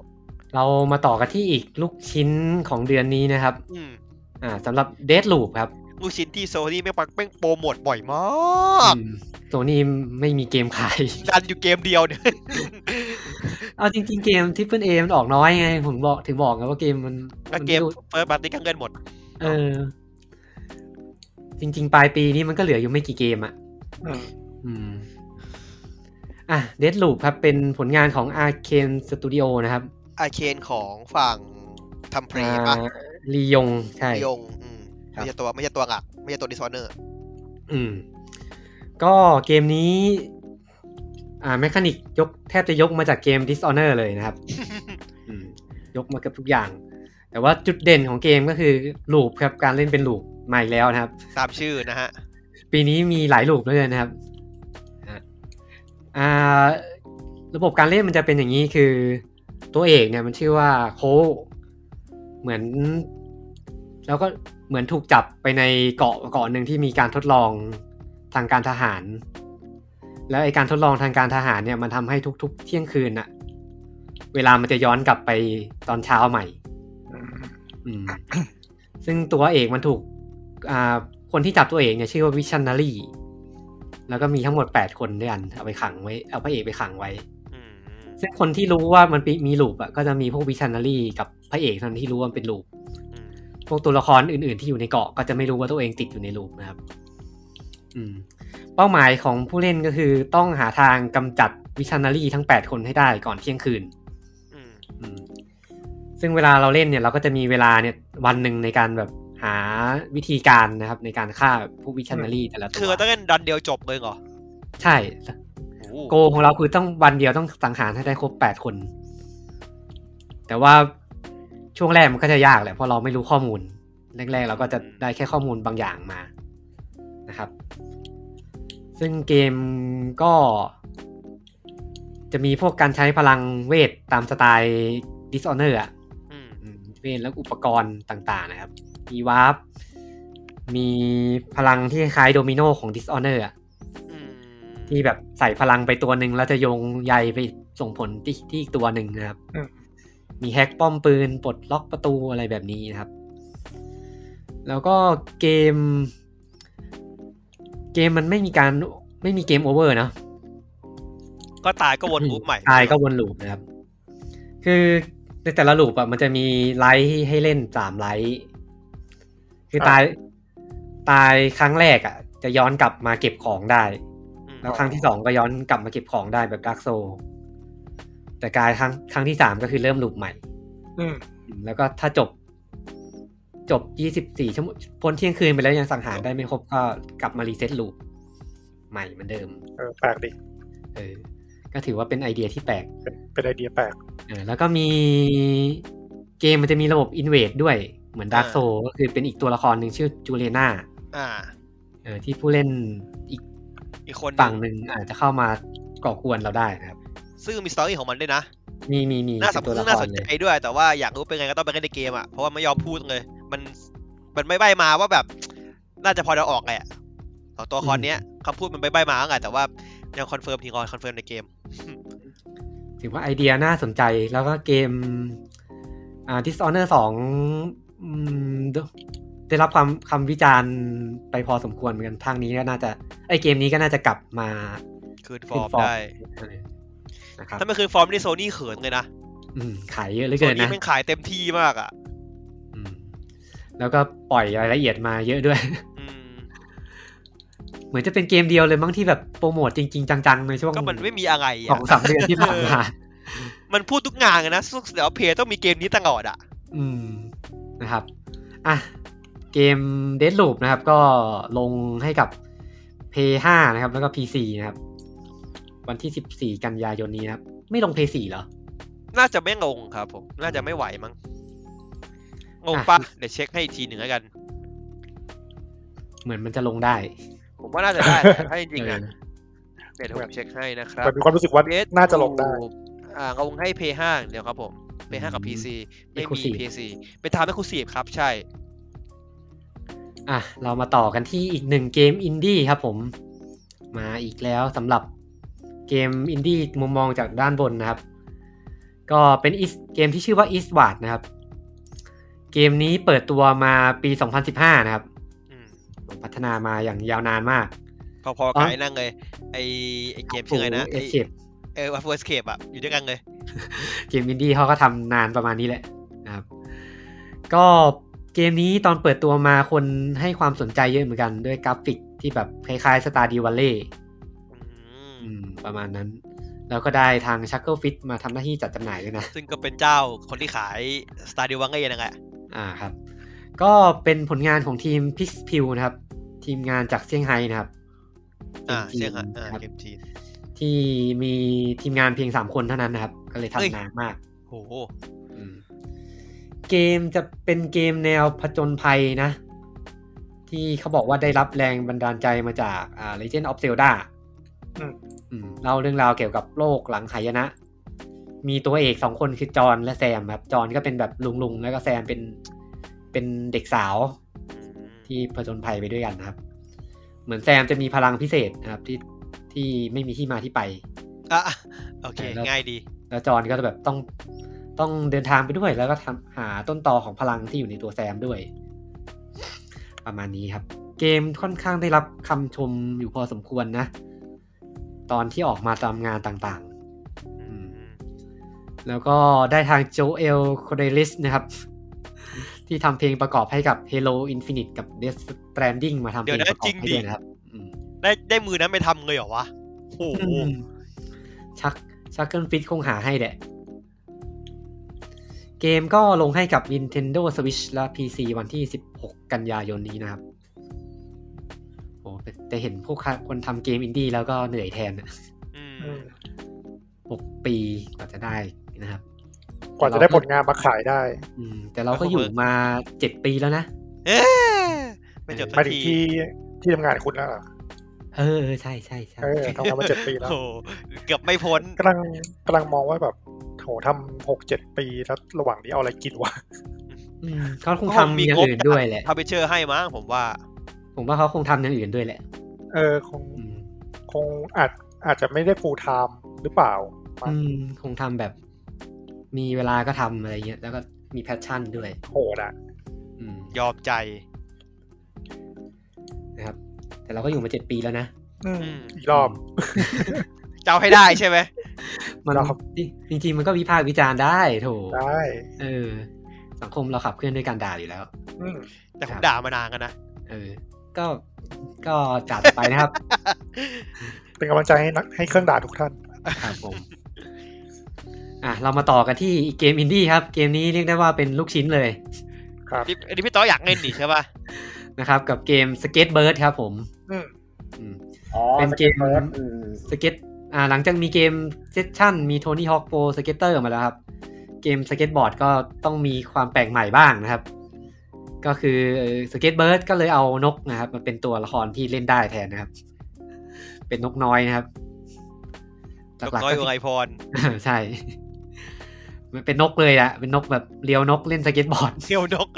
Speaker 1: เรามาต่อกันที่อีกลูกชิ้นของเดือนนี้นะครับ
Speaker 2: อืม
Speaker 1: อ่าสำหรับ Dead Loop ครับ
Speaker 2: ลูกชิ้นที่โซนี่ไม่ปักแม่งโปรโมทบ่อยมาก
Speaker 1: โซนี่ไม่มีเกมขาย
Speaker 2: ดันอยู่เกมเดียวเนี่ย
Speaker 1: เอาจริงๆเกมทิปเปิลเอมันออกน้อยไง ผมบอกถึงบอกไงว่าเกมมัน
Speaker 2: ก็เกม
Speaker 1: นไรู้
Speaker 2: เฟิร์สปาร์ตี้ก็เงินหมด
Speaker 1: เออ จริง ๆ ปลายปีนี้มันก็เหลืออยู่ไม่กี่เกมอ่ะ
Speaker 4: อืม
Speaker 1: อืม อ่ะเดดลูปครับเป็นผลงานของ Arcane Studio นะครับ
Speaker 2: อาเคนของฝั่งทำเพลงปะ
Speaker 1: ลียง ใช่
Speaker 2: ยงอืม
Speaker 1: ครับ
Speaker 2: ไม่ใช่ตัวไม่ใช่ตัวหลัก ไม่ใช่ตัวดิสออเนอร์
Speaker 1: อืม ก็เกมนี้ อ่าแมคานิกยกแทบจะยกมาจากเกม Dishonor เลยนะครับ อืม ยกมาเกือบทุกอย่าง แต่ว่าจุดเด่นของเกมก็คือลูปครับการเล่นเป็นลูปใหม่แล้วนะครับ
Speaker 2: ตามชื่อนะฮะ
Speaker 1: ปีนี้มีหลายรูปเหลยนะครับอ่ะอ่าระบบการเล่นมันจะเป็นอย่างนี้คือตัวเอกเนี่ยมันชื่อว่าโคกเหมือน แล้วก็เหมือนถูกจับไปในเกาะเกาะหนึ่งที่มีการทดลองทางการทหาร แล้วไอการทดลองทางการทหารเนี่ยมันทำให้ทุก ๆ เที่ยงคืนน่ะ เวลามันจะย้อนกลับไปตอนเช้าใหม่ อืม ซึ่งตัวเอกมันถูก อ่า คนที่จับตัวเอกเนี่ยชื่อว่าวิชันนารีแล้วก็มีทั้งหมด 8 คนด้วยกัน เอาไปขังไว้ เอาพระเอกไปขังไว้
Speaker 2: อืม
Speaker 1: ซึ่งคนที่รู้ว่ามันมีลูปอ่ะก็จะมีพวกวิชันนารีกับพระเอกเท่านั้นที่รู้ว่ามันเป็นลูป
Speaker 2: อืม
Speaker 1: พวกตัวละครอื่น ๆ ที่อยู่ในเกาะก็จะไม่รู้ว่าตัวเองติดอยู่ในลูปนะครับ อืม เป้าหมายของผู้เล่นก็คือต้องหาทางกำจัดวิชันนารีทั้ง 8 คนให้ได้ก่อนเที่ยงคืน
Speaker 2: อืม
Speaker 1: อืมซึ่งเวลาเราเล่นเนี่ยเราก็จะมีเวลาเนี่ยวันหนึ่งในการแบบหาวิธีการนะครับ ในการฆ่าผู้วิชันนารีแต่ละตัว
Speaker 2: คือเราต้องเล่นดันเดียวจบเลยเหรอ
Speaker 1: ใช่
Speaker 2: โอ้โห
Speaker 1: โกของเราคือต้องวันเดียวต้องสังหารให้ได้ครบแปดคน แต่ว่าช่วงแรกมันก็จะยากแหละเพราะเราไม่รู้ข้อมูล แรกๆเราก็จะได้แค่ข้อมูลบางอย่างมานะครับ ซึ่งเกมก็ จะมีพวกการใช้พลังเวทตามสไตล์ Dishonor อะ
Speaker 2: อืม
Speaker 1: อืมเวทและอุปกรณ์ต่างๆนะครับ มีวาร์ป มีพลังที่คล้ายโดมิโนของ Dishonor อะ
Speaker 2: อืม
Speaker 1: ที่แบบใส่พลังไปตัวหนึ่งแล้วจะโยงใยไปส่งผลที่ที่อีกตัวหนึ่งนะครับ
Speaker 4: อืม
Speaker 1: มีแฮกป้อมปืน ปลดล็อกประตูอะไรแบบนี้นะครับ แล้วก็เกม เกมมันไม่มีการไม่มีเกมโอเวอร์เนอะ
Speaker 2: ก็ตายก็วนรูปใหม่
Speaker 1: ตายก็วนลูปนะครับ คือในแต่ละลูปอ่ะมันจะมีไลท์ให้เล่นสามไลท์ คือตายตายครั้งแรกอ่ะ จะย้อนกลับมาเก็บของได้
Speaker 2: อืม
Speaker 1: แล้วครั้งที่สองก็ย้อนกลับมาเก็บของได้แบบดักโซ แต่การครั้งครั้งที่สามก็คือเริ่มลูปใหม่
Speaker 4: อืม
Speaker 1: แล้วก็ถ้าจบ จบ 24 ชั่วโมงพ้นเที่ยงคืนไปแล้วยังสังหารได้ไม่ครบก็กลับมารีเซ็ตลูปใหม่เหมือนเดิม
Speaker 4: เออแปลกดิ
Speaker 1: เออ ก็ถือว่าเป็นไอเดียที่แปลก
Speaker 4: เป็นเป็นไอเดียแปลก
Speaker 1: เออแล้วก็มีเกมมันจะมีระบบอินเวดด้วยเหมือนดาร์ก
Speaker 2: อ่า
Speaker 1: โซก็คือเป็นอีกตัวละครหนึ่งชื่อจูเลนา
Speaker 2: อ่า
Speaker 1: เออที่ผู้เล่นอีก
Speaker 2: อีกคน
Speaker 1: ฝั่งหนึ่งอาจจะเข้ามาก่อกวนเราได้นะครับ
Speaker 2: ซึ่งมีสตอรี่ของมันด้วยนะ
Speaker 1: มีมีมี
Speaker 2: น่าสน
Speaker 1: เป็นตัวละ
Speaker 2: น่า
Speaker 1: ค
Speaker 2: ส
Speaker 1: ร
Speaker 2: น
Speaker 1: เล
Speaker 2: ใจ
Speaker 1: ย
Speaker 2: ด้วย แต่ว่าอยากรู้เป็นไงก็ต้องไปเล่นในเกมอ่ะ เพราะว่าไม่ยอมพูดเลย มัน มันไม่ใบมาว่าแบบ น่าจะพอเราออกแหละสองตัวละคอนเนี้ยคำพูดมันใบใบมาแล้วไงแต่ว่ายังคอนเฟิร์มทีงอนคอนเฟิร์มในเกม
Speaker 1: ถือว่าไอเดียน่าสนใจแล้วก็เกมอ่า Dishonor สองอืมได้รับความคำวิจารณ์ไปพอสมควรเหมือนกันทางนี้ก็น่าจะไอเกมนี้ก็น่าจะกลับมา
Speaker 2: คืนฟ
Speaker 1: ขึ้
Speaker 2: อ
Speaker 1: น
Speaker 2: ร์ม
Speaker 1: ฟอร์ม
Speaker 2: ได้
Speaker 1: นะครับ
Speaker 2: ถ้าไม่คืนฟอร์มนี่โซนี่เขินเลยนะ
Speaker 1: อืมขายเยอะเหลือ
Speaker 2: โซ
Speaker 1: เกิน
Speaker 2: นี่
Speaker 1: นะ
Speaker 2: มันขายเต็มที่มากอ่ะ
Speaker 1: อืมแล้วก็ปล่อยรายละเอียดมาเยอะด้วย
Speaker 2: อืม
Speaker 1: เหมือนจะเป็นเกมเดียวเลยมั้งที่แบบโปรโมทจริง ๆ จัง ๆ ในช่วง
Speaker 2: ก็มันไม่มีอะไร
Speaker 1: ส
Speaker 2: อ่ะ
Speaker 1: องสามเดือนที่ผ่าน มา
Speaker 2: มันพูดทุกงานเลยนะเดี๋ยวเพย์ต้องมีเกมนี้ตลอดอ่ะ
Speaker 1: อืมนะครับอ่ะเกม Deadloop นะครับ ก็ลงให้กับ p 5นะครับ แล้วก็ PC นะครับ วันที่ 14 กันยายนนี้นะครับ ไม่ลง p 4เหรอ
Speaker 2: น่าจะไม่งงครับผม น่าจะไม่ไหวมั้ง งง
Speaker 1: อ่ะ
Speaker 2: ปะเดี๋ยวเช็คให้อีกทีหนึ่งแล้วกัน
Speaker 1: เหมือนมันจะลงได้
Speaker 2: ผมว่าน่าจะได้แหละถ้าจริงๆอ่ะ
Speaker 1: เออ
Speaker 2: เดี๋ยวผมเช็คให้นะครับ
Speaker 4: แต่มีความรู้สึกว่า
Speaker 2: เด
Speaker 4: น่าจะลงได้
Speaker 2: อ่าลงให้ P5 เดี๋ยวครับผม P5 กับ PC ไม่มี PC เป็นทาม e คูซีฟครับ ใช่
Speaker 1: อ่ะเรามาต่อกันที่อีกหนึ่งเกมอินดี้ครับผม มาอีกแล้วสำหรับเกมอินดี้มุมมองจากด้านบนนะครับ ก็เป็น East- เกมที่ชื่อว่า Eastward นะครับ เกมนี้เปิดตัวมาปี 2015 นะครับ
Speaker 2: อืม
Speaker 1: พัฒนามาอย่างยาวนานมาก
Speaker 2: พอๆกับไอ้นั่นเลย ไอไอเกมชื่ออะไรนะ
Speaker 1: เอ
Speaker 2: ไอ้
Speaker 1: เกม
Speaker 2: เออวัฟเฟิร์สเคปอะอยู่ด้วยกันเลย
Speaker 1: เกมอินดี้เขาก็ทำนานประมาณนี้แหละนะครับ ก็เกมนี้ตอนเปิดตัวมาคนให้ความสนใจเยอะเหมือนกันด้วยกราฟิกที่แบบคล้ายๆ Star d e v a l l e y
Speaker 2: อืม
Speaker 1: อืมประมาณนั้น แล้วก็ได้ทางชักเกิลฟิตมาทำหน้าที่จัดจำหน่ายด้วยนะ
Speaker 2: ซึ่งก็เป็นเจ้าคนที่ขายสตาร์ดิวังก็ยังไง
Speaker 1: อ่าครับ ก็เป็นผลงานของทีมพิกพิวนะครับ ทีมงานจากเซี่ยงไฮ้นะครับ
Speaker 2: อ่า
Speaker 1: ทีมจีน
Speaker 2: เชื่อฮะอ่า
Speaker 1: นะครับ
Speaker 2: เกมจีน
Speaker 1: ที่มีทีมงานเพียงสามคนเท่านั้นนะครับ ก็เลยทำนานมาก
Speaker 2: โอ้โห
Speaker 1: อืมเกมจะเป็นเกมแนวผจญภัยนะ ที่เขาบอกว่าได้รับแรงบันดาลใจมาจากอ่า Legend of Zelda
Speaker 4: อืม
Speaker 1: อืมเล่าเรื่องราวเกี่ยวกับโลกหลังหายนะ มีตัวเอกสองคนคือจอห์นและแซมครับ จอห์นก็เป็นแบบลุงลุงๆแล้วก็แซมเป็นเป็นเด็กสาว
Speaker 2: อืม
Speaker 1: ที่ผจญภัยไปด้วยกันนะครับ เหมือนแซมจะมีพลังพิเศษนะครับที่ที่ไม่มีที่มาที่ไป
Speaker 2: อ่ะอ่ะโอเค
Speaker 1: แล้ว
Speaker 2: ง่ายดี
Speaker 1: แล้วจอห์นก็จะแบบต้องต้องเดินทางไปด้วย แล้วก็ทำหาต้นตอของพลังที่อยู่ในตัวแซมด้วย ประมาณนี้ครับ เกมค่อนข้างได้รับคำชมอยู่พอสมควรนะ ตอนที่ออกมาตามงานต่างๆ
Speaker 2: อืม
Speaker 1: แล้วก็ได้ทางโจเอลโคเดลิสนะครับ ที่ทำเพลงประกอบให้กับ Halo Infinite กับ Death Stranding มาทำเพลงประกอบให้ด้วยนะครับอืม
Speaker 2: ได้ได้มือนั้นไปทำเลยเหรอวะ โอ้โห
Speaker 1: ชักชักเกิลฟิตคงหาให้แหละ เกมก็ลงให้กับ Nintendo Switch และ PC วันที่ 16 กันยายนนี้นะครับ โอ้แต่แต่เห็นพวกคนทำเกมอินดี้แล้วก็เหนื่อยแทนนะ
Speaker 2: อืม
Speaker 4: อืม
Speaker 1: 6ปีกว่าจะได้นะครับ
Speaker 4: กว่าจะได้ผลงานมาขายได้
Speaker 1: อืม แต่เราก็อยู่มา 7 ปีแล้วนะ
Speaker 2: เอ๊ะไม่จบ
Speaker 4: ห
Speaker 2: สั
Speaker 4: มา
Speaker 2: ก
Speaker 4: ยถึง
Speaker 2: ที
Speaker 4: ที่ที่ทำงานคุณแล้วเหรอ
Speaker 1: เออเออใช่ใช่ใช่
Speaker 4: เออทำงานมาเจ็ดปีแล้ว
Speaker 2: โอ้โหเกือบไม่พ้น
Speaker 4: กำลังกำลังมองว่าแบบโหทำหกเจ็ดปีแล้วระหว่างนี้เอาอะไรกินวะ
Speaker 1: มเขาคง
Speaker 2: เขาคง
Speaker 1: ทำ
Speaker 2: มี
Speaker 1: อย่าง
Speaker 2: งบ
Speaker 1: อื่นด้วยแหละ
Speaker 2: พาไปเชอร์ให้มั้งผมว่า
Speaker 1: ผมว่าเขาคงทำอย่างอื่นด้วยแหละ
Speaker 4: เออคง
Speaker 1: อืม
Speaker 4: คงอาจอาจจะไม่ได้ full time หรือเปล่า
Speaker 1: อืมคงทำแบบ มีเวลาก็ทำอะไรเงี้ย แล้วก็มีแพชชั่นด้วย
Speaker 4: โหดอะ
Speaker 1: อืม
Speaker 2: ยอมใจ
Speaker 1: นะครับ แต่เราก็อยู่มาเจ็ดปีแล้วนะ
Speaker 4: อืม
Speaker 2: อืม
Speaker 4: อีกรอบ
Speaker 2: เจ้าให้ได้ใช่ไหม
Speaker 1: มัน
Speaker 4: ครับ
Speaker 1: จริงจริงๆมันก็วิพากษ์วิจารณ์ได้โถ
Speaker 4: ได้
Speaker 1: เออ สังคมเราขับเคลื่อนด้วยการด่าอยู่แล้ว
Speaker 4: อืม
Speaker 2: แต่ผ
Speaker 1: ค
Speaker 2: ม
Speaker 1: รับ
Speaker 2: ด่ามานานกันนะ
Speaker 1: เออ ก็ก็จัดต่อไป นะครับ
Speaker 4: เป็นกำลังใจให้นักให้เครื่องด่าทุกท่าน
Speaker 1: ครับผม อ่ะเรามาต่อกันที่อีกเกมอินดี้ครับ เกมนี้เรียกได้ว่าเป็นลูกชิ้นเลย
Speaker 4: ครับ
Speaker 2: นี่อันนี้พี่ต้ออยากเล่นนี่ใช่ป่ะ
Speaker 1: นะครับ กับเกมสเก็ตเบิร์ดครับผม
Speaker 4: อืม
Speaker 1: อืม
Speaker 3: อ๋อ
Speaker 1: เป็นเกม
Speaker 3: สเบิร์ดอืม
Speaker 1: สเก็ตอ่าหลังจากมีเกมเซสชั่นมีโทนี่ฮอ k โปรสเก็ตเตอร์มาแล้วครับ เกมสเก็ตบอร์ดก็ต้องมีความแปลกใหม่บ้างนะครับ ก็คือสเก็ตเบิร์ดก็เลยเอานกนะครับมาเป็นตัวละครที่เล่นได้แทนนะครับ เป็นนกน้อยนะครับ
Speaker 2: นก
Speaker 1: หลักๆ
Speaker 2: น้อย
Speaker 1: ก็
Speaker 2: อุ
Speaker 1: คื
Speaker 2: ไร
Speaker 1: อ
Speaker 2: พร
Speaker 1: ใช่ มันเป็นนกเลยอะเป็นนกแบบเลี้ยวนกเล่นสเก็ตบอร์ด
Speaker 2: เที่ยวนก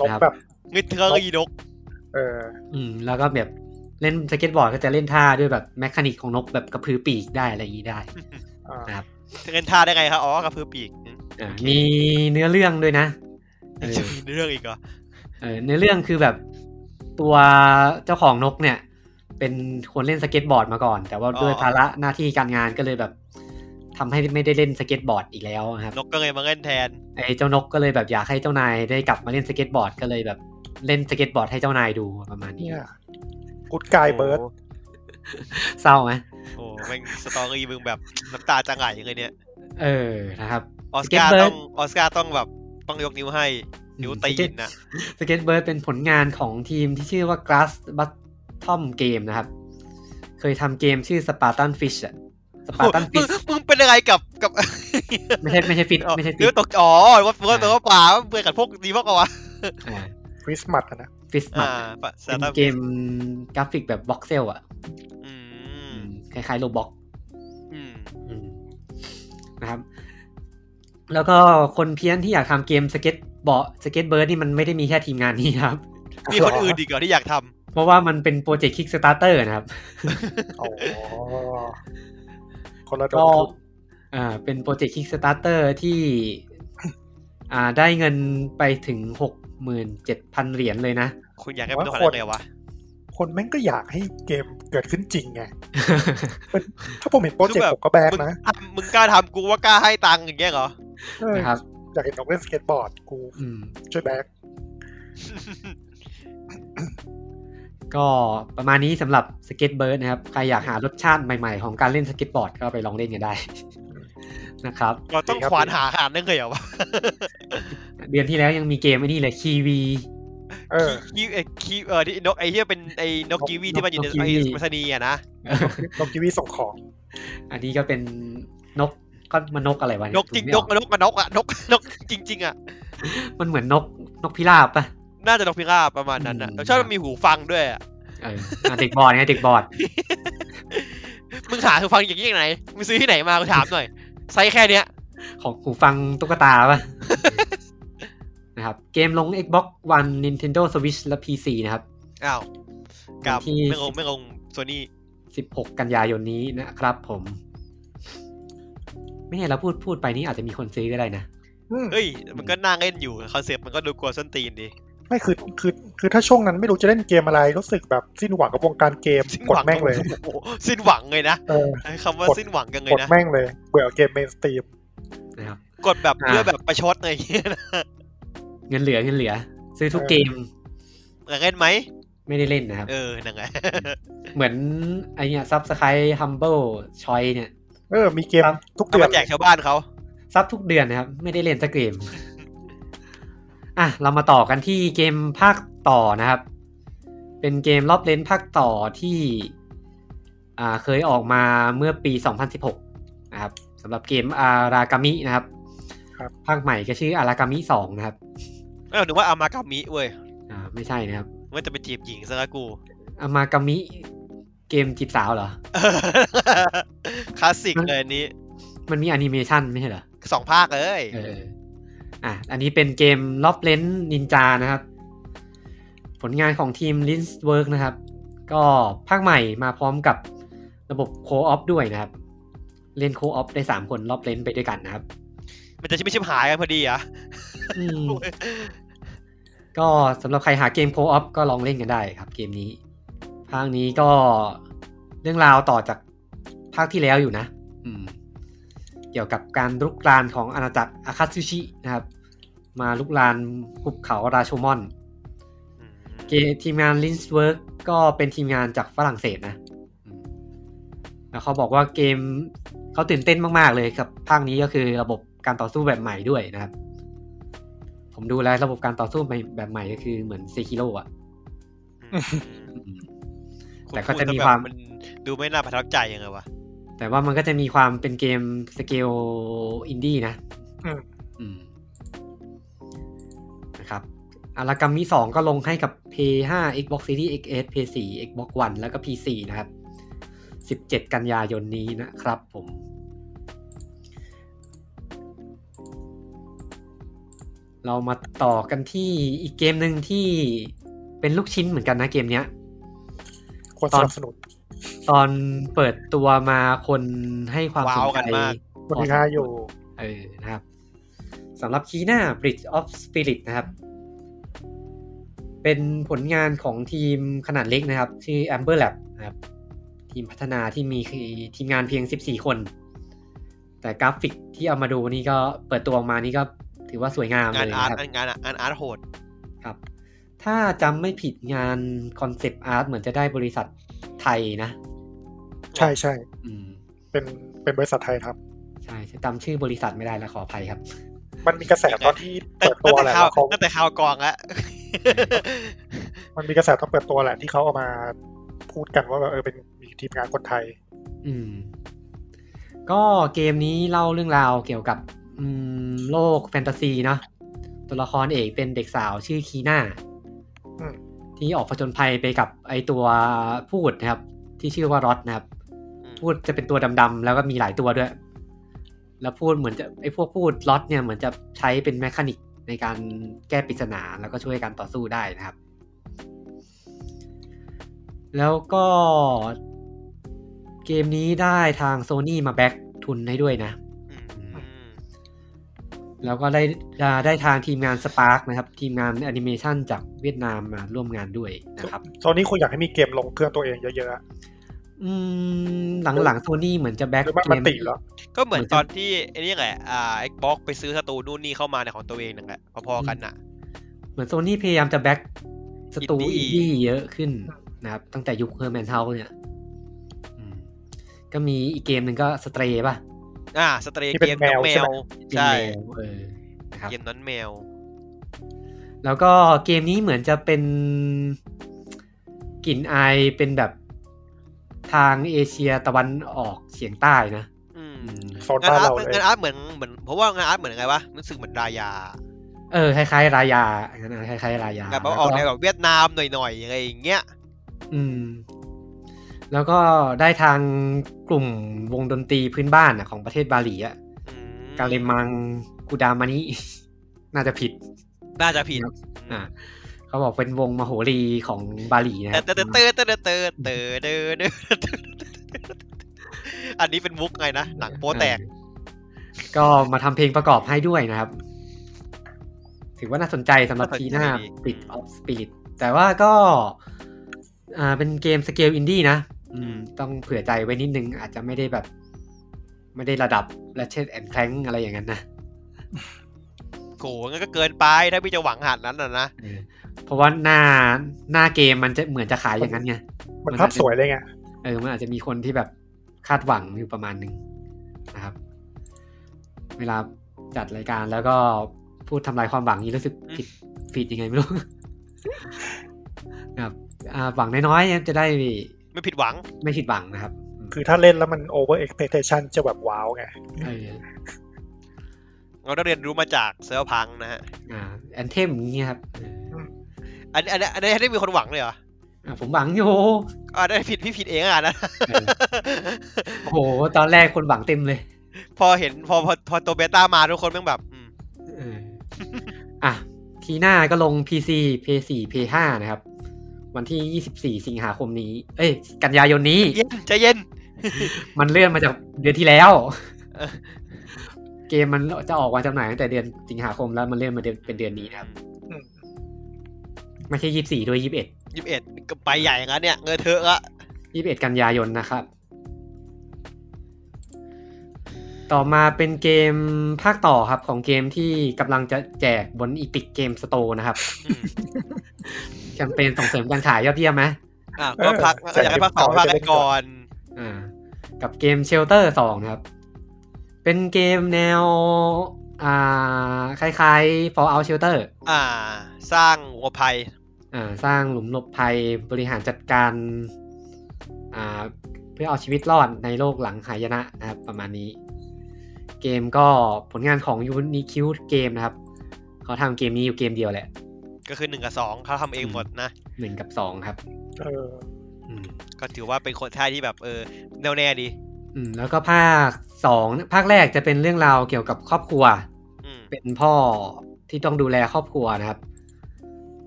Speaker 4: นก
Speaker 1: ครับ
Speaker 4: แบบ
Speaker 2: เงึดเธอก็ยีนก
Speaker 4: เออ
Speaker 1: อืมแล้วก็แบบเล่นสเก็ตบอร์ดก็จะเล่นท่าด้วยแบบแมคานิกของนกแบบกระพือปีกได้อะไรอย่างนี้ได้
Speaker 4: อ่า
Speaker 1: ครับ
Speaker 2: เงินท่าได้ไงครับอ๋อกับพือปีกอืม
Speaker 1: อ่ามีเนื้อเรื่องด้วยนะ เออ
Speaker 2: จะมีเรื่องอีกเหรอ
Speaker 1: เออเนื้อเรื่องคือแบบตัวเจ้าของนกเนี่ย เป็นคนเล่นสเก็ตบอร์ดมาก่อน แต่ว่าด้วยภาระหน้าที่การงานก็เลยแบบทำให้ไม่ได้เล่นสเก็ตบอร์ดอีกแล้วนะครับ
Speaker 2: นกก็เลยมาเล่นแทน
Speaker 1: ไอ้เจ้านกก็เลยแบบอยากให้เจ้านายได้กลับมาเล่นสเก็ตบอร์ดก็เลยแบบเล่นสเก็ตบอร์ดให้เจ้านายดูประมาณนี้
Speaker 4: เนี่ยกูดกายเบิร์ด
Speaker 1: เศร้าไหม
Speaker 2: โอ้โหแม่งสตอรี่มึงแบบน้ำตาจะไหลเลยเนี่ย
Speaker 1: เออนะครับ
Speaker 2: ออสการ์
Speaker 1: Skate Bird
Speaker 2: ต้องออสการ์ต้องแบบต้องยกนิ้วให้ นิ้วตีนนะ
Speaker 1: สเก็ตเบิร์ดเป็นผลงานของทีมที่ชื่อว่า Glass Bottom Game นะครับ เคยทำเกมชื่อ Spartan Fish อะ Spartan
Speaker 2: มึง
Speaker 1: Fish
Speaker 2: มึงเป็นอะไรกับกับ
Speaker 1: ไม่ใช่ไม่ใช่ฟิตไม่ใช่ฟิ
Speaker 2: นิ้ว
Speaker 1: ต
Speaker 2: ตกอ๋อว่าว่า
Speaker 1: อ่า
Speaker 2: ตัวเปล่าเบื่อกับพวกดีมากกว่าวะ
Speaker 4: คริสต์มาสนะ
Speaker 1: ฟิสมั
Speaker 2: อ่า
Speaker 1: ด
Speaker 2: แต่
Speaker 1: เป็น
Speaker 2: ถ้า
Speaker 1: เกมกราฟิกแบบบ็อกเซลอะ
Speaker 2: อืม
Speaker 1: คล้ายๆโลบ็อก
Speaker 2: อืม
Speaker 1: อืมนะครับ แล้วก็คนเพี้ยนที่อยากทำเกมสเก็ตบอร์ดสเก็ตเบิร์ดนี่มันไม่ได้มีแค่ทีมงานนี้นะครับ
Speaker 2: มีคนอื่นอีกเหรอที่อยากท
Speaker 1: เพราะว่ามันเป็นโปรเจกต์ Kickstarter นะครับ
Speaker 4: โอ้คนละด
Speaker 1: ก็
Speaker 4: อก
Speaker 1: อ่าเป็นโปรเจกต์ Kickstarter ที่ อ่าได้เงินไปถึง 67,000 เหรียญเลยนะ
Speaker 2: ำคุณอยากให้มันต้องขนาดไหนวะ
Speaker 4: คนแม่งก็อยากให้เกมเกิดขึ้นจริงไง ถ้าผมเห็นโปรเจกต์ผมก็แบก
Speaker 2: มึง
Speaker 4: นะ
Speaker 2: อ่ะมึงกล้าทำกูว่ากล้าให้ตังค์อย่างเงี้ยเหรอ
Speaker 4: เออ
Speaker 1: นะครับ
Speaker 4: อยากเห็นนกเล่นสเก็ตบอร์ดกู
Speaker 1: อืม
Speaker 4: ช่วยแบก
Speaker 1: ก็ประมาณนี้สำหรับสเก็ตเบิร์ดนะครับ ใครอยากหารสชาติใหม่ๆ ของการเล่นสเก็ตบอร์ดก็ไปลองเล่นกันได้ นะครับ
Speaker 2: เราต้องควานหาหาได้เลยเหรอวะ
Speaker 1: เดือนที่แล้วยังมีเกมไอ้นี่เลยคีวี
Speaker 4: เออ
Speaker 2: กีเอ่อคีเออที่นกไอ้เหี้ยเป็นไอ้นกกีวีที่มันอยู่ใน
Speaker 1: นกกีวี
Speaker 2: ไอ้สมัสนีย์อะนะ
Speaker 4: นกกีวีส่งของ
Speaker 1: อันนี้ก็เป็นนกก็มันนกอะไรวะเย
Speaker 2: นกจริงน
Speaker 1: ดู
Speaker 2: ก
Speaker 1: ไม่ออ
Speaker 2: อะนกอะนกอะนกนกจริง ๆอะ
Speaker 1: มันเหมือนนกนกพิราบปะ
Speaker 2: น่าจะนกพิราบประมาณนั้นนะ
Speaker 1: อืม
Speaker 2: แล้วชอบมันมีหูฟังด้วยอะ
Speaker 1: เอออ่ะเด็กบอร์ดไงเด็กบอร์ด
Speaker 2: มึงหาหูฟังอย่างนี้ยังไงมึงซื้อที่ไหนมากูถามหน่อยไซส์แค่เนี้ย
Speaker 1: ของหูฟังตุ๊กตา ปะนะครับเกมลง Xbox One Nintendo Switch และ PC นะครับ
Speaker 2: อ้าวกลับ
Speaker 1: ที่
Speaker 2: ไม่งงไม่งงโซนี่
Speaker 1: 16 กันยายนนี้นะครับผม ไม่แน่เราพูดพูดไปนี้อาจจะมีคนซื้อก็ได้นะ
Speaker 4: อืม
Speaker 2: เฮ้ยมันก็น่าเล่นอยู่คอนเซปต์มันก็ดูกลัวส้นตีนดี
Speaker 4: ไม่คือคือคือถ้าช่วงนั้นไม่รู้จะเล่นเกมอะไร รู้สึกแบบสิ้นหวังกับวงการเกม
Speaker 2: สิ้น
Speaker 4: ก
Speaker 2: ห
Speaker 4: ด
Speaker 2: วัง
Speaker 4: แม่งเลย
Speaker 2: โอ้โหสิ้นหวังเลยนะ
Speaker 4: เออ
Speaker 2: ใช้คำว่าก
Speaker 4: ด
Speaker 2: สิ้นหวังกันเล
Speaker 4: ก
Speaker 2: ย
Speaker 4: ด
Speaker 2: นะ
Speaker 4: แม่งเลยเบื่อเกมเมนสตรีม
Speaker 1: นะครับ
Speaker 2: กดแบบ
Speaker 1: อ่า
Speaker 2: เพื่อแบบประชดอะไรอย่างเงี้ยนะ
Speaker 1: เงินเหลือเงินเหลือ ซื้อทุกเกม
Speaker 2: อยากเล่นไหม
Speaker 1: ไม่ได้เล่นนะครับ
Speaker 2: เออนั่นไง
Speaker 1: เหมือนไอเนี่ยซับสไครต์ฮัมเบิลชอยเนี่ย
Speaker 4: เออมีเกม
Speaker 1: ครับ
Speaker 4: ทุก
Speaker 2: เอา
Speaker 4: เดือ
Speaker 2: มาน แจกชาวบ้านเขา
Speaker 1: ซับทุกเดือนนะครับ ไม่ได้เล่นสักเกม อ่ะ เรามาต่อกันที่เกมภาคต่อนะครับ เป็นเกมรอบเลนภาคต่อที่อ่าเคยออกมาเมื่อปี 2016 นะครับสำหรับเกมอารากามินะครับภาคใหม่ก็ชื่ออารากามิ2นะครับ
Speaker 2: ไม่เอาหนึกว่าเอามากามิเว้ย
Speaker 1: อ่าไม่ใช่นะครับ
Speaker 2: มันจะไปจีบหญิงซะละกู
Speaker 1: อามากามิเกมจีบสาวเหรอ
Speaker 2: คลาสสิกเลยอันนี้
Speaker 1: มันมีแอนิเมชันไม่ใช่เหรอ
Speaker 2: สองภาคเลย
Speaker 1: เออ อ่ะ อันนี้เป็นเกมล็อบเลนนินจานะครับ ผลงานของทีม l i n s w o r k นะครับ ก็ภาคใหม่มาพร้อมกับระบบโคออฟด้วยนะครับ เล่นโคออฟได้ 3 คนล็อบเลนไปด้วยกันนะครับ
Speaker 2: มันจะชิบไม่ชิบหายกันพอดีเหรอ่ะ
Speaker 1: อืมก็สำหรับใครหาเกมโคออฟก็ลองเล่นกันได้ครับเกมนี้ ภาคนี้ก็เรื่องราวต่อจากภาคที่แล้วอยู่นะ อืม เกี่ยวกับการลุกรานของอาณาจักรอาคาซุชินะครับ มาลุกรานหุบเขาราโชมอน เกมทีมงาน l i n s w o r k ก็เป็นทีมงานจากฝรั่งเศสนะ แล้วเขาบอกว่าเกม เขาตื่นเต้นมาก ๆ เลยกับภาคนี้ก็คือระบบการต่อสู้แบบใหม่ด้วยนะครับ ผมดูแล้วระบบการต่อสู้แบบใหม่ก็คือเหมือนเซคิโร่อะ
Speaker 2: อืม
Speaker 1: แต่ก็จะมี
Speaker 2: ณพูด
Speaker 1: ความ
Speaker 2: แบบนดูไม่น่าประทับใจยังไงวะ
Speaker 1: แต่ว่ามันก็จะมีความเป็นเกมสเกลอินดี้นะ
Speaker 4: อืม
Speaker 1: อืมนะครับอารากามิสองก็ลงให้กับ Play 5 Xbox Series XS Play 4 Xbox One แล้วก็ PC นะครับ 17 กันยายนนี้นะครับผม เรามาต่อกันที่อีกเกมหนึ่งที่เป็นลูกชิ้นเหมือนกันนะเกมเนี้ย
Speaker 4: ควร
Speaker 1: ต
Speaker 4: ส
Speaker 1: อน
Speaker 4: นับสนุน
Speaker 1: ตอนเปิดตัวมาคนให้ความสน
Speaker 2: ว้าว
Speaker 1: ใจ
Speaker 2: กันมาก
Speaker 4: คนที่ค่าอยู่
Speaker 1: เออนะครับสำหรับคีน่า Bridge of Spirit นะครับ เป็นผลงานของทีมขนาดเล็กนะครับ ชื่อ Amber Lab นะครับ ทีมพัฒนาที่มีทีมงานเพียง 14 คน แต่กราฟิกที่เอามาดูนี่ก็เปิดตัวออกมานี่ก็ถือว่าสวยงาม
Speaker 2: งาน
Speaker 1: เลย
Speaker 2: อาร์ต
Speaker 1: นะครับ
Speaker 2: งานงานอาร์ตโหด
Speaker 1: ครับ ถ้าจำไม่ผิดงานคอนเซปต์อาร์ตเหมือนจะได้บริษัทไทยนะ
Speaker 4: ใช่ใช่
Speaker 1: อืม
Speaker 4: เป็นเป็นบริษัทไทยครับ
Speaker 1: ใช่จำชื่อบริษัทไม่ได้แล้วขออภัยครับ
Speaker 4: มันมีกระแสตอนที่เปิด
Speaker 2: ตั้
Speaker 4: ตั
Speaker 2: ง
Speaker 4: ว
Speaker 2: แต่
Speaker 4: แหละ
Speaker 2: ข่าว
Speaker 4: ว่าเขา
Speaker 2: ตั้งแต่ข่าวกองแล้ว
Speaker 4: มันมีกระแสตอนเปิดตัวแหละที่เขาเอามาพูดกันว่าแบบเออเป็นมีทีมงานคนไทย
Speaker 1: อืม ก็เกมนี้เล่าเรื่องราวเกี่ยวกับ อืม โลกแฟนตาซีเนาะตัวละครเอกเป็นเด็กสาวชื่อคีน่า
Speaker 4: อืม
Speaker 1: ที่ออกผจญภัยไปกับไอตัวพูดนะครับ ที่ชื่อว่ารอดนะครับ
Speaker 2: อืม
Speaker 1: พูดจะเป็นตัวดำๆแล้วก็มีหลายตัวด้วย แล้วพูดเหมือนจะไอพวกพูดรอดเนี่ยเหมือนจะใช้เป็นแมคานิกในการแก้ปริศนาแล้วก็ช่วยการต่อสู้ได้นะครับ แล้วก็เกมนี้ได้ทาง Sony มาแบ็กทุนให้ด้วยนะ แล้วก็ได้ได้ได้ทางทีมงาน Spark นะครับ ทีมงานแอนิเมชันจากเวียดนามมาร่วมงานด้วยนะครับ
Speaker 4: ตอนนี้คุณอยากให้มีเกมลงเครื่องตัวเองเยอะๆอะ
Speaker 1: อืม หลังๆ Sony เหมือนจะแบ็ก
Speaker 4: หรือว่า
Speaker 1: เก
Speaker 4: มัน
Speaker 1: ม
Speaker 4: ติดแล้ว
Speaker 2: ก็เหมือนตอนที่ไอ้นี่แหละอ่า Xbox ไปซื้อสตูนู่นนี่เข้ามาในของตัวเองนั่นแหละพอๆกันน่ะ
Speaker 1: เหมือนโซนี่พยายามจะแบ็กสตู
Speaker 2: อิ
Speaker 1: อิ
Speaker 2: น
Speaker 1: น
Speaker 2: ดี้
Speaker 1: ดี้เยอะขึ้นนะครับ ตั้งแต่ยุคเฮอร์แมนเทาเนี่ยอืมก็มีอีกเกมหนึ่งก็สเตรป่ะ
Speaker 2: อ่าสเตรย์
Speaker 4: ที่
Speaker 2: เก
Speaker 4: เป็
Speaker 2: ม
Speaker 4: น
Speaker 2: น้อง
Speaker 4: แมว
Speaker 2: แมว
Speaker 4: ใช่ไหม
Speaker 2: ใช่
Speaker 1: เกมแมวเออนะครับ
Speaker 2: เกมนั้นแมว
Speaker 1: แล้วก็เกมนี้เหมือนจะเป็นกลิ่นอายเป็นแบบทางเอเชียตะวันออกเฉียงใต้นะ
Speaker 2: อืม
Speaker 4: โซน
Speaker 2: งาน
Speaker 4: บ้าน
Speaker 2: อาร์ต
Speaker 4: เราเลย
Speaker 2: งานอาร์ตเหมือนเหมือนเพราะว่างานอาร์ตเหมือนไงวะรู้สึกเหมือนรายา
Speaker 1: เออคล้ายๆ รายาอันนั้นนะคล้ายๆ รายา
Speaker 2: แบบ
Speaker 1: ล้
Speaker 2: ว่า
Speaker 1: ว
Speaker 2: ออกแนวแบบเวียดนามหน่อยๆอะไรอย่างเงี้ย
Speaker 1: อืม แล้วก็ได้ทางกลุ่มวงดนตรีพื้นบ้านอะของประเทศบาหลีอะ
Speaker 2: อืม
Speaker 1: กาเลมังกูดามานิ น่าจะผิด
Speaker 2: น่าจะผิด
Speaker 1: อ่าเขาบอกเป็นวงมโหรีของบาหลีนะค
Speaker 2: แต่
Speaker 1: รับ
Speaker 2: เตอร์เตอร์เตอร์เตอร์เตอร์เตอร์เตอร์อันนี้เป็นมุกไงนะหนังโป๊แตก
Speaker 1: เออก็มาทำเพลงประกอบให้ด้วยนะครับ ถือว่าน่าสนใจสำหรับ
Speaker 2: น่าสนใจ
Speaker 1: ทีหน้า
Speaker 2: ดี
Speaker 1: Bridge of Spirit แต่ว่าก็อ่าเป็นเกมสเกลอินดี้นะอืม ต้องเผื่อใจไว้นิดนึง อาจจะไม่ได้แบบ ไม่ได้ระดับและเช่นแอนแคลงอะไรอย่างนั้นนะ
Speaker 2: โหงั้นก็เกินไปถ้าพี่จะหวังขนาดนั้นน่ะนะ
Speaker 1: เออเพราะว่าหน้าหน้าเกมมันจะเหมือนจะขายอย่างนั้นไง
Speaker 4: มันภาพสวยเลยไง
Speaker 1: เออ มันอาจจะมีคนที่แบบคาดหวังอยู่ประมาณหนึ่งนะครับ เวลาจัดรายการแล้วก็พูดทำลายความหวังนี้รู้สึกผิดผิดยังไงไม่รู้ นะครับอ่าหวังน้อยๆ จะได้
Speaker 2: ไม่ผิดหวัง
Speaker 1: ไม่ผิดหวังนะครับอืม
Speaker 4: คือถ้าเล่นแล้วมัน over expectation จะแบบว้าวไง
Speaker 1: เออ
Speaker 2: เราได้เรียนรู้มาจากเซิร์ฟพังนะฮะ
Speaker 1: อ่าแอนเทมอย่างเงี้ยครับเออ
Speaker 2: อันอันอันนี้ได้มีคนหวังเลยเหรอ
Speaker 1: อ่ะผมหวัง อยู่
Speaker 2: อ่าได้ผิดพี่ผิดเองอ่ะนะ
Speaker 1: เออ โอ้โห ตอนแรกคนหวังเต็มเลย
Speaker 2: พอเห็นพอพอพอตัวเบต้ามาทุกคนแม่งแบบอืม
Speaker 1: เอออ่ะ ทีหน้าก็ลง PC PS4 PS5 นะครับ วันที่ 24 สิงหาคมนี้ เอ้ย กันยายนนี้
Speaker 2: เย็นใจเย็น
Speaker 1: มันเลื่อนมาจากเดือนที่แล้ว
Speaker 2: เออ
Speaker 1: เกมมันจะออกวางจำหน่ายตั้งแต่เดือนสิงหาคมแล้วมันเลื่อนมาเดือนเป็นเดือนนี้นะครับ ไม่ใช่ 24 ด้วย 21
Speaker 2: ยี่สิบเอ็ดก็ไปใหญ่งั้นเนี่ย เงินเถอะละ
Speaker 1: 21 กันยายนนะครับ ต่อมาเป็นเกมภาคต่อครับ ของเกมที่กำลังจะแจกบน Epic Game Store นะครับ
Speaker 2: อืม
Speaker 1: แคมเปญส่งเสริมการขายยอดเยี่ยมไหม
Speaker 2: อ่ะก็พัก
Speaker 4: เออ
Speaker 2: ก็อยากให้พักสอง
Speaker 4: ใจเย็น
Speaker 2: พักกันก่อน
Speaker 1: อ่ากับเกมเชลเตอร์สองนะครับ เป็นเกมแนว อ่า คล้ายๆ Fallout Shelter
Speaker 2: อ่า สร้างวัวภัย
Speaker 1: อ่าสร้างหลุมหลบภัยบริหารจัดการอ่าเพื่อเอาชีวิตรอดในโลกหลังหายนะนะครับประมาณนี้ เกมก็ผลงานของยูนิคิวเกมนะครับ เขาทำเกมนี้อยู่เกมเดียวแหละ
Speaker 2: ก็คือหนึ่งกับสองเขาทำเองหมดนะ
Speaker 1: หนึ่งกับสองครับ
Speaker 4: เออ
Speaker 1: อืม
Speaker 2: ก็ถือว่าเป็นคนท่ายที่แบบเออแน่วแน่ดี
Speaker 1: อืมแล้วก็ภาคสองภาคแรกจะเป็นเรื่องราวเกี่ยวกับครอบครัว
Speaker 2: อืม
Speaker 1: เป็นพ่อที่ต้องดูแลครอบครัวนะครับ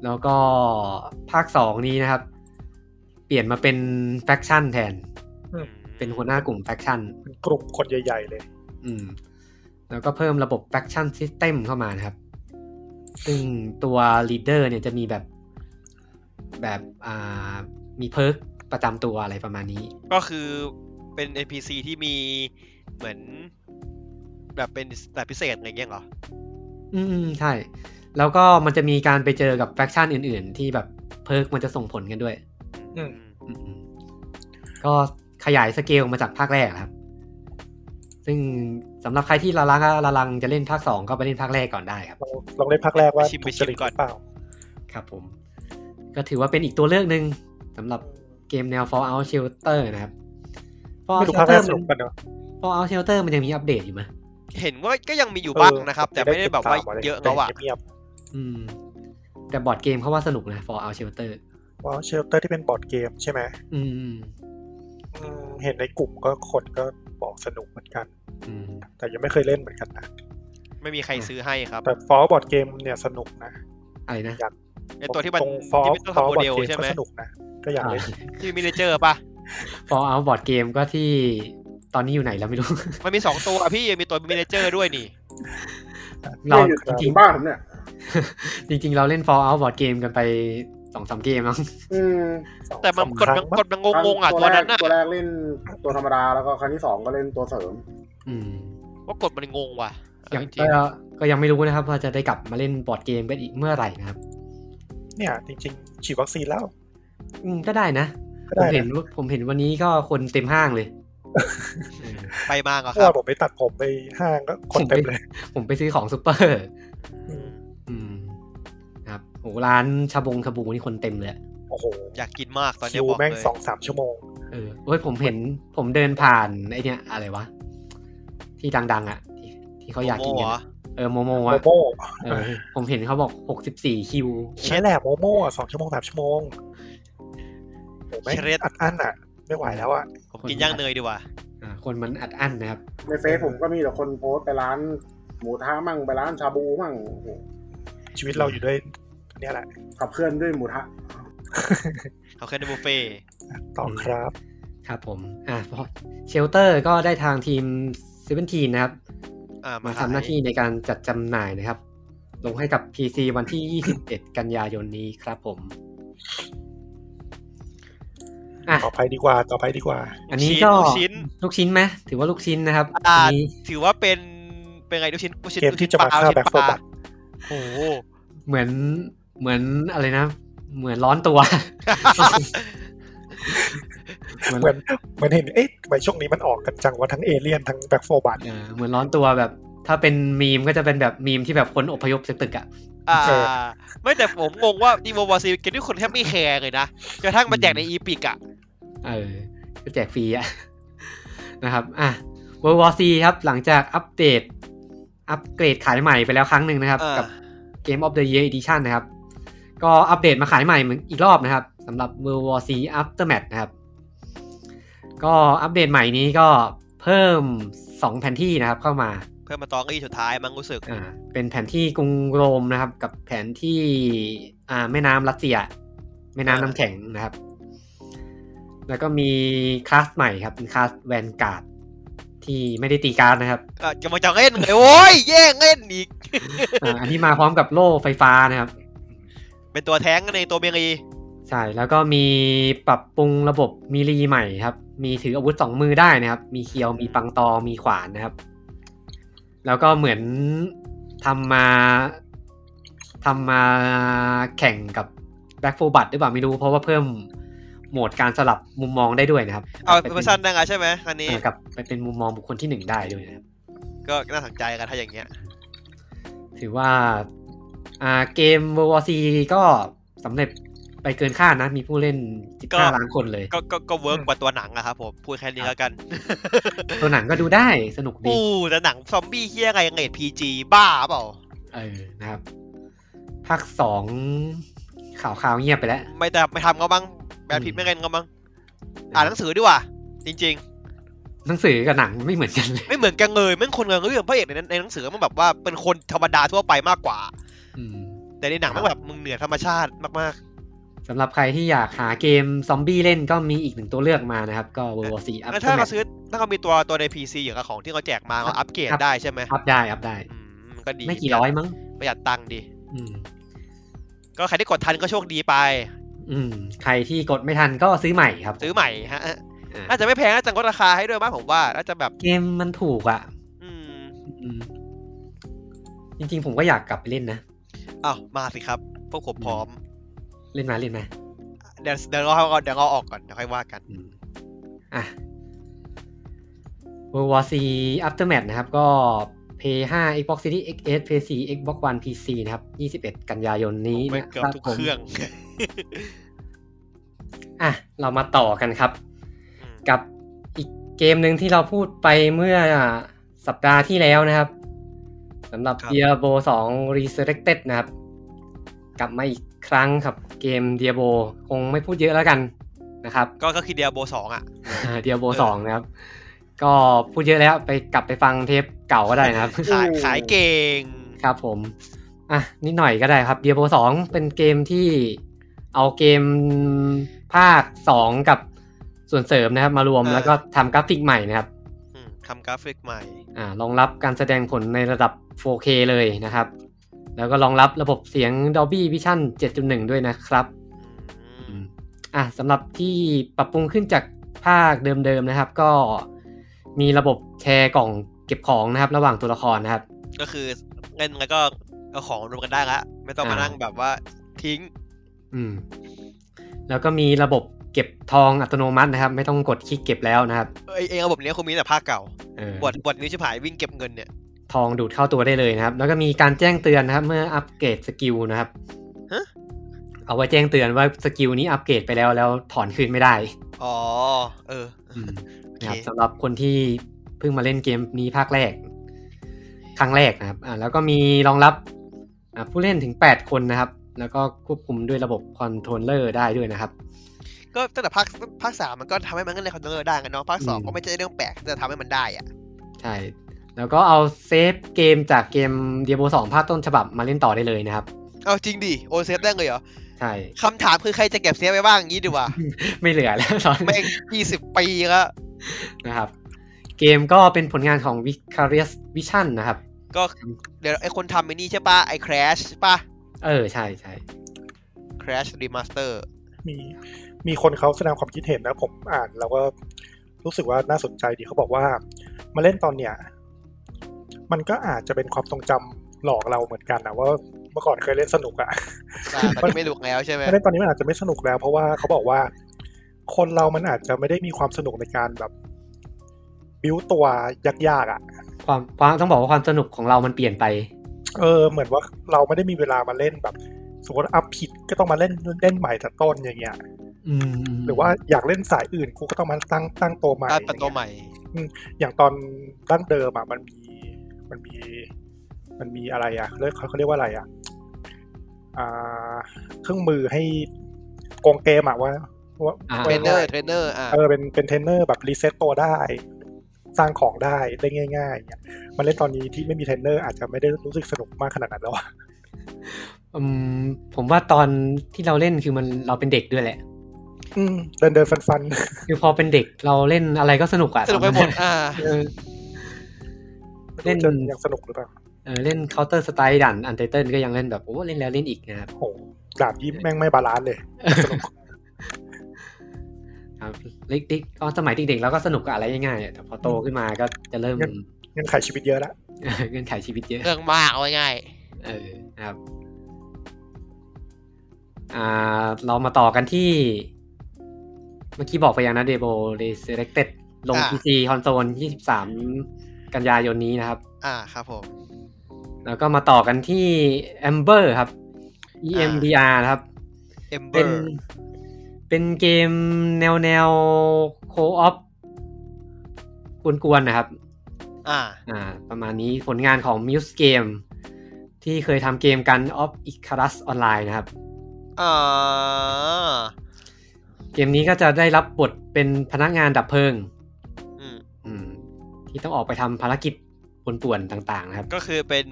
Speaker 1: แล้วก็ภาคสองนี้นะครับ เปลี่ยนมาเป็นแฟคชั่นแทน เป็นหัวหน้ากลุ่มแฟคชั่น
Speaker 4: เป็นกลุ่มคนใหญ่ๆเลย
Speaker 1: อืม แล้วก็เพิ่มระบบ faction system เข้ามานะครับ ซึ่งตัว leader เนี่ยจะมีแบบ แบบอ่ามีเพิร์กประจำตัวอะไรประมาณนี้
Speaker 2: ก็คือเป็น NPC ที่มีเหมือน แบบเป็นแบบพิเศษอะไรเงี้ยเหรอ
Speaker 1: อืมใช่ แล้วก็มันจะมีการไปเจอกับ faction อื่น ๆ ที่แบบเพิร์กมันจะส่งผลกันด้วย
Speaker 4: อืม
Speaker 1: อืมก็ขยายสเกลมาจากภาคแรกครับ ซึ่งสำหรับใครที่ละลังละลังจะเล่นภาคสองก็ไปเล่นภาคแรกก่อนได้ครับ
Speaker 4: ลองลองเล่นภาคแรกว่า
Speaker 2: ไปชิม
Speaker 4: ถูกจ
Speaker 2: ไป
Speaker 4: ริต
Speaker 2: ชิมก่อน
Speaker 4: หรือเปล่า
Speaker 1: ครับผม ก็ถือว่าเป็นอีกตัวเลือกหนึ่งสำหรับเกมแนว Fallout Shelter นะครับ
Speaker 4: ไม่
Speaker 1: Fallout
Speaker 4: รู้ภาคแร
Speaker 1: Shelter
Speaker 4: กสนุก
Speaker 1: มั
Speaker 4: กัน
Speaker 1: น
Speaker 4: เนอะ
Speaker 1: Fallout Shelter มันยังมีอัปเดตอยู่ไหมย
Speaker 2: เห็นว่าก็ยังมีอยู่บ้างนะครับ แต่ไม่ได้แบบว่า
Speaker 4: ติตมมล
Speaker 2: เยอะแล้วอะ
Speaker 4: แต่เงียบ
Speaker 1: อืม แต่บอร์ดเกมเขาว่าสนุกนะ Fallout Shelter
Speaker 4: ๆว่าเชลเตอร์ที่เป็นบอร์ดเกมใช่ไหม
Speaker 1: อืม
Speaker 4: อืมเห็นในกลุ่มก็คนก็บอกสนุกเหมือนกัน
Speaker 1: อืม
Speaker 4: แต่ยังไม่เคยเล่นเหมือนกันนะ
Speaker 2: ไม่มีใครซื้อให้ครับ
Speaker 4: แต่ฟอร์บอร์ดเกมเนี่ยสนุกนะ
Speaker 1: อะไรนะ
Speaker 2: ไอตัวที่มัน
Speaker 4: ตรงฟอร์
Speaker 2: ที่มันต้อง
Speaker 4: ฟอ
Speaker 2: ทำ
Speaker 4: ร์
Speaker 2: โม
Speaker 4: บอร์
Speaker 2: เด
Speaker 4: ด
Speaker 2: ล
Speaker 4: เกม
Speaker 2: ใช่
Speaker 4: ก็
Speaker 2: ไหม
Speaker 4: สนุกนะ ก็อยากเล่น
Speaker 2: ที่มินเจอร์ปะ
Speaker 1: Fallout บอร์ดเกมก็ที่ตอนนี้อยู่ไหนแล้ว ไม่รู้
Speaker 2: มันมีสองตัวอะพี่มีตัวมินเจอร์ด้วยนี่
Speaker 1: เรา
Speaker 3: อยู่
Speaker 1: จ
Speaker 3: จ
Speaker 1: ริ
Speaker 3: ริ
Speaker 1: ง
Speaker 3: งบ้านผมเนี่ย
Speaker 1: ๆจริง ๆ เราเล่น Fallout บอร์ดเกมกันไปสองสามเกมแล้ว
Speaker 3: อืม
Speaker 4: สอง
Speaker 2: แต่มัน
Speaker 4: สาม
Speaker 2: กด
Speaker 4: ค
Speaker 2: มั
Speaker 4: รั้
Speaker 2: น
Speaker 4: ง
Speaker 2: กดมันงงๆอ่ะตัวนั้น
Speaker 3: ตัว
Speaker 2: อ่ะ
Speaker 3: แรกเล่นตัวธรรมดาแล้วก็ครั้งที่สองก็เล่นตัวเสริม
Speaker 1: อืม
Speaker 2: ว่ากดมันงงว่ะเอา
Speaker 1: ยัง
Speaker 2: จริง
Speaker 1: ก็ก็ยังไม่รู้นะครับว่าจะได้กลับมาเล่นบอร์ดเกมกันอีกเมื่อไหร่นะครับ
Speaker 4: เนี่ยจริงๆ ฉีดวัคซีนแล้ว
Speaker 1: อืมก็ได้นะผ
Speaker 4: ก็
Speaker 1: ม
Speaker 4: ได้
Speaker 1: เห็
Speaker 4: นะ
Speaker 1: นว่าผมเห็นวันนี้ก็คนเต็มห้างเลย
Speaker 2: ๆไปมากอะ
Speaker 4: เพ
Speaker 2: ค
Speaker 4: ราะ
Speaker 2: รับ
Speaker 4: ว่าผมไปตัดผมไปห้างก็คนเต็มเลย
Speaker 1: ผมไปซื้อของซูเปอร์
Speaker 4: อืม
Speaker 1: อืมครับโหร้านชาบงชาบูนี่คนเต็มเลยอะ
Speaker 4: โอ้โห
Speaker 2: อยากกินมากตอน
Speaker 4: คิ
Speaker 2: เนี้ยว บอก
Speaker 4: แม่ง
Speaker 2: เลย
Speaker 4: สองสามชั่วโมง
Speaker 1: เออเฮ้ยผมเห็นผมเดินผ่านไอเนี้ยอะไรวะ ที่ดังๆ อ่ะ ที่ที่เขาอยากกิน
Speaker 2: โมโม
Speaker 1: กัน
Speaker 2: เหร
Speaker 1: อะเออโมโม
Speaker 4: โม
Speaker 1: อะ
Speaker 4: โม่
Speaker 1: เออผมเห็นเขาบอกหกสิบสี่คิว
Speaker 4: ใช่แหละโมโม่อะสองชั่วโมงสามชั่วโมงโอ้โหแม่งอัดอั้นอ่ะ ไม่ไหวแล้วอ่ะ
Speaker 2: ผมกินย่างเนยดีกว่า
Speaker 1: อ่า คนมันอัดอั้นนะครับ
Speaker 3: ในเฟซผมก็มีแต่คนโพสต์ไปร้านหมูท้ามั่งไปร้านชาบูมั่งโอ้โห
Speaker 4: ชีวิตเราอยู่ด้วยเนี่ยแหละ
Speaker 3: ขับเคลื่อนด้วยหมูทะ
Speaker 2: เขาเคยในบุฟเฟ่ต์
Speaker 4: ต่อครับ
Speaker 1: ครับผม อ่ะเชลเตอร์ก็ได้ทางทีมเซเวนทีนะครับ
Speaker 2: อ่า
Speaker 1: มา
Speaker 2: มา
Speaker 1: ทำหน้า
Speaker 2: ขย
Speaker 1: ที่ในการจัดจำหน่ายนะครับ ลงให้กับ PC วันที่ 21 กันยายนนี้ครับผม อ่ะ
Speaker 4: ต่อไปดีกว่า ต่อไปดีกว่า
Speaker 1: อันนี้ก็
Speaker 2: ลูกชิ้น
Speaker 1: ลูกชิ้นไหมถือว่าลูกชิ้นนะครับ
Speaker 2: อ่า
Speaker 1: อันนี้
Speaker 2: ถือว่าเป็นเป็นไงลูกชิ้นลูกชิ้น
Speaker 4: เกมที่จะมาฆ่า
Speaker 2: ลูกชิ้นปล
Speaker 4: Back 4 Blood
Speaker 2: โอ้โห
Speaker 1: เหมือนเหมือนอะไรนะ เหมือนร้อนตัว เหมือน
Speaker 4: เหมือนเหมือนเห็น เอ๊ะทำไมช่วงนี้มันออกกันจังว่าทั้งเอเลี่ยนทั้งแบ็คโฟบัต
Speaker 1: เออเหมือนร้อนตัวแบบ ถ้าเป็นมีมก็จะเป็นแบบมีมที่แบบคนอพยพจากตึกอ่ะ
Speaker 2: อ่า
Speaker 4: เออ
Speaker 2: ไม่แต่ผมงงว่าดีวอวาซีเกมที่คนแทบไม่แคร์เลยนะกระทั่งมาแจกในอีพิกอะ
Speaker 1: เออก็แจกฟรีอะ นะครับ อ่ะ World War C ครับ หลังจากอัปเดต อัปเกรดขายใหม่ไปแล้วครั้งหนึ่งนะครับ
Speaker 2: อ่า
Speaker 1: กับ Game of the Year Edition นะครับ ก็อัปเดตมาขายใหม่เหมือนอีกรอบนะครับสำหรับ World War C Aftermath นะครับ ก็อัปเดตใหม่นี้ก็เพิ่ม 2 แผนที่นะครับเข้ามา
Speaker 2: เพื่อมาตองอีสุดท้ายมั้งรู้สึก
Speaker 1: อ่า เป็นแผนที่กรุงโรมนะครับ กับแผนที่อ่าแม่น้ำรัสเซีย แม่น้ำน้ำแข็งนะครับ แล้วก็มีคลาสใหม่ครับเป็นคลาสแวนการ์ดที่ไม่ได้ตีการ์ดนะครับ
Speaker 2: อ่ะจะมาจะเล่นเลยโอ้ยแย่งเล่นอีก
Speaker 1: อ่าอันนี้มาพร้อมกับโล่ไฟฟ้านะครับ
Speaker 2: เป็นตัวแท้งในตัวเมรี
Speaker 1: ใช่แล้วก็มีปรับปรุงระบบมีรีใหม่ครับ มีถืออาวุธสองมือได้นะครับ มีเคียวมีปังตอมีขวานนะครับ แล้วก็เหมือนทำมาทำมาแข่งกับแบ็คโฟบัตหรือเปล่าไม่รู้ เพราะว่าเพิ่มโหมดการสลับมุมมองได้ด้วยนะครับ
Speaker 2: เอา
Speaker 1: ไป
Speaker 2: เป็นเวอร์ชันได้ไงใช่ไหมอันนี้
Speaker 1: เออกับไปเป็นมุมมองบุคคลที่หนึ่งได้ด้วยนะครับ
Speaker 2: ก็น่าสนใจกันถ้าอย่างเงี้ย
Speaker 1: ถือว่าอ่าเกม World War C ก็สำเร็จไปเกินคาดนะ มีผู้เล่น
Speaker 2: ก็
Speaker 1: 15 ล้านคนเลย
Speaker 2: ก็ก็ก็เวิร์กกว่าตัวหนังอะครับผม พูดแค่นี้แล้วกัน
Speaker 1: ตัวหนังก็ดูได้สนุกดี
Speaker 2: อู้แต่หนังซอมบี้เฮี้ยอะไรเงรดพีจีบ้าเปล่า
Speaker 1: เออนะครับ ภาคสองข่าวข่าวๆเงียบไปแล้ว
Speaker 2: ไม่แต่ไม่ทำก็บ้างแบบผิด
Speaker 1: อืม
Speaker 2: ไม่เล่นก็บ้างอ่านหนังสือดีกว่า จริง
Speaker 1: หนังสือกับหนังไม่เหมือนกันเลย
Speaker 2: ๆ ไม่เหมือนกันเลยแม่งคนละเรื่องพระเอกในในหนังสือมันแบบว่าเป็นคนธรรมดาทั่วไปมากกว่า
Speaker 1: อืม
Speaker 2: แต่ในหนังมันแบบมึงเหนือธรรมชาติมาก
Speaker 1: สำหรับใครที่อยากหาเกมซอมบี้เล่นก็มีอีกหนึ่งตัวเลือกมานะครับ ก็ World War 4
Speaker 2: ๆ
Speaker 1: อัพ
Speaker 2: แล้วถ้าเรา
Speaker 1: แมท
Speaker 2: ซื้อถ้าเรามีตัวตัวใน PC อย่างกับของที่เขาแจกมาเราอัปเกรดได้ใช่ไหม
Speaker 1: อัพได้อัพได้
Speaker 2: อืมมันก็ดี
Speaker 1: ไม่กี่ร้อยมั้ง
Speaker 2: ประหยัดตังค์ดี
Speaker 1: อืม
Speaker 2: ก็ใครที่กดทันก็โชคดีไป
Speaker 1: อืม ใครที่กดไม่ทันก็ซื้อใหม่ครับ
Speaker 2: ซื้อใหม่ฮะ
Speaker 1: อ่า
Speaker 2: น่าจะไม่แพงน่าจะลดราคาให้ด้วยมั้งผมว่าน่าจะแบบ
Speaker 1: เกมมันถูกอ่ะ
Speaker 2: อืม
Speaker 1: อืม จริง ๆ ผมก็อยากกลับไปเล่นนะ
Speaker 2: อ้าวมาสิครับพวกผมพร้อม
Speaker 1: เล่นมาเล่นมา
Speaker 2: เดี๋ยวเดี๋ยวเราเดี๋ยวเราออกก่อนเดี๋ยวค่อยว่ากัน
Speaker 1: อืมอ่ะ World War 4 Aftermath นะครับ ก็ Play 5 Xbox Series XS Play 4 Xbox One PC นะครับ 21 กันยายนนี้
Speaker 2: ไม่
Speaker 1: นะ
Speaker 2: เกือบ
Speaker 1: ครับ
Speaker 2: ทุก
Speaker 1: ผม
Speaker 2: เครื่อง
Speaker 1: อ่ะ เรามาต่อกันครับ กับอีกเกมหนึ่งที่เราพูดไปเมื่อสัปดาห์ที่แล้วนะครับสำหรับ
Speaker 2: ครับ
Speaker 1: Diablo 2 Resurrected นะครับ กลับมาอีกครั้งครับเกม Diablo คงไม่พูดเยอะแล้วกันนะครับ
Speaker 2: ก็ก็คือเดียโบสองอ่ะ
Speaker 1: Diablo
Speaker 2: เออ
Speaker 1: 2 นะครับ ก็พูดเยอะแล้วไปกลับไปฟังเทปเก่าก็ได้นะครับ
Speaker 2: ขายขายเก่ง
Speaker 1: ครับผม อ่ะ นิดหน่อยก็ได้ครับ Diablo 2 เป็นเกมที่เอาเกมภาค 2 กับส่วนเสริมนะครับ มารวม
Speaker 2: เออ
Speaker 1: แล้วก็ทำกราฟิกใหม่นะครับ
Speaker 2: อืมทำกราฟิกใหม่
Speaker 1: อ่ารองรับการแสดงผลในระดับ 4K เลยนะครับ แล้วก็รองรับระบบเสียง Dolby Vision 7.1 ด้วยนะครับ
Speaker 2: อื
Speaker 1: อื
Speaker 2: ม
Speaker 1: มอ่ะสำหรับที่ปรับปรุงขึ้นจากภาคเดิมๆนะครับ ก็มีระบบแชร์กล่องเก็บของนะครับ ระหว่างตัวละครนะครับ
Speaker 2: ก็คือเงินแล้วก็เอาของรวมกันได้ละไม่ต้องมานั่งแบบว่าทิ้ง
Speaker 1: อืม แล้วก็มีระบบเก็บทองอัตโนมัตินะครับ ไม่ต้องกดคลิกเก็บแล้วนะครับ
Speaker 2: เอ้ยเองระบบเนี้ยคงมีแต่ภาคเก่า
Speaker 1: เออบ
Speaker 2: ทบทนี้ชิบหายวิ่งเก็บเงินเนี่ย
Speaker 1: ทองดูดเข้าตัวได้เลยนะครับ แล้วก็มีการแจ้งเตือนนะครับ เมื่ออัปเกรดสกิลนะครับ เอาไว้แจ้งเตือนว่าสกิลนี้อัปเกรดไปแล้วแล้วถอนคืนไม่ได้
Speaker 2: อ๋อเออ
Speaker 1: อืม
Speaker 2: โอเค
Speaker 1: นะครับสำหรับคนที่เพิ่งมาเล่นเกมนี้ภาคแรก ครั้งแรกนะครับอ่าแล้วก็มีรองรับอ่าผู้เล่นถึง 8 คนนะครับ แล้วก็ควบคุมด้วยระบบคอนโทรลเลอร์ได้ด้วยนะครับ
Speaker 2: ก็ตั้งแต่ภาคภาคสามมันก็ทำให้มันเล่นในคอนโทรลเลอร์ได้กันเนาะภาคสอง
Speaker 1: อืม
Speaker 2: ก็ไม่ใช่เรื่องแปลกที่จะทำให้มันได้อ่ะ
Speaker 1: ใช่ แล้วก็เอาเซฟเกมจากเกม Diablo 2 ภาคต้นฉบับมาเล่นต่อได้เลยนะครับ
Speaker 2: เอาจริงดิโอนเซฟได้เลยเหรอ
Speaker 1: ใช่
Speaker 2: คำถามคือใครจะเก็บเซฟไว้บ้างอย่างงี้ดีวะ
Speaker 1: ไม่เหลือแล้วตอน
Speaker 2: แม่
Speaker 1: นี้
Speaker 2: งยี่สิบปีแล้ว
Speaker 1: นะครับ เกมก็เป็นผลงานของ Vicarious Vision นะครับ
Speaker 2: ก็เดี๋ยวไอคนทำไอ้นี่ใช่ป่ะ ไอ Crash ใช่ป่ะ
Speaker 1: เออ ใช่ใช่
Speaker 2: Crash Remaster
Speaker 4: มีมีคนเขาแสดงความคิดเห็นนะผมอ่านแล้วก็รู้สึกว่าน่าสนใจดีเขาบอกว่ามาเล่นตอนเนี้ยมันก็อาจจะเป็นความทรงจำหลอกเราเหมือนกันนะว่าเมื่อก่อนเคยเล่นสนุก อะ
Speaker 2: อ่าตอนนี้ไม่รู้แล้วใช่ไหม
Speaker 4: ไม่ได้ตอนนี้มันอาจจะไม่สนุกแล้ว เพราะว่าเขาบอกว่า คนเรามันอาจจะไม่ได้มีความสนุกในการแบบ บิวตัวยากๆอ่ะ
Speaker 1: ความความต้องบอกว่าความสนุกของเรามันเปลี่ยนไป
Speaker 4: เออ เหมือนว่าเราไม่ได้มีเวลามาเล่นแบบ สมมติอัพผิดก็ต้องมาเล่นเล่นใหม่แต่ต้นอย่างเงี้ย
Speaker 1: อืมม
Speaker 4: หรือว่าอยากเล่นสายอื่นกูก็ต้องมาตั้งตั้งตัวใหม่
Speaker 2: อ่าเป็นตัวใหม่
Speaker 4: อย่างตอนดั้งเดิมอ่ะมันมีมันมีมันมีอะไรอ่ะเรียกเขาเขาเรียกว่าอะไรอ่ะอ่าเครื่องมือให้โกงเกมอ่ะว่าว่า
Speaker 1: อ่า
Speaker 2: เทรนเนอร์ เทรนเนอร์ อ่า
Speaker 4: เออเป็นเป็นเทรนเนอร์แบบรีเซ็ตตัวได้ สร้างของได้ได้ง่ายๆเนี่ยมันเล่นตอนนี้ที่ไม่มีเทรนเนอร์อาจจะไม่ได้รู้สึกสนุกมากขนาดนั้นแล้วอะ
Speaker 1: อืมผมว่าตอนที่เราเล่นคือมันเราเป็นเด็กด้วยแหละ
Speaker 4: อืมเดินเดินฟันฟัน
Speaker 1: คือพอเป็นเด็กเราเล่นอะไรก็สนุกอะ
Speaker 2: สนุกไปหมด อ่า
Speaker 1: เออ
Speaker 4: ๆ
Speaker 1: เล่น
Speaker 4: จนยังสนุกหรือเปล่า
Speaker 1: เออเล่น Counter Strike ด่าน Untitled ก็ยังเล่นแบบโอ้เล่นแล้วเล่นอีกนะครับ
Speaker 4: โหดาบยิ้มแม่งไม่บาลานซ์เลย ส นุก
Speaker 1: ครับเล็กๆก็สมัยเด็กๆเราก็สนุกกับอะไรง่ายๆอะแต่พอโตขึ้นมาก็จะเริ่ม
Speaker 4: งั้น เงินขายชีวิตเยอะละ
Speaker 1: เงื่อนไขชีวิตเยอะ
Speaker 2: เรื่องมากเอาง่าย
Speaker 1: เออนะครับอ่าเรามาต่อกันที่ เมื่อกี้บอกไปยังนะเดโบ r e s u r r e c t e d ลง PC คอนโซล 23 กันยายนนี้นะครับ
Speaker 2: อ่าครับผม
Speaker 1: แล้วก็มาต่อกันที่ Amber ครับ EMDR นะครับ เป็
Speaker 2: Ember
Speaker 1: นเป็นเกมแนวแนวโคออฟกวนๆนะครับ
Speaker 2: อ่า
Speaker 1: อ่า ประมาณนี้ผลงานของ Muse Game ที่เคยทำเกมกันออฟอิคารัสออนไลน์นะครับ
Speaker 2: อ่า
Speaker 1: เกมนี้ก็จะได้รับบทเป็นพนักงานดับเพลิง
Speaker 2: อืม
Speaker 1: อืม ที่ต้องออกไปทำภารกิจป่วนๆต่างๆ นะครับ
Speaker 2: ก็คือเป็น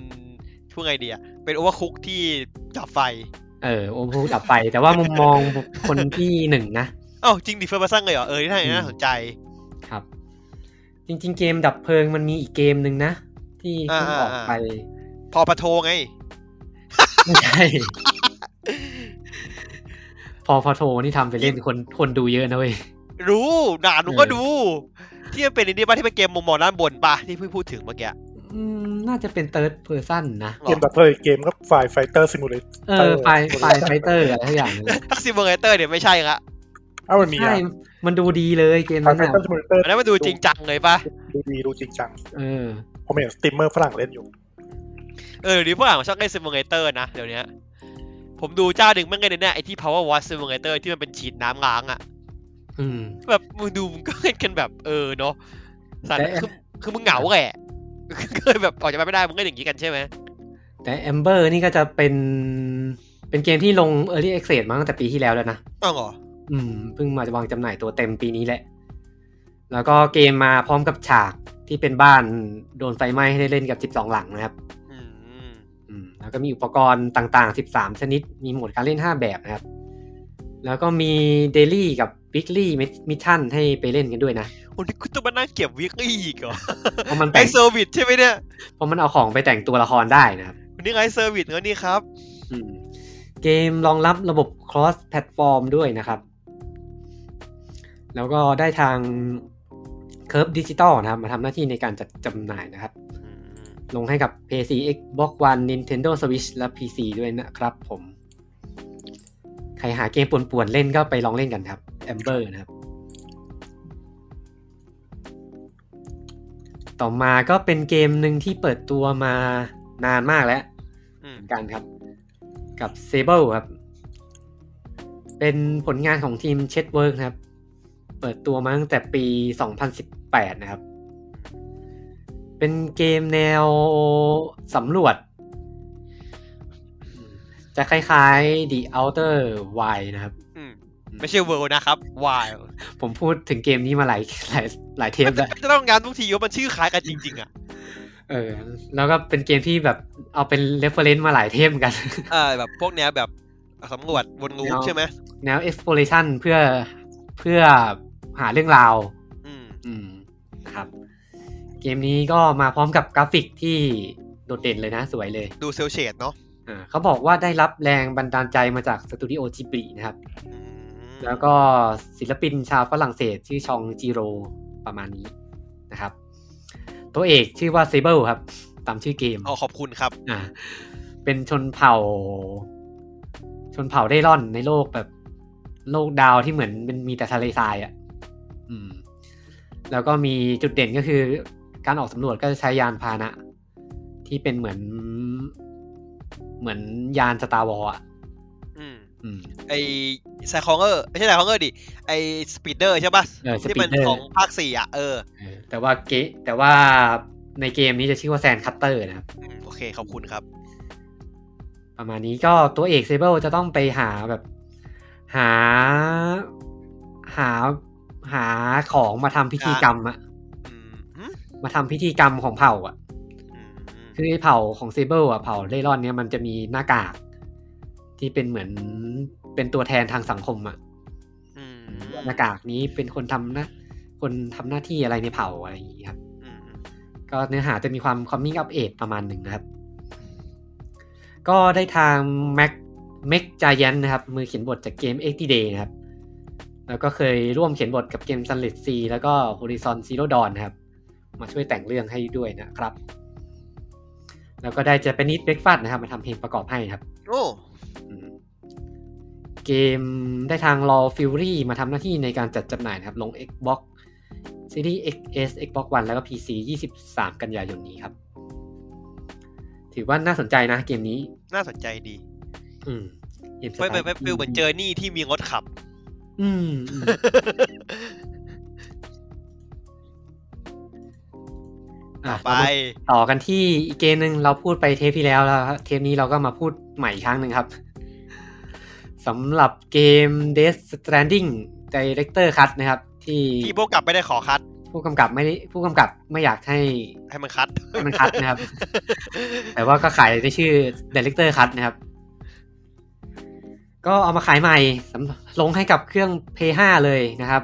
Speaker 2: ช่วงไอเดีย เป็นโอเวอร์คุกที่จับไฟ
Speaker 1: เออโอ้โหดับไฟแต่ว่ามุมมอง คนที่หนึ่งนะ
Speaker 2: เอ้าจริงดิเฟิร์มาสร้างเลยเหรอ เออนี่น่าสนใจ
Speaker 1: ครับ จริง ๆ เกมดับเพลิงมันมีอีกเกมหนึ่งนะ ที่เพิ่งออกไป
Speaker 2: พอปะโทไง
Speaker 1: ไม่ใช่ พอพอโทนี่ทำไปเล่นคนคนดูเยอะนะเว้ย
Speaker 2: รู้หนาหนูก็
Speaker 1: เออ
Speaker 2: ดู ที่มันเป็นไอเดียบ้านที่เป็นเกมมุมมองด้านบนป่ะ ที่เพิ่งพูดถึงเมื่อกี้
Speaker 1: อืมน่าจะเป็นเติร์ดเพ s ร n นะ
Speaker 2: หรอ
Speaker 4: เกมแบบเพลยเกมก็ฝ่ายไฟเตอร์ซิมูเลเตอร์
Speaker 1: เออไฟไฟไฟเตอร์อะไรทุกอย่างเลย
Speaker 2: ทักซิเบอ ร์เตอร์เนี่ยไม่ใช่ละ
Speaker 4: อ้าวมันมี
Speaker 1: ใช่
Speaker 4: อ่ะ
Speaker 1: มันดูดีเลยเกม
Speaker 4: ฝ่าย
Speaker 1: นั้นอ่ะ
Speaker 4: ไฟเตอร์ซิมูเลเตอร์
Speaker 2: อันนั้นมาดูจริงจังเลยป่ะ
Speaker 4: ดูดีดูจริงจัง
Speaker 1: เออ
Speaker 4: ผมเห็นสตรีมเมอร์ฝรั่งเล่นอยู่
Speaker 2: เออเดี๋ยวนี้พวกอ่านชอบเล่นซิมูเลเตอร์นะ เดี๋ยวนี้ผมดูเจ้าหนึ่งแม่งเลยเนี่ยไอที่ power wash simulator ที่มันเป็นฉีดน้ำล้างอะ
Speaker 1: อืม
Speaker 2: แบบมึงดูมึงก็เล่นกันแบบเออเนาะสัตว์
Speaker 1: แต่
Speaker 2: คือคือมึงเหงาแหละเคยแบบออกจากบ้านไม่ได้มึงก็อย่างนี้กันใช่ไหม
Speaker 1: แต่ Amber นี่ก็จะเป็น เป็นเกมที่ลง Early Access มาตั้งแต่ปีที่แล้วแล้วนะ
Speaker 2: อ้าวเหรอ
Speaker 1: อืมเพิ่งมาวางจำหน่ายตัวเต็มปีนี้แหละ แล้วก็เกมมาพร้อมกับฉากที่เป็นบ้านโดนไฟไหม้ให้ได้เล่นกับ 12 หลังนะครับ
Speaker 2: อืม
Speaker 1: อืมแล้วก็มีอุปกรณ์ต่างๆ 13 ชนิด มีโหมดการเล่น 5 แบบนะครับ แล้วก็มี Daily กับ Weekly Mission ให้ไปเล่นกันด้วยนะ
Speaker 2: วันนี้กูต้องมานั่งเก็บวิกอีกเหรอ
Speaker 1: เพราะมัน
Speaker 2: ไอ
Speaker 1: แต่ง
Speaker 2: เซอร์วิสใช่ไหมเนี่ย
Speaker 1: เพราะมันเอาของไปแต่งตัวละครได้นะครับ
Speaker 2: วันนี้ไอเซอร์วิสแล้วนี่ครับ
Speaker 1: อืมเกมรองรับระบบ cross platform ด้วยนะครับ แล้วก็ได้ทาง Curve Digital นะครับ มาทำหน้าที่ในการจัดจำหน่ายนะครับ ลงให้กับ PC Xbox One Nintendo Switch และ PC ด้วยนะครับผม ใครหาเกมป่วนๆเล่นก็ไปลองเล่นกันครับ Amber นะครับ ต่อมาก็เป็นเกมหนึ่งที่เปิดตัวมานานมากแล้ว
Speaker 2: อืม
Speaker 1: เหมือนกันครับ กับ Sable ครับ เป็นผลงานของทีม Chetwork นะครับ เปิดตัวมาตั้งแต่ปี 2018 นะครับ เป็นเกมแนวสำรวจ จะคล้ายๆ The Outer Wild นะครับ
Speaker 2: อืมไม่ใช่เวิลด์นะครับวาย
Speaker 1: ผมพูดถึงเกมนี้มาหลายหลายหลายเทปแล้ว
Speaker 2: จะต้องงานทุกทีว่ามันชื่อคล้ายกันจริง ๆอ่ะ
Speaker 1: เออ แล้วก็เป็นเกมที่แบบเอาเป็น reference มาหลายเทปเหมือนกัน
Speaker 2: เออแบบพวกเนี้ยแบบสำรวจวนรูปใช่ไหม
Speaker 1: แนว exploration เพื่อเพื่อหาเรื่องราว
Speaker 2: อืม
Speaker 1: อืมนะครับ เกมนี้ก็มาพร้อมกับกราฟิกที่โดดเด่นเลยนะ สวยเลย
Speaker 2: ดูเซลเชดเนาะ
Speaker 1: อ่าเขาบอกว่าได้รับแรงบันดาลใจมาจากสตูดิโอจิบลินะครับ
Speaker 2: อืม
Speaker 1: แล้วก็ศิลปินชาวฝรั่งเศสชื่อชองจิโรประมาณนี้นะครับ ตัวเอกชื่อว่าเซเบิลครับ ตามชื่อเกม
Speaker 2: อ๋อขอบคุณครับ
Speaker 1: อ่าเป็นชนเผ่า ชนเผ่าได้ร่อนในโลกแบบโลกดาวที่เหมือนมันมีแต่ทะเลทรายอะ่ะอืม แล้วก็มีจุดเด่นก็คือ การออกสำรวจก็จะใช้ยานพาหนะ ที่เป็นเหมือน เหมือนยานสตาร์วอลอ่ะ
Speaker 2: อืม
Speaker 1: อืม
Speaker 2: ไอไซคองเกอร์ไม่ใช่ไซคองเกอร์ดิ ไอสปีดเดอร์ใช่ปะ
Speaker 1: เออ Speeder
Speaker 2: ที่มันของภาคสี่อ่ะ เออ
Speaker 1: เออแต่ว่าเกะแต่ว่าในเกมนี้จะชื่อว่าแซนคัตเตอร์นะครับ
Speaker 2: อืมโอเคขอบคุณครับ
Speaker 1: ประมาณนี้ก็ตัวเอกเซเบิลจะต้องไปหาแบบ หาหาหาของมาทำพิธีกรรมอะ
Speaker 2: อืมอืม
Speaker 1: มาทำพิธีกรรมของเผ่าอะ
Speaker 2: อืม
Speaker 1: คือไอ้เผ่าของเซเบิลอะเผ่าเร่ร่อนเนี้ยมันจะมีหน้ากาก ที่เป็นเหมือนเป็นตัวแทนทางสังคมอะ
Speaker 2: อืม
Speaker 1: หน้ากากนี้เป็นคนทำหนะคนทำหน้าที่อะไรในเผ่าอะไรอย่างงี้ครับ
Speaker 2: อืม
Speaker 1: ก็เนื้อหาจะมีความ coming up age ประมาณหนึ่งนะครับ ก็ได้ทาง Mac Mac Giant นะครับ มือเขียนบทจากเกม 80 Day นะครับ แล้วก็เคยร่วมเขียนบทกับเกม Sunlit Sea แล้วก็ Horizon Zero Dawn นะครับ มาช่วยแต่งเรื่องให้ด้วยนะครับ แล้วก็ได้ Japanese Breakfast นะครับ มาทำเพลงประกอบให้ครับ
Speaker 2: โอ้
Speaker 1: อืมเกมได้ทาง Law Fury มาทำหน้าที่ในการจัดจำหน่ายนะครับ ลง Xbox ซีรีส์ XS Xbox One แล้วก็ PC 23 กันยายนนี้ครับ ถือว่าน่าสนใจนะเกมนี้
Speaker 2: น่าสนใจดี
Speaker 1: อืมเกมสต
Speaker 2: ไม่
Speaker 1: ล์
Speaker 2: ไม่ไม่ฟิลเหมือนเจอร์นี่ที่มีงดขับ
Speaker 1: อืมอืม อ่ะ
Speaker 2: ไป
Speaker 1: ต่อกันที่อีกเกมหนึ่งเราพูดไปเทปที่แล้วแล้วครับเทปนี้เราก็มาพูดใหม่อีกครั้งหนึ่งครับสำหรับเกม Death Stranding Director Cut นะครับ ที่
Speaker 2: ที่พวกกลับไม่ได้ขอคัด
Speaker 1: ผู้กำกับไม่ได้ผู้กำกับไม่อยากให้
Speaker 2: ให้มันคัด
Speaker 1: ให้มันคัด นะครับ แต่ว่าก็ขายในชื่อ Director Cut นะครับ ก็เอามาขายใหม่สำลงให้กับเครื่อง p 5เลยนะครับ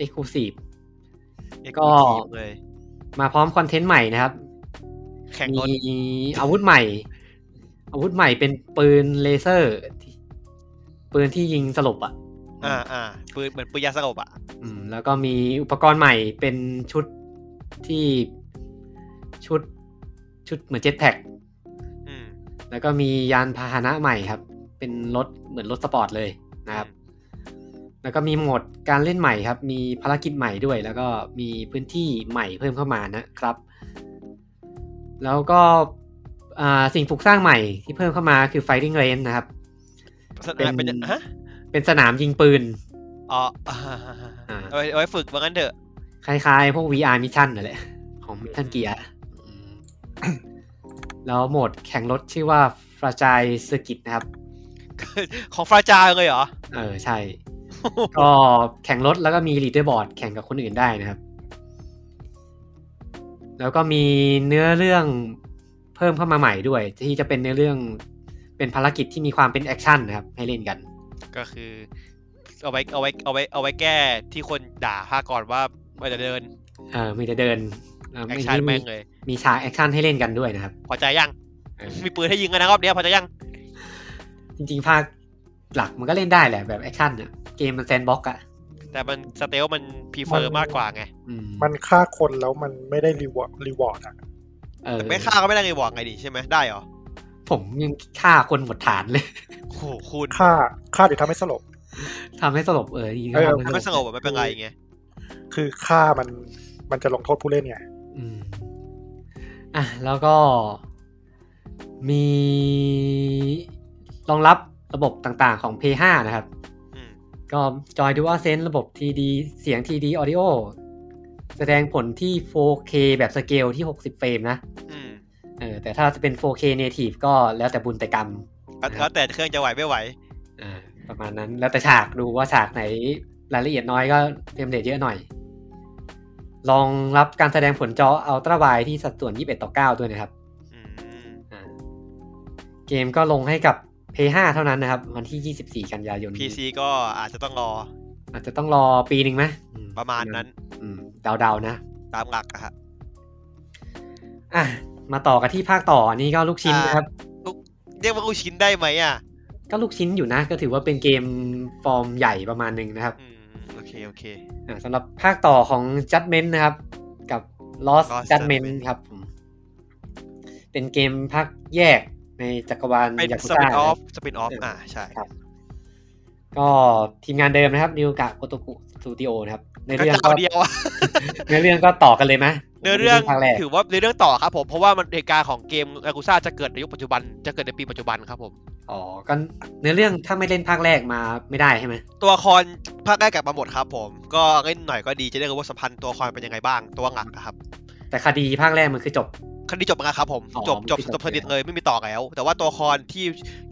Speaker 1: Exclusive ก็
Speaker 2: Exclusive เลย
Speaker 1: มาพร้อมคอนเทนต์ใหม่นะครับ
Speaker 2: แข่งรถ
Speaker 1: มีอาวุธใหม่ อาวุธใหม่เป็นปืนเลเซอร์ที่ปืนที่ยิงสลบอ่ะ
Speaker 2: อ่าอ่าปืนเหมือนปืนยาสลบอ่ะ
Speaker 1: อืม แล้วก็มีอุปกรณ์ใหม่เป็นชุดที่ชุดชุดเหมือนเจ็ตแพ็ก
Speaker 2: อืม
Speaker 1: แล้วก็มียานพาหนะใหม่ครับ เป็นรถเหมือนรถสปอร์ตเลยนะครับ แล้วก็มีโหมดการเล่นใหม่ครับ มีภารกิจใหม่ด้วย แล้วก็มีพื้นที่ใหม่เพิ่มเข้ามานะครับ แล้วก็อ่าสิ่งปลูกสร้างใหม่ที่เพิ่มเข้ามาคือ fighting range นะครับ
Speaker 2: สนามเป็น
Speaker 1: เป็น
Speaker 2: ฮะ
Speaker 1: เป็นสนามยิงปืน
Speaker 2: อ๋ออ่า
Speaker 1: อ่า
Speaker 2: เอาไว้เอาไว้ฝึกว่างั้นเถอะ
Speaker 1: คล้ายๆ พวก VR mission นั่นแหละ ของ Metal Gear อืม แล้วโหมดแข่งรถชื่อว่า fragile circuit นะครับ
Speaker 2: ของฟราจาเลยเหรอ
Speaker 1: เออ ใช่ ก็แข่งรถแล้วก็มี leaderboard แข่งกับคนอื่นได้นะครับ แล้วก็มีเนื้อเรื่องเพิ่มเข้ามาใหม่ด้วย ที่จะเป็นเนื้อเรื่องเป็นภารกิจที่มีความเป็นแอคชั่นนะครับ ให้เล่นกัน
Speaker 2: ก็คือ เอาไว้เอาไว้เอาไว้เอาไว้แก้ที่คนด่าภาคก่อนว่ามันจะเดิน
Speaker 1: เออมีแต่เดินเออ
Speaker 2: แอค
Speaker 1: ไม่
Speaker 2: ชั่น
Speaker 1: มี
Speaker 2: แม่งเลย
Speaker 1: มีฉากแอคชั่นให้เล่นกันด้วยนะครับ
Speaker 2: พอใจยัง
Speaker 1: เออ
Speaker 2: มีปืนให้ยิงกันนะรอบเนี้ยพอใจยัง
Speaker 1: จริงๆภาคหลักมันก็เล่นได้แหละแบบแอคชั่นอะเกมมันแซนบ็อกอะ
Speaker 2: แต่มันสเตลมันพีเฟอ
Speaker 4: มัน
Speaker 2: ร์มากกว่าไง
Speaker 1: อืม
Speaker 4: มันฆ่าคนแล้วมันไม่ได้รีวอร์ดรีวอร์ดอ่ะ
Speaker 1: เออ
Speaker 2: แต่ไม่ฆ่าก็ไม่ได้ไงบอกไงดิใช่ไหมได้เหรอ
Speaker 1: ผมยังฆ่าคนหมดฐานเลย
Speaker 2: โอ้โหคุณ
Speaker 4: ฆ่าฆ่าหรือทำให้สลบ
Speaker 1: ทำให้สลบเออจริงๆก็
Speaker 4: เออ
Speaker 1: ทำให้
Speaker 2: ถ้า
Speaker 1: สลบ
Speaker 2: ไม่สงบอะไม่เป็นไรไง
Speaker 4: คือฆ่ามันมันจะลงโทษผู้เล่นไง
Speaker 1: อืมอ่ะแล้วก็มีรองรับระบบต่างๆของ p 5นะครับ
Speaker 2: อืม
Speaker 1: ก็จอย Dual Sense ระบบ TD เสียง TD Audio แสดงผลที่ 4K แบบสเกลที่ 60 เฟรมนะ
Speaker 2: อืม
Speaker 1: เออแต่ถ้าจะเป็น 4K native ก็แล้วแต่บุญแต่กรรม
Speaker 2: แล้วแล้วแต่เครื่องจะไหวไม่ไหว
Speaker 1: อ่าประมาณนั้นแล้วแต่ฉากดูว่าฉากไหนรายละเอียดน้อยก็เฟรมเรทเยอะหน่อย ลองรับการแสดงผลจอ Ultra Wide ที่สัดส่วน 21 ต่อ 9 ด้วยนะครับ
Speaker 2: อืม
Speaker 1: อ่าเกมก็ลงให้กับ p 5เท่านั้นนะครับ วันที่ 24 กันยายน
Speaker 2: พี
Speaker 1: นี้
Speaker 2: ซีก็อาจจะต้องรอ
Speaker 1: อาจจะต้องรอปีหนึ่งไหมอื
Speaker 2: ประมาณนั้น
Speaker 1: อืมเดาๆนะ
Speaker 2: ตามหลักอะฮะ
Speaker 1: อ่ะ มาต่อกันที่ภาคต่ออันนี้ก็ลูกชิ้นนะครับ
Speaker 2: เรียกว่าลูกชิ้นได้ไหมอ่ะ
Speaker 1: ก็ลูกชิ้นอยู่นะ ก็ถือว่าเป็นเกมฟอร์มใหญ่ประมาณหนึ่งนะครับ
Speaker 2: อืม โอเค โอเค
Speaker 1: อ่าสำหรับภาคต่อของ Judgment นะครับ กับ Lost
Speaker 2: Lost
Speaker 1: Judgment
Speaker 2: Judgment
Speaker 1: ครับผมเป็นเกมภาคแยกในจักรวาล
Speaker 2: เป็น
Speaker 1: ยากุ
Speaker 2: ส
Speaker 1: ซ่า
Speaker 2: ปินออฟ
Speaker 1: นะ
Speaker 2: สปินออฟ
Speaker 1: เอออ่
Speaker 2: อ่า ใช่
Speaker 1: ครับ ก็ทีมงานเดิมนะครับนิวกะโกโตกุสตูดิโอนะครับ ใน
Speaker 2: ก็
Speaker 1: เรื่อง
Speaker 2: เจ้า
Speaker 1: ก็
Speaker 2: เดียวอะ
Speaker 1: ใน เรื่องก็ต่อกันเลยไหม
Speaker 2: เนื้อเรื่อง
Speaker 1: ภาคแรก
Speaker 2: ถือว่าเนื้อเรื่องต่อครับผม เพราะว่ามันเหตุการณ์ของเกมอากุซ่าจะเกิดในยุคปัจจุบัน จะเกิดในปีปัจจุบันครับผม
Speaker 1: อ๋อก็เนื้อเรื่องถ้าไม่เล่นภาคแรกมาไม่ได้ใช่ไหม
Speaker 2: ตัวละครภาคแรกกลับมาหมดครับผม ก็เล่นหน่อยก็ดี จะได้รู้ว่าสัมพันธ์ตัวละครเป็นยังไงบ้าง ตัวหลักอะครับ
Speaker 1: แต่คดีภาคแรกมันคือจบ
Speaker 2: คดีจบแล้วครับผม
Speaker 1: อ๋อ
Speaker 2: จบ จบ
Speaker 1: ไม่จบ
Speaker 2: จบสนิทเลย ไม่มีต่อแล้ว แต่ว่าตัวละครที่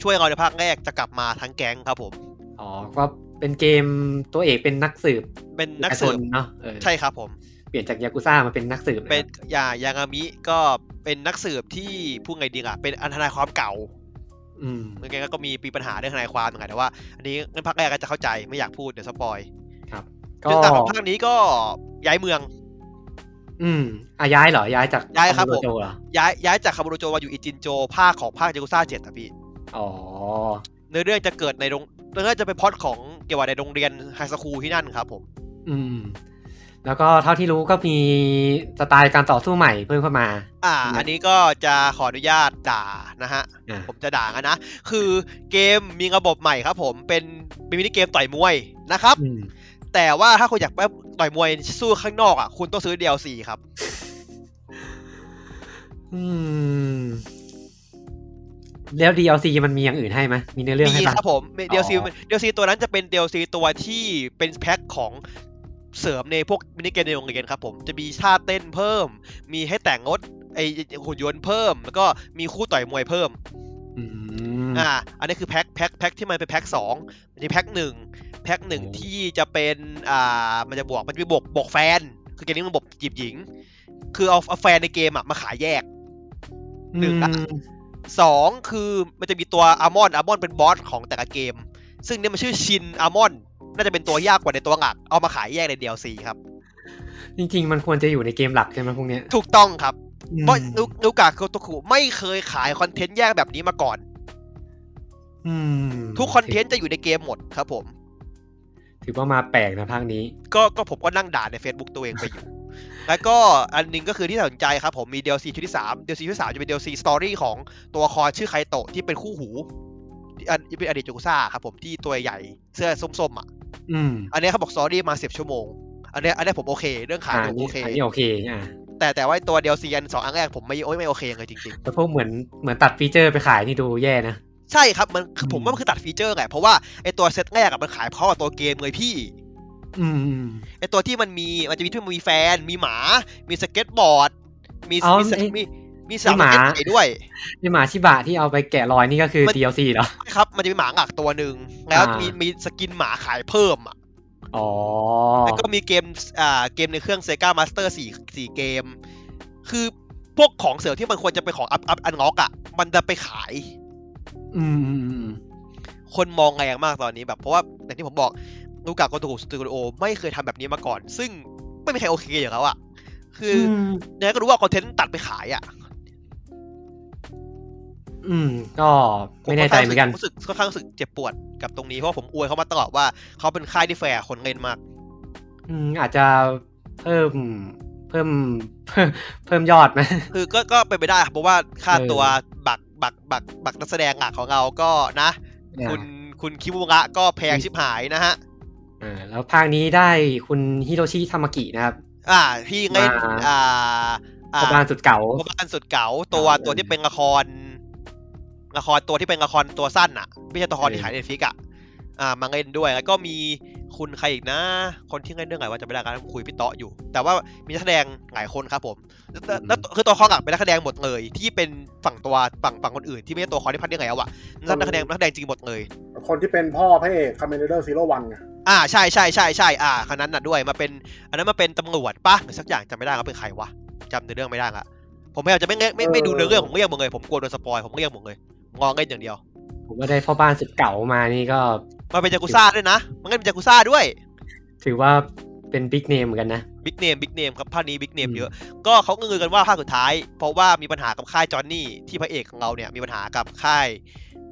Speaker 2: ช่วยเราในภาคแรกจะกลับมาทั้งแก๊งครับผม
Speaker 1: อ๋อก็เป็นเกมตัวเอกเป็นนักสืบ
Speaker 2: เป็นนักสื
Speaker 1: เอ
Speaker 2: บ
Speaker 1: กชเนาะเออ
Speaker 2: ใช่ครับผม
Speaker 1: เปลี่ยนจากยากุซ่ามาเป็นนักสืบะครับ
Speaker 2: เป็นยายางามิก็เป็นนักสืบที่พูดไงดีอ่ะ เป็นอันทนายความเก่า
Speaker 1: อืม
Speaker 2: เมื่อกี้ก็มีปีปัญหาเรื่องทนายความเหมือนกันแต่ว่า อันนี้เงินพักแรกก็จะเข้าใจไม่อยากพูดเดี๋ยวสปอย
Speaker 1: ครับ
Speaker 2: จุดต่างของภาคนี้ก็ย้ายเมือง
Speaker 1: อืมอ่ะย้ายเหรอ ย้ายจาก
Speaker 2: ย้ายครับ
Speaker 1: โดโจ
Speaker 2: ผม
Speaker 1: เหรอ
Speaker 2: ย้ายย้ายจากคาบูโรโจมาอยู่อิจินโจภาคของภาคยากุซ่าเจ็ดอะพี่
Speaker 1: อ๋อ
Speaker 2: เนื้อเรื่องจะเกิดในโรงเนื้อเรื่องจะเป็นพล็อดของเกี่ยวกับในโรงเรียนไฮสคูลที่นั่นครับผม
Speaker 1: อืม แล้วก็เท่าที่รู้ก็มีสไตล์การต่อสู้ใหม่เพิ่มเข้ามา
Speaker 2: อ่า
Speaker 1: อืม
Speaker 2: อันนี้ก็จะขออนุญาตด่านะฮะ
Speaker 1: อ่า
Speaker 2: ผมจะด่ากันนะ คือเกมมีระบบใหม่ครับผมเป็นมีมินิเกมต่อยมวยนะครับ
Speaker 1: อืม
Speaker 2: แต่ว่าถ้าคุณอยากไปต่อยมวยสู้ข้างนอกอ่ะคุณต้องซื้อ DLC ครับ
Speaker 1: อืม แล้ว DLC มันมีอย่างอื่นให้ไหมมีเนื้อเรื่อง
Speaker 2: มี
Speaker 1: ให้ปะ
Speaker 2: ครับผมมี DLC
Speaker 1: อ๋อ
Speaker 2: DLC ตัวนั้นจะเป็น DLC ตัวที่เป็นแพ็คของเสริมในพวกมินิเกมในโรงเรียนครับผมจะมีท่าเต้นเพิ่ม มีให้แต่งรถไอหุ่นยนต์เพิ่ม แล้วก็มีคู่ต่อยมวยเพิ่ม
Speaker 1: อืม
Speaker 2: อ่า อันนี้คือแพ็คแพ็คแพ็คที่มันเป็นแพ็คสองมันจะแพ็คหนึ่งแพ็คหนึ่ง
Speaker 1: โอ้
Speaker 2: ที่จะเป็นอ่ามันจะบวกมันจะมีบวกบวกแฟน คือเกมนี้มันบวกจีบหญิง คือเอาเอาแฟนในเกมอ่ะมาขายแยก หนึ่งละ
Speaker 1: อืม
Speaker 2: สองคือมันจะมีตัวอาร์มอนอาร์มอนเป็นบอสของแต่ละเกม ซึ่งเนี่ยมันชื่อชินอาร์มอนน่าจะเป็นตัวยากกว่าในตัวหลักเอามาขายแยกใน DLC ครับ
Speaker 1: จริง ๆ มันควรจะอยู่ในเกมหลักใช่ไหมพวกเนี้ย
Speaker 2: ถูกต้องครับ เพราะ
Speaker 1: อืม
Speaker 2: ลูกลูกกาโคโตคุไม่เคยขายคอนเทนต์แยกแบบนี้มาก่อน
Speaker 1: อืม
Speaker 2: ทุกคอนเทนต์จะอยู่ในเกมหมดครับผม
Speaker 1: ถือว่ามาแปลกนะภาคนี้
Speaker 2: ก็ก็ผมก็นั่งด่าใน Facebook ตัวเองไปอยู่ แล้วก็อันหนึงก็คือที่น่าสนใจครับผมมี DLC ชุดที่ 3 DLC ชุดที่3จะเป็น DLC สตอรี่ของตัวละคอชื่อไคโตะที่เป็นคู่หูอันเป็นอดีตโจกุซ่าครับผมที่ตัวใหญ่เสื้อส้มๆอ่ะ
Speaker 1: อืม
Speaker 2: อันเนี้ยเขาบอกสตอรี่มาสิบชั่วโมง อันเนี้ยอันเนี้ยผมโอเค เรื่องขายผม
Speaker 1: นี้
Speaker 2: โอเค
Speaker 1: อันนี้โอเคอ่ะ
Speaker 2: แต่แต่ว่าตัวเดียวซีอันสองอันแรกผมไม่โอ้ยไม่โอเคเลยจริง
Speaker 1: แต่พวกเหมือนเหมือนตัดฟีเจอร์ไปขายนี่ดูแย่นะ
Speaker 2: ๆ ใช่ครับ มันคือ
Speaker 1: อืม
Speaker 2: ผมว่ามันคือตัดฟีเจอร์แหละเพราะว่าไอตัวเซตแรกอะมันขายพร้อมกับตัวเกมเลยพี่
Speaker 1: อืมอืม
Speaker 2: ไอตัวที่มันมีมันจะมีที่มันมีแฟน มีหมา มีสเก็ตบอร์ด มี
Speaker 1: อ๋อ
Speaker 2: มีส
Speaker 1: ไอ้
Speaker 2: มีมีส
Speaker 1: มีห
Speaker 2: นาม
Speaker 1: มา
Speaker 2: สเก็ตไก่ด้วย
Speaker 1: ไอหมาชิบะที่เอาไปแกะรอยนี่ก็คือ
Speaker 2: มัน
Speaker 1: DLC เหรอ
Speaker 2: ครับ มันจะมีหมาหลักตัวหนึ่งแล้ว
Speaker 1: อ่ามี
Speaker 2: มีมีสกินหมาขายเพิ่มอ่ะ
Speaker 1: อ๋อ
Speaker 2: แล้วก็มีเกม อ่า เกมในเครื่อง Sega Master สี่สี่เกม คือพวกของเสริมที่มันควรจะเป็นของอัพอัพอันงอกอะมันจะไปขาย
Speaker 1: อืมอืมอืม
Speaker 2: คนมองแรงมากตอนนี้แบบ เพราะว่าอย่างที่ผมบอกลูกากโกโตกุสตูดิโอไม่เคยทำแบบนี้มาก่อน ซึ่งไม่มีใครโอเคอยู่แล้วอะคืออ
Speaker 1: ม
Speaker 2: ยังไงก็รู้ว่าคอนเทนต์ตัดไปขายอะ
Speaker 1: อืม ก็ไม่แน่ใจเหมือนกัน
Speaker 2: ผรู้สึกค่อนข้างรู้สึกเจ็บปวดกับตรงนี้ เพราะว่าผมอวยเขามาตลอดว่าเขาเป็นค่ายที่แฟร์คนเล่นมาก
Speaker 1: อืม อาจจะเพิ่ม เพิ่ม เพิ่มเพิ่มยอดไหม
Speaker 2: คือก็ก็เป็นไปได้ครับเพราะว่าค่า
Speaker 1: เออ
Speaker 2: ตัวบักบักบักบักนักแสดงหลักของเราก็นะ คุณคุณคิมุงะก็แพงชิบหายนะฮะ
Speaker 1: อ่าแล้วภาคนี้ได้คุณฮิโรชิทามากินะครับ
Speaker 2: อ่าที่เล่น
Speaker 1: มา
Speaker 2: อ่าอ่า
Speaker 1: ประมาณสุดเก่า
Speaker 2: ประมาณสุดเก๋าตัว
Speaker 1: อ่า
Speaker 2: ตัวที่เป็นละคร ละครตัวที่เป็นละครตัวสั้นอ่ะ ไม่ใช่ตัวละคร
Speaker 1: เออ
Speaker 2: ที่ขายในฟิกอ่ะ อ่ามาเล่นด้วยแล้วก็มีคุณใครอีกนะ คนที่เล่นเรื่องไหนว่าจะไม่ได้การคุยพี่เตาะอยู่ แต่ว่ามีนักแสดงหลายคนครับผมแล้วแล้วแล้วคือตัวละคอหลักเป็นนักแสดงหมดเลย ที่เป็นฝั่งตัวฝั่งฝั่งคนอื่นที่ไม่ใช่ตัวละคอที่พัดเรื่องไหนแล้วอ่ะนั่นนักแสดงนักแสดงจริงหมดเลย
Speaker 3: คนที่เป็นพ่อพระเอกคาเมเดอร์ซีโร่วันไง
Speaker 2: อ่าใช่ใช่ใช่ใช่อ่าคนนั้นน่ะด้วยมาเป็น อันนั้นมาเป็นตำรวจปะหรือสักอย่างจำไม่ได้ครับเป็นใครวะจำในเรื่องไม่ได้ละผมพยายามจะไม่เงไม่ไม่ดูเนื้อเรื่องผมก็ยังมึงเลยผมกลัวโดนสปอยผมก็ยังมึงเลยงอเงินอย่างเดียว
Speaker 1: ผมว่าได้พ่อบ้านสุดเก่ามานี่ก็
Speaker 2: มาเป็นจากุซ่าด้วยนะ มันก็เป็นจากุซ่าด้วย
Speaker 1: ถือว่าเป็นบิ๊กเนมเหมือนกันนะ
Speaker 2: บิ๊กเนมบิ๊กเนมครับภาคนี้บิ๊กเนม
Speaker 1: อืม
Speaker 2: เยอะ ก็เขาก็งือกันว่าภาคสุดท้าย เพราะว่ามีปัญหากับค่ายจอห์นนี่ที่พระเอกของเราเนี่ยมีปัญหากับค่าย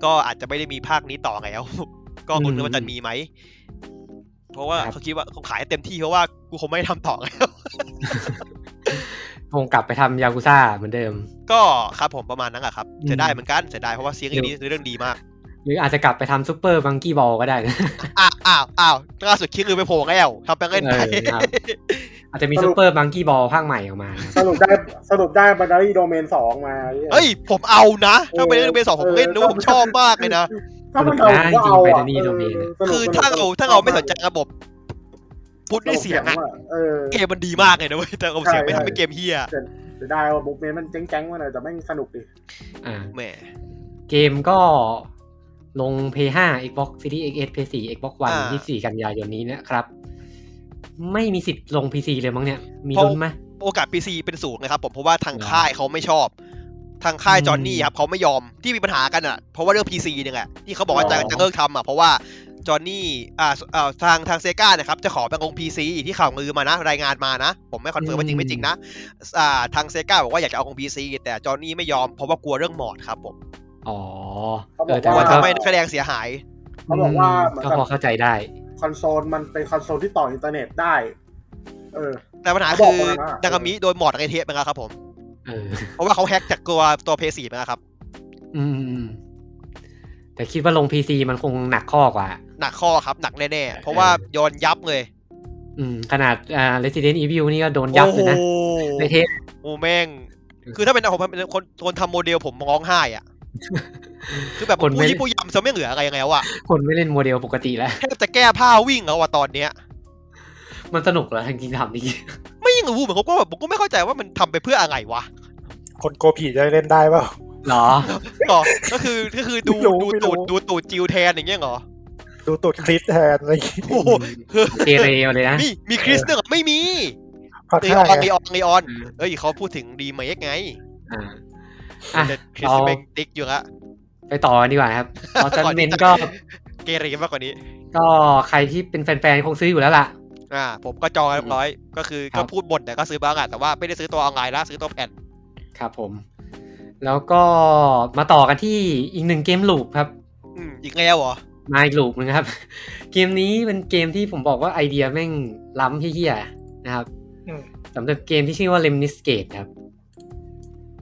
Speaker 2: ก็อาจจะไม่ได้มีภาคนี้ต่อแล้ว ก็คุณว่าจะมีไหมเพราะว่าเขาคิดว่าเขาขายเต็มที่เพราะว่ากูคงไม่ทำต่อแล้ว
Speaker 1: คงกลับไปทำยากุซ่าเหมือนเดิม
Speaker 2: ก็ครับผมประมาณนั้นแหละครับ
Speaker 1: อืม
Speaker 2: เสียดายเหมือนกันเสียดายเพราะว่าซีรีส์นี้เรื่องดีมาก
Speaker 1: หรืออาจจะกลับไปทำซูเปอร์บังกี้บอลก็ได้นะ
Speaker 2: อ้าวอ้าวอ้าวล่าสุดคิดลือไปโผล่แล้วทำไปเล่นไป
Speaker 1: เออครับ อาจจะมีซูเปอร์บังกี้บอลภาคใหม่ออกมานะ
Speaker 3: สรุปได้สรุปได้บันดาลีโดเมนสองมา
Speaker 2: เฮ้ยผมเอานะ ถ้าไปเล่นเป็นสองผมเล่นนู้ผมชอบมากเลยนะ
Speaker 3: ถ้ามันเอาผมก็เอาอะ
Speaker 1: สนุกนะจริงๆ Binary Domain อะ
Speaker 3: สนุก
Speaker 2: คือถ้าเราถ้าเราไม่สนใจระบบพูดด้วยเสียงอะ
Speaker 3: สนุกอะเออ
Speaker 2: เกมมันดีมากเลยนะเว้ยแต่เอาเสียง
Speaker 3: ใช่
Speaker 2: ไม่ทำให้เกมเฮีย
Speaker 3: เสียดายว่าบุ๊กเมนมันเจ๊งๆมาหน่อยแต่แม่งสนุกดิ
Speaker 1: อ่า
Speaker 2: แหม
Speaker 1: เกมก็ลง Play 5 Xbox Series X Play 4 Xbox One 24 กันยายนนี้นะครับ ไม่มีสิทธิ์ลง PC เลยมั้งเนี่ย มีลุ้นไหม
Speaker 2: โอกาส PC เป็นศูนย์นะครับผมเพราะว่าทาง
Speaker 1: เหรอ
Speaker 2: ค่ายเขาไม่ชอบ ทางค่าย
Speaker 1: อืม
Speaker 2: จอห์นนี่ครับเขาไม่ยอมที่มีปัญหากันอ่ะเพราะว่าเรื่อง PC เนี่ยแหละที่เขาบอกว่าจะ
Speaker 1: อ๋อ
Speaker 2: จะเลิกทำอ่ะเพราะว่าจอห์นนี่อ่าอ่าทางทางเซกานะครับจะขอไปลง PC ที่ข่าวลือมานะ รายงานมานะ ผมไม่คอนเฟิร์มว่าจริงไม่จริงนะอ่าทางเซกาบอกว่าอยากจะเอาลง PC แต่จอห์นนี่ไม่ยอมเพราะว่ากลัวเรื่องมอดครับผม
Speaker 1: อ๋อ
Speaker 3: เขาบอก
Speaker 1: เออแต่
Speaker 2: กลัว
Speaker 1: ว่า
Speaker 2: ทำ
Speaker 1: ก็
Speaker 2: ให้คะแนนเสียหาย
Speaker 3: เขาบอกว่า
Speaker 1: อืม
Speaker 3: เหมือน
Speaker 1: ก็
Speaker 3: กับ
Speaker 1: พอเข้าใจได้
Speaker 3: คอนโซลมันเป็นคอนโซลที่ต่ออินเทอร์เน็ตได้ เออ
Speaker 2: แต่ปัญหา
Speaker 3: เขาบ
Speaker 2: คือ อก
Speaker 3: มานะ
Speaker 2: นากามิโดนหมอดไอเทปไปแล้วครับผม
Speaker 1: เออ
Speaker 2: เพราะว่าเขาแฮ็กจากตัวตัวเพย์สี่ไปแล้วครับ
Speaker 1: อืมอืมแต่คิดว่าลง PC มันคงหนักข้อกว่า
Speaker 2: หนักข้อครับ หนักแน่ๆ เพราะว่าโยนยับเลย
Speaker 1: อืมขนาดอ่า Resident Evil นี่ก็โดนยับเลยนะ
Speaker 2: โอ้โห
Speaker 1: ในเทป
Speaker 2: โอ้แม่ง คือถ้าเป็นผมเป็นคนคนทำโมเดลผมร้องไห้ อ่ะ คือแบบ
Speaker 1: คนไม่
Speaker 2: ผู้ยิ่ผู้ยำจะไม่เหลืออะไรแล้วอ่ะ
Speaker 1: คนไม่เล่นโมเดลปกติแล้ว
Speaker 2: แทบจะแก้ผ้าวิ่งแล้วอ่ะตอนเนี้ย
Speaker 1: มันสนุกเหรอจริงๆถามจริง
Speaker 2: ไม่รู้เหมือนเขาก็แบบผมก็ไม่เข้าใจว่ามันทำไปเพื่ออะไรวะ
Speaker 4: คนโกผีจะเล่นได้เปล่า
Speaker 1: ๆเหรอ
Speaker 2: หรอก็คือก็คือดู
Speaker 4: ไม่รู้
Speaker 2: ดู
Speaker 4: ไม่
Speaker 2: ตู
Speaker 4: รู้
Speaker 2: ดดูตูดจิวแทนอย่างเงี้ยเหรอ
Speaker 4: ดูตูดคลิปแทนอะไรอย่างงี้
Speaker 2: โอ้โห
Speaker 1: เกเรมาเลยนะ
Speaker 2: มีมีคริสเนอร์ไม่มี
Speaker 4: พอ
Speaker 2: ลี
Speaker 4: ท่า
Speaker 2: ออน
Speaker 4: ไง
Speaker 2: ลีออนลีออนเอ้ยเขาพูดถึงดีเมคไง
Speaker 1: อ่าอ่ะ
Speaker 2: แต่คริส
Speaker 1: เอา
Speaker 2: เป็นติ๊กอยู่ละ
Speaker 1: ไปต่อกันดีกว่า ครับตอนจัน
Speaker 2: ก่อน
Speaker 1: เม
Speaker 2: ที่
Speaker 1: น
Speaker 2: จะ
Speaker 1: ก็
Speaker 2: เกเรมากกว่านี้
Speaker 1: ก็ใครที่เป็นแฟนๆ คงซื้ออยู่แล้วล่ะ
Speaker 2: อ่า ผมก็จองเรียบร้อย ก็คือ
Speaker 1: ครั
Speaker 2: ก็
Speaker 1: บ
Speaker 2: พูดบ่นแต่ก็ซื้อบ้างอะแต่ว่าไม่ได้ซื้อตัวออนไลน์ละซื้อตัวแผ่น
Speaker 1: ครับผม แล้วก็มาต่อกันที่อีกหนึ่งเกมลูปครับ
Speaker 2: อืมอีกแล้วเหรอ
Speaker 1: มาอีกลูปนึงครับ เกมนี้เป็นเกมที่ผมบอกว่าไอเดียแม่งล้ำเฮี้ยๆนะครับ
Speaker 4: อืม
Speaker 1: สำหรับเกมที่ชื่อว่า Lemniscate ครับ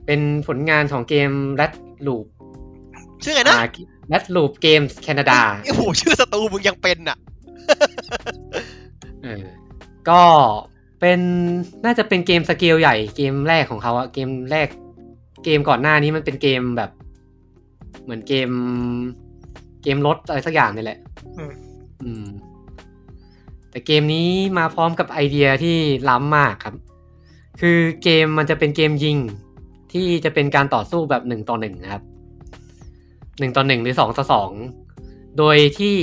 Speaker 1: เป็นผลงานของเกม Red Loop
Speaker 2: ชื่อไงนะ
Speaker 1: Red Loop Games Canada
Speaker 2: โอ้โหชื่อสตูมึงยังเป็นอ่ะ
Speaker 1: เออก็เป็นน่าจะเป็นเกมสเกลใหญ่เกมแรกของเขาอะเกมแรก เกมก่อนหน้านี้มันเป็นเกมแบบ เหมือนเกม เกมรถอะไรสักอย่างนี่แหละ
Speaker 4: อืม
Speaker 1: อืม แต่เกมนี้มาพร้อมกับไอเดียที่ล้ำมากครับ คือเกมมันจะเป็นเกมยิง ที่จะเป็นการต่อสู้แบบหนึ่งต่อหนึ่งนะครับหนึ่งต่อหนึ่งหรือสองต่อสองโดยที่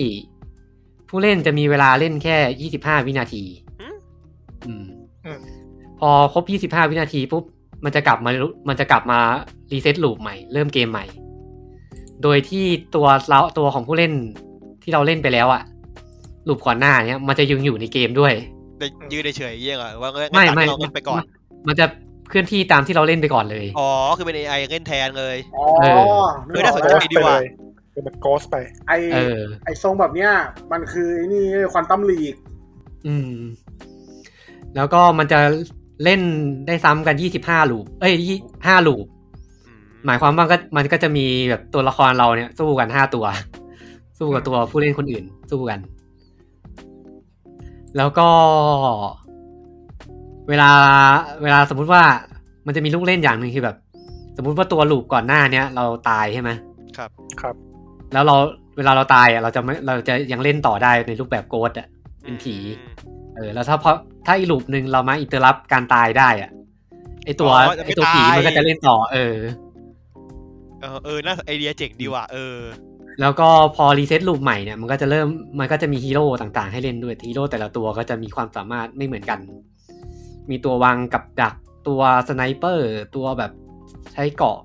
Speaker 1: ผู้เล่นจะมีเวลาเล่นแค่ยี่สิบห้าวินาที
Speaker 2: อืม
Speaker 1: อืม
Speaker 4: อืม
Speaker 1: พอครบยี่สิบห้าวินาทีปุ๊บมันจะกลับมามันจะกลับมารีเซ็ตลูปใหม่ เริ่มเกมใหม่ โดยที่ตัวเราตัวของผู้เล่นที่เราเล่นไปแล้วอะลูปก่อนหน้าเนี้ย มันจะยังอยู่ในเกมด้วย
Speaker 2: แต่ยืนเฉยๆเยี่ยงอ่ะว่างั้น
Speaker 1: ไม่
Speaker 2: ตา
Speaker 1: ไม่
Speaker 2: ที่เราเล่นไปก่อน
Speaker 1: มันจะเคลื่อนที่ตามที่เราเล่นไปก่อนเลย
Speaker 2: อ๋อคือเป็นไอเล่นแทนเลย
Speaker 3: อ๋อ
Speaker 1: เออ
Speaker 2: เออน่าสนใจ
Speaker 4: โกส
Speaker 2: ดี
Speaker 4: ไป
Speaker 2: ว่ะ
Speaker 4: เลยเป็นแบบโกสไป
Speaker 3: ไอ
Speaker 1: เออ
Speaker 3: ไอทรงแบบเนี้ย มันคือไอนี่ควันตัมลีก
Speaker 1: อืม แล้วก็มันจะเล่นได้ซ้ำกันยี่สิบห้าลูป เอ้ยยี่ห้าลูป
Speaker 2: อืม
Speaker 1: หมายความว่าก็มันก็จะมีแบบตัวละครเราเนี่ย สู้กันห้าตัว สู้กับตัวผู้เล่นคนอื่น สู้กัน แล้วก็ เวลา เวลาสมมุติว่ามันจะมีลูกเล่นอย่างหนึ่งคือแบบ สมมุติว่าตัวลูกก่อนหน้าเนี้ยเราตายใช่ไหม
Speaker 2: ครับ
Speaker 4: ครับ
Speaker 1: แล้วเราเวลาเราตายอ่ะเราจะไม่เราจะยังเล่นต่อได้ในรูปแบบโกดอ่ะ เป็นผี
Speaker 2: อืม
Speaker 1: เออแล้วถ้าพอถ้าอีลูปหนึ่งเรามาอินเตอร์รับการตายได้อ่ะไอตัว
Speaker 2: อ๋อจะไม่
Speaker 1: ไอตัวผี
Speaker 2: ตาย
Speaker 1: มันก็จะเล่นต่อ เออ
Speaker 2: เออเออน่าไอเดียเจ๋งดีว่ะเออ
Speaker 1: แล้วก็พอรีเซ็ตลูปใหม่เนี่ยมันก็จะเริ่มมันก็จะมีฮีโร่ต่างๆ ให้เล่นด้วยฮีโร่แต่ละตัวก็จะมีความสามารถไม่เหมือนกัน มีตัววางกับดักตัวสไนเปอร์ ตัวแบบใช้เกาะ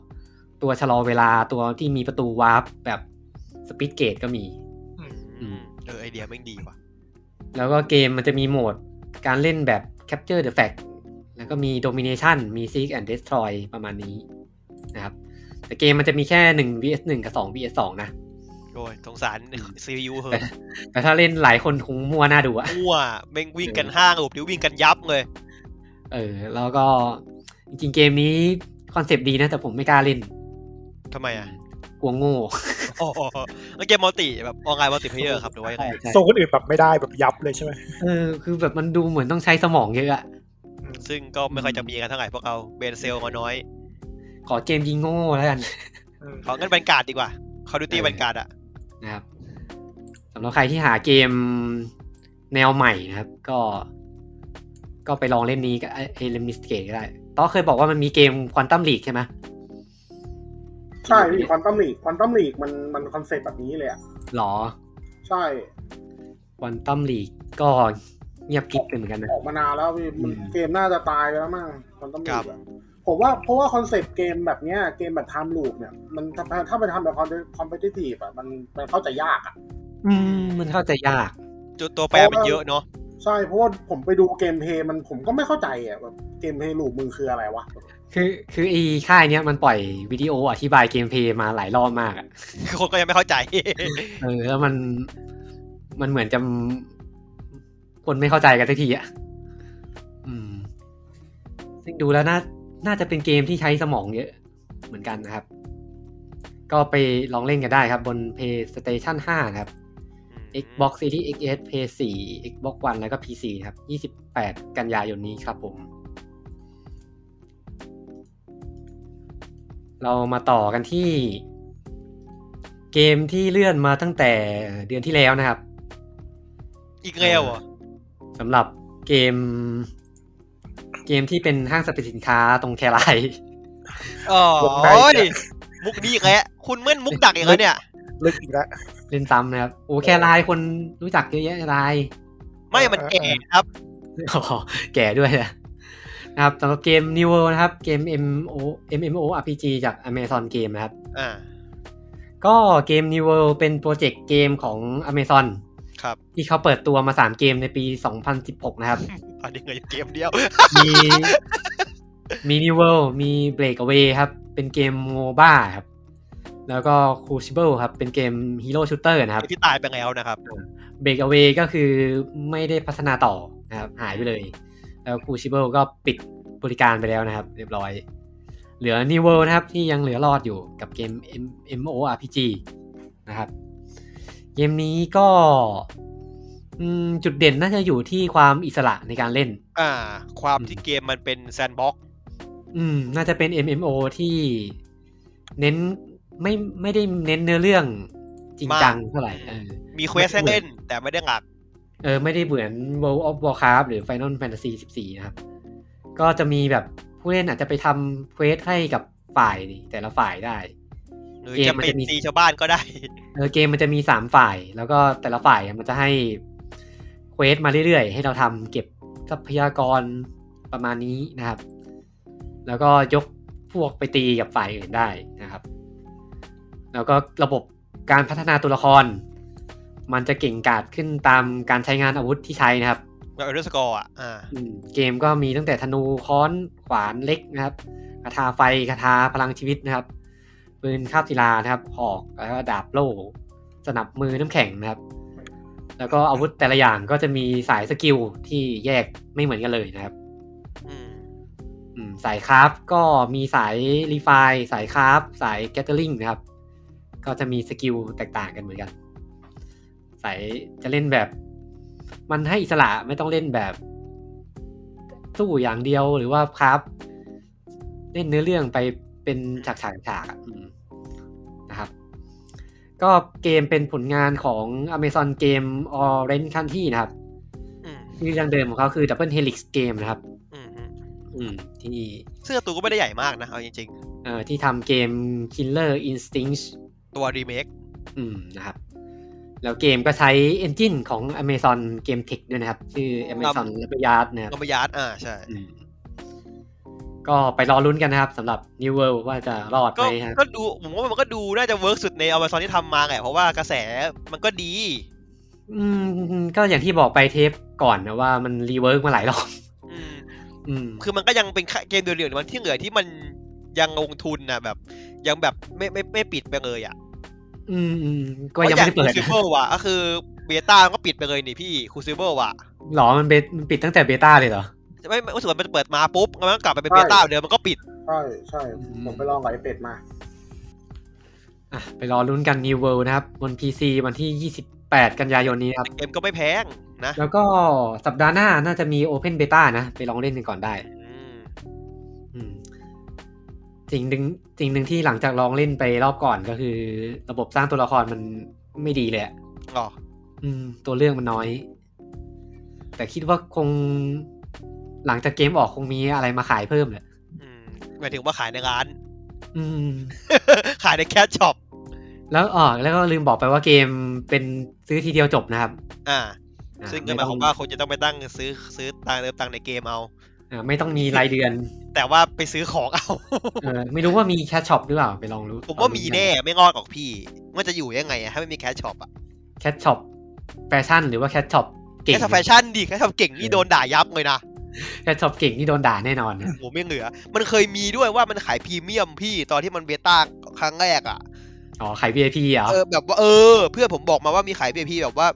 Speaker 1: ตัวชะลอเวลาตัวที่มีประตูวาร์ปแบบสปีดเกตก็มี
Speaker 2: อืมเออไอเดียแม่งดีว่ะ
Speaker 1: แล้วก็เกมมันจะมีโหมดการเล่นแบบ Capture the Flag แล้วก็มี Domination มี Seek and Destroy ประมาณนี้นะครับ แต่เกมมันจะมีแค่ 1 vs 1 กับ 2 vs 2 นะ
Speaker 2: โอ้ยสงสารซียูเห
Speaker 1: แต่
Speaker 2: อะ
Speaker 1: แต่ถ้าเล่นหลายคนคงมั่วหน้าดูอะ
Speaker 2: มั่วแม่งวิ่งกัน
Speaker 1: เออ
Speaker 2: ห้างหลบนิ้ววิ่งกันยับเลย
Speaker 1: เออ แล้วก็จริงๆเกมนี้คอนเซปต์ดีนะ แต่ผมไม่กล้าเล่น
Speaker 2: ทำไมอ่ะ
Speaker 1: กลัวโง่
Speaker 2: อ๋อแล้วเกมมัลติแบบออนไลน์มัลติเพลเยอร์ครับหรือว่ายังไง
Speaker 1: ใช่
Speaker 4: สู้คนอื่นแบบไม่ได้แบบยับเลยใช่ไหม
Speaker 1: เออ คือแบบมันดูเหมือนต้องใช้สมองเยอะอะ
Speaker 4: อืม
Speaker 2: ซึ่งก็ไม่ค่อยจะมีกันเท่าไหร่พวกเราเบนเซลมาน้อย
Speaker 1: ขอเกมยิงโง่ๆแล้วกัน
Speaker 4: อืม
Speaker 2: ขอเงินแบนการ์ดดีกว่าคอดูตี้
Speaker 1: เออ
Speaker 2: แบนการ์ดอ่ะ
Speaker 1: นะครับสำหรับใครที่หาเกมแนวใหม่นะครับ ก็ ก็ไปลองเล่นนี้ก็ไอเลมิสเกตก็ได้ต้อเคยบอกว่ามันมีเกมควอนตัมลีกใช่ไหม
Speaker 3: ใช่พี่ควันตัมลีกควันตัมลีกมันมันคอนเซ็ปต์แบบนี้เลยอะ
Speaker 1: หรอ
Speaker 3: ใช่
Speaker 1: ควอนตัมลีกก็เงียบกิ๊บกันเหมือนกันนะ
Speaker 3: ออกมานานแล้วพี่มัน
Speaker 1: อืม
Speaker 3: เกมน่าจะตายไปแล้วมั้งควันตัมลีกอะผมว่าเพราะว่าคอนเซ็ปต์เกมแบบเนี้ยเกมแบบไทม์ลูปเนี่ยมันถ้าถ้าไปทำแบบคอนคอมเพติทีฟอะมันมันเข้าใจยากอะ
Speaker 1: อืมมันเข้าใจยาก
Speaker 2: จุดตัวแปรมันเยอะเนาะ
Speaker 3: ใช่เพราะว่าผมไปดูเกมเพลย์มันผมก็ไม่เข้าใจอะแบบเกมเพลย์ลูปมึงคืออะไรวะ
Speaker 1: คือ คือไอ้ค่ายเนี้ยมันปล่อยวิดีโออธิบายเกมเพลย์มาหลายรอบมากอะ
Speaker 2: คนก็ยังไม่เข้าใจ
Speaker 1: เออ แล้วมัน มันเหมือนจะ คนไม่เข้าใจกันสักทีอะอืม ซึ่งดูแล้วน่า น่าจะเป็นเกมที่ใช้สมองเยอะ เหมือนกันนะครับ ก็ไปลองเล่นกันได้ครับ บน PlayStation 5 นะครับ
Speaker 2: อืม
Speaker 1: Xbox Series XS Play 4 Xbox One แล้วก็ PC ครับ 28 กันยายนนี้ครับผม เรามาต่อกันที่ เกมที่เลื่อนมาตั้งแต่เดือนที่แล้วนะครับ
Speaker 2: อีกแล้วเหรอ
Speaker 1: สำหรับเกม เกมที่เป็นห้างสรรพสินค้าตรงแคไลน์
Speaker 2: อ๋อ
Speaker 4: วงใน
Speaker 2: โอ้ย
Speaker 4: เนี่ย
Speaker 2: มุกนี้อีกแล้วคุณเมื่อนมุกดักอีกแล้วเนี่ย
Speaker 4: ลึกอีกแล้ว
Speaker 1: เล่นซ้ำนะครับ โอ้แคไลน์คนรู้จักเยอะแยะไลน์
Speaker 2: ไม่มันแก่ครับ
Speaker 1: อ๋อแก่ด้วยนะนะครับสำหรับเกม New World นะครับ เกม MO MMO RPG จาก Amazon Game นะครับ
Speaker 2: อ่า
Speaker 1: ก็เกม New World เป็นโปรเจกต์เกมของ Amazon
Speaker 2: ครับ
Speaker 1: ที่เขาเปิดตัวมา 3 เกมในปี 2016 นะครับ
Speaker 2: อันนี้เลยเกมเดียว
Speaker 1: มีมี New World มี Breakaway ครับ เป็นเกม MOBA ครับ แล้วก็ Crucible ครับ เป็นเกม Hero Shooter นะครับ
Speaker 2: ที่ตายไปแล้วนะครับ
Speaker 1: Breakaway ก็คือไม่ได้พัฒนาต่อนะครับหายไปเลย แล้ว Crucible ก็ปิดบริการไปแล้วนะครับ เรียบร้อย เหลือ New World นะครับ ที่ยังเหลือรอดอยู่กับเกม M- MMORPG นะครับ เกมนี้ก็อืมจุดเด่นน่าจะอยู่ที่ความอิสระในการเล่น
Speaker 2: อ่า ความที่เกมมันเป็นแซนด์บ็อกซ์
Speaker 1: อืม น่าจะเป็น MMO ที่เน้นไม่ไม่ได้เน้นเนื้อเรื่องจริงจังเท่าไหร่เออ
Speaker 2: มีเควสให้เล่น แต่ไม่ได้หลัก
Speaker 1: เออไม่ได้เหมือน World of Warcraft หรือ Final Fantasy 14 นะครับ ก็จะมีแบบผู้เล่นอาจจะไปทำเควสให้กับฝ่ายแต่ละฝ่ายได้
Speaker 2: หรือ
Speaker 1: เกม
Speaker 2: จะ
Speaker 1: มัน
Speaker 2: ไป
Speaker 1: จะมี
Speaker 2: ตีชาวบ้านก็ได้
Speaker 1: เออเกมมันจะมีสามฝ่าย แล้วก็แต่ละฝ่ายมันจะให้เควสมาเรื่อยๆ ให้เราทำเก็บทรัพยากรประมาณนี้นะครับ แล้วก็ยกพวกไปตีกับฝ่ายอื่นได้นะครับ แล้วก็ระบบการพัฒนาตัวละคร มันจะเก่งกาจขึ้นตามการใช้งานอาวุธที่ใช้นะครับ
Speaker 2: แบบเอเดอร์สกอร์อ่ะ อ่า
Speaker 1: อืมเกมก็มีตั้งแต่ธนูค้อนขวานเล็กนะครับคาถาไฟคาถาพลังชีวิตนะครับปืนคาบศิลานะครับหอกแล้วก็ดาบโล่สนับมือน้ำแข็งนะครับ แล้วก็อาวุธแต่ละอย่างก็จะมีสายสกิลที่แยกไม่เหมือนกันเลยนะครับ
Speaker 2: อืม
Speaker 1: อืมสายคราฟก็มีสายรีไฟล์สายคราฟสายแกตเตอริงนะครับ ก็จะมีสกิลแตกต่างกันเหมือนกัน สายจะเล่นแบบ มันให้อิสระไม่ต้องเล่นแบบ สู้อย่างเดียวหรือว่าครับ เล่นเนื้อเรื่องไปเป็นฉากๆฉากๆอะอืมนะครับ ก็เกมเป็นผลงานของ Amazon Game Orange County นะครับ
Speaker 2: อืม
Speaker 1: ชื่อดังเดิมของเขาคือ Double Helix Game นะครับ
Speaker 2: อืมอืม
Speaker 1: อืมที่นี่
Speaker 2: เสื้อตัวก็ไม่ได้ใหญ่มากนะ เอาจริง
Speaker 1: เอ่อที่ทำเกม Killer Instinct
Speaker 2: ๆ ตัวรีเมค
Speaker 1: อืมนะครับ แล้วเกมก็ใช้ Engine ของ Amazon Game Tech ด้วยนะครับ ชื่อ Amazon l a b y a r d นะครับ
Speaker 2: นมยาร์ดอ่า ใช่
Speaker 1: อืมก็ไปรอลุ้นกันนะครับสำหรับ New World ว่าจะรอด
Speaker 2: ก็
Speaker 1: ไหมครับ
Speaker 2: ก็ดู ผมว่ามันก็ดูน่าจะเวิร์กสุดในอเมซอนที่ทำมาแหละ เพราะว่ากระแสมันก็ดี
Speaker 1: อืมก็อย่างที่บอกไปเทปก่อนนะว่ามันรีเวิร์กมาหลายรอบ
Speaker 2: อืม
Speaker 1: อืม
Speaker 2: คือมันก็ยังเป็นเกมเดียวๆมันที่เหลือที่มันยังลงทุนนะแบบ ยังแบบไม่ไม่ไม่ปิดไปเลยอ่ะ
Speaker 1: อืมอืมก็ยังไม่ได้เปิด
Speaker 2: คูซิเบิลว่ะ ก็คือเบต้ามันก็ปิดไปเลยนี่พี่คูซิเบิลว่ะ
Speaker 1: หรอมันเบมันปิดตั้งแต่เบต้าเลยเหรอ
Speaker 2: ไม่ไม่รู้สึกว่ามันเปิดมาปุ๊บแล้วมันกลับไปเป็น
Speaker 3: ใช่
Speaker 2: เบต้าเดิมมันก็ปิด
Speaker 3: ใช่ใช่
Speaker 1: อืม
Speaker 3: ผมไปลองกับไอเป็ดมา
Speaker 1: อ่ะไปรอลุ้นกัน New World นะครับ บน PC วันที่ 28 กันยายนนี้นะครับ
Speaker 2: เกมก็ไม่แพงนะ
Speaker 1: แล้วก็สัปดาห์หน้าน่าจะมี Open Beta นะ ไปลองเล่นกันก่อนได้
Speaker 2: อืม
Speaker 1: อืมสิ่งหนึ่งสิ่งหนึ่งที่หลังจากลองเล่นไปรอบก่อนก็คือ ระบบสร้างตัวละครมันไม่ดีเลยอะ
Speaker 2: อ๋อ
Speaker 1: อืม ตัวเรื่องมันน้อย แต่คิดว่าคงหลังจากเกมออกคงมีอะไรมาขายเพิ่มแหละ
Speaker 2: อืมหมายถึงว่าขายในร้าน
Speaker 1: อืม
Speaker 2: ขายในแคชช็อป
Speaker 1: แล้วอ๋อแล้วก็ลืมบอกไปว่าเกมเป็นซื้อทีเดียวจบนะครับ
Speaker 2: อ่า
Speaker 1: อ่
Speaker 2: ซึ่งก็ห
Speaker 1: ไต้
Speaker 2: มายความว่าคนจะต้องไปตั้งซื้อซื้อตังค์เติมตังค์ในเกมเอา
Speaker 1: อ่าไม่ต้องมีรายเดือน
Speaker 2: แต่ว่าไปซื้อของเอา
Speaker 1: เออไม่รู้ว่ามีแคชช็อปหรือเปล่าไปลองรู้
Speaker 2: ผมว่ามีแน่ไม่งอดหรอกพี่ มันจะอยู่ยังไงอะถ้าไม่มีแคชช็อปอะ
Speaker 1: แคชช็อปแฟชั่นหรือว่าแคชช็อปเก่ง
Speaker 2: แคชช็อปแฟชั่นดิแคชช็อปเก่งนี่โดนด่ายับเลยนะ
Speaker 1: แคชช็อปเก่งนี่โดนด่าแน่นอนนะ
Speaker 2: โหไม่เหลือ มันเคยมีด้วยว่ามันขายพรีเมียมพี่ตอนที่มันเบต้าครั้งแรกอะ
Speaker 1: อ๋อขาย VIP เหรอ
Speaker 2: เออแบบว่าเออ เพื่อนผมบอกมาว่ามีขาย VIP แบบว่า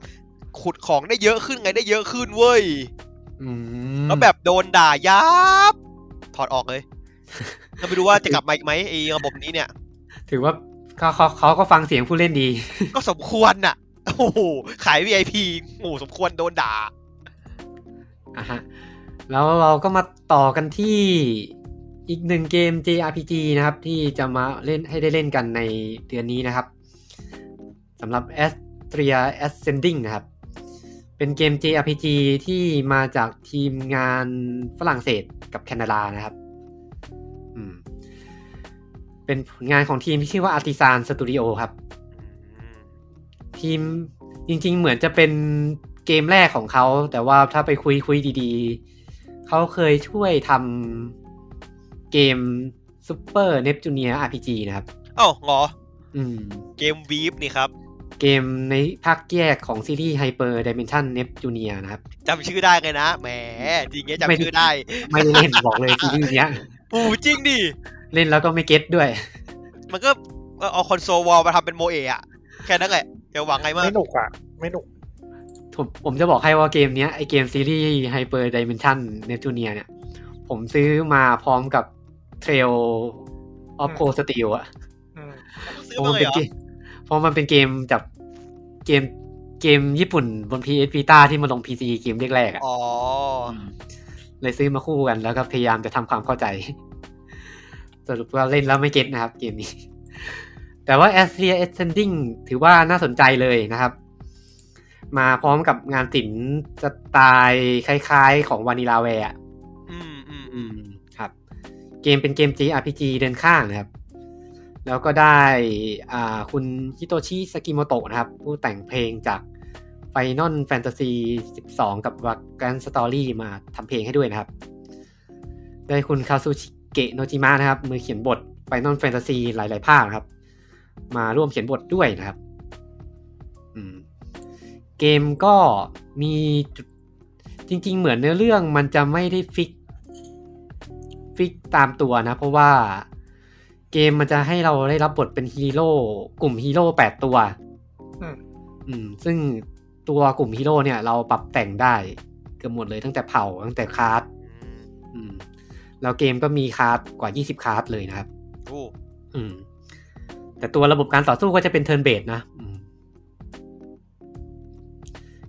Speaker 2: ขุดของได้เยอะขึ้นไงได้เยอะขึ้นเว้ย
Speaker 1: อืม
Speaker 2: แล้วแบบโดนด่ายับ ถอดออกเลย เราไปดูว่าจะกลับมาอีกไหมไอ้ระบบนี้เนี่ย
Speaker 1: ถือว่าเขาเขาเขาก็ฟังเสียงผู้เล่นดี
Speaker 2: ก็สมควรน่ะ โอ้ โอ้โหขาย VIP โอ้โหสมควรโดนด่า
Speaker 1: อ่ะฮะแล้วเราก็มาต่อกันที่อีกหนึ่งเกม JRPG นะครับ ที่จะมาเล่นให้ได้เล่นกันในเดือนนี้นะครับสำหรับ Astria Ascending นะครับ เป็นเกม JRPG ที่มาจากทีมงานฝรั่งเศสกับแคนาดานะครับอืมเป็นผลงานของทีมที่ชื่อว่า Artisan Studio ครับ ทีมจริงๆ เหมือนจะเป็นเกมแรกของเขา แต่ว่าถ้าไปคุยคุยดีๆ เขาเคยช่วยทำเกมซูเปอร์เนปจูเนียอาร์พีจีนะครับ
Speaker 2: เอ้าเหรอ
Speaker 1: อืม
Speaker 2: เกมวีฟนี่ครับ
Speaker 1: เกมในภาคแยกของซีรีส์ไฮเปอร์ดิเมนชันเนปจูเนียนะครับ
Speaker 2: จำชื่อได้ไงนะแหมจริงเงี้ยจำชื่อได้
Speaker 1: ไม่ได้เล่น บอกเลยซีรีส์เนี้ย
Speaker 2: ปูจริงดิ
Speaker 1: เล่นแล้วก็ไม่เก็ตด้วย
Speaker 2: มันก็เอาคอนโซลวอลมาทำเป็นโมเอะอะแค่นั้นแหละอย่าหวังไงมาก
Speaker 4: ไม่หนุกอ่ะ ไม่หนุก
Speaker 1: ผมผมจะบอกให้ว่าเกมเนี้ยไอเกมซีรีส์ไฮเปอร์ดิเมนชันเนปจูเนียเนี่ย ผมซื้อมาพร้อมกับเทรลออฟโคสติลอะ
Speaker 4: อืม
Speaker 2: ซื้อ
Speaker 1: เพราะ
Speaker 2: มา
Speaker 1: มัน
Speaker 2: เลย
Speaker 1: เป็น
Speaker 2: เหรอ
Speaker 1: เกมเพราะมันเป็นเกมจากเกมเกมญี่ปุ่นบน PS Vita ที่มาลง PC เกมแรกๆอ่ะ
Speaker 2: อ๋อ
Speaker 1: เลยซื้อมาคู่กันแล้วก็พยายามจะทำความเข้าใจ สรุปว่าเล่นแล้วไม่เก็ตนะครับเกมนี้ แต่ว่า Astria Ascending ถือว่าน่าสนใจเลยนะครับ มาพร้อมกับงานศิลป์สไตล์คล้ายๆของวานิลาแวร์อะ
Speaker 2: อืมอืมอื
Speaker 1: อื
Speaker 2: ม
Speaker 1: มครับ เกมเป็นเกม JRPG เดินข้างนะครับ แล้วก็ได้อ่าคุณฮิโตชิสกิโมโตะนะครับ ผู้แต่งเพลงจาก Final Fantasy 12 กับ Vagrant Story มาทำเพลงให้ด้วยนะครับ ได้คุณคาซูชิเกะโนจิมะนะครับ มือเขียนบท Final Fantasy หลาย ๆ ภาคนะครับ มาร่วมเขียนบทด้วยนะครับ อืมเกมก็มีจุดจริง ๆ เหมือนเนื้อเรื่องมันจะไม่ได้ฟิก ฟิกตามตัวนะ เพราะว่าเกมมันจะให้เราได้รับบทเป็นฮีโร่กลุ่มฮีโร่แปดตัว
Speaker 4: อืม
Speaker 1: อืม ซึ่งตัวกลุ่มฮีโร่เนี่ย เราปรับแต่งได้เกือบหมดเลยตั้งแต่เผ่าตั้งแต่คลาร์ดอืม แล้วเกมก็มีคลาร์ดกว่า 20คลาร์ดเลยนะครับ
Speaker 2: โอ้
Speaker 1: อืม แต่ตัวระบบการต่อสู้ก็จะเป็นเทิร์นเบสนะอืม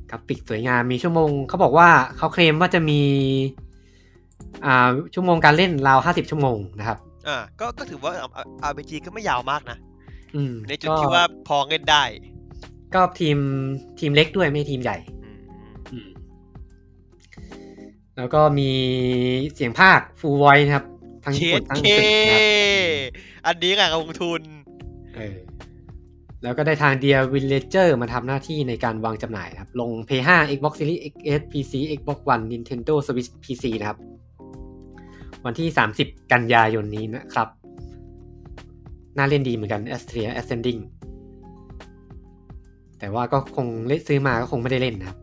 Speaker 1: กราฟิกสวยงามมีชั่วโมง เขาบอกว่าเขาเคลมว่าจะมี อ่า ชั่วโมงการเล่นราวห้าสิบชั่วโมงนะครับ
Speaker 2: อ่าก็ก็ถือว่า RPG ก็ไม่ยาวมากนะ
Speaker 1: อืม
Speaker 2: ในจุด
Speaker 1: ก็
Speaker 2: ที่ว่าพอเล่นได้
Speaker 1: ก็ทีมทีมเล็กด้วยไม่ทีมใหญ่
Speaker 2: อืมอืม
Speaker 1: แล้วก็มีเสียงภาคฟูลไวนะครับ ทั้ง
Speaker 2: เค
Speaker 1: ญี่ปุ่นทั้ง
Speaker 2: เค
Speaker 1: อังกฤษนะครับ
Speaker 2: อันนี้ไงการลงทุน
Speaker 1: เออแล้วก็ได้ทางเดียวิลเลเจอร์มาทำหน้าที่ในการวางจำหน่ายนะครับ ลง p 5 Xbox Series XS PC Xbox One Nintendo Switch PC นะครับ วันที่ 30 กันยายนนี้นะครับ น่าเล่นดีเหมือนกัน Astria Ascending แต่ว่าก็คงเล่นซื้อมาก็คงไม่ได้เล่นนะครับ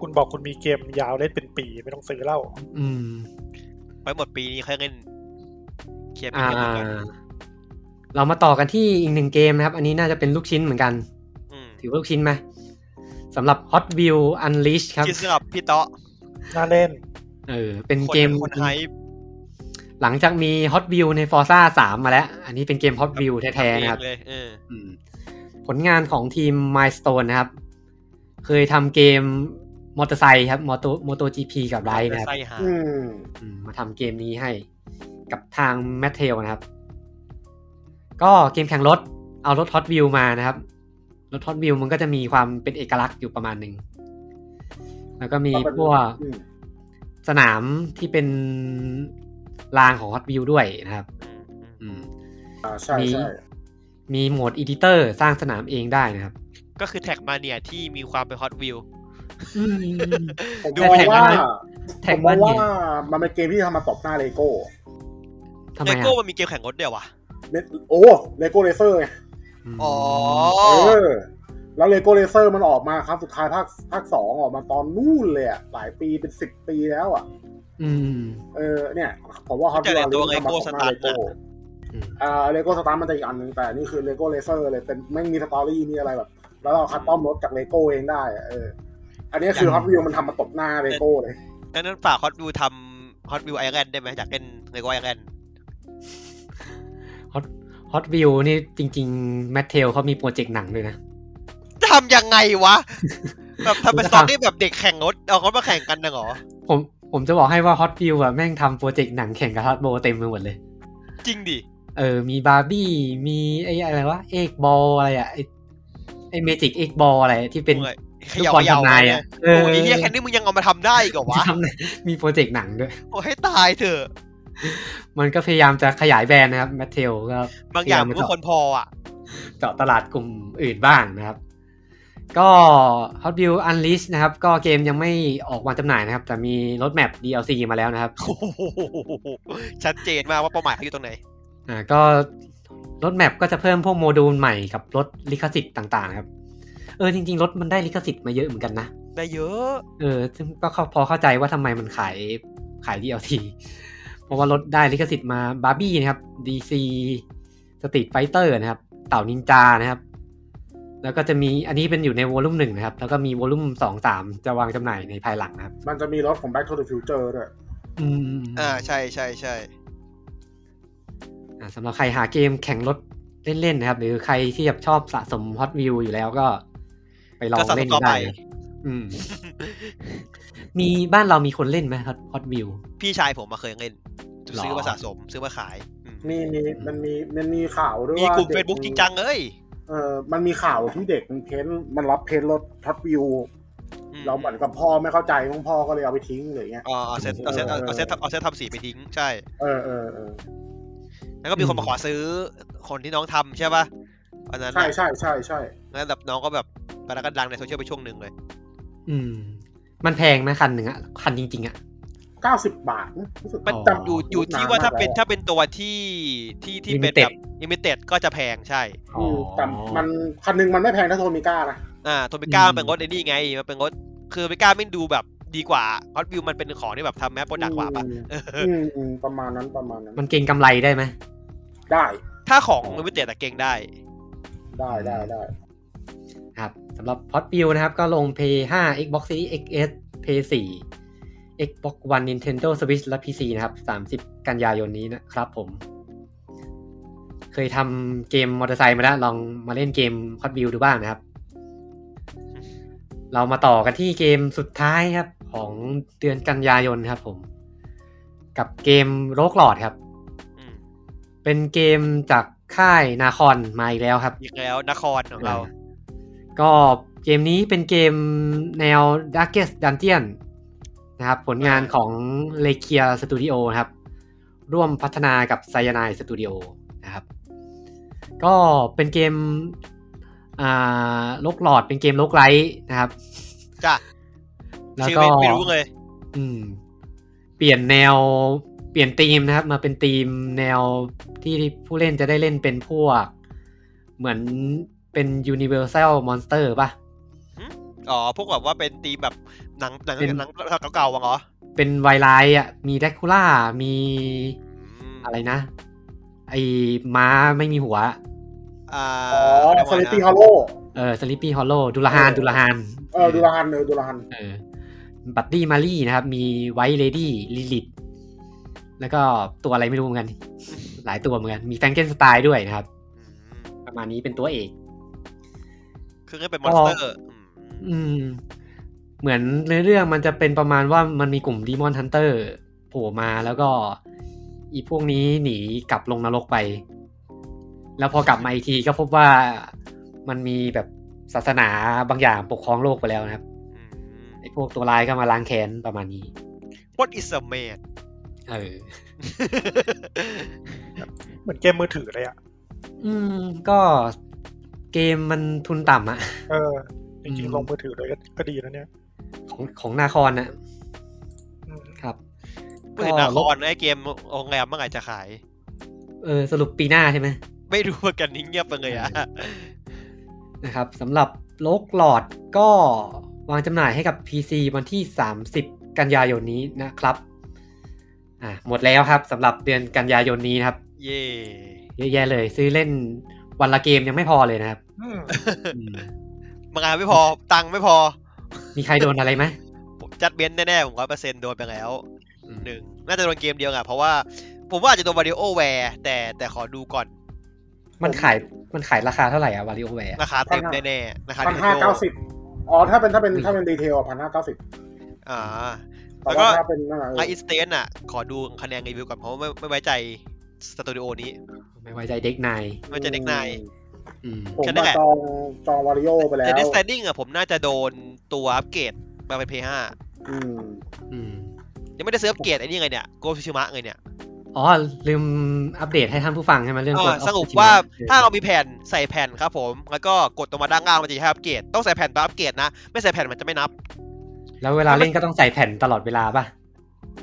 Speaker 4: คุณบอกคุณมีเกมยาวเล่นเป็นปีไม่ต้องซื้อเล่า
Speaker 1: อืม
Speaker 2: ไปหมดปีนี้ค่อยเล่นเคลียร์ปี
Speaker 1: อ่า
Speaker 2: นี้ก่อน
Speaker 1: เรามาต่อกันที่อีกหนึ่งเกมนะครับ อันนี้น่าจะเป็นลูกชิ้นเหมือนกัน
Speaker 2: อืม
Speaker 1: ถือว่าลูกชิ้นไหมสำหรับ Hot Wheel Unleash ครับ
Speaker 2: ชื่อสำหรับพี่เตาะ
Speaker 4: น่าเล่น
Speaker 1: เออ เป็น
Speaker 2: คน
Speaker 1: เกม
Speaker 2: คนไฮป์
Speaker 1: หลังจากมี Hot Wheel ใน Forza 3 มาแล้ว อันนี้เป็นเกม Hot Wheel แท้ๆนะครับ
Speaker 2: ทำเองเลยเออ
Speaker 1: อืมผลงานของทีม Milestone นะครับ เคยทำเกมมอเตอร์ไซค์ครับมอโตมอโตจีพีกับไรนะครับ
Speaker 2: ใส่หา
Speaker 3: อืม
Speaker 1: อืมมาทำเกมนี้ให้กับทางแมทเทลนะครับ ก็เกมแข่งรถ เอารถ Hot Wheel มานะครับ รถ Hot Wheel มันก็จะมีความเป็นเอกลักษณ์อยู่ประมาณหนึ่ง แล้วก็มีพวก
Speaker 3: อืม
Speaker 1: สนามที่เป็นรางของ Hot Wheel ด้วยนะครับ อืม
Speaker 3: อ่าใช่
Speaker 1: มี
Speaker 3: ใช่
Speaker 1: มีโหมด Editor สร้างสนามเองได้นะครับ
Speaker 2: ก็คือแท็กมาเนี่ยที่มีความเป็นฮอตวิว
Speaker 3: ผม
Speaker 2: ดู
Speaker 3: มอง
Speaker 2: แข่ง
Speaker 3: ว่า
Speaker 2: ได้
Speaker 1: แท็
Speaker 3: ผ
Speaker 1: ก
Speaker 3: มม
Speaker 1: ว่า
Speaker 3: อง
Speaker 1: เนี่
Speaker 3: ว่าย มันเป็นเกมที่ทำมาตบหน้าเลโก้
Speaker 1: ทำ
Speaker 2: เล
Speaker 1: ไมอ่ะ
Speaker 2: โก้มันมีเกมแข่งรถเดียววะ
Speaker 3: โอ้เลโก้เลเซอร์ไง
Speaker 1: ม
Speaker 2: อ๋อ
Speaker 3: เออ แล้วเลโก้เลเซอร์มันออกมาครับ สุดท้ายภาคภาคสองออกมาตอนนู่นเลยอะหลายปีเป็นสิบปีแล้วอะ
Speaker 1: อืม
Speaker 3: เออเนี่ยผมว่าฮอต
Speaker 2: แต่ตัว Lego
Speaker 3: ทำมา
Speaker 2: Star
Speaker 3: ของหน้า Lego
Speaker 1: อืม
Speaker 3: อ่าเลโก้สตาร์มันจะอีกอันหนึงแต่อันนี่คือเลโก้เลเซอร์เลยเป็นไม่มีสตอรี่มีอะไรแบบ แล้วเราคัดต้อมรถจากเลโก้เองได้อะเออ อันนี้คือฮอตวิวมันทำมาตบหน้าเลโก้เลย
Speaker 2: ดังนั้นฝากฮอตวิวทำฮอตวิวไอแลนด์ได้ไหมอยากเล่นเลโก้ไอแลนด์
Speaker 1: Hot Hot Wheel นี่จริงๆแมทเทลเขามีโปรเจกต์หนังด้วยนะ
Speaker 2: ทำยังไงวะ แบบทำเป็นสตอรี่แบบเด็กแข่งรถเอารถมาแข่งกันนะเหรอ
Speaker 1: ผมผมจะบอกให้ว่าฮอตวิวอะแม่งทำโปรเจกต์หนังแข่งกับฮอตโบเต็มไปหมดเลย
Speaker 2: จริงดิ
Speaker 1: เออ มีบาร์บี้ มีไอ้อะไรวะ เอกบอลอะไรอะไอ้ไอ้เมจิกเอกบอลอะไรที่เป็น
Speaker 2: เมื่อยเข
Speaker 1: ลูก
Speaker 2: ย่า
Speaker 1: บอล
Speaker 2: เขย่า
Speaker 1: ทำนายอะ
Speaker 2: โอ้โหนี่เฮียแค่นี้มึงยังเอามาทำได้อีกเหรอวะ
Speaker 1: ทำนาย มีโปรเจกต์หนังด้วย
Speaker 2: โอ้ให้ตายเถอะ
Speaker 1: มันก็พยายามจะขยายแบรนด์นะครับแมทเทลก็
Speaker 2: บางอย่าง
Speaker 1: พ
Speaker 2: มึ
Speaker 1: ยาง ยาม
Speaker 2: ก็
Speaker 1: จะ
Speaker 2: คนพออ่ะ
Speaker 1: เจาะตลาดกลุ่มอื่นบ้างนะครับ ก็ Hot Wheels Unleash นะครับ ก็เกมยังไม่ออกวางจำหน่ายนะครับ แต่มีรถแมพ DLC มาแล้วนะครับ
Speaker 2: โอ้โหชัดเจนมากว่าเป้าหมายเขาอยู่ตรงไหน
Speaker 1: อ่าก็รถแมพก็จะเพิ่มพวกโมดูลใหม่กับรถลิขสิทธิ์ต่างๆนะครับ เออจริงๆ รถมันได้ลิขสิทธิ์มาเยอะเหมือนกันนะ
Speaker 2: ได้เยอะ
Speaker 1: เออซึ่งก็เข้าพอเข้าใจว่าทำไมมันขายขาย DLC เพราะว่ารถได้ลิขสิทธิ์มาบาร์บี้นะครับ DC สตรีทไฟเตอร์นะครับ เต่านินจานะครับ แล้วก็จะมีอันนี้เป็นอยู่ในวอลุ่มหนึ่งนะครับ แล้วก็มีวอลุ่มสองสามจะวางจำหน่ายในภายหลังนะครับ
Speaker 3: มันจะมีรถของ Back to the Future ด้วย
Speaker 1: อืม
Speaker 2: อ่าใช่ใช่ใช่
Speaker 1: อ่าสำหรับใครหาเกมแข่งรถเล่นๆนะครับ หรือใครที่แบบชอบสะสมฮอตวิวอยู่แล้วก็ ไปลอง
Speaker 2: ก็สะส
Speaker 1: เล่
Speaker 2: ม
Speaker 1: น
Speaker 2: ต่อไป
Speaker 1: ได้นะอื ม มีบ้านเรามีคนเล่นไหมฮอตฮอตวิว
Speaker 2: พี่ชายผมมาเคยเล่น
Speaker 1: หรอ
Speaker 2: ซื้อมาสะสม ซื้อมาขายอืม
Speaker 3: มีมีมันมีมันมีข่าวด้วย
Speaker 2: มี
Speaker 3: ว่าก
Speaker 2: ลุ่ม
Speaker 3: ด็
Speaker 2: Facebook จริงจังเลย
Speaker 3: เออมันมีข่าวที่เด็กมันเพ้นท์มันรับเพ้นท์รถท็อตวิว
Speaker 2: อืม
Speaker 3: เราเหมือนกับพ่อไม่เข้าใจมั้งพ่อก็เลยเอาไปทิ้งหรือเงี้ย
Speaker 2: อ๋อเอาเซ็ตเอาเซ็ตเอาเอาเซ็ตเอาเซ็ตทำสีไปทิ้งใช่
Speaker 3: เออเออเออ
Speaker 2: แล้วก็มีคนมาขอซื้อคนที่น้องทำใช่ป่ะอันนั้น
Speaker 3: ใช่
Speaker 2: น่ะ
Speaker 3: ใช่ใช่ใช่
Speaker 2: งั้นแบบน้องก็แบบตอนนั้นก็ดังในโซเชียลไปช่วงหนึ่งเลย
Speaker 1: อืม มันแพงไหมคันหนึ่งอะคันจริงๆอะ
Speaker 3: เก้าสิบบาทรู้สึก
Speaker 2: มัน
Speaker 1: อ๋อ
Speaker 3: จำ
Speaker 2: อยู่อยู่ที่ว่าถ้าเป็นถ้าเป็นตัวที่ที่ที่เป็นแบบ
Speaker 1: Limited
Speaker 2: ลิมิเต็ดก็จะแพงใช่
Speaker 3: อืมแต่มันคันหนึงมันไม่แพงถ้าโทมิก้านะ
Speaker 2: อ่าโทมิก้า
Speaker 1: อืม
Speaker 2: เป็นรถไอ้นี่ไง มันเป็นรถคือโทมิก้าไม่ดูแบบดีกว่าฮอตวิวมันเป็นของที่แบบทำแม้โปรดักต์กว่าปะ
Speaker 3: อืม
Speaker 2: เออ
Speaker 3: อืมอืมประมาณนั้นประมาณนั้น
Speaker 1: มันเก่งกำไรได้ไหม
Speaker 3: ได้
Speaker 2: ถ้าของลิมิเต็ดแต่เก่งได้
Speaker 3: ได้ได้ได้
Speaker 1: ครับสำหรับพอดบิลนะครับ ก็ลง p 5 Xbox Series XS p 4 Xbox One Nintendo Switch และ PC นะครับ 30 กันยายนนี้นะครับผม เคยทำเกมมอเตอร์ไซค์มาแล้ว ลองมาเล่นเกมพอดบิลดูบ้างนะครับ เรามาต่อกันที่เกมสุดท้ายครับ ของเดือนกันยายนครับผม กับเกมโรคหลอดครับ
Speaker 2: อืม
Speaker 1: เป็นเกมจากค่ายนาคอนมาอีกแล้วครับ
Speaker 2: อีกแล้วนครของเรา
Speaker 1: ก็เกมนี้เป็นเกมแนว Darkest Dungeon นะครับ ผลงานของ l e k i a Studio นะครับ ร่วมพัฒนากับ c y a n i d e Studio นะครับ ก็เป็นเกมอ่าโลกหลอดเป็นเกมโลกไลท์นะครับ
Speaker 2: จ้ะ
Speaker 1: แล้ว
Speaker 2: ชื่อ
Speaker 1: ก็
Speaker 2: ไม่ไม่รู้เลย
Speaker 1: อืมเปลี่ยนแนวเปลี่ยนธีมนะครับ มาเป็นธีมแนวที่ผู้เล่นจะได้เล่นเป็นพวก เหมือนเป็น Universal Monster ป่ะ
Speaker 2: อ๋อ พวกแบบว่าเป็นธีมแบบหนังหนัง
Speaker 1: เป็น
Speaker 2: หนังเก่าๆวะเหรอ
Speaker 1: เป็นไวไลอ่ะ มีแดกคูล่า มี
Speaker 2: อืม
Speaker 1: อะไรนะ ไอ้ม้าไม่มีหัว
Speaker 2: อ่า
Speaker 3: อ๋อ
Speaker 2: เข
Speaker 3: สลิ
Speaker 2: เรี
Speaker 3: ป
Speaker 2: ยก
Speaker 3: ปี้
Speaker 2: ว่า
Speaker 3: ฮอลโล
Speaker 1: เออสลิปปี้ฮอลโลดูลาฮานดูลาฮาน
Speaker 3: เออดูลาฮันเออดูลาฮัน
Speaker 1: เออบัตตี้มารี่นะครับ มีไวท์เลดี้ลิลิตแล้วก็ตัวอะไรไม่รู้เหมือนกัน หลายตัวเหมือนกัน มีแฟรงเกนสไตล์ด้วยนะครับ
Speaker 2: อืม
Speaker 1: ประมาณนี้เป็นตัวเอก
Speaker 2: คือเรียกเป็นมอนสเตอร์
Speaker 1: อื
Speaker 2: อืม
Speaker 1: ม เหมือนเนื้อเรื่องมันจะเป็นประมาณว่ามันมีกลุ่มดีมอนฮันเตอร์โผล่มาแล้วก็ อีพวกนี้หนีกลับลงนรกไป แล้วพอกลับมาอีกทีก็พบว่ามันมีแบบศาสนาบางอย่างปกครองโลกไปแล้วนะครับ
Speaker 2: อืม
Speaker 1: ไอ้พวกตัวร้ายก็มาล้างแค้นประมาณนี้
Speaker 2: What is a man
Speaker 1: เออ
Speaker 4: เหมือนเกมมือถือเลยอ่ะ
Speaker 1: อืม ก็เกมมันทุนต่ำอะ
Speaker 4: เออจริง
Speaker 1: อืม
Speaker 4: ๆลงมือถือเลยก็ก็ดีนะเนี่ย
Speaker 1: ของของนาครนะ
Speaker 4: อืม
Speaker 1: ครับ
Speaker 2: พูดถึงนาครนะไอเกมโรงแรมเมื่อไหร่จะขาย
Speaker 1: เออ สรุปปีหน้าใช่ไหม
Speaker 2: ไม่รู้เหมือนกันนิ่งเงียบไปเลยอ่ะ
Speaker 1: นะครับสำหรับโลกหลอดก็วางจำหน่ายให้กับ PC วันที่ 30 กันยายนนี้นะครับอ่ะหมดแล้วครับสำหรับเดือนกันยายนนี้นะครับ
Speaker 2: เย่
Speaker 1: เยอะแยะเลย ซื้อเล่นวันละเกมยังไม่พอเลยนะครับ
Speaker 4: อืม
Speaker 1: อืม
Speaker 2: มางานไม่พอ ตังค์ไม่พอ
Speaker 1: มีใครโดนอะไรไหม
Speaker 2: ผมจัดเบนซ์แน่ๆ ผมร้อยเปอร์เซ็นต์โดนไปแล้ว
Speaker 1: อืม
Speaker 2: หนึ่งน่าจะโดนเกมเดียวอ่ะ เพราะว่า ผมว่าอาจจะโดนวาริโอแวร์แต่แต่ขอดูก่อน
Speaker 1: มันขายมันขายราคาเท่าไหร่อะวาริโอแวร์
Speaker 2: ราคาเต็มแน่ๆราคา
Speaker 3: พันห้าเก้าสิบอ๋อถ้าเป็นถ้าเป็นถ้าเป็นดีเทลพันห้าเก้าสิบ
Speaker 2: อ่า
Speaker 3: แต่
Speaker 2: แล้วก็
Speaker 3: ว่าถ้าเป็นนั่นอะ
Speaker 2: ไออินสเตนอ่ะ ขอดูคะแนนรีวิวก่อนเพราะว่าไม่ไม่ไว้ใจสตูดิโอนี้
Speaker 1: ไม่ไว้ใจเด็กนาย
Speaker 2: ไม่ไว้ใจเด็กนาย
Speaker 1: อืม
Speaker 3: ผม
Speaker 2: แค่นั้น
Speaker 3: มา
Speaker 2: แหละ
Speaker 3: จองจองวาริโอไปแล้
Speaker 2: แต่
Speaker 3: ว
Speaker 2: ดิสแตนดิ้งอ่ะผมน่าจะโดนตัวอัปเกรดมาเป็นเพย์ห้า
Speaker 3: อืม
Speaker 1: อืม
Speaker 2: ยังไม่ได้ซื้ออัปเกรดไอ้นี่ไงเนี่ยโกชิมะไงเนี่ย
Speaker 1: อ๋อ ลืมอัปเดตให้ท่านผู้ฟังใช่ไหมเรื่อง
Speaker 2: อ่า
Speaker 1: Ghost of
Speaker 2: สรุปว่า
Speaker 1: Tsushima
Speaker 2: ถ้าเรามีแผ่นใส่แผ่นครับผม แล้วก็กดตรงมาด้านล่างมันจะให้อัปเกรดต้องใส่แผ่นตอนอัปเกรดนะ ไม่ใส่แผ่นมันจะไม่นับ
Speaker 1: แล้วเวลาเล่นก็ต้องใส่แผ่นตลอดเวลาป่ะ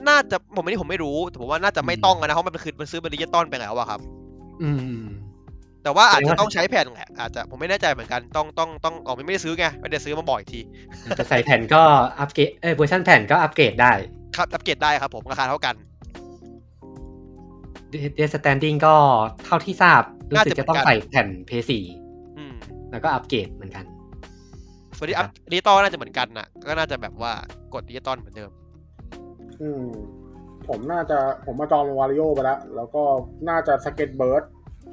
Speaker 2: น่าจะผมไม่ได้ผมไม่รู้แต่ผมว่าน่าจะไม่
Speaker 1: อืม
Speaker 2: ต้องอะนะเพราะมันเป็นคือมันซื้อเป็นดิจิตอลไปแล้วอะครับ
Speaker 1: อืม
Speaker 2: แต่ว่าอาจ
Speaker 1: แสดง
Speaker 2: จะ
Speaker 1: ว่า
Speaker 2: ต้องใช้แผ่นแหละอาจจะผมไม่แน่ใจเหมือนกันต้องต้องต้องอ๋อไม่ได้ซื้อไงไม่ได้ซื้อมาบ่อยที
Speaker 1: แต่ใส่แผ่นก็อัปเกรดเออเวอร์ชันแผ่นก็อัปเกรดได้
Speaker 2: ครับอัปเกรดได้ครับผมราคาเท่ากัน
Speaker 1: เดสแตนดิ้งก็เท่าที่ทราบรู้สึก
Speaker 2: น่าจะ
Speaker 1: จะต้อง
Speaker 2: เหมือนกัน
Speaker 1: ใส่แผ่นเพสี
Speaker 2: อืม
Speaker 1: แล้วก็อัปเกรดเหมือนกัน
Speaker 2: ส่วนที่
Speaker 1: ครั
Speaker 2: อั
Speaker 1: บ
Speaker 2: พดิจิตอลน่าจะเหมือนกันนะก็น่าจะแบบว่ากดดิจิตอลเหมือนเดิม
Speaker 3: อืม ผมน่าจะผมมาจองวาริโอไปแล้ว แล้วก็น่าจะสเก็ตเบิร์ด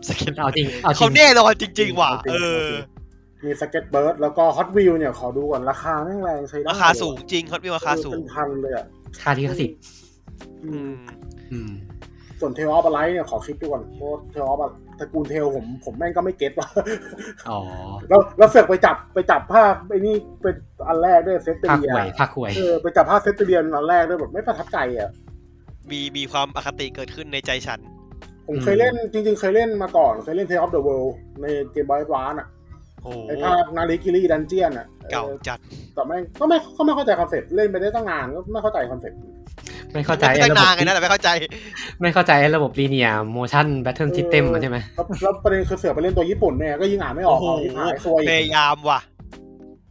Speaker 2: Second
Speaker 1: เอาจริงเอาจริ
Speaker 2: เขา
Speaker 1: ง
Speaker 2: แน่นอนจริง ๆ ว่ะ
Speaker 3: จ
Speaker 2: เองอ
Speaker 3: ริๆจริงๆมีสเก็ตเบิร์ดแล้วก็ฮอตวิวเนี่ย ขอดูก่อน ราคาแม่งแรงใช้ได้
Speaker 2: ราคาสูงจริงเขามีราคาสูง
Speaker 3: เป็นพันเลยอ่ะ
Speaker 1: ค่าที่เขาสิบ
Speaker 3: อื
Speaker 2: อื
Speaker 3: ม
Speaker 2: ม
Speaker 1: อืม
Speaker 3: ส่วนเทลออฟไลท์เนี่ย ขอคิดดูก่อนเพราะเทลออฟตระกูลเทลผมผมแม่งก็ไม่เก็ตว่ะ
Speaker 1: อ๋อ
Speaker 3: แล้วแล้วเสือกไปจับไปจับภาพไอ้นี่เป็นอันแรกด้วยเซตเต
Speaker 1: ภาค
Speaker 3: เรีย
Speaker 1: หวยภาคหวย
Speaker 3: เออไปจับภาพเซตเตเรียนอันแรกด้วยแบบไม่ประทับใจอ่ะ
Speaker 2: มีมีความอคติเกิดขึ้นในใจฉัน
Speaker 3: ผม
Speaker 1: อืม
Speaker 3: เคยเล่นจริง ๆ เคยเล่นมาก่อน เคยเล่นเทลออฟเดอะเวิลด์ในเกมบอยส์วานอ่ะ
Speaker 2: โอ้โห
Speaker 3: ไอ้ภาพนาริกิรีดันเจียนอ่ะ
Speaker 2: เก่า
Speaker 3: เออ
Speaker 2: จัด
Speaker 3: แต่แม่งก็ไม่ก็ไม่เข้าใจคอนเซ็ปต์เล่นไปได้ตั้งนานก็ไม่เข้าใจคอนเซ็ปต์
Speaker 1: ไม่เข้าใจ
Speaker 2: ไม่
Speaker 1: ไอ้
Speaker 2: ตั้ง
Speaker 1: ระบบ
Speaker 2: นานไงนะแต่ไม่เข้าใจ
Speaker 1: ไม่เข้าใจไอ้ระบบลีเนียโมชั่นแบทเทิลซิสเต็มใช่ไหม
Speaker 3: แล้วแล้วประเด็นคือเสือกไปเล่นตัวญี่ปุ่นเนี่ยก็ยิ่งอ่านไม่ออก
Speaker 2: โอ้โห
Speaker 3: เอาที่หายซวย
Speaker 2: พยายามว่ะ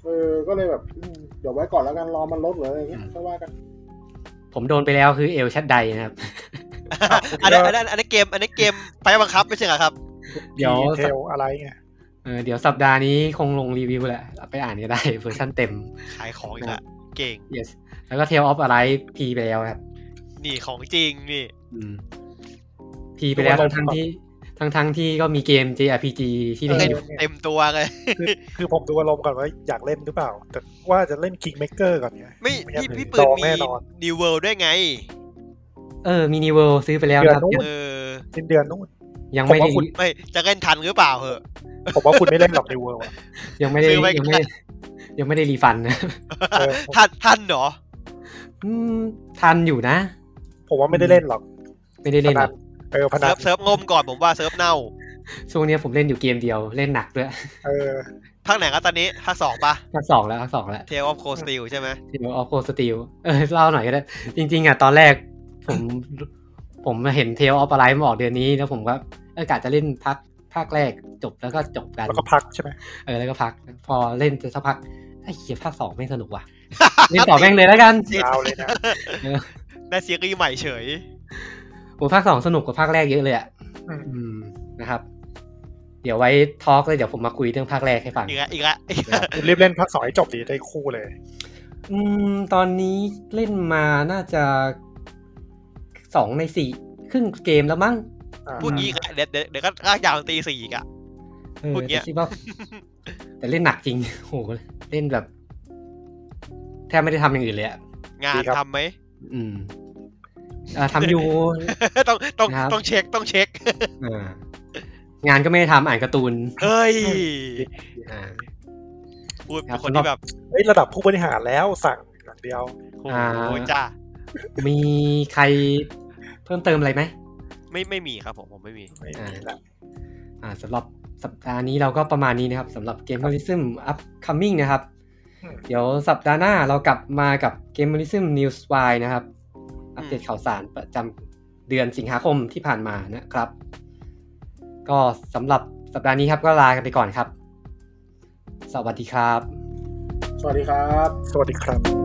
Speaker 3: เออก็เลยแบบอืมเดี๋ยวไว้ก่อนแล้วกันรอมันลดหรืออะไรเงี้ย
Speaker 1: อืม
Speaker 3: ก็ว่ากัน
Speaker 1: ผมโดนไปแล้วคือเอลชัดใดนะครับ
Speaker 2: อันนั้นอันนั้นอันนั้นเกมอันนั้นเกมไฟบังคับไม่ใช่เหรอครับ
Speaker 1: เดี๋ยว
Speaker 4: เทลอะไรไง
Speaker 1: เออเดี๋ยวสัปดาห์นี้คงลงรีวิวแหละ ไปอ่านก็ได้ เวอร์ชันเต็ม
Speaker 2: ขายของอีกละเก่ง
Speaker 1: yes แล้วก็ Tale of Arise พีไปแล้วครับ
Speaker 2: นี่ของจริงนี่
Speaker 1: อืมพีไปแล้วทั้งทั้งๆที่ทั้งทั้งๆที่ก็มีเกม JRPG ที่
Speaker 2: เล่
Speaker 1: เล่น
Speaker 2: น
Speaker 1: อยู่
Speaker 2: เต็มตัวเลย
Speaker 4: คือคือผมดูอารมณ์ก่อนว่าอยากเล่นหรือเปล่า แต่ว่าจะเล่น Kingmaker ก่อนไง
Speaker 2: ไม่พี่
Speaker 4: งั้
Speaker 2: พี่
Speaker 4: ถึง
Speaker 2: ปืน
Speaker 4: จอง
Speaker 2: มี
Speaker 4: แน่นอน
Speaker 2: นิวเวิลด์ด้วยไง
Speaker 1: เออมินิเวิลซื้อไปแล้วนะครับ
Speaker 4: เดื
Speaker 2: เอ
Speaker 4: นะ
Speaker 2: อ
Speaker 4: สิ้นเดือนนู้น
Speaker 1: ยังไม่ได้
Speaker 4: ผมว่าคุณ
Speaker 2: ไม่จะเล่นทันหรือเปล่าเหอะ
Speaker 4: ผมว่าคุณไม่เล่นหรอกในเวิร์ลอะ
Speaker 1: ยังไม่ได้
Speaker 2: ซื้อไว้
Speaker 1: ยังไม่ได้ยังไม่ได้รีฟันนะ
Speaker 4: เออผม
Speaker 2: ทันทันเหรอ
Speaker 1: อืมทันอยู่นะ
Speaker 4: ผมว่าไม่ได้เล่นหรอก
Speaker 1: ไม่ได้
Speaker 4: พ
Speaker 1: เล่นห
Speaker 4: นั
Speaker 1: รอน ก
Speaker 4: เออพนั
Speaker 2: เซิร์
Speaker 4: น
Speaker 2: ฟเซิร์ฟงมก่อนผมว่าเซิร์ฟเน่า
Speaker 1: ช่วงเนี้ยผมเล่นอยู่เกมเดียวเล่นหนักด้วย
Speaker 4: เออ
Speaker 2: ภาคไหนครับตอนนี้ภาคสองปะ
Speaker 1: ภาคสองแล้วภาคสองแล้ว
Speaker 2: Tale of Cold Steel ใช่ไหม
Speaker 1: ทีมออฟโคสติลเออเล่าหน่อยก็ได้ จริง ๆ อ่ะ ตอนแรก ผม ผมเห็นเทลออฟอะไรมาออกเดือนนี้ แล้วผมก็เออกะจะเล่นพักภาคแรกจบแล้วก็จบกัน
Speaker 4: แล้วก็พักใช่ไหม
Speaker 1: เออแล้วก็พัก พอเล่นไปสักพักไอ้เหี้ยภาคสองไม่สนุกว่ะ เล่นต่อแม่งเลยแล้วกัน
Speaker 4: ยาวเลยนะ
Speaker 1: เออ
Speaker 2: ได้ซีรีส์ใหม่เฉย
Speaker 1: โอ้ภาคสองสนุกกว่าภาคแรกเยอะเลยอ่ะ
Speaker 4: อืม
Speaker 1: อืมนะครับ เดี๋ยวไว้ทอล์กเลยเดี๋ยวผมมาคุยเรื่องภาคแรกให้ฟัง
Speaker 2: อีกละอีกละ
Speaker 4: คุณรีบเล่นพักสองให้จบดีได้คู่เลย
Speaker 1: อืมตอนนี้เล่นมาน่าจะสองในสี่ครึ่งเกมแล้วมั้ง
Speaker 4: อ่า
Speaker 2: พูดงี้อีกละเดี๋ยวเดี๋ยวเดี๋ยวก็ลากยาวถึงตีสี่อีกอะ
Speaker 1: เออ
Speaker 2: พวกเนี้ย
Speaker 1: แต่คิดว่า แต่เล่นหนักจริง โอ้โหเล่นแบบแทบไม่ได้ทำอย่างอื่นเลยอะ
Speaker 2: งานทำไหม
Speaker 1: อืมอ่าทำอยู่
Speaker 2: ต้องต้อง
Speaker 1: ครับ
Speaker 2: ต้องเช็คต้องเช็ค
Speaker 1: อ่างานก็ไม่ได้ทำอ่านการ์ตูน
Speaker 2: เฮ้ย
Speaker 1: อ่า
Speaker 2: พูด
Speaker 1: ครับ
Speaker 2: เป็นคนที่แบบ
Speaker 4: เอ้ยระดับผู้บริหารแล้วสั่งอย่างเดียว
Speaker 2: โอ้โหจ้า
Speaker 1: มีใครเพิ่มเติมอะไรไหม
Speaker 2: ไม่ไม่มีครับผมผมไม่มี
Speaker 4: ไม่มีละ
Speaker 1: อ่าสำหรับสัปดาห์นี้เราก็ประมาณนี้นะครับสำหรับเกม m อริซึม upcoming นะครับ เดี๋ยวสัปดาห์หน้าเรากลับมากับเกม m อริซึม news wire นะครับ อัปเดตข่าวสารประจำเดือนสิงหาคมที่ผ่านมานะครับ ก็สำหรับสัปดาห์นี้ครับก็ลากันไปก่อนครับ สวัสดีครับ
Speaker 3: สวัสดีครับ
Speaker 4: สวัสดีครับ